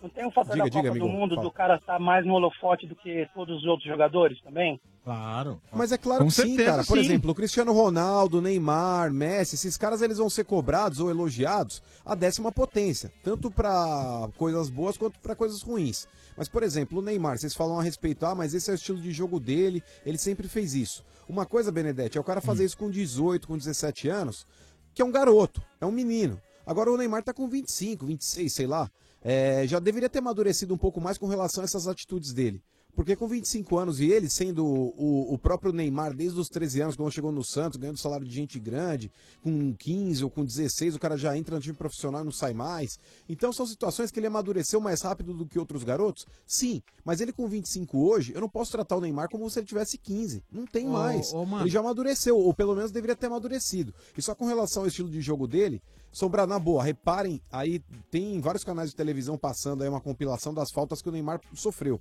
Speaker 27: Não tem um fator
Speaker 15: Diga,
Speaker 27: da
Speaker 15: diga,
Speaker 27: Copa
Speaker 15: amigo.
Speaker 27: do Mundo
Speaker 15: Fala.
Speaker 27: do cara estar mais no holofote do que todos os outros jogadores também?
Speaker 10: Claro.
Speaker 15: Mas é claro
Speaker 10: Com
Speaker 15: que sim,
Speaker 10: certeza,
Speaker 15: cara. Por
Speaker 10: sim.
Speaker 15: exemplo, o Cristiano Ronaldo, Neymar, Messi, esses caras eles vão ser cobrados ou elogiados a décima potência, tanto pra coisas boas quanto pra coisas ruins. Mas, por exemplo, o Neymar, vocês falam a respeito, ah, mas esse é o estilo de jogo dele, ele sempre fez isso. Uma coisa, Benedetti, é o cara
Speaker 10: Hum.
Speaker 15: fazer isso com 18, com 17 anos, que é um garoto, é um menino. Agora o Neymar tá com 25, 26, sei lá. É, já deveria ter amadurecido um pouco mais com relação a essas atitudes dele. Porque com 25 anos e ele sendo o, o próprio Neymar desde os 13 anos, quando chegou no Santos, ganhando salário de gente grande, com 15 ou com 16, o cara já entra no time profissional e não sai mais. Então são situações que ele amadureceu mais rápido do que outros garotos? Sim, mas ele com 25 hoje, eu não posso tratar o Neymar como se ele tivesse 15. Não tem
Speaker 10: Ô,
Speaker 15: mais.
Speaker 10: ô, mano.
Speaker 15: ele já amadureceu, ou pelo menos deveria ter amadurecido. E só com relação ao estilo de jogo dele, Sombra, na boa, reparem, aí tem vários canais de televisão passando aí uma compilação das faltas que o Neymar sofreu.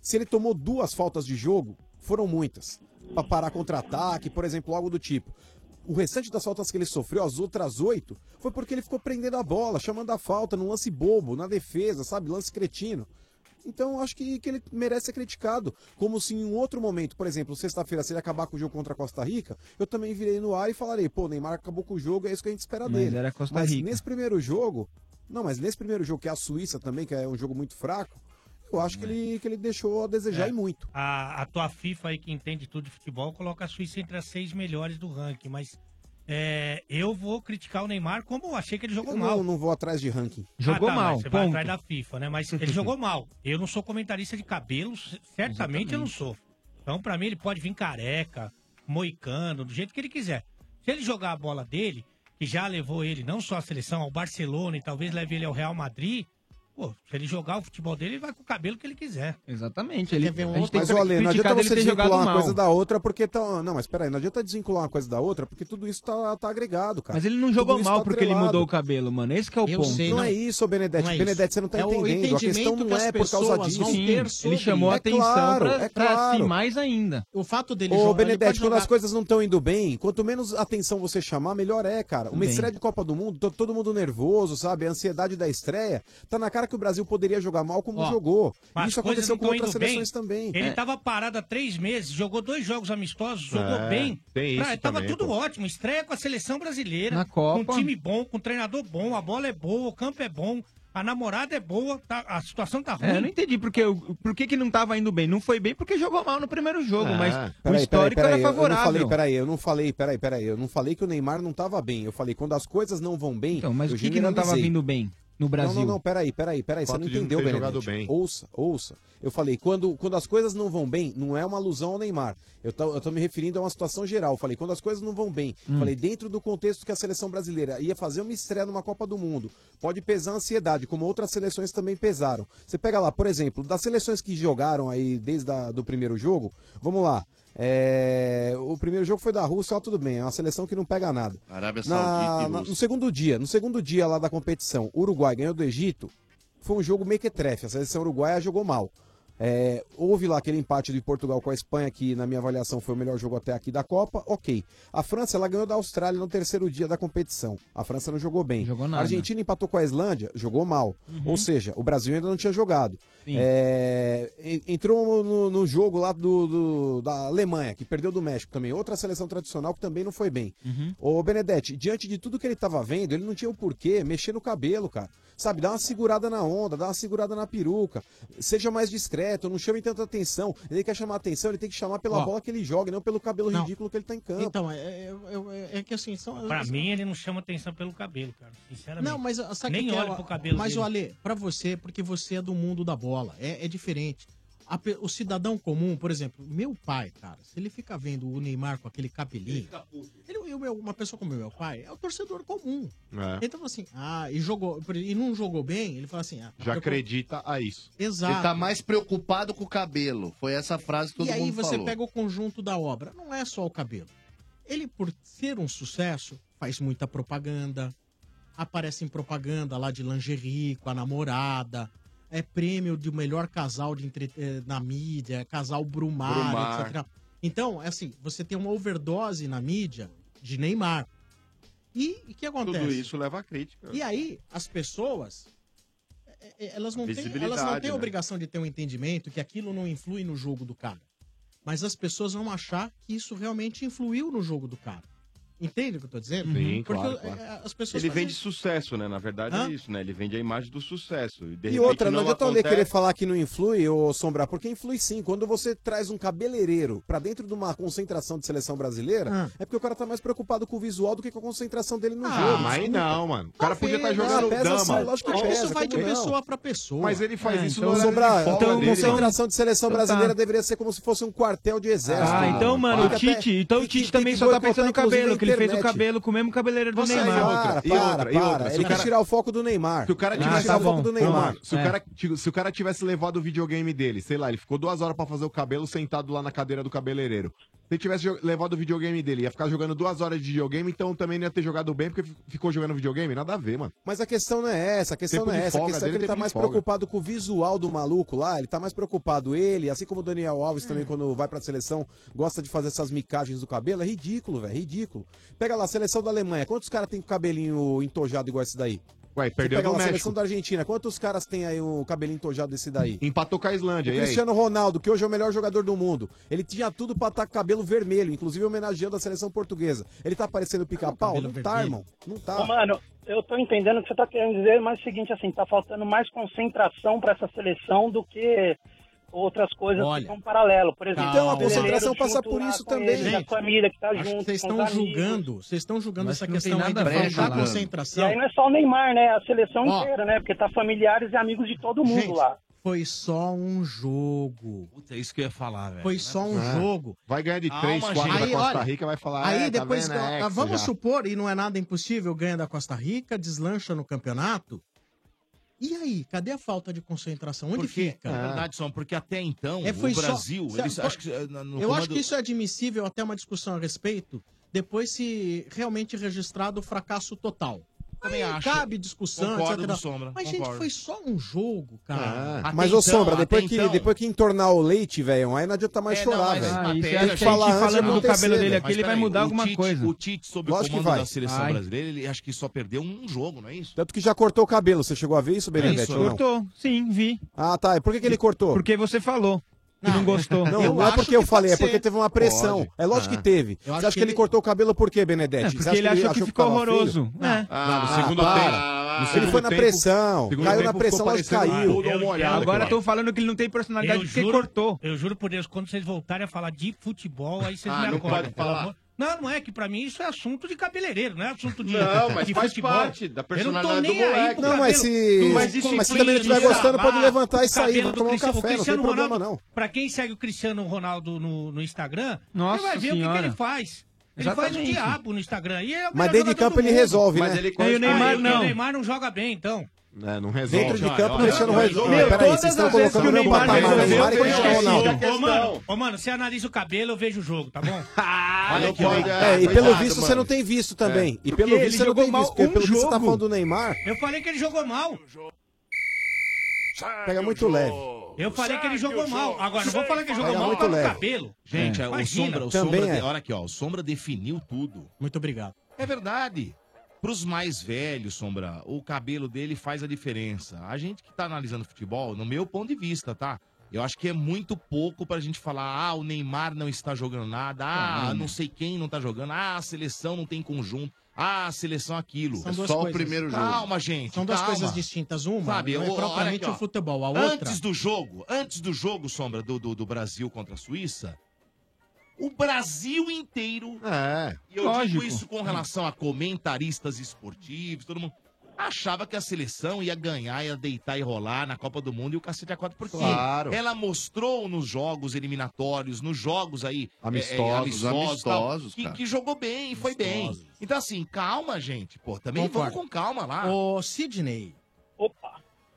Speaker 15: Se ele tomou duas faltas de jogo, foram muitas. Pra parar contra-ataque, por exemplo, algo do tipo. O restante das faltas que ele sofreu, as outras oito, foi porque ele ficou prendendo a bola, chamando a falta, num lance bobo, na defesa, sabe? Lance cretino. Então acho que, que ele merece ser criticado. Como se em um outro momento, por exemplo, sexta-feira, se ele acabar com o jogo contra a Costa Rica, eu também virei no ar e falarei, pô, o Neymar acabou com o jogo, é isso que a gente espera
Speaker 16: Mas
Speaker 15: dele.
Speaker 16: era Costa
Speaker 15: mas
Speaker 16: Rica.
Speaker 15: nesse primeiro jogo. Não, mas nesse primeiro jogo, que é a Suíça também, que é um jogo muito fraco, eu acho que ele, que ele deixou a desejar
Speaker 12: É.
Speaker 15: e muito.
Speaker 12: A, a tua FIFA aí que entende tudo de futebol coloca a Suíça entre as seis melhores do ranking, mas é, eu vou criticar o Neymar como eu achei que ele jogou
Speaker 15: Eu
Speaker 12: mal.
Speaker 15: não, não vou atrás de ranking.
Speaker 12: Ah, tá, mas Você vai atrás da FIFA, né? Mas ele
Speaker 16: (laughs)
Speaker 12: jogou mal. Eu não sou comentarista de cabelo, c- certamente eu não sou. Então, pra mim, ele pode vir careca, moicano, do jeito que ele quiser. Se ele jogar a bola dele, que já levou ele não só à seleção, ao Barcelona e talvez leve ele ao Real Madrid, pô, se ele jogar o futebol dele, ele vai com o cabelo que ele quiser.
Speaker 16: Exatamente. Ele, a gente tem
Speaker 15: um Mas,
Speaker 16: que
Speaker 15: olha, não adianta
Speaker 16: criticar
Speaker 15: você
Speaker 16: dele ter
Speaker 15: desvincular
Speaker 16: jogado
Speaker 15: uma
Speaker 16: mal.
Speaker 15: coisa da outra porque tá. Não, mas peraí, não adianta desvincular uma coisa da outra porque tudo isso tá, tá agregado, cara.
Speaker 16: Mas ele não
Speaker 15: Tudo
Speaker 16: jogou
Speaker 15: isso
Speaker 16: mal
Speaker 15: tá
Speaker 16: porque ele
Speaker 15: atrelado.
Speaker 16: mudou o cabelo, mano. Esse que é o ponto.
Speaker 15: não, é isso, Benedetti.
Speaker 16: Não é isso.
Speaker 15: Benedetti, você não tá
Speaker 16: É o
Speaker 15: entendendo. A questão
Speaker 16: entendimento que
Speaker 15: não
Speaker 16: as
Speaker 15: é por causa
Speaker 16: pessoas
Speaker 15: disso. É
Speaker 16: vão ter Sim, sobre. ele chamou a atenção pra- pra si mais ainda.
Speaker 10: O fato dele
Speaker 15: Ô,
Speaker 10: jogar- ele
Speaker 15: Benedetti,
Speaker 10: pode
Speaker 15: quando
Speaker 10: jogar-
Speaker 15: as coisas não estão indo bem, quanto menos atenção você chamar, melhor é, cara. Uma
Speaker 10: Bem.
Speaker 15: estreia de Copa do Mundo, to- todo mundo nervoso, sabe? A ansiedade da estreia. Tá na cara que o Brasil poderia jogar mal como
Speaker 12: Ó,
Speaker 15: jogou.
Speaker 12: mas
Speaker 15: Isso
Speaker 12: as coisas
Speaker 15: aconteceu
Speaker 12: não
Speaker 15: com
Speaker 12: tão
Speaker 15: outras
Speaker 12: indo bem.
Speaker 15: seleções também.
Speaker 12: Ele
Speaker 15: É.
Speaker 16: tá
Speaker 12: tava parado há três meses, jogou dois jogos amistosos, jogou
Speaker 15: É,
Speaker 12: bem.
Speaker 15: tem isso
Speaker 12: Ah, tava
Speaker 15: também,
Speaker 12: tudo
Speaker 15: pô.
Speaker 12: ótimo. Estreia com a seleção brasileira.
Speaker 16: Na Copa.
Speaker 12: Com um time bom, com um treinador bom, a bola é boa, o campo é bom, a namorada é boa, tá- a situação tá ruim.
Speaker 16: É, eu não entendi porque, o- por que, que não tava indo bem. Não foi bem porque jogou mal no primeiro jogo, mas o
Speaker 15: Peraí,
Speaker 16: histórico
Speaker 15: peraí,
Speaker 16: era
Speaker 15: peraí, eu-
Speaker 16: favorável.
Speaker 15: Eu não falei, peraí, eu não falei, peraí, peraí, eu não falei que o Neymar não tava bem. Eu falei, quando as coisas não vão bem. Então,
Speaker 16: mas o que que não tava vindo bem no Brasil?
Speaker 15: Não, não, não, peraí, peraí, peraí. Você
Speaker 16: Fato
Speaker 15: não
Speaker 16: de não
Speaker 15: entendeu,
Speaker 16: ter
Speaker 15: Benedetti.
Speaker 16: jogado bem.
Speaker 15: Ouça, ouça. Eu falei, quando, quando as coisas não vão bem, não é uma alusão ao Neymar. Eu tô, eu tô me referindo a uma situação geral. Eu falei, quando as coisas não vão bem,
Speaker 16: Hum.
Speaker 15: falei, dentro do contexto que a seleção brasileira ia fazer uma estreia numa Copa do Mundo, pode pesar a ansiedade, como outras seleções também pesaram. Você pega lá, por exemplo, das seleções que jogaram aí desde a, do primeiro jogo, vamos lá. É, o primeiro jogo foi da Rússia, ó, tudo bem, é uma seleção que não pega nada.
Speaker 16: Ah,
Speaker 11: Arábia
Speaker 15: Na-
Speaker 11: Saudita
Speaker 15: na-
Speaker 11: e
Speaker 15: no
Speaker 11: Rússia.
Speaker 15: segundo dia, no segundo dia lá da competição, o Uruguai ganhou do Egito. Foi um jogo mequetrefe. A seleção uruguaia jogou mal. É, houve lá aquele empate de Portugal com a Espanha, que na minha avaliação foi o melhor jogo até aqui da Copa. Ok. A França ela ganhou da Austrália no terceiro dia da competição. A França não jogou bem.
Speaker 16: nada.
Speaker 15: A Argentina empatou com a Islândia, jogou mal.
Speaker 10: Uhum.
Speaker 15: Ou seja, o Brasil ainda não tinha jogado.
Speaker 16: Sim.
Speaker 15: É, en- entrou no, no jogo lá do, do- da Alemanha, que perdeu do México também. Outra seleção tradicional que também não foi bem.
Speaker 10: Uhum.
Speaker 15: Ô, Benedetti, diante de tudo que ele tava vendo, ele não tinha o porquê mexer no cabelo, cara. Sabe, dá uma segurada na onda, dá uma segurada na peruca. Seja mais discreto, não chame tanta atenção. Ele quer chamar atenção, ele tem que chamar pela
Speaker 10: Ó.
Speaker 15: bola que ele joga, e não pelo cabelo
Speaker 10: Não.
Speaker 15: ridículo que ele tá em campo.
Speaker 10: Então, é, é- é- é- é que assim, são.
Speaker 12: Pra mim, ele não chama atenção pelo cabelo, cara. Sinceramente.
Speaker 10: Não, mas ah, sabe
Speaker 12: Nem
Speaker 10: que que é,
Speaker 12: olho
Speaker 10: ó,
Speaker 12: pro cabelo
Speaker 10: Mas,
Speaker 12: dele.
Speaker 10: o Ale, pra você, porque você é do mundo da bola, é, é diferente. A pe- o cidadão comum, por exemplo, meu pai, cara, se ele fica vendo o Neymar com aquele cabelinho, ele, eu- eu- uma pessoa como meu pai é o torcedor comum.
Speaker 9: É.
Speaker 10: Então assim, ah, e jogou e não jogou bem, ele fala assim, ah,
Speaker 9: Já
Speaker 10: eu-
Speaker 9: acredita a isso.
Speaker 10: Exato.
Speaker 11: Ele tá mais preocupado com o cabelo. Foi essa frase que todo
Speaker 10: e aí
Speaker 11: mundo
Speaker 10: você
Speaker 11: falou.
Speaker 10: pega o conjunto da obra. Não é só o cabelo. Ele, por ser um sucesso, faz muita propaganda. Aparece em propaganda lá de lingerie com a namorada. É prêmio de melhor casal de entre- eh, na mídia, casal Brumar,
Speaker 19: Brumar.
Speaker 10: etc. Então, é assim, você tem uma overdose na mídia de Neymar. E o que acontece?
Speaker 9: Tudo isso leva à crítica.
Speaker 10: E aí, as pessoas. é, elas não têm,
Speaker 20: Visibilidade,
Speaker 10: elas não têm
Speaker 20: né?
Speaker 10: obrigação de ter um entendimento que aquilo não influi no jogo do cara. Mas as pessoas vão achar que isso realmente influiu no jogo do cara. Entende o que eu tô dizendo?
Speaker 17: Sim,
Speaker 10: Porque
Speaker 17: claro,
Speaker 10: eh,
Speaker 17: claro.
Speaker 10: as pessoas
Speaker 17: Ele
Speaker 10: fazem-
Speaker 17: vende sucesso, né? Na verdade
Speaker 10: Hã?
Speaker 17: é isso, né? Ele vende a imagem do sucesso.
Speaker 15: E
Speaker 17: E, de repente,
Speaker 15: outra, não adianta
Speaker 17: acontece...
Speaker 15: alguém querer falar que não influi ou sombrar, porque influi sim. Quando você traz um cabeleireiro pra dentro de uma concentração de seleção brasileira, é porque o cara tá mais preocupado com o visual do que com a concentração dele no
Speaker 9: Ah,
Speaker 15: jogo. né?
Speaker 9: mas aí
Speaker 15: Desculpa.
Speaker 9: não, mano. O cara podia estar
Speaker 15: Ah,
Speaker 9: jogando
Speaker 15: pesa
Speaker 9: dama.
Speaker 15: sim, lógico que
Speaker 9: Acho que
Speaker 15: pesa,
Speaker 9: isso vai de
Speaker 15: como não?
Speaker 9: pessoa pra pessoa. É, Mas ele faz isso
Speaker 15: então,
Speaker 9: no horário de
Speaker 15: Sombra,
Speaker 9: folga
Speaker 15: Então,
Speaker 9: dele,
Speaker 15: concentração
Speaker 9: mano.
Speaker 15: de seleção
Speaker 9: Então tá.
Speaker 15: brasileira deveria ser como se fosse um quartel de exército.
Speaker 16: Ah, então, mano, o
Speaker 15: Porque
Speaker 16: Tite.
Speaker 15: até-
Speaker 16: Então o
Speaker 15: tem
Speaker 16: Tite
Speaker 15: que-
Speaker 16: também
Speaker 15: tem que
Speaker 16: só tá pensando
Speaker 15: boicotar,
Speaker 16: no cabelo,
Speaker 15: inclusive,
Speaker 16: que ele fez o
Speaker 15: internet.
Speaker 16: cabelo com o mesmo cabeleireiro do
Speaker 15: Nossa,
Speaker 16: Neymar.
Speaker 9: é
Speaker 15: e outra, e outra, e outra. Ele quer tirar o foco do Neymar.
Speaker 9: Se o cara
Speaker 15: Ele
Speaker 9: tivesse
Speaker 15: quer tirar o foco do Neymar.
Speaker 9: Mano, se, o
Speaker 15: É.
Speaker 9: cara, ti- se o cara tivesse levado o videogame dele, sei lá, ele ficou duas horas pra fazer o cabelo sentado lá na cadeira do cabeleireiro. Se ele tivesse jo- levado o videogame dele, ia ficar jogando duas horas de videogame, então também não ia ter jogado bem porque fi- ficou jogando videogame. Nada a ver, mano.
Speaker 15: Mas a questão não é essa, a questão
Speaker 9: Tempo
Speaker 15: não
Speaker 9: de
Speaker 15: é essa, a
Speaker 9: folga
Speaker 15: questão é que
Speaker 9: dele,
Speaker 15: ele tá
Speaker 9: tempo de
Speaker 15: mais
Speaker 9: folga.
Speaker 15: preocupado com o visual do maluco lá, ele tá mais preocupado ele, assim como o Daniel Alves também quando vai pra seleção, gosta de fazer essas micagens do cabelo, é ridículo, velho, ridículo. Pega lá, seleção da Alemanha, quantos caras tem com cabelinho entojado igual esse daí?
Speaker 9: Ué,
Speaker 15: Você
Speaker 9: perdeu
Speaker 15: pega
Speaker 9: do
Speaker 15: lá,
Speaker 9: México.
Speaker 15: seleção da Argentina, quantos caras tem aí um cabelinho entojado desse daí?
Speaker 9: Empatou com a Islândia,
Speaker 15: O
Speaker 9: e aí?
Speaker 15: Cristiano Ronaldo, que hoje é o melhor jogador do mundo, ele tinha tudo pra estar com cabelo vermelho, inclusive homenageando a seleção portuguesa. Ele tá parecendo pica-pau? Não tá, irmão. Não tá.
Speaker 27: Ô, mano, eu tô entendendo o que você tá querendo dizer, mas é o seguinte, assim, tá faltando mais concentração pra essa seleção do que outras coisas
Speaker 10: Olha.
Speaker 27: que são paralelo. Por exemplo,
Speaker 10: Então, a
Speaker 27: brasileiro
Speaker 10: concentração
Speaker 27: junto
Speaker 10: passa por
Speaker 27: lá
Speaker 10: isso
Speaker 27: com
Speaker 10: também.
Speaker 27: ele,
Speaker 10: Gente,
Speaker 27: a família que tá
Speaker 10: acho que
Speaker 27: junto.
Speaker 10: vocês
Speaker 27: com
Speaker 10: estão
Speaker 27: os amigos.
Speaker 10: julgando, vocês estão julgando essa questão aí de
Speaker 27: a ver,
Speaker 10: Então, faltar
Speaker 27: mano. E
Speaker 10: concentração.
Speaker 27: aí não é só o Neymar, né? A seleção
Speaker 10: Ó.
Speaker 27: inteira, né? Porque tá familiares e amigos de todo mundo
Speaker 10: Gente,
Speaker 27: lá.
Speaker 10: Foi só um jogo.
Speaker 2: Puta, é isso que eu ia falar, velho.
Speaker 10: Foi só um
Speaker 9: É.
Speaker 10: jogo.
Speaker 9: Vai ganhar de
Speaker 4: Ah,
Speaker 10: Calma,
Speaker 9: três, quatro
Speaker 10: gente.
Speaker 9: da
Speaker 10: Ah, Aí,
Speaker 9: Costa
Speaker 10: olha,
Speaker 9: Rica, vai falar.
Speaker 10: Aí
Speaker 9: "É, tá
Speaker 10: depois,
Speaker 9: vendo?
Speaker 10: ah,
Speaker 9: É,
Speaker 10: ah, vamos
Speaker 9: já."
Speaker 10: supor, e não é nada impossível, ganha da Costa Rica, deslancha no campeonato. E aí, cadê a falta de concentração? Onde
Speaker 4: Porque,
Speaker 10: fica?
Speaker 4: na verdade, são porque até então
Speaker 10: É, foi
Speaker 4: o
Speaker 10: só-
Speaker 4: Brasil,
Speaker 10: Sabe,
Speaker 4: eles,
Speaker 10: foi-
Speaker 4: acho que, eh, no
Speaker 10: Eu acho
Speaker 4: comando-
Speaker 10: que isso é admissível até uma discussão a respeito, depois se realmente registrado o fracasso total.
Speaker 4: Também
Speaker 10: Aí
Speaker 4: acho.
Speaker 10: Cabe discussão,
Speaker 4: Concordo
Speaker 10: etc.
Speaker 4: com Sombra,
Speaker 10: Mas, gente,
Speaker 4: concordo.
Speaker 10: foi só um jogo, cara.
Speaker 15: Ah, mas, ô Sombra, depois que, depois que entornar o leite, velho, aí não adianta mais
Speaker 16: É, não,
Speaker 15: chorar,
Speaker 16: mas
Speaker 15: velho.
Speaker 16: até-
Speaker 15: Tem
Speaker 16: acho que a
Speaker 15: que
Speaker 16: gente
Speaker 15: falar antes
Speaker 16: falando
Speaker 15: de
Speaker 16: do
Speaker 15: acontecer,
Speaker 16: cabelo dele
Speaker 15: velho.
Speaker 16: aqui, ele vai mudar alguma
Speaker 4: Tite-
Speaker 16: coisa.
Speaker 4: O Tite, sob
Speaker 15: Lógico
Speaker 4: o
Speaker 15: que
Speaker 4: comando
Speaker 15: vai.
Speaker 4: da seleção
Speaker 15: Vai.
Speaker 4: brasileira, ele acho que só perdeu um jogo, não é isso?
Speaker 15: Tanto que já cortou o cabelo. Você chegou a ver isso, Benedetti?
Speaker 4: isso,
Speaker 15: ou não?
Speaker 16: Cortou, sim, vi.
Speaker 15: Ah, tá. E por que, que ele cortou?
Speaker 16: Porque você falou. Que não gostou.
Speaker 15: Não,
Speaker 16: (laughs)
Speaker 15: não é porque eu falei, é porque teve uma pressão.
Speaker 16: Pode.
Speaker 15: É lógico
Speaker 16: Ah.
Speaker 15: que teve.
Speaker 16: Eu
Speaker 15: Você
Speaker 16: acho
Speaker 15: acha que
Speaker 16: que
Speaker 15: ele
Speaker 16: ele-
Speaker 15: cortou o cabelo por quê, Benedetti?
Speaker 16: É,
Speaker 15: Você
Speaker 16: porque
Speaker 15: acha
Speaker 16: ele achou que ficou
Speaker 15: tava feio?
Speaker 16: horroroso. É.
Speaker 15: Ah,
Speaker 16: Ah,
Speaker 15: no
Speaker 16: no
Speaker 15: segundo
Speaker 16: segundo tempo- no
Speaker 15: Ele
Speaker 16: segundo
Speaker 15: foi na
Speaker 16: tempo-
Speaker 15: pressão.
Speaker 16: segundo
Speaker 15: Caiu na
Speaker 16: tempo
Speaker 15: pressão,
Speaker 16: ficou
Speaker 15: lógico que
Speaker 16: parecendo
Speaker 15: caiu.
Speaker 16: um Dou uma olhada, Agora cara. tô falando que ele não tem personalidade porque cortou.
Speaker 12: Eu juro por Deus, quando vocês voltarem a falar de futebol, aí vocês
Speaker 16: Ah,
Speaker 12: me
Speaker 16: não
Speaker 12: acordam.
Speaker 16: pode
Speaker 12: pelo
Speaker 16: falar.
Speaker 12: amor- Não, não é que pra mim isso é assunto de cabeleireiro, não é assunto de
Speaker 15: Não, mas
Speaker 12: de
Speaker 15: faz
Speaker 12: futebol.
Speaker 15: parte da personalidade
Speaker 12: eu não tô
Speaker 15: do
Speaker 12: nem aí
Speaker 15: moleque.
Speaker 12: pro
Speaker 15: Não,
Speaker 12: cabelo.
Speaker 15: mas se-
Speaker 12: Tu-
Speaker 15: mas se
Speaker 12: disciplina,
Speaker 15: também não estiver
Speaker 12: do
Speaker 15: gostando, pode
Speaker 12: Jabá,
Speaker 15: levantar e
Speaker 12: do
Speaker 15: sair,
Speaker 12: cabelo
Speaker 15: vai
Speaker 12: do
Speaker 15: tomar um
Speaker 12: Cristiano-
Speaker 15: café,
Speaker 12: o
Speaker 15: não tem
Speaker 12: Cristiano
Speaker 15: problema,
Speaker 12: Ronaldo,
Speaker 15: não.
Speaker 12: Pra quem segue o Cristiano Ronaldo no, no Instagram,
Speaker 15: Nossa
Speaker 12: você vai ver o que que,
Speaker 15: Senhora.
Speaker 12: ele faz. Ele faz o
Speaker 15: Exatamente.
Speaker 12: diabo no Instagram. E é o melhor
Speaker 15: Mas dentro de
Speaker 12: jogador
Speaker 15: campo
Speaker 12: do
Speaker 15: ele
Speaker 12: mundo.
Speaker 15: resolve, né?
Speaker 12: Ah, e o Neymar não. O Neymar não joga bem, então.
Speaker 9: É, não resolve.
Speaker 15: Dentro de
Speaker 9: Olha,
Speaker 15: campo,
Speaker 9: olha,
Speaker 15: o Cristiano
Speaker 9: olha,
Speaker 15: Ronaldo-
Speaker 9: olha,
Speaker 15: Não,
Speaker 9: peraí,
Speaker 15: todas
Speaker 9: vocês estão
Speaker 15: as vezes
Speaker 9: colocando
Speaker 15: que o
Speaker 9: meu
Speaker 15: Neymar
Speaker 9: patamar
Speaker 15: resolveu,
Speaker 9: no Neymar e
Speaker 15: foi
Speaker 9: Cristiano
Speaker 15: esquecido.
Speaker 9: Ronaldo.
Speaker 12: Ô, mano, ô, mano, você analisa o cabelo, eu vejo o jogo, tá bom?
Speaker 15: Não pode, é, e pelo visto você não tem visto também. E pelo visto você não tem visto. Porque pelo visto você tá falando do Neymar,
Speaker 12: Eu falei que ele jogou mal.
Speaker 15: pega muito leve.
Speaker 12: Eu falei que ele jogou mal. Agora, não vou falar que ele jogou
Speaker 15: Pega
Speaker 12: mal
Speaker 15: muito
Speaker 12: pelo
Speaker 15: leve.
Speaker 12: cabelo.
Speaker 4: Gente,
Speaker 12: É.
Speaker 4: o
Speaker 12: Imagina.
Speaker 4: Sombra, o
Speaker 12: Também
Speaker 4: Sombra,
Speaker 12: é.
Speaker 4: olha aqui, ó, o Sombra definiu tudo.
Speaker 10: Muito obrigado.
Speaker 4: É verdade. Pros mais velhos, Sombra, o cabelo dele faz a diferença. A gente que tá analisando futebol, no meu ponto de vista, tá? Eu acho que é muito pouco pra gente falar, ah, o Neymar não está jogando nada, ah,
Speaker 11: Ah,
Speaker 4: não sei quem não tá jogando, ah, a seleção não tem conjunto, ah, a seleção aquilo. É
Speaker 9: é
Speaker 10: São duas coisas.
Speaker 4: Calma, gente.
Speaker 10: São duas
Speaker 4: calma.
Speaker 10: coisas distintas. Uma
Speaker 4: Sabe,
Speaker 10: não é
Speaker 4: o- olha
Speaker 10: propriamente
Speaker 4: aqui, ó.
Speaker 10: o futebol, a outra...
Speaker 4: Antes do jogo, antes do jogo, Sombra, do, do, do Brasil contra a Suíça, o Brasil inteiro.
Speaker 9: É.
Speaker 4: E eu
Speaker 9: Lógico.
Speaker 4: digo isso com relação a comentaristas esportivos, todo mundo. Achava que a seleção ia ganhar, ia deitar e rolar na Copa do Mundo e o cacete a quatro, porque
Speaker 11: Claro.
Speaker 4: ela mostrou nos jogos eliminatórios, nos jogos aí é, é,
Speaker 11: Amistosos,
Speaker 4: e tal,
Speaker 11: amistosos,
Speaker 4: que,
Speaker 11: cara.
Speaker 4: que jogou bem, foi bem. Então, assim, calma, gente, pô, também vamos com calma lá.
Speaker 10: Ô, Sidney.
Speaker 27: Opa.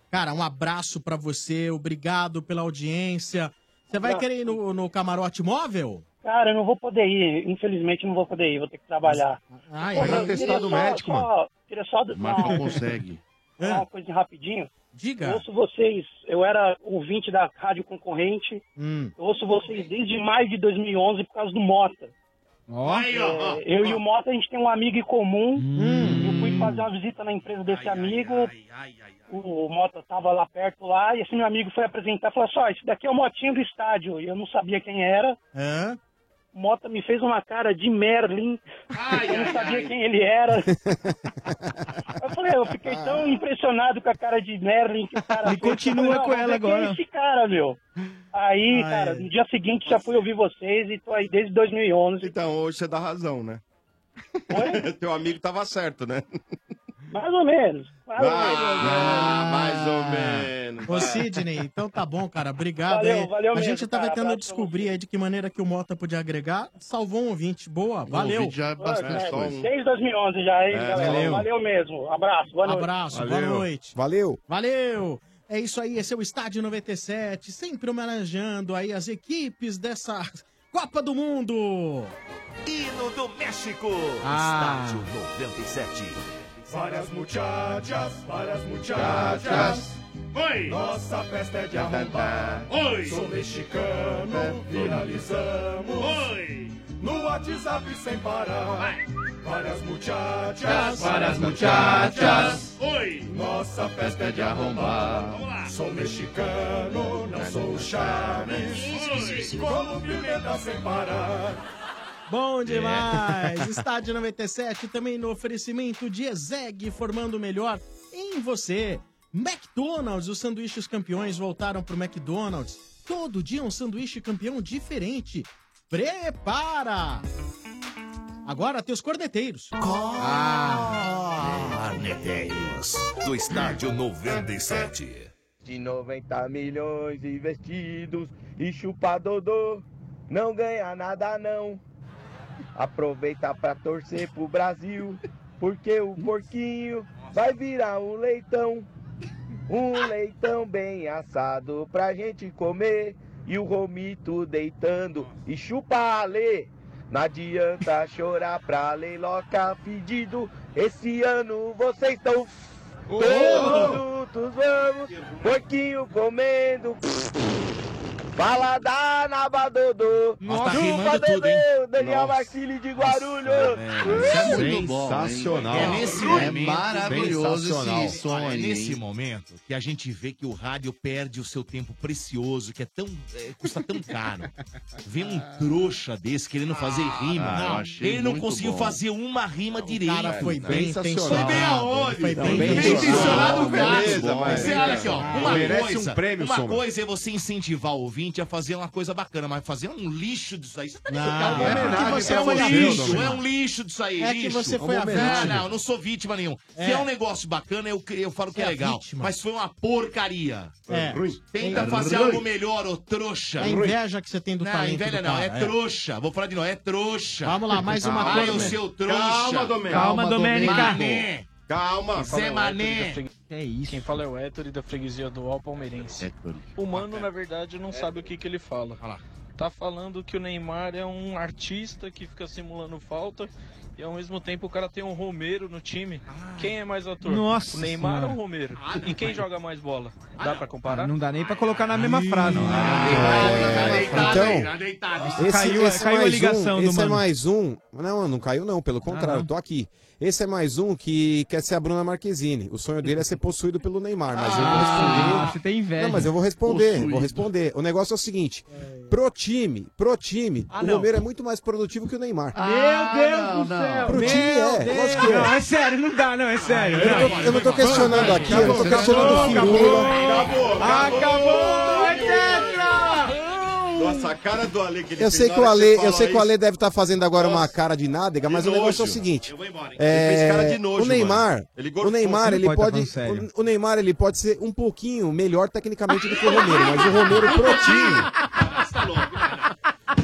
Speaker 10: Cara, um abraço pra você, obrigado pela audiência. Você vai
Speaker 27: Não.
Speaker 10: querer ir no, no camarote móvel?
Speaker 27: Cara, eu não vou poder ir. Infelizmente, eu não vou poder ir. Vou ter que trabalhar.
Speaker 10: Ai,
Speaker 27: Pô,
Speaker 10: ai.
Speaker 27: eu queria
Speaker 10: Atestado
Speaker 27: só-
Speaker 10: médico,
Speaker 27: só-
Speaker 10: mano.
Speaker 27: Queria só... dar
Speaker 11: Mas
Speaker 27: uma-
Speaker 11: não consegue.
Speaker 27: falar uma coisa rapidinho.
Speaker 10: Diga.
Speaker 27: Eu ouço vocês, eu era ouvinte da rádio concorrente,
Speaker 10: Hum.
Speaker 27: eu ouço vocês desde maio de 2011 por causa do Mota.
Speaker 16: Ó.
Speaker 10: Hum.
Speaker 27: É, eu e o Mota, a gente tem um amigo em comum, eu fui fazer uma visita na empresa desse amigo. O, o Mota tava lá perto lá, e esse meu amigo foi apresentar e falou só, esse daqui é o Motinho do estádio. E eu não sabia quem era.
Speaker 19: Hã?
Speaker 27: O Mota me fez uma cara de Merlin. eu não sabia quem ele era.
Speaker 12: (laughs)
Speaker 27: eu falei, eu fiquei tão impressionado com a cara de Merlin que o cara.
Speaker 16: E
Speaker 27: fez. Eu falei,
Speaker 16: continua
Speaker 27: "Não,
Speaker 16: com
Speaker 27: vamos
Speaker 16: ela
Speaker 27: ver quem é
Speaker 16: agora."
Speaker 27: Esse cara, meu. Aí,
Speaker 17: Ai.
Speaker 27: cara, no dia seguinte já fui ouvir vocês e tô aí desde 2011.
Speaker 17: Então, hoje você dá razão, né? (laughs) Teu amigo tava certo, né?
Speaker 27: Mais ou menos. Mais ou menos.
Speaker 17: Ah, mais ou menos.
Speaker 10: Ô, Sidney, então tá bom, cara. Obrigado.
Speaker 27: Valeu,
Speaker 10: aí.
Speaker 27: valeu
Speaker 10: A
Speaker 27: mesmo,
Speaker 10: gente tá- tava
Speaker 27: cara.
Speaker 10: tentando
Speaker 27: Abraço
Speaker 10: descobrir aí de que maneira que o Mota podia agregar. Salvou um ouvinte. Boa, valeu.
Speaker 11: ouvinte já é
Speaker 27: É, Desde 2011 já, hein,
Speaker 10: É,
Speaker 27: galera?
Speaker 10: valeu.
Speaker 27: Valeu. mesmo. Abraço, boa noite.
Speaker 10: Abraço, boa noite.
Speaker 15: Valeu.
Speaker 10: Valeu. É isso aí, esse é o Estádio 97, sempre homenageando aí as equipes dessa (laughs) Copa do Mundo.
Speaker 23: Hino do México.
Speaker 10: Ah.
Speaker 23: Estádio 97.
Speaker 8: Várias muchachas, várias muchachas. Oi! Nossa festa é de
Speaker 11: Tá,
Speaker 8: arrombar.
Speaker 28: Oi!
Speaker 8: Sou mexicano, viralizamos. Oi! No WhatsApp sem parar. Várias muchachas,
Speaker 28: Várias muchachas.
Speaker 8: Oi! Nossa festa é de arrombar. Sou mexicano, não sou o Chaves. Oi! Como pimenta sem parar.
Speaker 4: É.
Speaker 10: Bom demais! Estádio 97 também no oferecimento de Ezeg, formando o melhor em você. McDonald's, os sanduíches campeões voltaram pro McDonald's. Todo dia um sanduíche campeão diferente. Prepara! Agora tem os corneteiros. Ah,
Speaker 23: Arneteiros. Do Estádio 97.
Speaker 18: De 90 milhões investidos e chupa Dodô, não ganha nada não. Aproveita pra torcer pro Brasil, porque o porquinho vai virar um leitão. Um leitão bem assado pra gente comer e o Romito deitando e chupa Ale. Não adianta chorar pra leiloca pedido, esse ano vocês estão todos juntos, vamos, porquinho comendo. Balada na Badodô.
Speaker 28: Nossa, tá
Speaker 18: Chupa
Speaker 28: rimando tudo, hein?
Speaker 18: Dodô, Daniel
Speaker 28: Nossa.
Speaker 18: Marcili de Guarulhos.
Speaker 4: Isso
Speaker 18: Uh!
Speaker 4: é muito bom, hein?
Speaker 18: Sensacional.
Speaker 4: É, nesse
Speaker 18: É
Speaker 4: momento,
Speaker 18: maravilhoso esse
Speaker 4: sensacional.
Speaker 18: som
Speaker 4: Olha, É
Speaker 18: aí,
Speaker 4: nesse
Speaker 18: hein?
Speaker 4: momento que a gente vê que o rádio perde o seu tempo precioso, que é tão. é, custa tão caro. Vem um trouxa desse querendo fazer rima.
Speaker 11: cara, Ah, eu
Speaker 4: não,
Speaker 11: achei
Speaker 4: ele não
Speaker 11: muito
Speaker 4: conseguiu
Speaker 11: bom.
Speaker 4: fazer uma rima direito.
Speaker 11: cara foi
Speaker 4: Não,
Speaker 11: bem
Speaker 4: não.
Speaker 11: intencionado.
Speaker 4: Foi bem aonde?
Speaker 11: Foi bem
Speaker 4: bem
Speaker 11: intencionado.
Speaker 4: intencionado,
Speaker 11: Beleza,
Speaker 4: cara.
Speaker 11: mas-
Speaker 4: Você olha aqui, ó. Uma
Speaker 11: Merece um
Speaker 4: coisa,
Speaker 11: prêmio,
Speaker 4: uma
Speaker 11: Sombra.
Speaker 4: coisa é você incentivar o ouvinte a fazer uma coisa bacana, mas fazer um lixo disso aí, você tá
Speaker 11: Não,
Speaker 4: ligado?
Speaker 11: é
Speaker 4: porque
Speaker 11: homenagem
Speaker 4: você é
Speaker 11: pra
Speaker 4: um
Speaker 11: você,
Speaker 4: lixo,
Speaker 11: Domingos.
Speaker 4: é um lixo disso aí.
Speaker 11: É que
Speaker 4: lixo.
Speaker 11: você foi a
Speaker 4: Não,
Speaker 11: vítima.
Speaker 4: Não, eu não sou vítima nenhum. Se
Speaker 11: É.
Speaker 4: é um negócio bacana, eu, eu falo que
Speaker 11: Você
Speaker 4: é
Speaker 11: é
Speaker 4: legal.
Speaker 11: vítima.
Speaker 4: Mas foi uma porcaria.
Speaker 10: É.
Speaker 4: Tenta
Speaker 10: É
Speaker 4: fazer
Speaker 10: ruim.
Speaker 4: algo melhor, ô trouxa.
Speaker 10: A inveja que você tem do
Speaker 4: Não,
Speaker 10: talento
Speaker 4: inveja
Speaker 10: do
Speaker 4: não, é,
Speaker 10: cara, é.
Speaker 4: trouxa. Vou falar de novo, é trouxa.
Speaker 10: Vamos lá, mais uma
Speaker 4: Vai,
Speaker 10: coisa,
Speaker 4: o
Speaker 10: né?
Speaker 4: seu trouxa.
Speaker 10: Calma, Domênico. Calma, Domênico.
Speaker 4: Mané.
Speaker 10: Calma.
Speaker 4: Zé Mané.
Speaker 30: É isso. Quem fala é o Héctor da freguesia do Al Palmeirense. O Mano, na verdade, não sabe o que, que ele fala. Tá falando que o Neymar é um artista que fica simulando falta e ao mesmo tempo o cara tem um Romero no time.
Speaker 10: Ah.
Speaker 30: Quem é mais ator?
Speaker 16: Nossa
Speaker 30: o Neymar
Speaker 16: Senhora.
Speaker 30: ou o Romero? E quem joga mais bola? Dá pra comparar?
Speaker 16: Não dá nem pra colocar na mesma frase. né?
Speaker 15: Então, esse,
Speaker 16: caiu,
Speaker 15: esse
Speaker 16: tá
Speaker 15: Então,
Speaker 16: caiu
Speaker 15: é
Speaker 16: a
Speaker 15: mais
Speaker 16: ligação
Speaker 15: um,
Speaker 16: do
Speaker 15: esse
Speaker 16: mano. Ah,
Speaker 15: é mais um. Não, não caiu não, pelo contrário, eu tô aqui. Esse é mais um que quer ser a Bruna Marquezine. O sonho dele é ser possuído pelo Neymar, mas eu vou responder.
Speaker 16: Ah, você tem inveja.
Speaker 15: Não, mas eu vou responder,
Speaker 16: Possuído.
Speaker 15: vou responder. O negócio é o seguinte, pro time, pro time,
Speaker 16: Ah,
Speaker 15: o
Speaker 16: não. Ah,
Speaker 15: Romero é muito mais produtivo que o Neymar.
Speaker 16: Meu Deus do céu!
Speaker 15: Pro
Speaker 16: Meu
Speaker 15: time é,
Speaker 16: Deus.
Speaker 15: lógico que é.
Speaker 16: Não, é sério, não dá, não, é sério.
Speaker 15: Eu não tô- eu não tô questionando aqui, eu não tô questionando
Speaker 16: Acabou, acabou, é
Speaker 17: Nossa, a cara do Ale que ele
Speaker 15: Eu
Speaker 17: fez
Speaker 15: sei
Speaker 17: na
Speaker 15: que o
Speaker 17: hora
Speaker 15: Ale,
Speaker 17: você
Speaker 15: eu sei
Speaker 17: falou
Speaker 15: que o Ale
Speaker 17: isso.
Speaker 15: deve estar fazendo agora uma cara de nádega, mas o negócio é o
Speaker 17: nojo.
Speaker 15: seguinte. é,
Speaker 17: Ele fez cara de nojo,
Speaker 15: o Neymar,
Speaker 17: mano. Ele
Speaker 15: o
Speaker 17: gorfou.
Speaker 15: Neymar,
Speaker 17: Você não
Speaker 15: ele
Speaker 17: pode tá
Speaker 15: pode,
Speaker 17: falando sério.
Speaker 15: o, o Neymar, ele pode ser um pouquinho melhor tecnicamente do que o Romero, mas o Romero
Speaker 17: (laughs)
Speaker 15: pro time,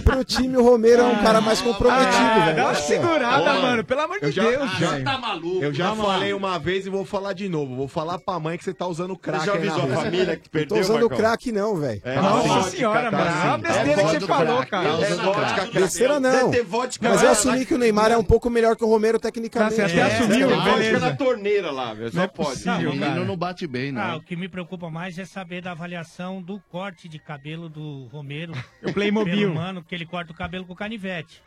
Speaker 15: pro time o Romero é um cara mais comprometido,
Speaker 9: Ah,
Speaker 15: velho.
Speaker 16: Ah, dá uma
Speaker 15: Acho que é.
Speaker 16: segurada,
Speaker 9: Ô,
Speaker 16: mano, pelo amor de
Speaker 9: Assim, eu já-
Speaker 16: Deus,
Speaker 9: ah, já
Speaker 16: velho.
Speaker 9: tá
Speaker 4: maluco.
Speaker 9: Eu já
Speaker 16: Vamos lá.
Speaker 9: falei uma vez e vou falar de novo. Vou falar pra mãe que você tá usando crack.
Speaker 15: já
Speaker 9: aí na
Speaker 15: avisou a
Speaker 9: rua.
Speaker 15: família que perdeu, Não tô usando Marcão? crack, não, velho.
Speaker 9: É,
Speaker 15: Nossa
Speaker 9: vodka,
Speaker 15: senhora,
Speaker 9: tá
Speaker 15: mano,
Speaker 9: sim.
Speaker 15: olha a besteira que
Speaker 9: É
Speaker 15: você
Speaker 9: vodka,
Speaker 15: falou,
Speaker 9: crack,
Speaker 15: cara.
Speaker 9: tá usando crack.
Speaker 15: Besteira não.
Speaker 17: Deve É ter vodka
Speaker 15: Mas
Speaker 17: lá,
Speaker 15: eu assumi que o Neymar é um pouco melhor que o Romero tecnicamente. né?
Speaker 17: Tá, você até É, assumiu, deve ter vodka beleza. na torneira lá, velho, só Não é pode. possível,
Speaker 11: O menino não bate bem,
Speaker 30: Ah,
Speaker 11: não.
Speaker 30: o que me preocupa mais é saber da avaliação do corte de cabelo do Romero.
Speaker 16: O Playmobil.
Speaker 30: Mano, que ele
Speaker 12: corta o cabelo com canivete.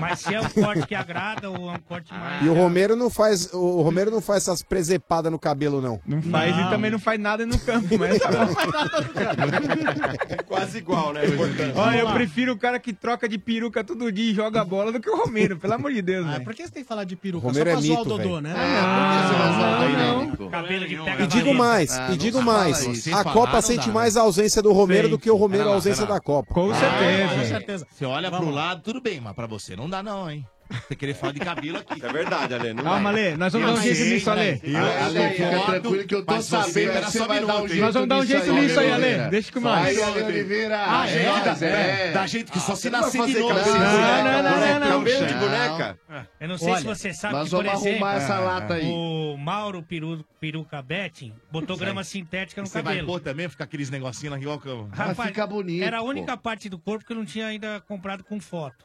Speaker 12: Mas se é um corte que agrada ou é um corte mais.
Speaker 15: E o Romero não faz, o Romero não faz essas presepadas no cabelo, não.
Speaker 16: Não faz e também não faz nada no campo, mas tá bom.
Speaker 17: É quase igual, né?
Speaker 16: Olha, eu prefiro o cara que troca de peruca todo dia e joga bola do que o Romero, pelo amor de Deus,
Speaker 10: Ah,
Speaker 16: velho.
Speaker 10: por que você tem que falar de peruca?
Speaker 16: Romero
Speaker 10: Só pra
Speaker 16: é
Speaker 10: zoar o
Speaker 16: mito,
Speaker 10: Dodô,
Speaker 16: velho.
Speaker 10: né?
Speaker 16: Ah, não, não.
Speaker 12: Cabelo de pega
Speaker 15: E digo
Speaker 12: vareta.
Speaker 15: mais,
Speaker 12: Ah,
Speaker 15: e
Speaker 12: não
Speaker 15: digo
Speaker 12: fala
Speaker 15: mais,
Speaker 12: isso. Sem
Speaker 15: a
Speaker 12: falar,
Speaker 15: Copa
Speaker 12: não
Speaker 15: sente
Speaker 12: dá,
Speaker 15: mais a ausência do Romero
Speaker 4: Sente.
Speaker 15: do que o Romero
Speaker 4: Pera
Speaker 15: a
Speaker 4: lá,
Speaker 15: ausência
Speaker 4: pera lá.
Speaker 15: da Copa.
Speaker 4: Ah, Você olha pro lado, tudo bem, mas pra você não dá, não, hein? Você querer falar de cabelo aqui. É
Speaker 17: verdade, Ale. não
Speaker 16: Calma,
Speaker 17: vai.
Speaker 16: Ale, nós vamos
Speaker 4: Eu
Speaker 16: dar um jeito
Speaker 4: sei, né?
Speaker 16: nisso, Ale.
Speaker 4: Eu sei, eu concordo, mas você espera só um minuto, hein?
Speaker 16: Nós vamos dar um jeito nisso aí, Ale. Deixa que mais.
Speaker 4: Vai, Ale Oliveira. Ah, é, dá, é. dá jeito que só se nascer de novo.
Speaker 12: Não, não, não, não, não. É.
Speaker 4: Cabelo de boneca?
Speaker 12: Eu não sei
Speaker 4: Olha,
Speaker 12: se você sabe
Speaker 4: nós
Speaker 12: que, por
Speaker 4: vamos
Speaker 12: exemplo,
Speaker 4: arrumar essa lata aí.
Speaker 12: o Mauro Peru, Peruca Betting botou grama sintética no
Speaker 4: Você vai
Speaker 12: cabelo.
Speaker 4: pôr também, ficar aqueles negocinhos na riocão.
Speaker 12: Rapaz, Era a única parte do corpo que eu não tinha ainda comprado com
Speaker 4: (laughs)
Speaker 12: foto.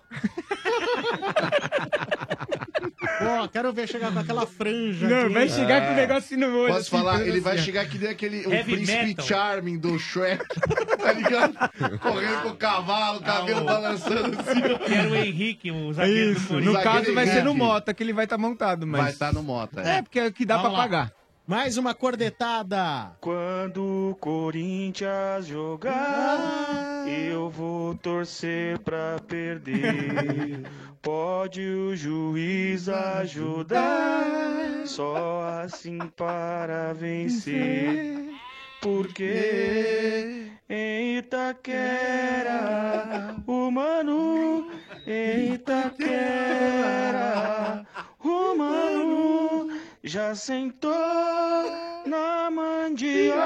Speaker 10: Pô, quero ver chegar com aquela franja.
Speaker 16: Não,
Speaker 10: aqui.
Speaker 16: vai chegar com o negócio no olho.
Speaker 11: É. Posso
Speaker 16: assim,
Speaker 11: falar?
Speaker 16: tudo
Speaker 11: Ele vai
Speaker 16: assim, ó.
Speaker 11: chegar que nem aquele o
Speaker 16: Heavy
Speaker 11: príncipe
Speaker 16: metal.
Speaker 11: Charming do Shrek, (laughs) tá ligado? Correndo com o cavalo, o cabelo balançando assim.
Speaker 12: Que era o Henrique, o zagueiro do
Speaker 16: Isso,
Speaker 12: Corinthians.
Speaker 16: no caso vai ser no
Speaker 10: Henrique.
Speaker 16: Mota, que ele vai estar montado, mas...
Speaker 10: Vai tá
Speaker 11: no Mota,
Speaker 16: É, porque é o que dá pra
Speaker 10: Vamos lá.
Speaker 16: pagar.
Speaker 10: Mais uma cordetada.
Speaker 19: Quando o Corinthians jogar, eu vou torcer pra perder. Pode o juiz ajudar, só assim para vencer. Porque em Itaquera, o Manu, em Itaquera, o Manu já sentou na mandioca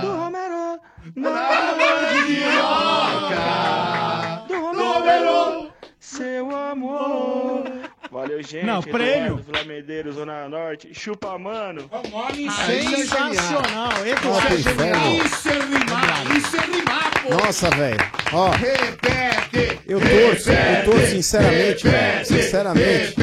Speaker 19: do Romero, na mandioca do Romero, seu amor. Valeu, gente.
Speaker 16: Não, prêmio.
Speaker 19: Eduardo Vila Medeiros, Zona Norte. Chupa, mano.
Speaker 10: Sensacional.
Speaker 15: Ó, pro inferno.
Speaker 19: Isso é rimar, isso é rimar, pô.
Speaker 15: Nossa, velho. Ó,
Speaker 19: Repete.
Speaker 15: eu torço, eu torço sinceramente, velho, sinceramente.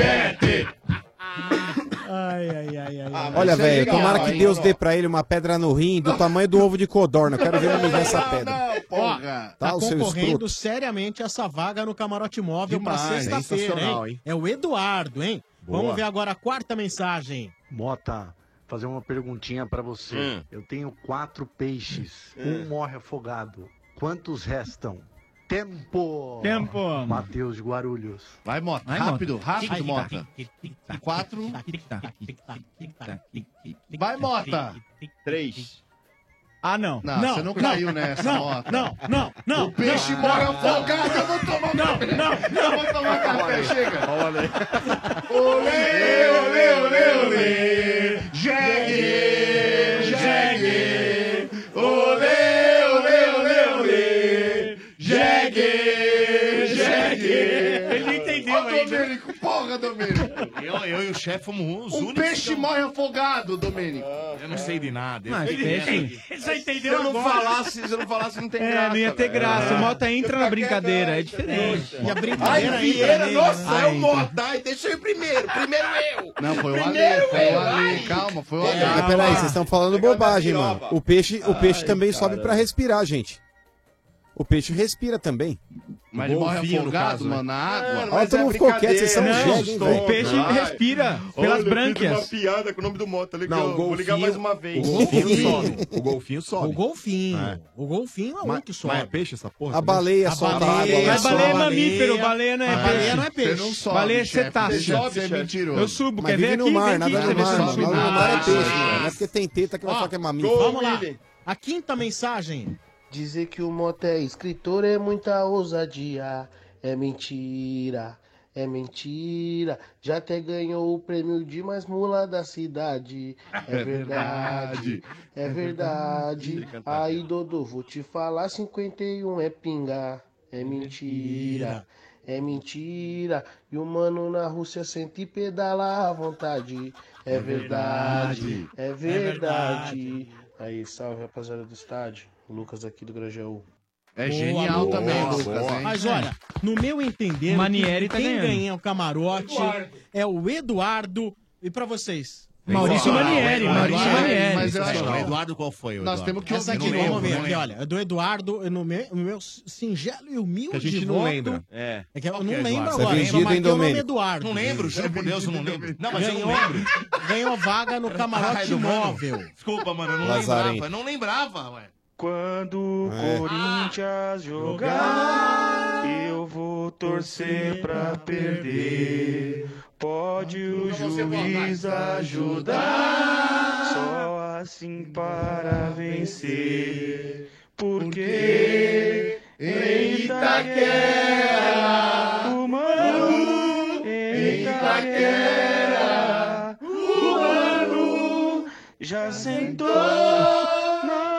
Speaker 10: Ai, ai, ai, ai.
Speaker 8: Ah,
Speaker 10: ai.
Speaker 8: é
Speaker 15: Olha, velho, tomara que Deus dê pra ele uma pedra no rim do tamanho do ovo de codorna. Eu Quero ver ele usar essa pedra.
Speaker 10: Ó,
Speaker 15: Tá,
Speaker 10: tá
Speaker 15: o seu
Speaker 10: concorrendo
Speaker 15: escroto.
Speaker 10: seriamente essa vaga no camarote móvel pra
Speaker 31: Demais,
Speaker 10: sexta-feira,
Speaker 31: sensacional,
Speaker 10: hein?
Speaker 31: hein?
Speaker 10: É o Eduardo, hein?
Speaker 31: Boa.
Speaker 10: Vamos ver agora a quarta mensagem.
Speaker 31: Mota, fazer uma perguntinha pra você.
Speaker 10: Hum.
Speaker 31: Eu tenho quatro peixes.
Speaker 11: É.
Speaker 31: Um morre afogado. Quantos restam? Tempo!
Speaker 16: Tempo!
Speaker 31: Matheus de Guarulhos.
Speaker 11: Vai, Mota.
Speaker 31: Vai, Mota.
Speaker 11: rápido, rápido,
Speaker 31: Tic-tac,
Speaker 11: Mota. Quatro. Vai, Mota.
Speaker 17: Três.
Speaker 16: Ah, não.
Speaker 11: Não, você não caiu nessa,
Speaker 10: não,
Speaker 11: Mota.
Speaker 10: Não, não, não.
Speaker 11: O peixe
Speaker 10: não,
Speaker 11: morre
Speaker 10: não,
Speaker 11: afogado, eu vou
Speaker 16: um-
Speaker 11: tomar
Speaker 10: Não,
Speaker 11: café.
Speaker 10: não, não.
Speaker 11: Eu vou tomar café, chega.
Speaker 8: Olê, olê, olê, olê. Jegue, jegue. Olê, olê, olê, olê. Jegue, jegue.
Speaker 11: Ele não entendeu Ô, Domênico, porra, Domênico.
Speaker 4: Eu, eu e o chefe fomos os
Speaker 11: Um
Speaker 4: únicos.
Speaker 11: peixe morre afogado, Domênico.
Speaker 4: Eu não sei de nada.
Speaker 16: Mas
Speaker 4: eu
Speaker 16: peixe-
Speaker 4: sei-
Speaker 12: Você
Speaker 11: é. entendeu
Speaker 4: Se eu não
Speaker 11: agora?
Speaker 4: falasse, se eu não falasse, não tem
Speaker 16: É,
Speaker 4: graça.
Speaker 16: não ia ter
Speaker 4: velho.
Speaker 16: graça. O Mota entra na brincadeira, é diferente. E a brincadeira Ai, Vieira, entra nele, nossa, né? é o Ai, Mota.
Speaker 4: Ai, deixa eu ir primeiro. Primeiro eu.
Speaker 11: tá. Não, foi o Ale,
Speaker 4: Primeiro
Speaker 11: foi o
Speaker 4: eu,
Speaker 11: Ale. Calma, foi
Speaker 17: É,
Speaker 11: o Ale.
Speaker 17: Ah,
Speaker 15: Mas peraí, vocês estão falando bobagem, mano. O peixe, o peixe
Speaker 11: Ai,
Speaker 15: também sobe
Speaker 11: cara.
Speaker 15: pra respirar, gente. O peixe respira também.
Speaker 11: Mas ele morre
Speaker 15: Golfinho, no
Speaker 11: afogado,
Speaker 15: caso, né?
Speaker 11: mano, na
Speaker 17: É,
Speaker 11: água.
Speaker 15: Olha, todo mundo ficou quieto, vocês são
Speaker 17: Não,
Speaker 15: jegue, hein,
Speaker 17: estou-
Speaker 15: velho.
Speaker 17: Ai.
Speaker 15: pelas
Speaker 17: Olha, eu fiz
Speaker 15: brânquias.
Speaker 17: uma piada com o nome do Mota, legal.
Speaker 9: Não, o
Speaker 17: Vou ligar
Speaker 9: golfinho-
Speaker 17: mais uma vez.
Speaker 9: o golfinho sobe. O golfinho sobe.
Speaker 10: O golfinho. O golfinho é um
Speaker 9: Mas-
Speaker 10: que sobe.
Speaker 9: Mas é peixe essa porra?
Speaker 15: A
Speaker 9: também?
Speaker 15: baleia solta água.
Speaker 16: Mas
Speaker 15: lá.
Speaker 16: baleia é
Speaker 15: Sobe.
Speaker 16: mamífero, baleia não é
Speaker 15: Ah,
Speaker 16: peixe.
Speaker 15: baleia não é peixe. Você não sobe,
Speaker 16: baleia é
Speaker 15: chefe.
Speaker 16: cetáceo.
Speaker 15: Você sobe, chefe.
Speaker 16: Eu subo,
Speaker 15: Mas
Speaker 16: quer
Speaker 15: vive
Speaker 16: ver
Speaker 15: no
Speaker 16: aqui?
Speaker 15: mar,
Speaker 16: Vem aqui,
Speaker 15: nada no
Speaker 16: você vê se
Speaker 15: mar,
Speaker 16: eu
Speaker 15: mano.
Speaker 16: subo.
Speaker 15: Nada no mar é
Speaker 16: Ah,
Speaker 15: peixe, mano. Não é porque tem teta que vai falar que é mamífero.
Speaker 10: Vamos lá. A quinta mensagem.
Speaker 28: Dizer que o Mota é escritor é muita ousadia. É mentira, é mentira. Já até ganhou o prêmio de mais mula da cidade. É
Speaker 11: É
Speaker 28: verdade,
Speaker 11: verdade,
Speaker 28: é verdade. Aí, Dodô, vou te falar: 51 é pinga. É mentira, é mentira. E o mano na Rússia sente pedalar à vontade. É
Speaker 11: É
Speaker 28: verdade,
Speaker 11: verdade,
Speaker 28: é
Speaker 11: é
Speaker 28: verdade. Aí, salve rapaziada do estádio. Lucas aqui do Grajaú.
Speaker 11: É
Speaker 28: Boa,
Speaker 11: genial
Speaker 28: boa,
Speaker 11: também,
Speaker 28: boa.
Speaker 11: Lucas, hein?
Speaker 10: Mas olha, no meu entender,
Speaker 28: Manieri
Speaker 10: quem- é
Speaker 28: tá
Speaker 10: quem
Speaker 28: ganhando.
Speaker 10: ganha o camarote
Speaker 28: Eduardo.
Speaker 10: é o Eduardo. E pra vocês? Maurício Manieri, Maurício Manieri.
Speaker 4: Mas é eu acho
Speaker 10: Não,
Speaker 4: que... Eduardo, qual foi? o
Speaker 10: Nós
Speaker 4: Eduardo?
Speaker 10: temos que Essa aqui, vamos
Speaker 4: né?
Speaker 10: ver aqui, olha. é Do Eduardo, no meu, no meu singelo e humilde
Speaker 4: Que a gente não
Speaker 10: voto.
Speaker 4: lembra.
Speaker 10: É. que eu
Speaker 4: Qual
Speaker 10: não
Speaker 4: que é,
Speaker 10: lembro
Speaker 4: Eduardo?
Speaker 10: agora.
Speaker 4: Você é vendido
Speaker 10: eu
Speaker 4: em
Speaker 10: marquei o nome
Speaker 4: domínio.
Speaker 10: Eduardo.
Speaker 4: Não lembro, juro por Deus, eu não lembro. Não, mas eu não
Speaker 10: ganhou,
Speaker 4: lembro.
Speaker 10: Ganhou vaga no
Speaker 4: Ai,
Speaker 10: camarote
Speaker 4: do mano.
Speaker 10: móvel.
Speaker 4: Desculpa, mano, eu não
Speaker 10: Lazarento.
Speaker 4: lembrava. Eu não lembrava, ué.
Speaker 19: Quando
Speaker 4: É.
Speaker 19: o Corinthians Ah. jogar, eu vou torcer pra perder. Então Pode o juiz ajudar, só assim para vencer. Porque em Itaquera, o mano em Itaquera, o mano já sentou na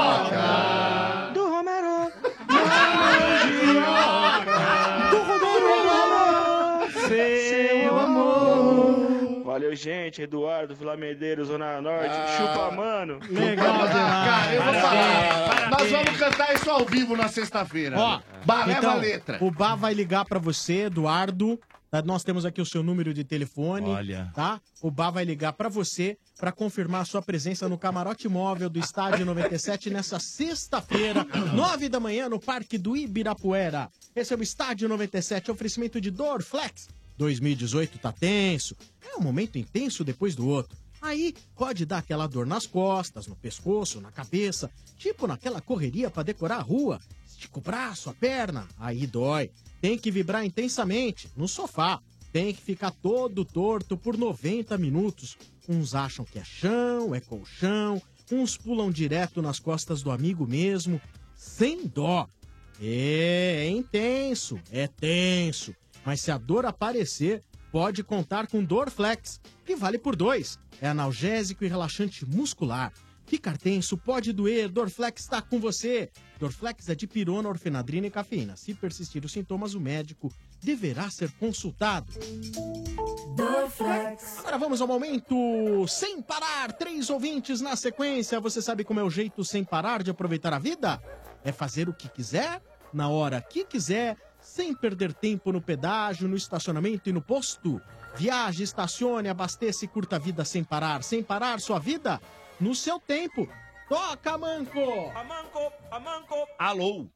Speaker 19: mandioca do Romero. Na mandioca do Romero. Seu amor. Ah.
Speaker 32: Valeu, gente. Eduardo, Vila Medeiros, Zona Norte. Chupa, mano.
Speaker 19: Legal
Speaker 11: Cara, eu vou falar. Nós vamos cantar isso ao vivo na sexta-feira.
Speaker 10: Ó,
Speaker 11: Ba- leva
Speaker 10: então,
Speaker 11: a letra.
Speaker 10: O Bá vai ligar pra você, Eduardo. tá? Nós temos aqui o seu número de telefone,
Speaker 4: Olha.
Speaker 10: tá? O Bá vai ligar pra você pra confirmar a sua presença no camarote móvel do Estádio 97 nessa sexta-feira, nove da manhã, no Parque do Ibirapuera. Esse é o Estádio 97, oferecimento de Dorflex. 2018 tá tenso. É um momento intenso depois do outro. Aí pode dar aquela dor nas costas, no pescoço, na cabeça, tipo naquela correria pra decorar a rua. Estica o braço, a perna, aí dói. Tem que vibrar intensamente, no sofá. Tem que ficar todo torto por 90 minutos. Uns acham que é chão, é colchão. Uns pulam direto nas costas do amigo mesmo, sem dó. É, é intenso, é tenso. Mas se a dor aparecer, pode contar com Dorflex, que vale por dois. É analgésico e relaxante muscular. Ficar tenso pode doer, Dorflex está com você. Dorflex é de pirona, orfenadrina e cafeína. Se persistir os sintomas, o médico deverá ser consultado. Agora vamos ao momento sem parar. Três ouvintes na sequência. Você sabe como é o jeito sem parar de aproveitar a vida? É fazer o que quiser, na hora que quiser, sem perder tempo no pedágio, no estacionamento e no posto. Viaje, estacione, abasteça e curta a vida sem parar. Sem parar sua vida no seu tempo. Toca, Manco!
Speaker 4: Alô?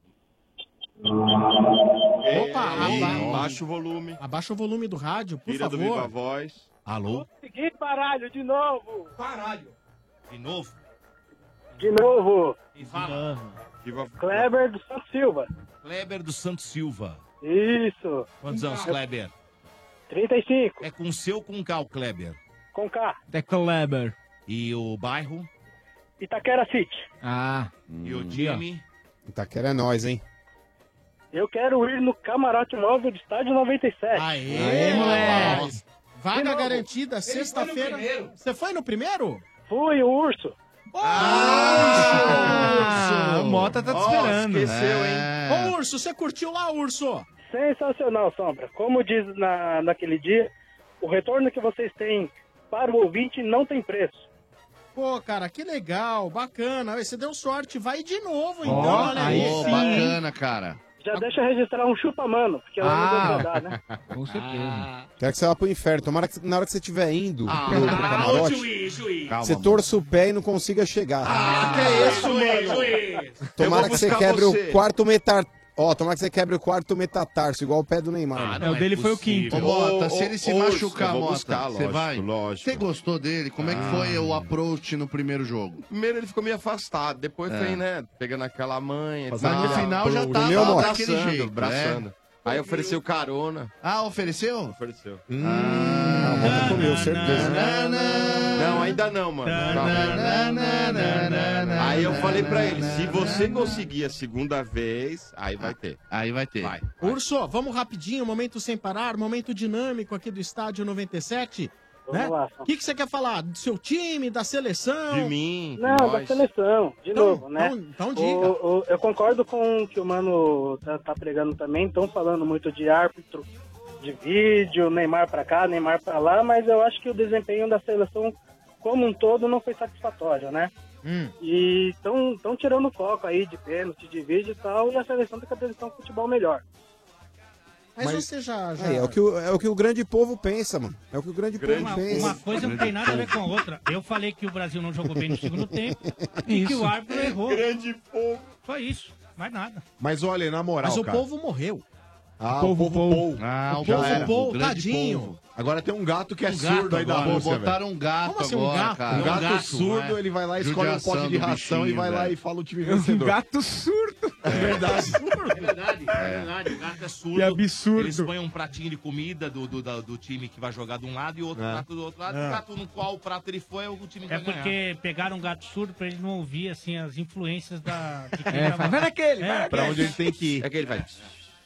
Speaker 10: Opa, aba-
Speaker 17: Baixa o volume.
Speaker 10: abaixa o volume do rádio, por
Speaker 17: Tira do Viva
Speaker 10: favor.
Speaker 17: Voz.
Speaker 4: Alô?
Speaker 18: Consegui, baralho, de novo.
Speaker 4: Baralho. De novo?
Speaker 18: De novo.
Speaker 4: E fala.
Speaker 18: Kleber do Santos Silva.
Speaker 4: Kleber do Santos Silva.
Speaker 18: Isso.
Speaker 4: Quantos anos, Kleber?
Speaker 18: 35.
Speaker 4: É com seu ou com K, o Kleber?
Speaker 18: Com K.
Speaker 8: The Kleber.
Speaker 4: E o bairro?
Speaker 18: Itaquera City.
Speaker 8: Ah.
Speaker 4: E o time?
Speaker 15: Itaquera é nós, hein?
Speaker 18: Eu quero ir no camarote móvel do estádio 97.
Speaker 10: Aê,
Speaker 15: Aê,
Speaker 10: moleque! Vaga
Speaker 18: De novo.
Speaker 10: garantida,
Speaker 18: Ele foi no
Speaker 10: sexta-feira.
Speaker 18: primeiro.
Speaker 10: Você foi no primeiro?
Speaker 18: Fui, o urso.
Speaker 10: Ah,
Speaker 8: o Mota tá te esperando. É.
Speaker 10: Ô, Urso, você curtiu lá, Urso?
Speaker 18: Sensacional, Sombra. Como diz na, naquele dia, o retorno que vocês têm para o ouvinte não tem preço.
Speaker 10: Pô, cara, que legal, bacana. Você deu sorte, vai de novo, então,
Speaker 11: Ó,
Speaker 10: olha aí.
Speaker 11: Ô, bacana, cara.
Speaker 18: Já deixa registrar um chupa-mano, porque ela não deu pra dar, né?
Speaker 8: Ah. (laughs) Com
Speaker 10: Ah,
Speaker 8: certeza.
Speaker 15: Quero que você vá pro inferno. Tomara que na hora que você estiver indo
Speaker 11: Ah,
Speaker 15: pro, pro camarote,
Speaker 28: juiz, juiz.
Speaker 15: você torça o pé e não consiga chegar.
Speaker 8: Ah,
Speaker 11: Ah,
Speaker 28: que é isso, mano?
Speaker 15: Tomara que você quebre o quarto metar... Ó, tomara que você quebre o quarto metatarso, igual o pé do Neymar.
Speaker 11: não É, o é dele foi o possível. quinto.
Speaker 15: Ô,
Speaker 11: Mota, se
Speaker 15: ô,
Speaker 11: ele se
Speaker 15: ô,
Speaker 11: machucar,
Speaker 15: eu vou
Speaker 11: Mota,
Speaker 15: buscar,
Speaker 11: você vai?
Speaker 17: Lógico.
Speaker 11: Você gostou dele? Como é que
Speaker 17: Ah.
Speaker 11: foi o approach no primeiro jogo?
Speaker 17: Primeiro ele ficou meio afastado, depois
Speaker 11: É.
Speaker 17: foi, né, pegando aquela manha. e
Speaker 11: Mas
Speaker 17: tal.
Speaker 11: no final já
Speaker 17: Pro-
Speaker 11: tava
Speaker 17: Meu amor.
Speaker 11: daquele
Speaker 17: Abraçando,
Speaker 11: jeito,
Speaker 17: abraçando.
Speaker 11: né?
Speaker 17: Aí ofereceu carona.
Speaker 11: Ah, ofereceu?
Speaker 17: Ofereceu.
Speaker 11: Ah,
Speaker 17: Mota comeu, certeza. Não, ainda não, mano.
Speaker 11: É
Speaker 17: Calma. Aí eu falei pra ele, se você conseguir a segunda vez, aí vai ter.
Speaker 11: Aí vai ter.
Speaker 17: Vai.
Speaker 10: Urso, vamos rapidinho, momento sem parar, momento dinâmico aqui do Estádio 97. Né? O que, que você quer falar? Do seu time, da seleção?
Speaker 17: De mim,
Speaker 18: Não, da seleção, de
Speaker 10: Então-
Speaker 18: novo, né?
Speaker 10: então- então diga.
Speaker 18: O- o- eu concordo com o que o Mano tá, tá pregando também, estão falando muito de árbitro, de vídeo, Neymar pra cá, Neymar pra lá, mas eu acho que o desempenho da seleção como um todo não foi satisfatório, né?
Speaker 12: Hum.
Speaker 18: E estão tirando foco aí de pênalti, de vídeo e tal, e a seleção tem que apresentar um futebol melhor.
Speaker 10: Mas, você já. já...
Speaker 15: É, é o que o, é o que o grande povo pensa, mano. É o que o grande, povo
Speaker 12: uma,
Speaker 15: pensa.
Speaker 12: uma coisa não tem nada a ver com a outra. Eu falei que o Brasil não jogou bem no segundo tempo e que
Speaker 15: Isso.
Speaker 12: o árbitro errou. Grande povo. Só isso, mais nada.
Speaker 9: Mas olha, na moral.
Speaker 12: Mas o
Speaker 10: povo morreu.
Speaker 9: Ah,
Speaker 12: O
Speaker 9: o povo
Speaker 12: povo
Speaker 9: Pou.
Speaker 12: Ah, o
Speaker 9: Já
Speaker 12: povo
Speaker 9: era.
Speaker 12: Pou,
Speaker 9: O grande
Speaker 12: tadinho.
Speaker 9: povo. Agora tem um gato que é
Speaker 11: Um gato
Speaker 9: surdo aí da
Speaker 11: agora.
Speaker 9: Rússia,
Speaker 11: Botaram
Speaker 9: velho.
Speaker 11: um gato Como assim, um agora, gato? cara?
Speaker 9: Um gato,
Speaker 11: Um gato,
Speaker 9: surdo,
Speaker 11: né?
Speaker 9: ele vai lá, escolhe um
Speaker 11: Judiação
Speaker 9: pote de
Speaker 11: do
Speaker 9: ração e
Speaker 11: bichinho,
Speaker 9: vai lá
Speaker 11: velho.
Speaker 9: e
Speaker 4: (laughs)
Speaker 9: fala o time
Speaker 11: Um
Speaker 9: vencedor.
Speaker 11: gato
Speaker 16: surdo.
Speaker 9: É verdade.
Speaker 4: É verdade, é verdade. O gato é surdo.
Speaker 16: Que absurdo.
Speaker 4: Eles põem um pratinho de comida do, do, da- do time que vai jogar de um lado e outro
Speaker 11: Tá
Speaker 12: É.
Speaker 4: prato do outro lado.
Speaker 17: Ah. tá
Speaker 12: É.
Speaker 4: O gato no qual o prato ele foi é o time que
Speaker 12: É
Speaker 4: vai ganhar.
Speaker 12: porque pegaram um gato surdo pra ele não ouvir, assim, as influências da... de quem
Speaker 9: É,
Speaker 12: tava-
Speaker 9: fala, vai naquele,
Speaker 12: É,
Speaker 9: vai naquele. Pra onde ele tem que ir. É que ele vai.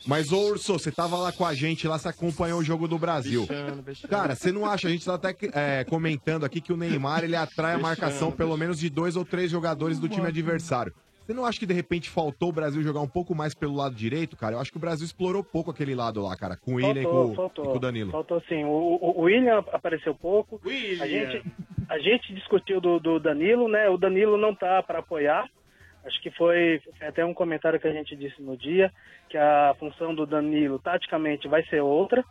Speaker 9: Mas, ô Urso, você tava lá com a gente, lá você acompanhou o jogo do Brasil.
Speaker 28: Bichando, bichando.
Speaker 9: Cara, você não acha? A gente tá até é, comentando aqui que o Neymar ele atrai a
Speaker 28: Bichando,
Speaker 9: marcação pelo menos de dois ou três jogadores do time adversário. Você não acha que de repente faltou o Brasil jogar um pouco mais pelo lado direito, cara? Eu acho que o Brasil explorou pouco aquele lado lá, cara, com o William e né, com,
Speaker 27: Faltou,
Speaker 9: e
Speaker 27: faltou.
Speaker 9: com o Danilo.
Speaker 27: Faltou sim. O, o- o William apareceu pouco. A gente, a gente discutiu do, do Danilo, né? O Danilo não tá para apoiar. Acho que foi, foi até um comentário que a gente disse no dia, que a função do Danilo taticamente vai ser outra.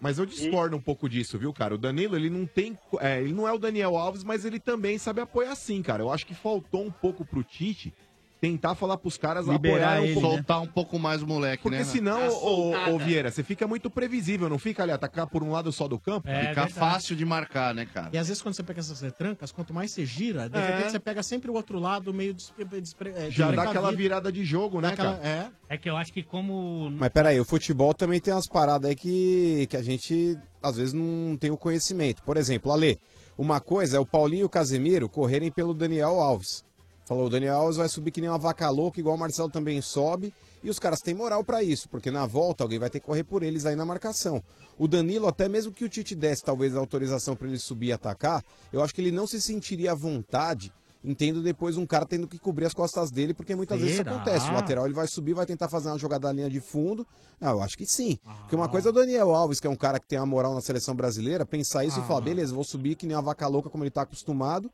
Speaker 9: Mas eu discordo um pouco disso, viu, cara? O Danilo, ele não tem. é, ele não é o Daniel Alves, mas ele também sabe apoiar sim, cara. Eu acho que faltou um pouco pro Tite tentar falar pros caras
Speaker 11: Liberar
Speaker 9: apoiarem
Speaker 11: ele,
Speaker 9: um pouco.
Speaker 11: né? Soltar um pouco mais o moleque,
Speaker 9: Porque
Speaker 11: né?
Speaker 9: senão,
Speaker 11: É
Speaker 9: ô,
Speaker 11: soltada.
Speaker 9: ô, Vieira, você fica muito previsível, não fica ali atacar por um lado só do campo?
Speaker 11: É, Fica verdade. fácil
Speaker 9: de marcar, né, cara?
Speaker 10: E às vezes quando você pega essas retrancas, quanto mais você gira, de
Speaker 9: É.
Speaker 10: repente você pega sempre o outro lado meio despre... despre- é,
Speaker 9: Já dá
Speaker 10: desprecavido.
Speaker 9: aquela virada de jogo, né,
Speaker 10: Aquela-
Speaker 9: cara?
Speaker 10: É.
Speaker 12: É que eu acho que como...
Speaker 15: Mas peraí, o futebol também tem umas paradas aí que, que a gente às vezes não tem o conhecimento. Por exemplo, Ale, uma coisa é o Paulinho e o Casemiro correrem pelo Daniel Alves. Falou, o Daniel Alves vai subir que nem uma vaca louca, igual o Marcelo também sobe. E os caras têm moral pra isso, porque na volta alguém vai ter que correr por eles aí na marcação. O Danilo, até mesmo que o Tite desse talvez a autorização pra ele subir e atacar, eu acho que ele não se sentiria à vontade, entendo depois um cara tendo que cobrir as costas dele, porque muitas vezes isso
Speaker 28: Será?
Speaker 15: acontece. O lateral lateral, ele vai subir, vai tentar fazer uma jogada na linha de fundo. Ah, eu acho que sim. Porque uma coisa é o Daniel Alves, que é um cara que tem uma moral na seleção brasileira, pensar isso e falar, beleza, vou subir que nem uma vaca louca, como ele tá acostumado,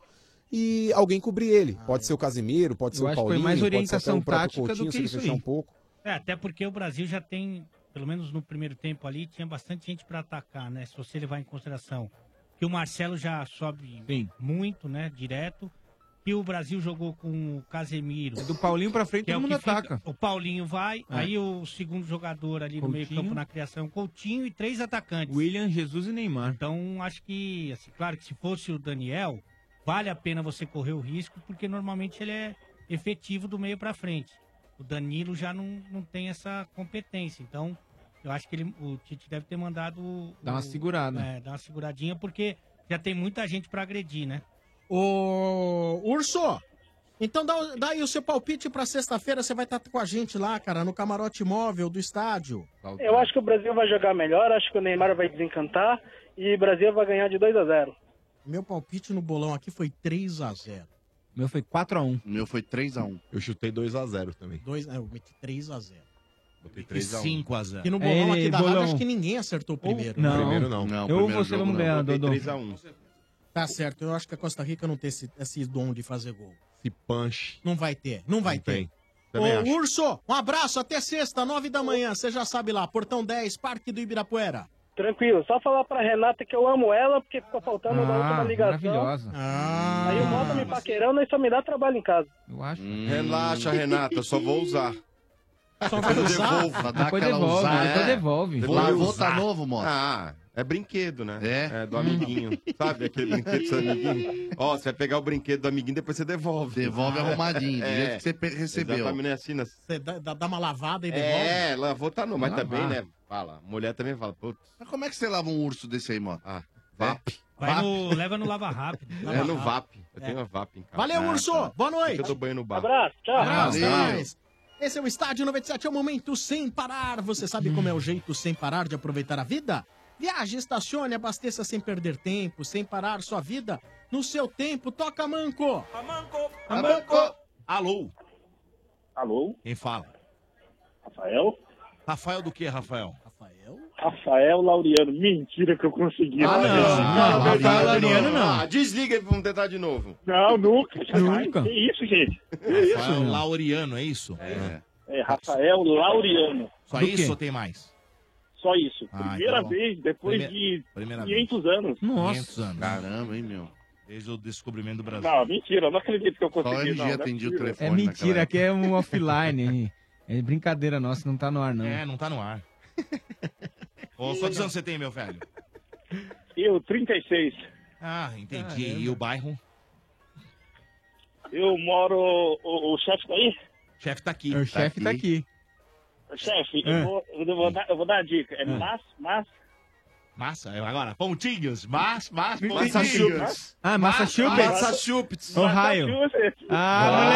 Speaker 15: e alguém cobrir ele. Pode ser o Casimiro, pode ser
Speaker 16: Eu
Speaker 15: o
Speaker 16: acho que foi
Speaker 15: Paulinho, pode
Speaker 16: mais
Speaker 15: ser até
Speaker 16: orientação
Speaker 15: o próprio
Speaker 16: tática do
Speaker 15: Coutinho,
Speaker 16: que
Speaker 15: se ele
Speaker 16: isso
Speaker 15: fechar
Speaker 16: aí.
Speaker 15: um pouco.
Speaker 12: É, até porque o Brasil já tem, pelo menos no primeiro tempo ali, tinha bastante gente pra atacar, né? Se você levar em consideração que o Marcelo já sobe muito, né? Direto. Que o Brasil jogou com o Casemiro.
Speaker 16: Do Paulinho pra frente,
Speaker 12: que é
Speaker 16: todo
Speaker 12: o
Speaker 16: mundo
Speaker 12: que fica-
Speaker 16: ataca.
Speaker 12: o Paulinho vai,
Speaker 16: É.
Speaker 12: aí o segundo jogador ali no meio
Speaker 16: Coutinho.
Speaker 12: campo na criação, Coutinho e três atacantes. William, Jesus e Neymar. Então acho que, assim, claro que se fosse o Daniel, vale a pena você correr o risco, porque normalmente ele é efetivo do meio pra frente. O Danilo já não, não tem essa competência, então eu acho que ele, o Tite deve ter mandado... o-
Speaker 16: Dá uma segurada.
Speaker 12: É, dar uma seguradinha, porque já tem muita gente pra agredir, né?
Speaker 10: Ô, Urso, então dá, dá aí o seu palpite pra sexta-feira, você vai estar com a gente lá, cara, no camarote móvel do estádio.
Speaker 27: Eu acho que o Brasil vai jogar melhor, acho que o Neymar vai desencantar e o Brasil vai ganhar de 2 a 0.
Speaker 10: Meu palpite no bolão aqui foi 3 a 0
Speaker 16: Meu foi 4x1.
Speaker 9: Meu foi 3x1. Eu chutei 2x0 também.
Speaker 10: 2, é, eu meti 3 a 0
Speaker 9: Botei
Speaker 4: E 5 a 0.
Speaker 10: E no É, bolão aqui da rádio, acho que ninguém acertou o primeiro.
Speaker 9: Não.
Speaker 10: né?
Speaker 9: Primeiro não.
Speaker 16: Eu ou você vamos ganhar, Dodô?
Speaker 9: um.
Speaker 10: Tá certo, eu acho que a Costa Rica não tem esse, esse dom de fazer gol.
Speaker 9: Esse punch.
Speaker 10: Não vai ter, não
Speaker 11: É
Speaker 10: vai ter.
Speaker 9: Hum, Também
Speaker 10: Ô,
Speaker 9: acho.
Speaker 10: Urso, um abraço, até sexta, nove da manhã, você já sabe lá, Portão 10, Parque do Ibirapuera.
Speaker 27: Tranquilo, só falar pra Renata que eu amo ela, porque ficou faltando
Speaker 16: Ah,
Speaker 27: na última ligação. Aí o moto me paquerando e só me dá trabalho em casa.
Speaker 16: Eu acho.
Speaker 9: É
Speaker 17: Relaxa, Renata, só vou usar.
Speaker 18: Então
Speaker 10: Só
Speaker 17: vai
Speaker 27: usar?
Speaker 17: Devolvo, dá
Speaker 16: Depois
Speaker 17: aquela
Speaker 16: devolve,
Speaker 17: usada.
Speaker 16: depois
Speaker 18: É.
Speaker 16: devolve.
Speaker 17: é. Vou
Speaker 16: Vou
Speaker 17: usar.
Speaker 16: usar.
Speaker 17: Ah, é brinquedo, né? É. do amiguinho. Sabe aquele brinquedo do seu amiguinho? Ó, você vai pegar o brinquedo do amiguinho, depois você devolve. É.
Speaker 11: Devolve arrumadinho, do
Speaker 9: É,
Speaker 11: jeito que você pe- recebeu.
Speaker 17: Exatamente, não é assim, né?
Speaker 10: Você dá, dá- dá uma lavada e devolve.
Speaker 17: É, lavou tá não, mas
Speaker 11: Lavar.
Speaker 17: também, né? Fala, mulher também fala, putz.
Speaker 11: Mas como é que você lava um urso desse aí, mano? É?
Speaker 17: Ah, VAP.
Speaker 12: Vai no, leva no Lava Rápido.
Speaker 17: (laughs) É no VAP. Eu tenho uma VAP em casa.
Speaker 10: Valeu, Urso, boa noite.
Speaker 17: Eu dou tá. banho no bar.
Speaker 10: Abraço,
Speaker 27: tchau.
Speaker 10: Abraço, até
Speaker 17: Valeu.
Speaker 10: mais. Esse é o Estádio 97, é o momento sem parar. Você sabe como é o jeito sem parar de aproveitar a vida? Viaje, estacione, abasteça sem perder tempo, sem parar sua vida. No seu tempo, toca manco.
Speaker 4: Amanco! Alô?
Speaker 25: Alô?
Speaker 4: Quem fala?
Speaker 25: Rafael?
Speaker 4: Rafael do que, Rafael?
Speaker 25: Rafael Laureano. Mentira que eu consegui.
Speaker 17: Ah,
Speaker 25: Rafael.
Speaker 17: não, não,
Speaker 25: Rafael
Speaker 17: não, não. Ah, desliga e vamos tentar de novo.
Speaker 25: Não, nunca. jamais. Que isso, gente? Que
Speaker 4: Rafael
Speaker 25: isso?
Speaker 4: Laureano, é isso? É.
Speaker 25: É Rafael Laureano.
Speaker 4: Só
Speaker 25: Do
Speaker 4: isso
Speaker 25: quê?
Speaker 4: ou tem mais?
Speaker 25: Só isso.
Speaker 4: Ah,
Speaker 25: Primeira
Speaker 4: então,
Speaker 25: vez, depois
Speaker 4: primeira-
Speaker 25: de
Speaker 4: primeira
Speaker 25: 500 anos.
Speaker 4: 500 anos. Caramba, hein, meu? Desde o descobrimento do Brasil.
Speaker 25: Não, mentira, eu não acredito que eu consegui.
Speaker 4: Só a LG
Speaker 25: não, não é
Speaker 4: atendia o
Speaker 25: possível.
Speaker 4: telefone.
Speaker 16: É
Speaker 4: naquela
Speaker 16: mentira, aqui é um offline. hein? É brincadeira nossa, não tá no ar, não.
Speaker 4: É, não tá no ar. Ô, quantos anos você tem, meu velho?
Speaker 25: Eu, 36.
Speaker 4: Ah, entendi. E o bairro?
Speaker 25: Eu moro. O, o chefe tá aí?
Speaker 4: O chefe tá aqui.
Speaker 16: O chefe tá aqui.
Speaker 25: Chefe,
Speaker 4: Ah.
Speaker 25: eu, vou, eu, vou dar, eu vou dar a dica. É
Speaker 4: Ah.
Speaker 25: mas, mas.
Speaker 4: Massa, eu- agora, pontinhos, mas, mas,
Speaker 25: Entendi.
Speaker 4: pontinhos.
Speaker 25: Massachusetts.
Speaker 10: é
Speaker 16: Ah, Massachusetts?
Speaker 4: Massachusetts.
Speaker 16: Ohio. Ah,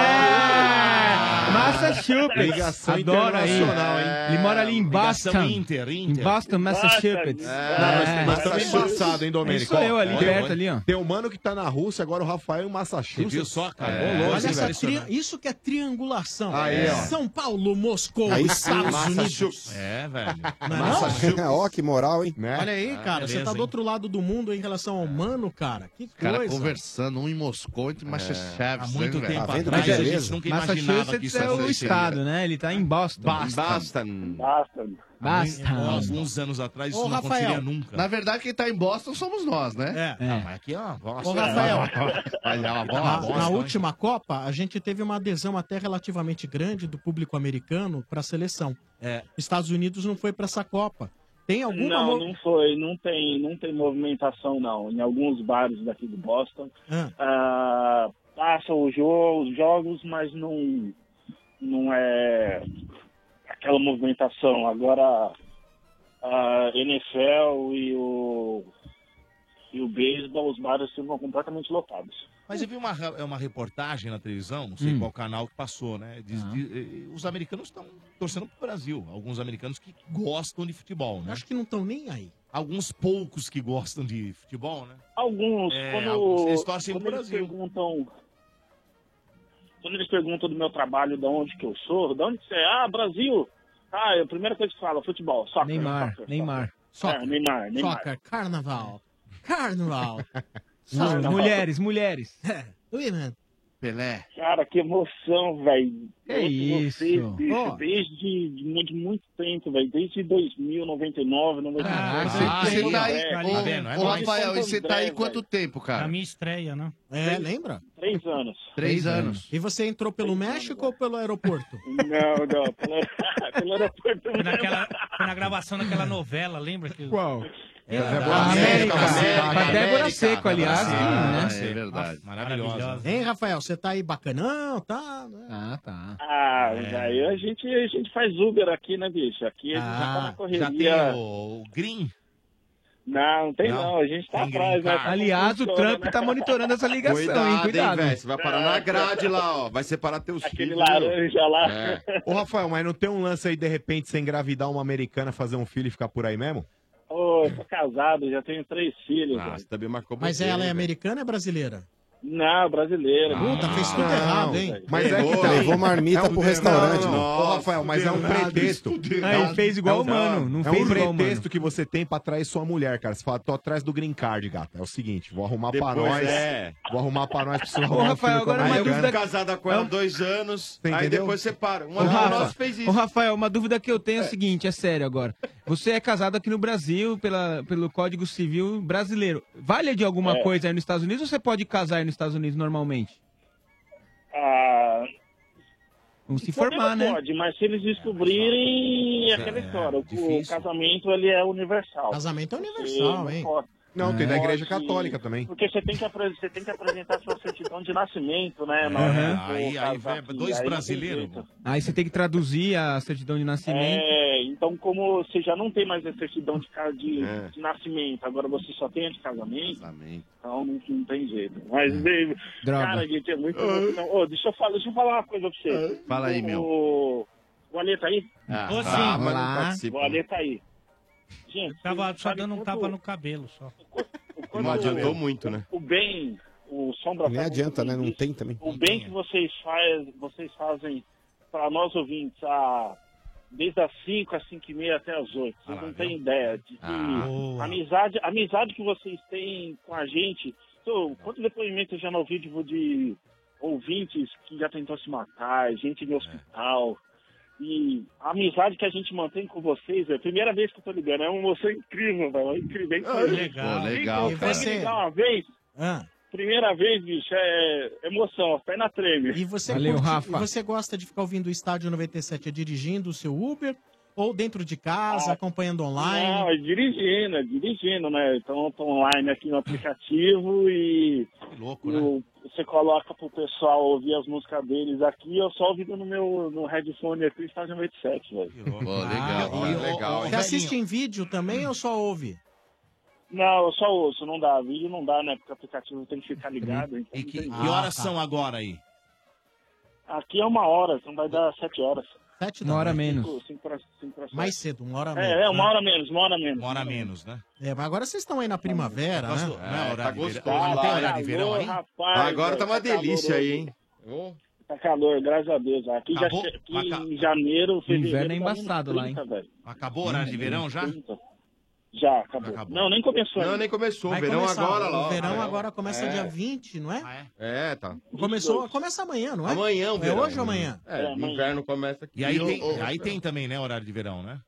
Speaker 16: moleque! Massachusetts.
Speaker 4: Ligação
Speaker 16: Adoro aí.
Speaker 4: internacional, hein?
Speaker 9: É,
Speaker 16: É, Ele mora ali em
Speaker 4: Ligação
Speaker 16: Boston.
Speaker 4: Inter, Inter.
Speaker 16: Em Boston, Massachusetts.
Speaker 9: É,
Speaker 16: É.
Speaker 9: Não, mas estamos embaçados, hein, Domênico?
Speaker 16: Isso eu ali,
Speaker 9: Ó,
Speaker 16: perto
Speaker 9: tem-
Speaker 16: ali, ó.
Speaker 9: Tem um mano que tá na Rússia, agora o Rafael em Massachusetts.
Speaker 4: Você viu só, cara?
Speaker 9: É,
Speaker 10: Olha
Speaker 9: louco, hein,
Speaker 10: essa
Speaker 9: velho?
Speaker 10: tri- isso que é triangulação.
Speaker 9: Aí, ó.
Speaker 10: São Paulo, Moscou,
Speaker 15: Aí sim,
Speaker 10: Estados Unidos.
Speaker 15: Massachusetts.
Speaker 4: É,
Speaker 15: (laughs)
Speaker 4: velho.
Speaker 15: Ó, que moral, hein?
Speaker 11: É.
Speaker 10: Olha aí,
Speaker 11: Ah,
Speaker 10: cara, você tá do outro lado do mundo em relação ao humano, cara. Que
Speaker 11: Os caras
Speaker 10: coisa.
Speaker 11: conversando, um em Moscou, entre Massachusetts.
Speaker 10: Há muito
Speaker 11: hein, velho?
Speaker 10: tempo
Speaker 16: É. Mas é- Massachusetts
Speaker 11: isso
Speaker 16: é o
Speaker 11: aconteceria.
Speaker 16: estado, né? Ele tá em Boston.
Speaker 11: Boston.
Speaker 25: Boston.
Speaker 16: Boston.
Speaker 4: Alguns anos atrás isso
Speaker 11: Ô,
Speaker 4: não
Speaker 11: Rafael,
Speaker 4: aconteceria nunca.
Speaker 11: Na verdade, quem tá em Boston somos nós, né?
Speaker 10: É.
Speaker 4: Ah, mas aqui é uma bosta.
Speaker 10: Ô, Rafael.
Speaker 4: Olha, é uma bola,
Speaker 10: Na,
Speaker 4: bosta,
Speaker 10: na
Speaker 4: hein?
Speaker 10: última Copa, a gente teve uma adesão até relativamente grande do público americano para a seleção.
Speaker 4: É.
Speaker 10: Estados Unidos não foi para essa Copa. Tem alguma
Speaker 25: Não,
Speaker 10: mo-
Speaker 25: não foi. Não tem, não tem movimentação, não. Em alguns bares daqui de Boston.
Speaker 10: Ah.
Speaker 25: ah, passam os jogos, os jogos, mas não, não é aquela movimentação. Agora a NFL e o, e o beisebol, os bares ficam completamente lotados.
Speaker 4: Mas eu vi uma, re- uma reportagem na televisão, não sei
Speaker 25: Hum.
Speaker 4: qual canal que passou, né? Diz-
Speaker 10: Ah.
Speaker 4: diz- eh, os americanos estão torcendo pro Brasil. Alguns americanos que gostam de futebol, né?
Speaker 10: Acho que não estão nem aí. Ah,
Speaker 4: Alguns poucos que gostam de futebol, né?
Speaker 25: Alguns,
Speaker 4: É,
Speaker 25: quando,
Speaker 4: alguns. Eles torcem
Speaker 25: quando
Speaker 4: pro
Speaker 25: eles
Speaker 4: Brasil.
Speaker 25: perguntam. Quando eles perguntam do meu trabalho, de onde que eu sou, de onde que você é? Ah, Brasil! Ah, a primeira coisa que fala, futebol, soccer.
Speaker 16: Neymar,
Speaker 25: soccer,
Speaker 16: Neymar.
Speaker 25: Soccer. É, Neymar, Neymar.
Speaker 10: Soccer, carnaval.
Speaker 11: (laughs)
Speaker 10: Carnaval.
Speaker 16: Mu- Mulheres, mulheres.
Speaker 10: Ui, né? mano.
Speaker 11: Pelé.
Speaker 25: Cara, que emoção, velho.
Speaker 16: É isso.
Speaker 25: Você, bicho,
Speaker 16: Ó.
Speaker 25: desde de muito, muito tempo, velho. Desde 2099, 99.
Speaker 11: Você
Speaker 25: Você
Speaker 11: tá aí, ô, ô, Rafael, e você tá aí quanto tempo,
Speaker 12: Na
Speaker 11: cara?
Speaker 12: minha estreia, né?
Speaker 10: É, lembra?
Speaker 25: Três anos.
Speaker 11: Três anos.
Speaker 10: E você entrou pelo México ou pelo aeroporto?
Speaker 25: (laughs) Não, não. Pelo, (laughs) pelo aeroporto.
Speaker 12: Foi, naquela, foi na gravação daquela novela, lembra? Que...
Speaker 16: Qual?
Speaker 12: É,
Speaker 16: Ah, América, América. A Débora Seco, aliás.
Speaker 11: Ah,
Speaker 16: sim, né?
Speaker 11: é verdade.
Speaker 4: Maravilhosa.
Speaker 10: Hein, Rafael, você tá aí bacanão, tá?
Speaker 16: Ah, tá.
Speaker 25: Ah, velho, a gente, a gente faz Uber aqui, né, bicho? Aqui a gente já tá na
Speaker 4: Já
Speaker 25: correria.
Speaker 4: tem o, o Green?
Speaker 25: Não, não tem
Speaker 4: Não?
Speaker 25: não. A gente tá
Speaker 4: Tem green
Speaker 25: atrás, né?
Speaker 4: card.
Speaker 16: Aliás, o Trump
Speaker 17: (laughs)
Speaker 16: tá monitorando essa ligação, hein? Cuidado.
Speaker 17: velho. Você vai parar na grade lá, ó. Vai separar teus filhos. É.
Speaker 25: laranja lá.
Speaker 9: Ô, Rafael, mas não tem um lance aí, de repente, você engravidar uma americana, fazer um filho e ficar por aí mesmo?
Speaker 25: Ô, eu tô casado, já tenho três filhos. velho.
Speaker 17: também marcou
Speaker 10: Mas ela é americana ou é brasileira?
Speaker 25: Não, brasileira.
Speaker 10: Puta, fez tudo errado, hein?
Speaker 9: Mas é que tá. É um- Não, não, não. Ô, Rafael, mas é um pretexto.
Speaker 16: Aí fez igual
Speaker 9: É um-
Speaker 16: o Mano, não
Speaker 9: é
Speaker 16: fez
Speaker 9: um
Speaker 16: igual o
Speaker 9: pretexto
Speaker 16: Mano.
Speaker 9: que você tem pra atrair sua mulher, cara. Você fala, tô atrás do green card, gata. É o seguinte, vou arrumar pra
Speaker 17: Depois
Speaker 9: nós.
Speaker 17: é.
Speaker 9: Vou arrumar pra nós, preciso
Speaker 17: Ô,
Speaker 9: arrumar
Speaker 17: Rafael,
Speaker 9: filho com a
Speaker 17: agora uma
Speaker 9: americana.
Speaker 17: dúvida. casada com ela dois anos,
Speaker 9: Você
Speaker 17: aí
Speaker 9: entendeu?
Speaker 17: depois separa. Um
Speaker 16: Ô,
Speaker 17: amigo
Speaker 16: Rafa,
Speaker 17: nosso fez
Speaker 16: ô,
Speaker 17: isso.
Speaker 16: Rafael, uma dúvida que eu tenho é a seguinte, é sério agora. Você é casado aqui no Brasil pela, pelo Código Civil brasileiro. Vale de alguma
Speaker 25: É.
Speaker 16: coisa aí nos Estados Unidos ou você pode casar aí nos Estados Unidos normalmente?
Speaker 25: Ah,
Speaker 16: Vamos se
Speaker 25: saber
Speaker 16: formar,
Speaker 25: não
Speaker 16: né?
Speaker 25: Pode, mas se eles descobrirem, é aquela história. o- o casamento, ele é universal.
Speaker 10: Casamento é
Speaker 25: Porque
Speaker 10: universal,
Speaker 25: não
Speaker 10: hein?
Speaker 25: pode.
Speaker 9: Não, tem da igreja
Speaker 25: Pode-
Speaker 9: católica também.
Speaker 25: Porque você tem que, apre- você tem que apresentar sua certidão de nascimento, né? na
Speaker 16: Aham.
Speaker 25: hora que for
Speaker 4: Aí, aí,
Speaker 25: casar
Speaker 4: vem
Speaker 25: aqui,
Speaker 4: dois
Speaker 25: aí não tem
Speaker 4: brasileiros.
Speaker 25: jeito.
Speaker 16: Aí você tem que traduzir a certidão de nascimento.
Speaker 25: É, então como você já não tem mais a certidão de, ca- de,
Speaker 9: É.
Speaker 25: de nascimento, agora você só tem a de casamento, então não, não tem jeito. Mas,
Speaker 9: É.
Speaker 25: baby,
Speaker 28: Droga.
Speaker 25: cara, gente, é muito... não, Ô, deixa, eu falar, deixa eu falar uma coisa pra você.
Speaker 15: Ah.
Speaker 11: Fala aí,
Speaker 25: o,
Speaker 11: meu.
Speaker 25: O Alê tá aí?
Speaker 11: Ah, Tô sim. ah, mas não Olá. participa.
Speaker 25: O Alê tá aí. Gente,
Speaker 12: Tava só
Speaker 25: sabe
Speaker 12: dando um
Speaker 25: quanto-
Speaker 12: tapa no cabelo só.
Speaker 25: quando
Speaker 15: Não adiantou muito, né?
Speaker 25: O bem, o Sombra...
Speaker 15: Nem
Speaker 25: tava
Speaker 15: adianta, né? Não tem também.
Speaker 25: o bem que vocês, faz, vocês fazem para nós ouvintes a, desde as 5, às 5 e meia até as 8. Vocês não têm ideia de que
Speaker 28: Ah.
Speaker 25: a amizade, a amizade que vocês têm com a gente. Então, quanto depoimento eu já não ouvi de, de ouvintes que já tentou se matar, gente no hospital. E a amizade que a gente mantém com vocês, é a primeira vez que eu tô ligando, é uma emoção incrível, velho. É incrível, é incrível.
Speaker 10: legal.
Speaker 25: Pô,
Speaker 10: legal,
Speaker 25: Consegue
Speaker 10: cara.
Speaker 25: ligar uma vez,
Speaker 10: Ah.
Speaker 25: primeira vez, bicho, é emoção, a perna treme.
Speaker 10: E você, curte- e você gosta de ficar ouvindo o Estádio 97 dirigindo o seu Uber? Ou dentro de
Speaker 17: Ah.
Speaker 10: casa, acompanhando online?
Speaker 25: Não, é dirigindo, é dirigindo, né? Então eu tô online aqui no aplicativo e.
Speaker 4: louco,
Speaker 25: né? Você coloca pro pessoal ouvir as músicas deles aqui, eu só ouvindo no meu no headphone aqui, estágio 97, velho.
Speaker 4: legal,
Speaker 10: Ah, e- Você assiste em vídeo também ou só ouve?
Speaker 25: Não, eu só ouço, não dá. Vídeo não dá, né? Porque o aplicativo tem que ficar ligado. Então
Speaker 4: E que,
Speaker 25: não tem
Speaker 4: que
Speaker 25: jeito.
Speaker 10: tá.
Speaker 4: horas são agora aí?
Speaker 25: Aqui é uma hora, então vai dar sete horas.
Speaker 10: Sete
Speaker 16: da Uma hora manhã. menos.
Speaker 25: Cinco, cinco pra, cinco pra
Speaker 10: Mais
Speaker 25: sete.
Speaker 10: cedo, uma hora menos.
Speaker 25: É, é, uma
Speaker 10: né?
Speaker 25: hora menos, uma hora menos.
Speaker 4: Uma hora menos, né?
Speaker 10: É, mas agora vocês estão aí na primavera, né?
Speaker 4: Gosto- não é horário de verão.
Speaker 25: gostoso
Speaker 4: Não tem
Speaker 25: lá,
Speaker 4: horário de
Speaker 25: hein?
Speaker 4: verão aí?
Speaker 25: Alô, rapaz, Agora tá uma velho, tá delícia caloroso. aí, hein? Tá calor, graças a Deus. Aqui, já,
Speaker 4: Acabou?
Speaker 25: che- aqui em janeiro, fevereiro...
Speaker 4: Inverno
Speaker 25: tá
Speaker 4: é
Speaker 25: menos
Speaker 4: embaçado lá, hein?
Speaker 25: 30, velho.
Speaker 4: Acabou o horário de verão já?
Speaker 25: Já, acabou. Não, nem começou
Speaker 17: Não,
Speaker 25: ainda.
Speaker 17: nem começou.
Speaker 10: Vai
Speaker 17: verão
Speaker 10: começar,
Speaker 17: agora,
Speaker 10: o
Speaker 17: lá. ó.
Speaker 10: verão agora começa
Speaker 17: É.
Speaker 10: dia 20, não é?
Speaker 17: É, tá.
Speaker 10: Começou, começa amanhã, não é?
Speaker 17: Amanhã, o
Speaker 10: É
Speaker 17: verão.
Speaker 10: hoje ou amanhã?
Speaker 17: É, o inverno começa aqui.
Speaker 4: E aí,
Speaker 17: o-
Speaker 4: tem,
Speaker 17: o-
Speaker 4: aí tem também, né, horário de verão, né?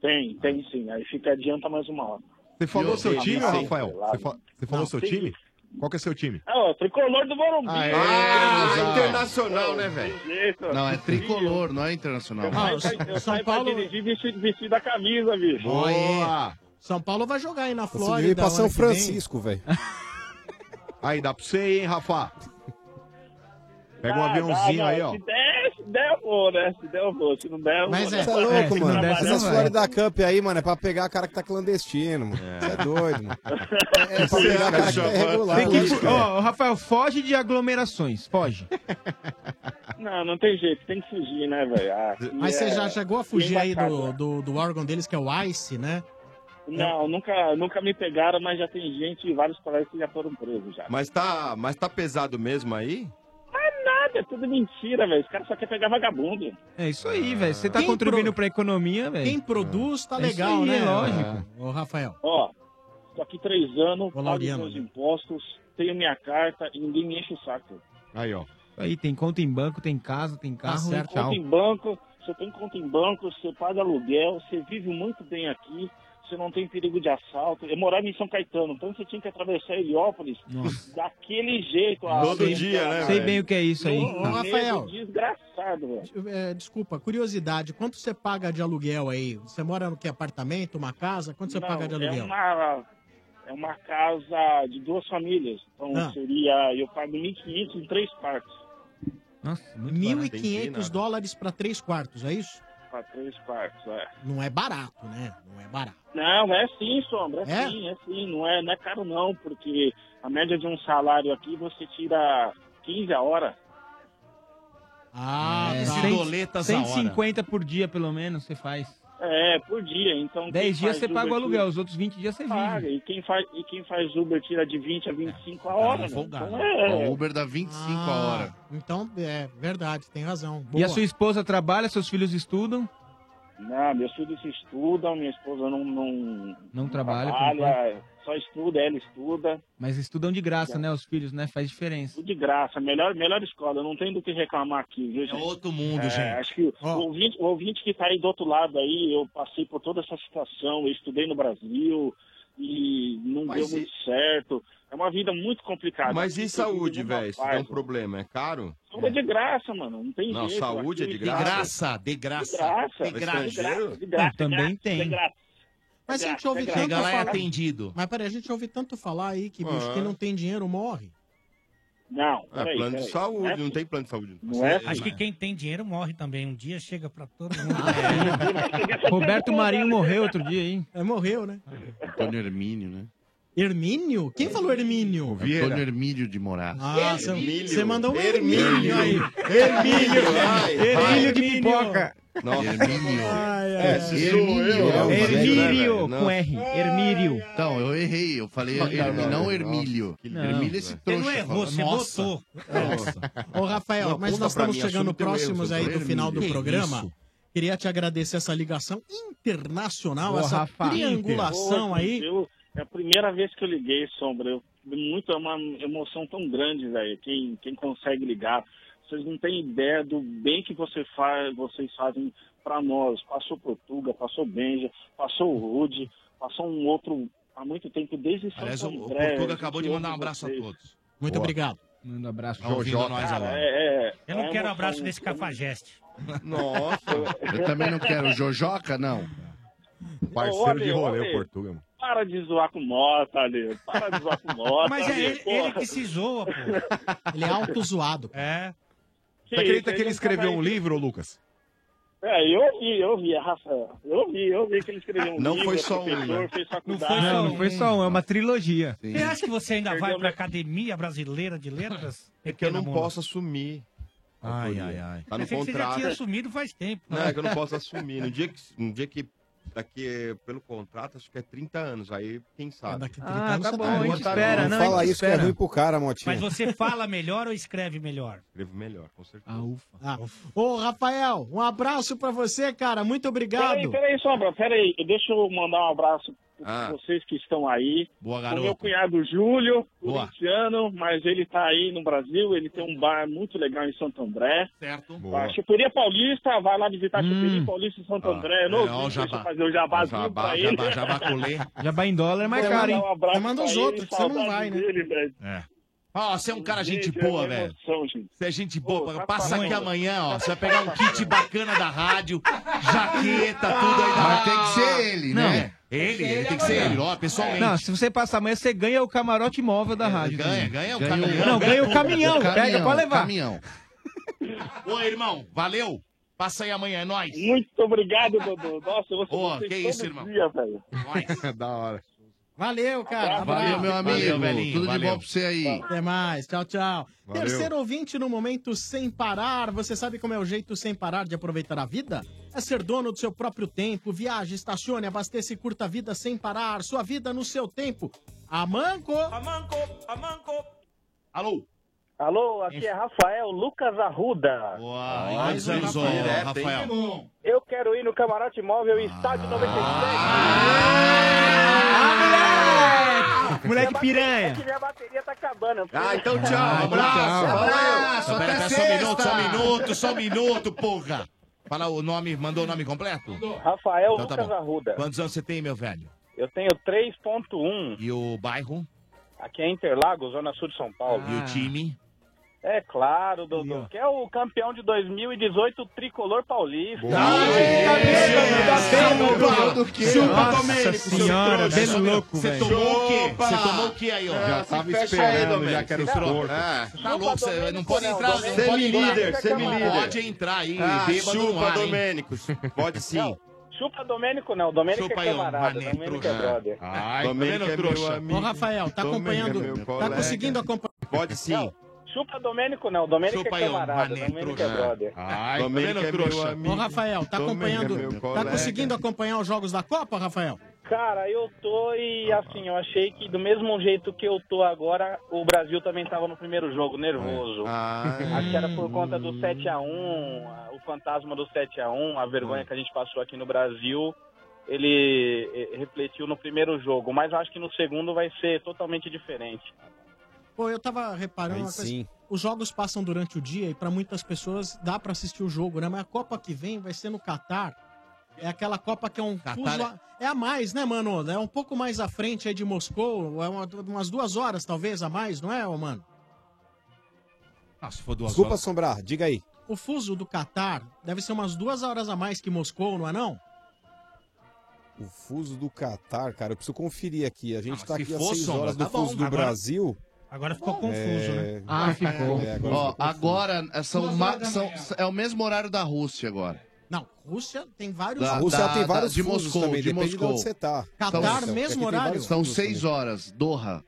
Speaker 25: Tem, tem sim. Aí fica adianta mais uma hora.
Speaker 9: Você falou
Speaker 25: Eu
Speaker 9: seu
Speaker 25: sei,
Speaker 9: time,
Speaker 25: eu sei.
Speaker 9: Rafael? Você, fa- você falou
Speaker 25: Não,
Speaker 9: seu
Speaker 25: sim.
Speaker 9: time? Qual que é seu time?
Speaker 25: Ah, ó, tricolor do Morumbi.
Speaker 9: Aê, Ah, cuzão. internacional,
Speaker 25: né, velho?
Speaker 11: Não, é tricolor, não é internacional.
Speaker 25: eu saio, eu saio pra dirigir vestido, vestido da camisa, bicho.
Speaker 10: Boa! São Paulo vai jogar aí
Speaker 25: Tá
Speaker 10: na
Speaker 9: Você devia Ah. ir
Speaker 10: Flórida.
Speaker 9: pra São
Speaker 10: ano que vem.
Speaker 9: Francisco, velho. aí dá pra você ir, hein, Rafa? Pega um
Speaker 25: Dá,
Speaker 9: aviãozinho
Speaker 25: Ah, dá,
Speaker 9: aí,
Speaker 25: dá.
Speaker 9: ó.
Speaker 25: Se der, se der, eu vou, né? Se der, eu vou. Se não der, eu
Speaker 10: Mas
Speaker 25: vou.
Speaker 10: é,
Speaker 25: né?
Speaker 10: tá louco,
Speaker 25: Tem que
Speaker 15: Mano,
Speaker 25: trabalhar,
Speaker 15: essas
Speaker 25: né?
Speaker 15: Florida Cup aí, mano, é pra pegar cara que tá clandestino, mano. Você é doido, mano. É, é pra pegar cara que tá irregular.
Speaker 16: Tem que-
Speaker 15: lógico, é. cara.
Speaker 16: Ó, Rafael, foge de aglomerações, foge.
Speaker 25: Não, não tem jeito. Tem que fugir, né, velho? Aqui
Speaker 10: Mas
Speaker 25: é-
Speaker 10: você já chegou a fugir aí
Speaker 25: embaçado,
Speaker 10: do,
Speaker 25: né?
Speaker 10: do, do órgão deles, que é o ICE, né?
Speaker 25: Não, nunca, nunca me pegaram, mas já tem gente, vários colegas que já foram presos já.
Speaker 17: Mas tá, mas tá pesado mesmo aí?
Speaker 25: Mas nada, é tudo mentira, velho. Os caras só querem pegar vagabundo.
Speaker 16: É isso aí,
Speaker 15: Ah.
Speaker 16: velho. Você tá
Speaker 25: Quem
Speaker 16: contribuindo pra economia, velho.
Speaker 10: Quem produz tá
Speaker 16: É isso
Speaker 10: legal,
Speaker 16: aí,
Speaker 10: né?
Speaker 16: é lógico.
Speaker 10: Ô, Rafael.
Speaker 25: Ó, tô aqui três anos, pago
Speaker 16: Lauriano,
Speaker 25: meus impostos, tenho minha carta e ninguém me enche o saco.
Speaker 9: Aí, ó.
Speaker 16: Aí tem conta em banco, tem casa, tem carro,
Speaker 25: Tem
Speaker 16: Tá tchau.
Speaker 25: Tá conta em banco, você tem conta em banco, você paga aluguel, você vive muito bem aqui, você não tem perigo de assalto. Eu morava em São Caetano, então você tinha que atravessar Heliópolis daquele jeito. a-
Speaker 16: Sei-
Speaker 25: né,
Speaker 16: Sei bem o que é isso aí.
Speaker 10: Ô, ô, Rafael.
Speaker 25: Desgraçado, velho.
Speaker 10: É, desculpa, curiosidade, quanto você paga de aluguel aí? Você mora no que? Apartamento, uma casa? Quanto você
Speaker 25: Não,
Speaker 10: paga de
Speaker 25: É
Speaker 10: aluguel?
Speaker 25: uma, é uma casa de duas famílias. Então
Speaker 10: Ah.
Speaker 25: seria. Eu pago 1.500 em três partes.
Speaker 16: Nossa, muito
Speaker 25: barato. Entendi nada.
Speaker 10: 1.500 dólares pra três quartos, é isso?
Speaker 25: Para três partes, é.
Speaker 10: Não é barato, né? Não é barato.
Speaker 25: Não, é sim, Sombra, é,
Speaker 10: É?
Speaker 25: sim, é sim. Não é, não é caro não, porque a média de um salário aqui você tira 15 a hora.
Speaker 10: Ah,
Speaker 16: é,
Speaker 25: tá.
Speaker 16: cem-
Speaker 25: Doletas a hora.
Speaker 16: 150 por dia, pelo menos, você faz.
Speaker 25: É, por dia, então...
Speaker 16: 10
Speaker 25: quem
Speaker 16: dias
Speaker 25: faz
Speaker 16: você paga
Speaker 25: Uber
Speaker 16: o aluguel,
Speaker 25: tira-
Speaker 16: os outros 20 dias você
Speaker 25: Paga,
Speaker 16: vive.
Speaker 25: e quem, faz, e quem faz Uber tira de 20 a 25 a
Speaker 16: Tá
Speaker 25: hora, né? Então é...
Speaker 11: O Uber dá 25 a hora.
Speaker 10: Então, é verdade, tem razão.
Speaker 16: Ah, E
Speaker 10: Boa.
Speaker 16: a sua esposa trabalha, seus filhos estudam?
Speaker 25: Não, Né, meus filhos estudam, minha esposa não... Não,
Speaker 16: Não trabalha, por
Speaker 25: trabalha, só estuda, ela estuda.
Speaker 16: Mas estudam de graça, né? Os filhos, né? Faz diferença.
Speaker 25: Tudo de graça, melhor, melhor escola, não tem do que reclamar aqui, viu, gente? É
Speaker 4: outro mundo, gente.
Speaker 25: Acho que o, ouvinte, o ouvinte que tá aí do outro lado aí, eu passei por toda essa situação, eu estudei no Brasil e não
Speaker 17: Mas
Speaker 25: deu
Speaker 17: e-
Speaker 25: muito certo. É uma vida muito complicada.
Speaker 17: Mas e
Speaker 25: Aqui,
Speaker 17: saúde,
Speaker 25: nenhuma
Speaker 17: velho? Se
Speaker 25: paz.
Speaker 17: der um problema, é caro?
Speaker 25: Tudo é de graça, mano, não tem
Speaker 17: Não,
Speaker 25: jeito.
Speaker 17: saúde é
Speaker 25: aqui
Speaker 17: de graça.
Speaker 4: de
Speaker 25: De graça,
Speaker 17: De graça.
Speaker 25: de graça, de
Speaker 17: Estrangeiro?
Speaker 25: graça,
Speaker 17: Não, também
Speaker 25: de graça, de
Speaker 17: tem.
Speaker 25: graça.
Speaker 10: Mas a gente
Speaker 25: Chega
Speaker 10: ouve
Speaker 25: lá,
Speaker 10: tanto
Speaker 25: chega lá é
Speaker 10: falar-
Speaker 25: atendido.
Speaker 10: Mas peraí, a gente ouve tanto falar aí que
Speaker 17: Ah.
Speaker 10: bicho, quem não tem dinheiro morre.
Speaker 25: Não, assim.
Speaker 17: É
Speaker 10: peraí,
Speaker 17: plano de
Speaker 10: peraí.
Speaker 17: saúde,
Speaker 10: Não é
Speaker 17: não tem plano de saúde.
Speaker 25: é
Speaker 12: é? Acho que quem tem dinheiro morre também. Um dia chega pra todo mundo.
Speaker 17: Ah,
Speaker 25: É.
Speaker 17: é.
Speaker 10: (laughs)
Speaker 12: É.
Speaker 16: Roberto Marinho morreu outro dia, hein?
Speaker 10: É, morreu, né?
Speaker 11: Antônio Hermínio, né?
Speaker 10: Hermínio? Quem falou Hermínio?
Speaker 11: Antônio Hermínio de Moraes.
Speaker 10: Ah,
Speaker 11: Hermínio.
Speaker 10: você mandou um
Speaker 11: Hermínio.
Speaker 10: Hermínio aí.
Speaker 11: Hermínio, vai,
Speaker 10: Hermínio
Speaker 11: vai.
Speaker 10: de pipoca.
Speaker 11: Nossa. É, Hermínio.
Speaker 10: Ai,
Speaker 16: ai, ai. Hermínio. Hermírio, com R.
Speaker 11: Hermírio. um Então, eu errei. Eu falei
Speaker 16: Não,
Speaker 11: Hermínio,
Speaker 16: não,
Speaker 11: não Hermílio.
Speaker 16: Não.
Speaker 11: Hermílio é esse
Speaker 16: Você
Speaker 11: trouxa.
Speaker 16: não
Speaker 11: fala.
Speaker 16: errou, você
Speaker 11: Nossa.
Speaker 16: botou.
Speaker 10: Ô, Rafael,
Speaker 11: Não,
Speaker 10: mas
Speaker 11: conta
Speaker 10: nós
Speaker 11: pra
Speaker 10: estamos
Speaker 11: mim,
Speaker 10: chegando
Speaker 11: assume teu
Speaker 10: próximos
Speaker 11: erro, seu
Speaker 10: aí do
Speaker 11: Hermínio.
Speaker 10: final do
Speaker 11: Que
Speaker 10: programa.
Speaker 11: isso?
Speaker 10: Queria te agradecer essa ligação internacional,
Speaker 25: Ô,
Speaker 10: essa
Speaker 25: Rafa,
Speaker 10: triangulação
Speaker 25: Pô,
Speaker 10: aí.
Speaker 25: eu- é a primeira vez que eu liguei, Sombra. Eu, muito, é uma emoção tão grande, velho. Quem, quem consegue ligar. Vocês não têm ideia do bem que você faz, vocês fazem para nós. Passou Portuga, passou Benja, passou o Rude, passou um outro há muito tempo, desde São
Speaker 4: Aliás, o- o
Speaker 25: André,
Speaker 4: Portuga
Speaker 25: a gente
Speaker 4: acabou de mandar um
Speaker 25: ouve
Speaker 4: abraço a
Speaker 25: vocês.
Speaker 4: todos.
Speaker 10: Muito
Speaker 4: Boa.
Speaker 10: obrigado.
Speaker 16: Manda um abraço.
Speaker 4: Tá ouvindo
Speaker 16: Jojó.
Speaker 4: nós
Speaker 16: Cara,
Speaker 4: agora.
Speaker 25: É, é,
Speaker 12: Eu não
Speaker 25: é
Speaker 12: quero um
Speaker 25: uma-
Speaker 12: abraço desse cafajeste.
Speaker 17: Nossa.
Speaker 11: Eu também não quero Jojoca, não.
Speaker 25: Ô, Ale, ô, Ale, Para de zoar com Mota, Ale. Para de
Speaker 12: (laughs)
Speaker 25: zoar com Mota.
Speaker 12: Mas é
Speaker 25: Ale,
Speaker 12: ele,
Speaker 25: porra.
Speaker 12: ele que se zoa, pô.
Speaker 10: Ele é autozoado.
Speaker 12: É.
Speaker 9: Você acredita
Speaker 25: Sim,
Speaker 9: que ele escreveu um livro, Lucas?
Speaker 25: É, eu vi, eu vi, Rafael. Eu vi, eu vi que ele escreveu um
Speaker 9: Não
Speaker 25: livro.
Speaker 9: foi só um,
Speaker 25: professor,
Speaker 9: né?
Speaker 25: Fez
Speaker 16: Não
Speaker 25: faculdade.
Speaker 16: foi, não, não foi só um, é uma trilogia.
Speaker 12: Você acha que você ainda vai pra Academia Brasileira de Letras?
Speaker 17: É que eu não
Speaker 12: Pequeno
Speaker 17: posso assumir.
Speaker 4: Ai, ai, ai.
Speaker 17: Tá no
Speaker 12: Pensei que você já
Speaker 17: contrato.
Speaker 12: tinha assumido faz tempo.
Speaker 17: Não, é que eu
Speaker 12: (laughs)
Speaker 17: não posso assumir. No dia que, no dia que daqui, eh, pelo contrato, acho que é 30 anos. Aí, quem sabe?
Speaker 10: daqui
Speaker 16: 30 Ah, anos tá você bom, tá. a gente
Speaker 17: Botaram-
Speaker 16: espera,
Speaker 15: Não fala isso que é ruim pro cara,
Speaker 12: Mas
Speaker 15: Motinho.
Speaker 12: você fala melhor ou escreve melhor?
Speaker 17: Escrevo melhor, com certeza.
Speaker 16: Ah, ufa.
Speaker 10: Ah. Ô, Rafael, um abraço pra você, cara. Muito obrigado.
Speaker 25: Peraí, peraí, Sombra, peraí. Deixa eu mandar um abraço
Speaker 10: Ah.
Speaker 25: para vocês que estão aí.
Speaker 4: Boa,
Speaker 25: O
Speaker 4: garoto.
Speaker 25: meu cunhado Júlio,
Speaker 4: Boa.
Speaker 25: corintiano, mas ele tá aí no Brasil. Ele tem um bar muito legal em Santo André.
Speaker 4: Certo.
Speaker 25: A Chuperia Paulista, vai lá visitar a Chuperia
Speaker 12: Hum.
Speaker 25: Paulista em Santo
Speaker 4: Ah,
Speaker 25: André.
Speaker 4: é,
Speaker 25: Não,
Speaker 4: ó, o
Speaker 25: deixa
Speaker 4: jabá.
Speaker 25: eu fazer o jabazinho
Speaker 4: Jabá,
Speaker 25: pra ele.
Speaker 4: jabá, jabaculê.
Speaker 16: Jabá em dólar é mais
Speaker 25: Vou
Speaker 16: caro,
Speaker 25: mandar
Speaker 16: hein?
Speaker 25: um abraço
Speaker 16: Você manda os
Speaker 25: pra ele,
Speaker 16: outros, que você não
Speaker 25: saudade
Speaker 16: vai, né?
Speaker 25: dele, velho.
Speaker 4: É. Ó, você é um cara gente
Speaker 25: Gente,
Speaker 4: boa,
Speaker 25: é
Speaker 4: velho. Você é gente boa.
Speaker 25: tá
Speaker 4: Passa aqui
Speaker 25: falando.
Speaker 4: amanhã, ó. Você vai pegar um kit bacana da rádio, jaqueta, tudo aí da
Speaker 11: Mas tem que ser ele,
Speaker 4: Não,
Speaker 11: né?
Speaker 4: Ele, ele tem que ser ele, ó, pessoalmente. É,
Speaker 16: Não, se você passar amanhã, você ganha o camarote móvel da rádio.
Speaker 4: ganha,
Speaker 16: também.
Speaker 4: ganha o caminhão.
Speaker 16: Não, ganha o caminhão.
Speaker 4: O caminhão,
Speaker 16: Pega pra levar.
Speaker 4: caminhão. Ô, irmão, valeu. Passa aí amanhã, é nóis.
Speaker 25: Muito obrigado, Dodô. Nossa, eu vou
Speaker 4: Ô,
Speaker 25: vocês
Speaker 4: que
Speaker 25: todo
Speaker 4: isso, irmão.
Speaker 25: dia, velho.
Speaker 9: da hora.
Speaker 10: Valeu, cara.
Speaker 11: Valeu, meu amigo.
Speaker 10: Valeu,
Speaker 9: velhinho,
Speaker 11: Tudo de
Speaker 9: valeu.
Speaker 11: bom pra você aí.
Speaker 10: Até mais. Tchau, tchau.
Speaker 11: Valeu.
Speaker 10: Terceiro ouvinte no momento sem parar. Você sabe como é o jeito sem parar de aproveitar a vida? É ser dono do seu próprio tempo. Viaje, estacione, abasteça e curta a vida sem parar. Sua vida no seu tempo. Amanco. Amanco. Amanco.
Speaker 4: Alô.
Speaker 6: Alô, aqui é Rafael Lucas Arruda.
Speaker 4: Uau,
Speaker 6: mais
Speaker 4: anos, ó, Rafael?
Speaker 6: Eu quero ir no Camarote Móvel Estádio 97.
Speaker 4: Ah,
Speaker 16: moleque! Ah, Moleque piranha.
Speaker 6: minha bateria tá acabando. eu
Speaker 4: Ah, então
Speaker 6: preciso-
Speaker 4: tchau, abraço,
Speaker 6: abraço,
Speaker 4: Pera, pera,
Speaker 6: até
Speaker 4: só um minuto,
Speaker 6: sexta.
Speaker 4: só um minuto, só um minuto, porra. Fala o nome, mandou o nome completo?
Speaker 6: Rafael
Speaker 4: Então tá
Speaker 6: Lucas
Speaker 4: bom.
Speaker 6: Arruda.
Speaker 4: Quantos anos você tem, meu velho?
Speaker 6: Eu tenho 3.1.
Speaker 4: E o bairro?
Speaker 6: Aqui é Interlagos, Zona Sul de São Paulo.
Speaker 4: E o time?
Speaker 6: É claro, Dodô. Que é o campeão de 2018, o tricolor paulista.
Speaker 4: é Chupa, Domênico, seu trouxa. Você tomou o quê?
Speaker 6: Chupa!
Speaker 4: Você tomou o quê aí, ó?
Speaker 6: Ah,
Speaker 4: Já
Speaker 6: se
Speaker 4: tava
Speaker 6: fecha aí,
Speaker 4: esperando,
Speaker 6: Domênico.
Speaker 4: já quero
Speaker 6: Não,
Speaker 4: porco.
Speaker 6: ah.
Speaker 4: Tá louco, você não pode
Speaker 6: não,
Speaker 4: entrar,
Speaker 6: Domênico.
Speaker 4: não pode
Speaker 6: Semi-líder,
Speaker 4: entrar.
Speaker 6: semi-líder.
Speaker 4: Pode entrar aí,
Speaker 6: Ah,
Speaker 4: bêbado no
Speaker 6: chupa,
Speaker 4: ar, hein?
Speaker 6: Domênico.
Speaker 17: Pode sim.
Speaker 8: Tá
Speaker 6: Chupa Domênico não, Domênico
Speaker 4: Chupa aí,
Speaker 6: é
Speaker 4: ó,
Speaker 6: camarada,
Speaker 4: mané,
Speaker 6: Domênico
Speaker 4: trouxa.
Speaker 6: é brother.
Speaker 4: Ai, tá Domênico vendo, é meu trouxa?
Speaker 10: Ô, Rafael, tá
Speaker 6: Domênico é
Speaker 10: acompanhando.
Speaker 6: meu
Speaker 10: tá
Speaker 6: colega.
Speaker 10: conseguindo acompanhar.
Speaker 17: Pode sim.
Speaker 6: Chupa Domênico não, Domênico
Speaker 10: Chupa
Speaker 6: é
Speaker 10: aí, ó,
Speaker 6: camarada,
Speaker 10: mané,
Speaker 6: Domênico é
Speaker 10: trouxa.
Speaker 6: brother.
Speaker 17: Ai, tá
Speaker 10: tá
Speaker 6: Domênico é meu amigo.
Speaker 10: Ô, Rafael, tá
Speaker 6: Domênico é meu
Speaker 10: acompanhando. tá
Speaker 6: colega.
Speaker 10: conseguindo acompanhar os jogos da Copa, Rafael?
Speaker 6: Cara, eu tô e assim, eu achei que do mesmo jeito que eu tô agora, o Brasil também tava no primeiro jogo, nervoso.
Speaker 17: Ah.
Speaker 6: Acho que era por conta do 7x1, a- o fantasma do 7x1, a vergonha que a gente passou aqui no Brasil, ele eh, refletiu no primeiro jogo, mas eu acho que no segundo vai ser totalmente diferente.
Speaker 10: Pô, eu tava reparando
Speaker 6: Aí
Speaker 10: uma coisa.
Speaker 6: sim.
Speaker 10: Os jogos passam durante o dia e pra muitas pessoas dá pra assistir o jogo, né? Mas a Copa que vem vai ser no Catar. É aquela Copa que é um fuso a- É a mais, né, mano? É um pouco mais à frente aí de Moscou. É uma- umas duas horas, talvez, a mais, não é, ô, mano?
Speaker 4: Ah, se for duas
Speaker 15: Desculpa
Speaker 4: horas.
Speaker 15: assombrar, diga aí.
Speaker 10: O fuso do Catar deve ser umas duas horas a mais que Moscou, não é não?
Speaker 15: O fuso do Catar, cara, eu preciso conferir aqui. A gente tá
Speaker 10: Ah, se
Speaker 15: aqui às
Speaker 10: for,
Speaker 15: 6
Speaker 10: Sombra,
Speaker 15: horas
Speaker 10: tá
Speaker 15: do fuso
Speaker 10: bom.
Speaker 15: do
Speaker 10: Agora- tá
Speaker 15: Brasil.
Speaker 12: Agora ficou
Speaker 11: confuso,
Speaker 15: É,
Speaker 11: né?
Speaker 15: Ah, ficou. é, agora
Speaker 11: Ó,
Speaker 15: ficou
Speaker 11: agora é, são
Speaker 10: Duas
Speaker 11: ma-
Speaker 10: horas da
Speaker 11: são-
Speaker 10: manhã.
Speaker 11: é o mesmo horário da Rússia agora.
Speaker 10: Não, Rússia tem vários.
Speaker 11: Da-
Speaker 15: A Rússia
Speaker 11: da-
Speaker 15: ela tem vários
Speaker 11: da- de
Speaker 15: fusos
Speaker 11: Moscou,
Speaker 15: também,
Speaker 11: de
Speaker 15: depende
Speaker 11: Moscou.
Speaker 15: de onde você tá.
Speaker 10: Catar,
Speaker 15: Então, aqui
Speaker 10: mesmo
Speaker 15: tem
Speaker 10: horário?
Speaker 15: vários
Speaker 11: São
Speaker 15: fusos
Speaker 11: seis
Speaker 15: também.
Speaker 11: horas, Doha.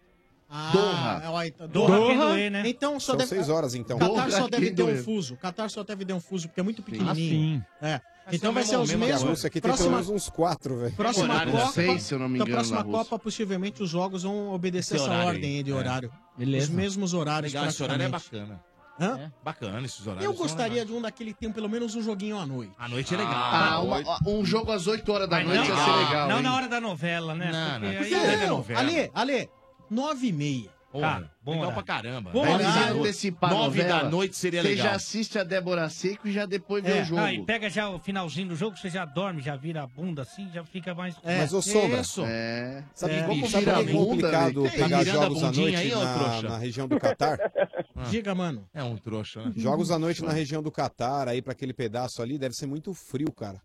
Speaker 10: Ah,
Speaker 11: Doha.
Speaker 10: é, ó, então-
Speaker 11: Doha
Speaker 10: Doha.
Speaker 11: quem doer,
Speaker 15: né?
Speaker 10: Então só
Speaker 15: São
Speaker 10: deve.
Speaker 15: seis horas, então.
Speaker 10: Qatar só
Speaker 15: Doha
Speaker 10: deve
Speaker 15: quem
Speaker 10: ter um
Speaker 15: doer.
Speaker 10: fuso. Qatar só deve ter um fuso porque é muito pequenininho.
Speaker 15: sim.
Speaker 10: É. Então vai ser os
Speaker 15: A
Speaker 10: mesmos.
Speaker 15: Rússia aqui tem pelo
Speaker 10: próxima
Speaker 15: menos uns quatro, velho.
Speaker 10: próxima Copa. então, próxima
Speaker 15: na Rússia.
Speaker 10: Copa, possivelmente os jogos vão obedecer
Speaker 15: Esse
Speaker 10: essa
Speaker 15: horário
Speaker 10: ordem aí de
Speaker 4: aí, é.
Speaker 10: horário.
Speaker 4: Beleza.
Speaker 10: Os mesmos horários.
Speaker 4: Legal, esse horário é
Speaker 10: praticamente.
Speaker 4: bacana.
Speaker 10: Hã?
Speaker 4: É. Bacana esses horários.
Speaker 10: Eu
Speaker 4: são
Speaker 10: gostaria de um daquele que tem pelo menos um joguinho à noite.
Speaker 4: A noite é legal.
Speaker 11: Ah, uma- um jogo às 8 horas da
Speaker 10: Mas
Speaker 11: noite
Speaker 10: não-
Speaker 11: ia ser
Speaker 10: ah,
Speaker 11: legal.
Speaker 10: não
Speaker 11: hein?
Speaker 10: na
Speaker 12: hora da novela, né?
Speaker 11: Não, não.
Speaker 10: Não, Ale, Ale, nove e meia.
Speaker 4: Porra, legal pra caramba.
Speaker 11: Bom,
Speaker 4: Nove da
Speaker 11: Tá, horário.
Speaker 4: noite.
Speaker 11: antecipar a
Speaker 4: Nove da
Speaker 11: novela,
Speaker 4: noite seria
Speaker 11: você
Speaker 4: legal.
Speaker 11: já assiste a Débora Seco e já depois vê
Speaker 12: É,
Speaker 11: o jogo.
Speaker 12: ah, e pega já o finalzinho do jogo, você já dorme, já vira a bunda assim, já fica mais.
Speaker 11: É,
Speaker 15: Mas,
Speaker 16: É
Speaker 15: ô, Sombra, é. sabe como sabe por que é complicado
Speaker 10: né?
Speaker 15: pegar jogos à noite na, na região do
Speaker 10: (laughs)
Speaker 15: Catar?
Speaker 10: Ah, Diga, mano.
Speaker 4: É um trouxa, né?
Speaker 15: Jogos à noite na região do Catar, aí pra aquele pedaço ali, deve ser muito frio, cara.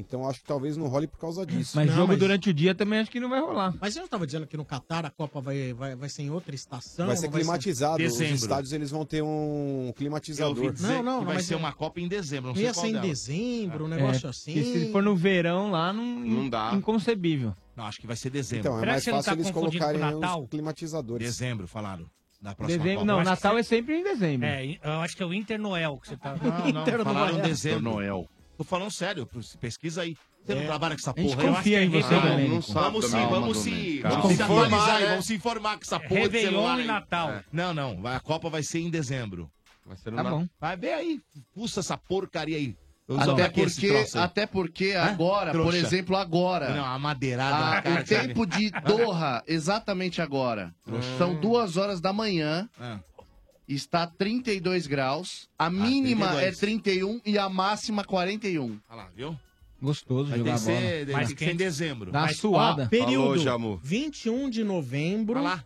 Speaker 15: Então acho que talvez não role por causa disso.
Speaker 16: Mas jogo durante o dia também acho que não vai rolar.
Speaker 10: Mas eu não tava dizendo que no Catar a Copa vai, vai, vai ser em outra estação.
Speaker 15: Vai ser
Speaker 10: não
Speaker 15: climatizado. Os
Speaker 10: Dezembro.
Speaker 15: estádios eles vão ter um
Speaker 4: Eu ouvi
Speaker 15: climatizador.
Speaker 4: dizer não, não, que vai ser uma Copa em dezembro. Não sei
Speaker 10: Ia
Speaker 4: qual
Speaker 10: ser é- em
Speaker 4: dela.
Speaker 10: dezembro, um
Speaker 4: É.
Speaker 10: negócio
Speaker 4: É,
Speaker 10: assim.
Speaker 16: Porque se for no verão lá, não,
Speaker 4: Não dá.
Speaker 16: inconcebível.
Speaker 4: Não, acho que vai ser dezembro.
Speaker 15: Então, é mais fácil eles colocarem os climatizadores.
Speaker 4: Dezembro, falaram. Na próxima
Speaker 16: Dezembro,
Speaker 4: Copa.
Speaker 16: não,
Speaker 4: Acho que
Speaker 16: Natal é sempre em dezembro.
Speaker 12: É, eu acho que é o Inter Noel que você tá.
Speaker 4: Não, não, falaram dezembro.
Speaker 12: Noel.
Speaker 4: Tô falando sério, pesquisa aí. Você não
Speaker 12: É.
Speaker 4: trabalha com essa
Speaker 12: A gente
Speaker 4: porra. eu acho
Speaker 12: confia
Speaker 4: que
Speaker 12: em
Speaker 4: é
Speaker 12: você,
Speaker 4: Réveillon.
Speaker 12: Domênico.
Speaker 4: Não sabe, Vamos sim,
Speaker 12: Calma,
Speaker 4: vamos se,
Speaker 12: Domênico,
Speaker 4: vamos
Speaker 12: calma.
Speaker 4: se
Speaker 12: Confirmar,
Speaker 4: atualizar aí,
Speaker 12: né?
Speaker 4: vamos se informar com essa porra de
Speaker 12: Réveillon
Speaker 4: celular.
Speaker 12: e
Speaker 4: aí.
Speaker 12: Natal.
Speaker 4: É. Não, não, vai- a Copa vai ser em dezembro. Vai ser
Speaker 11: no Tá Natal. bom.
Speaker 4: Vai ver aí, puxa essa porcaria aí.
Speaker 11: Até porque, até porque agora, por exemplo, agora.
Speaker 4: Não, a madeirada.
Speaker 11: Ah,
Speaker 4: na cara,
Speaker 11: o tempo de Doha, exatamente agora.
Speaker 4: Trouxa.
Speaker 11: São duas horas da manhã.
Speaker 4: Ah.
Speaker 11: Está 32 graus. A mínima
Speaker 4: 32.
Speaker 11: é 31 e a máxima 41.
Speaker 4: Olha lá, viu?
Speaker 16: Gostoso
Speaker 4: Vai ter
Speaker 16: jogar
Speaker 4: que
Speaker 16: bola.
Speaker 4: ser-
Speaker 16: Mas
Speaker 4: tem que ser em
Speaker 16: quente.
Speaker 4: dezembro.
Speaker 16: Dá
Speaker 4: Mas-
Speaker 16: suada.
Speaker 10: Ó, Ah, período
Speaker 4: Falou, Jamu.
Speaker 10: 21 de novembro
Speaker 4: trouxa.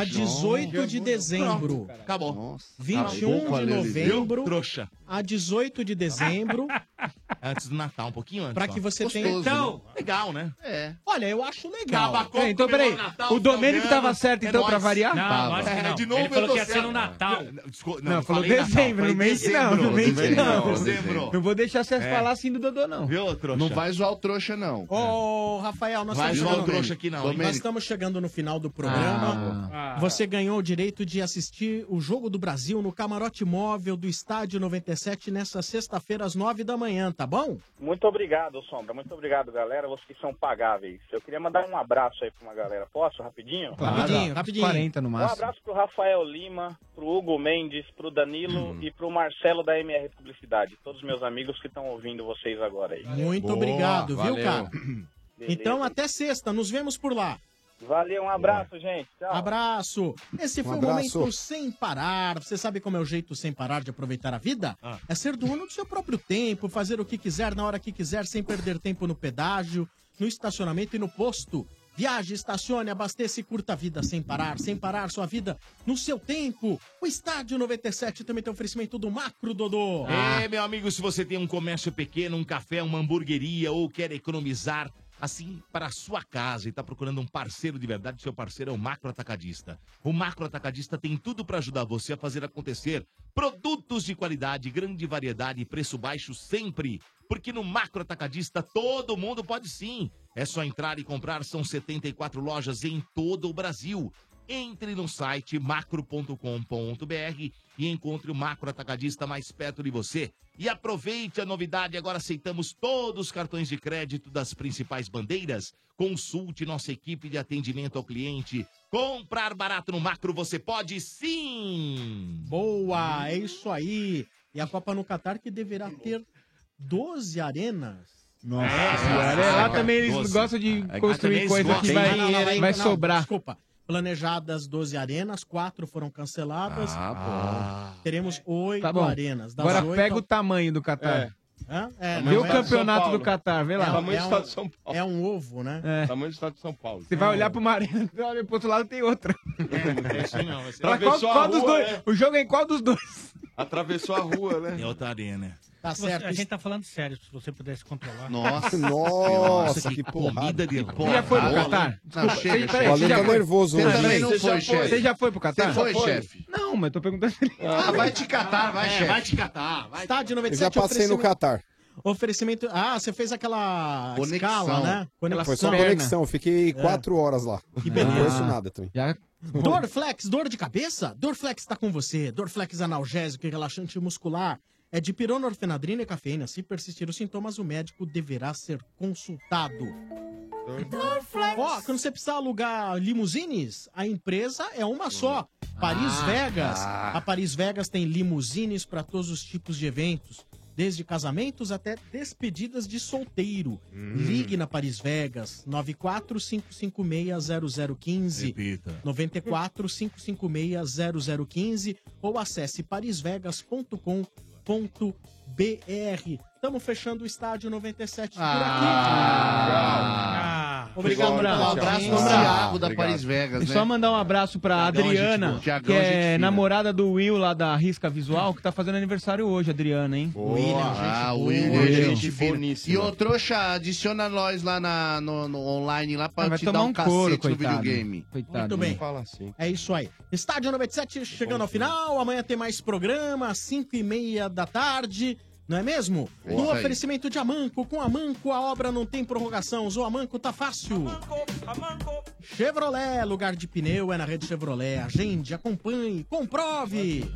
Speaker 10: a 18 de
Speaker 4: Pronto,
Speaker 10: dezembro.
Speaker 4: Acabou. Nossa,
Speaker 10: 21 de novembro
Speaker 4: Trouxa.
Speaker 10: a 18 de dezembro.
Speaker 4: Antes do Natal, um pouquinho antes.
Speaker 10: Pra
Speaker 4: ó.
Speaker 10: que você tenha-
Speaker 4: Gostoso,
Speaker 10: Então,
Speaker 4: né? legal, né?
Speaker 11: É.
Speaker 10: Olha, eu acho legal.
Speaker 4: Acaba a Copa,
Speaker 10: É, então,
Speaker 4: comemora
Speaker 10: peraí.
Speaker 4: o Natal,
Speaker 10: O Domênico
Speaker 4: final de
Speaker 10: tava
Speaker 4: ano,
Speaker 10: certo,
Speaker 4: é
Speaker 10: então, pra
Speaker 4: nóis.
Speaker 10: variar?
Speaker 4: Não,
Speaker 10: Tava.
Speaker 4: acho que não.
Speaker 10: De novo
Speaker 4: Ele
Speaker 10: eu
Speaker 4: falou
Speaker 10: tô
Speaker 4: que ia ser
Speaker 10: certo.
Speaker 4: no Natal. Desculpa,
Speaker 16: Não, falou
Speaker 4: falei Natal,
Speaker 16: dezembro,
Speaker 4: falei
Speaker 16: no mês que não,
Speaker 4: dezembro,
Speaker 16: no mês que
Speaker 4: dezembro,
Speaker 16: não.
Speaker 4: dezembro.
Speaker 16: Não vou deixar vocês
Speaker 4: É.
Speaker 16: falar assim do Dodô, não.
Speaker 4: Viu, trouxa?
Speaker 11: Não vai zoar o trouxa, não.
Speaker 10: Ô, Rafael, nós
Speaker 11: Vai
Speaker 10: estamos
Speaker 11: zoar o
Speaker 10: chegando...
Speaker 11: trouxa aqui não, hein?
Speaker 10: Nós
Speaker 11: Domênico.
Speaker 10: estamos chegando no final do programa.
Speaker 11: Ah.
Speaker 10: Você ganhou o direito de assistir o Jogo do Brasil no camarote móvel do Estádio 97 nessa sexta-feira às 9 da manhã, tá bom?
Speaker 6: Muito obrigado, Sombra. Muito obrigado, galera. Vocês são pagáveis. Eu queria mandar um abraço aí pra uma galera. Posso, rapidinho?
Speaker 16: Claro. Rapidinho, rapidinho. 40 no máximo.
Speaker 6: Um abraço pro Rafael Lima, pro Hugo Mendes, pro Danilo e pro Marcelo da MR Publicidade. Todos meus amigos que estão ouvindo vocês agora aí.
Speaker 10: Muito
Speaker 6: Boa,
Speaker 10: obrigado, viu,
Speaker 6: valeu.
Speaker 10: cara?
Speaker 6: Beleza.
Speaker 10: Então, até sexta. Nos vemos por lá.
Speaker 6: Valeu, um abraço, gente. Tchau.
Speaker 10: Abraço. Esse
Speaker 6: Um
Speaker 10: foi
Speaker 6: abraço.
Speaker 10: o momento sem parar. Você sabe como é o jeito sem parar de aproveitar a vida? É ser dono do seu próprio tempo, fazer o que quiser na hora que quiser, sem perder tempo no pedágio, no estacionamento e no posto. Viaje, estacione, abasteça e curta a vida sem parar, sem parar sua vida no seu tempo. O Estádio 97 também tem oferecimento do Macro Dodô.
Speaker 4: É, meu amigo, se você tem um comércio pequeno, um café, uma hamburgueria ou quer economizar assim para a sua casa e está procurando um parceiro de verdade, seu parceiro é o Macro Atacadista. O Macro Atacadista tem tudo para ajudar você a fazer acontecer. Produtos de qualidade, grande variedade e preço baixo sempre. Porque no Macro Atacadista todo mundo pode sim. É só entrar e comprar, são 74 lojas em todo o Brasil. Entre no site macro.com.br e encontre o macro atacadista mais perto de você. E aproveite a novidade, agora aceitamos todos os cartões de crédito das principais bandeiras. Consulte nossa equipe de atendimento ao cliente. Comprar barato no macro você pode sim!
Speaker 10: Boa, é isso aí. E a Copa no Catar que deverá ter 12 arenas.
Speaker 16: Nossa senhora, é, lá também eles gostam de
Speaker 10: É,
Speaker 16: construir coisa que vai, vai sobrar.
Speaker 10: Desculpa. Planejadas 12 arenas, 4 foram canceladas. É.
Speaker 16: Ah,
Speaker 10: pô. Teremos 8
Speaker 16: Tá bom.
Speaker 10: arenas. das
Speaker 16: Agora
Speaker 10: oito
Speaker 16: pega
Speaker 10: ao-
Speaker 16: o tamanho do Catar.
Speaker 10: Hã? É,
Speaker 16: Vê
Speaker 10: não,
Speaker 16: o
Speaker 10: é-
Speaker 16: campeonato
Speaker 10: São
Speaker 16: do
Speaker 10: Paulo.
Speaker 16: Catar, vê lá.
Speaker 10: É, é um- É um ovo, né?
Speaker 16: É.
Speaker 10: Tamanho do estado de São Paulo.
Speaker 16: Você
Speaker 17: É.
Speaker 4: É.
Speaker 16: vai olhar pro Marina, olha pro outro lado tem outra. Pra qual,
Speaker 17: Atravessou a
Speaker 16: qual dos
Speaker 17: rua,
Speaker 16: dois?
Speaker 17: né?
Speaker 16: O jogo é em qual dos dois?
Speaker 17: Atravessou a rua, né?
Speaker 4: É outra arena.
Speaker 10: Tá
Speaker 12: Você-
Speaker 10: certo.
Speaker 12: A gente tá falando sério, se você pudesse controlar.
Speaker 16: (laughs)
Speaker 15: Nossa, Nossa, que porrada.
Speaker 4: comida de
Speaker 15: porra.
Speaker 16: já foi pro
Speaker 15: Bola,
Speaker 16: Catar?
Speaker 15: hein?
Speaker 16: Desculpa,
Speaker 15: Não, chega,
Speaker 16: você- peraí,
Speaker 15: chega.
Speaker 16: você já
Speaker 15: Valeu, tá
Speaker 16: foi-
Speaker 15: nervoso
Speaker 16: Você
Speaker 15: hoje.
Speaker 16: também
Speaker 15: Você não
Speaker 16: você já
Speaker 15: foi, chefe.
Speaker 16: Você já foi pro Catar?
Speaker 15: Você foi,
Speaker 16: Já
Speaker 15: chefe.
Speaker 16: Não, mas tô perguntando se ele... É,
Speaker 11: Ah, vai te catar,
Speaker 10: É,
Speaker 11: vai, chefe.
Speaker 4: Vai te catar, vai.
Speaker 10: Estádio
Speaker 15: Eu
Speaker 10: 97
Speaker 15: já passei no
Speaker 10: oferecimento-
Speaker 15: Catar.
Speaker 10: Oferecimento. Ah, você fez aquela
Speaker 15: Conexão.
Speaker 10: escala, né?
Speaker 15: Foi só conexão, eu fiquei
Speaker 10: É.
Speaker 15: quatro horas lá.
Speaker 10: Que
Speaker 15: Não
Speaker 10: beleza.
Speaker 15: conheço nada também.
Speaker 10: (laughs) Dorflex, dor de cabeça? Dorflex tá com você. Dorflex analgésico e relaxante muscular. É de pirona, orfenadrina e cafeína. Se persistir os sintomas, o médico deverá ser consultado. Ó, quando você precisar alugar limusines, a empresa é uma só. Paris
Speaker 15: Ah.
Speaker 10: Vegas. A Paris Vegas tem limusines para todos os tipos de eventos. desde casamentos até despedidas de solteiro. Ligue na Paris Vegas, 945560015.
Speaker 18: Repita.
Speaker 10: 945560015 ou acesse parisvegas.com.br. Estamos fechando o estádio 97 por aqui.
Speaker 16: Ah,
Speaker 10: Obrigado,
Speaker 16: obrigado, Brau.
Speaker 10: Brau. Um abraço
Speaker 16: Obrigado.
Speaker 10: pro Thiago
Speaker 11: da Obrigado. Paris Vegas,
Speaker 16: E
Speaker 11: né?
Speaker 16: só mandar um abraço pra
Speaker 11: Thiagão, é gente
Speaker 16: Adriana,
Speaker 11: boa. Thiagão,
Speaker 16: que
Speaker 11: gente
Speaker 16: é
Speaker 11: fina.
Speaker 16: namorada do Will lá da Risca Visual, que tá fazendo aniversário hoje, Adriana, hein?
Speaker 11: ah, o William, gente boníssima. E ô trouxa, adiciona nós lá na, no, no online lá
Speaker 10: Ah,
Speaker 11: pra
Speaker 10: vai
Speaker 11: te
Speaker 10: tomar
Speaker 11: dar um,
Speaker 10: um
Speaker 11: cacete
Speaker 10: couro,
Speaker 11: no
Speaker 10: coitado.
Speaker 11: videogame.
Speaker 16: Coitado,
Speaker 10: Muito bem.
Speaker 17: assim.
Speaker 10: É isso aí. Estádio 97 chegando ao final. Amanhã tem mais programa, às 5 e meia da tarde. Não é mesmo?
Speaker 19: É
Speaker 10: no
Speaker 19: isso aí.
Speaker 10: oferecimento de Amanco. Com Amanco a obra não tem prorrogação. Usou Amanco, tá fácil. Chevrolet, lugar de pneu é na rede Chevrolet. Agende, acompanhe, comprove.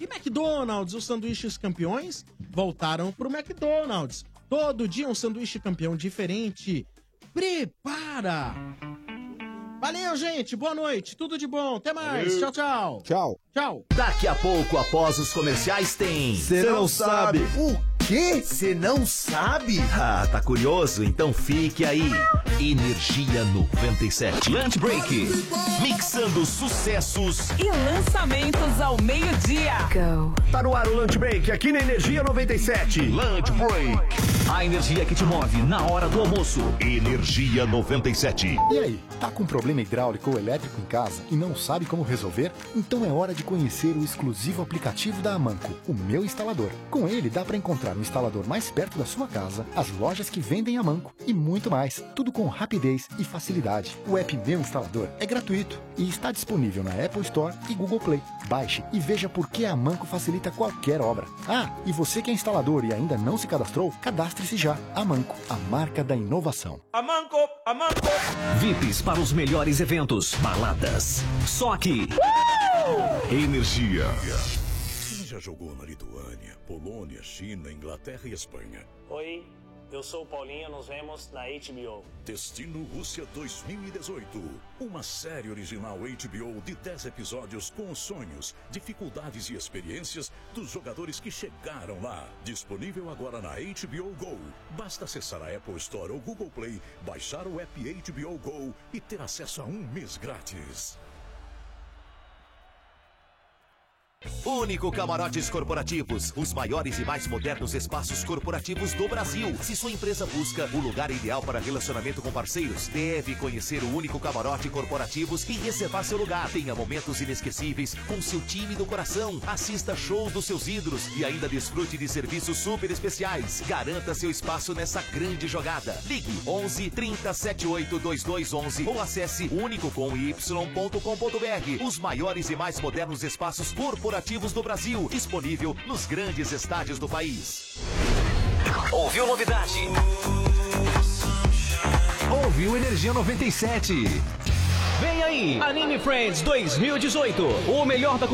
Speaker 10: E McDonald's, os sanduíches campeões voltaram pro McDonald's. Todo dia um sanduíche campeão diferente. Prepara! Valeu, gente. Boa noite. Tudo de bom. Até mais. Tchau, tchau.
Speaker 33: Tchau.
Speaker 10: Tchau.
Speaker 4: Daqui a pouco, após os comerciais, tem.
Speaker 10: Cê não sabe.
Speaker 4: O quê? Você não sabe? Ah, tá curioso? Então fique aí. Energia 97. Lunch Break. Mixando sucessos
Speaker 34: e lançamentos ao meio-dia.
Speaker 4: Tá no ar o Lunch Break aqui na Energia 97. Lunch Break. A energia que te move na hora do almoço. Energia 97.
Speaker 3: E aí, tá com problema hidráulico ou elétrico em casa e não sabe como resolver? Então é hora de conhecer o exclusivo aplicativo da Amanco, o meu instalador. Com ele dá para encontrar um instalador mais perto da sua casa, as lojas que vendem Amanco e muito mais, tudo com rapidez e facilidade. O app Meu Instalador é gratuito e está disponível na Apple Store e Google Play. Baixe e veja por que a Amanco facilita qualquer obra. Ah, e você que é instalador e ainda não se cadastrou, cadastre-se já. Amanco, a marca da inovação.
Speaker 19: Amanco, amanco.
Speaker 4: VIPs para os melhores eventos, baladas. Só aqui. Energia.
Speaker 29: Quem já jogou na Lituânia, Polônia, China, Inglaterra e Espanha?
Speaker 25: Oi, eu sou o Paulinho, nos vemos na HBO.
Speaker 29: Destino Rússia 2018. Uma série original HBO de 10 episódios com os sonhos, dificuldades e experiências dos jogadores que chegaram lá. Disponível agora na HBO Go. Basta acessar a Apple Store ou Google Play, baixar o app HBO Go e ter acesso a um mês grátis.
Speaker 4: Único Camarotes Corporativos, os maiores e mais modernos espaços corporativos do Brasil. Se sua empresa busca o lugar ideal para relacionamento com parceiros, deve conhecer o Único Camarote Corporativos e reservar seu lugar. Tenha momentos inesquecíveis com seu time do coração. Assista shows dos seus ídolos e ainda desfrute de serviços super especiais. Garanta seu espaço nessa grande jogada. Ligue 11 30 78 2211 ou acesse únicocomy.com.br. Os maiores e mais modernos espaços corporativos do Brasil, disponível nos grandes estádios do país. Ouviu novidade?
Speaker 8: Ouviu Energia 97. Vem aí, Anime Friends 2018. O melhor da cultura.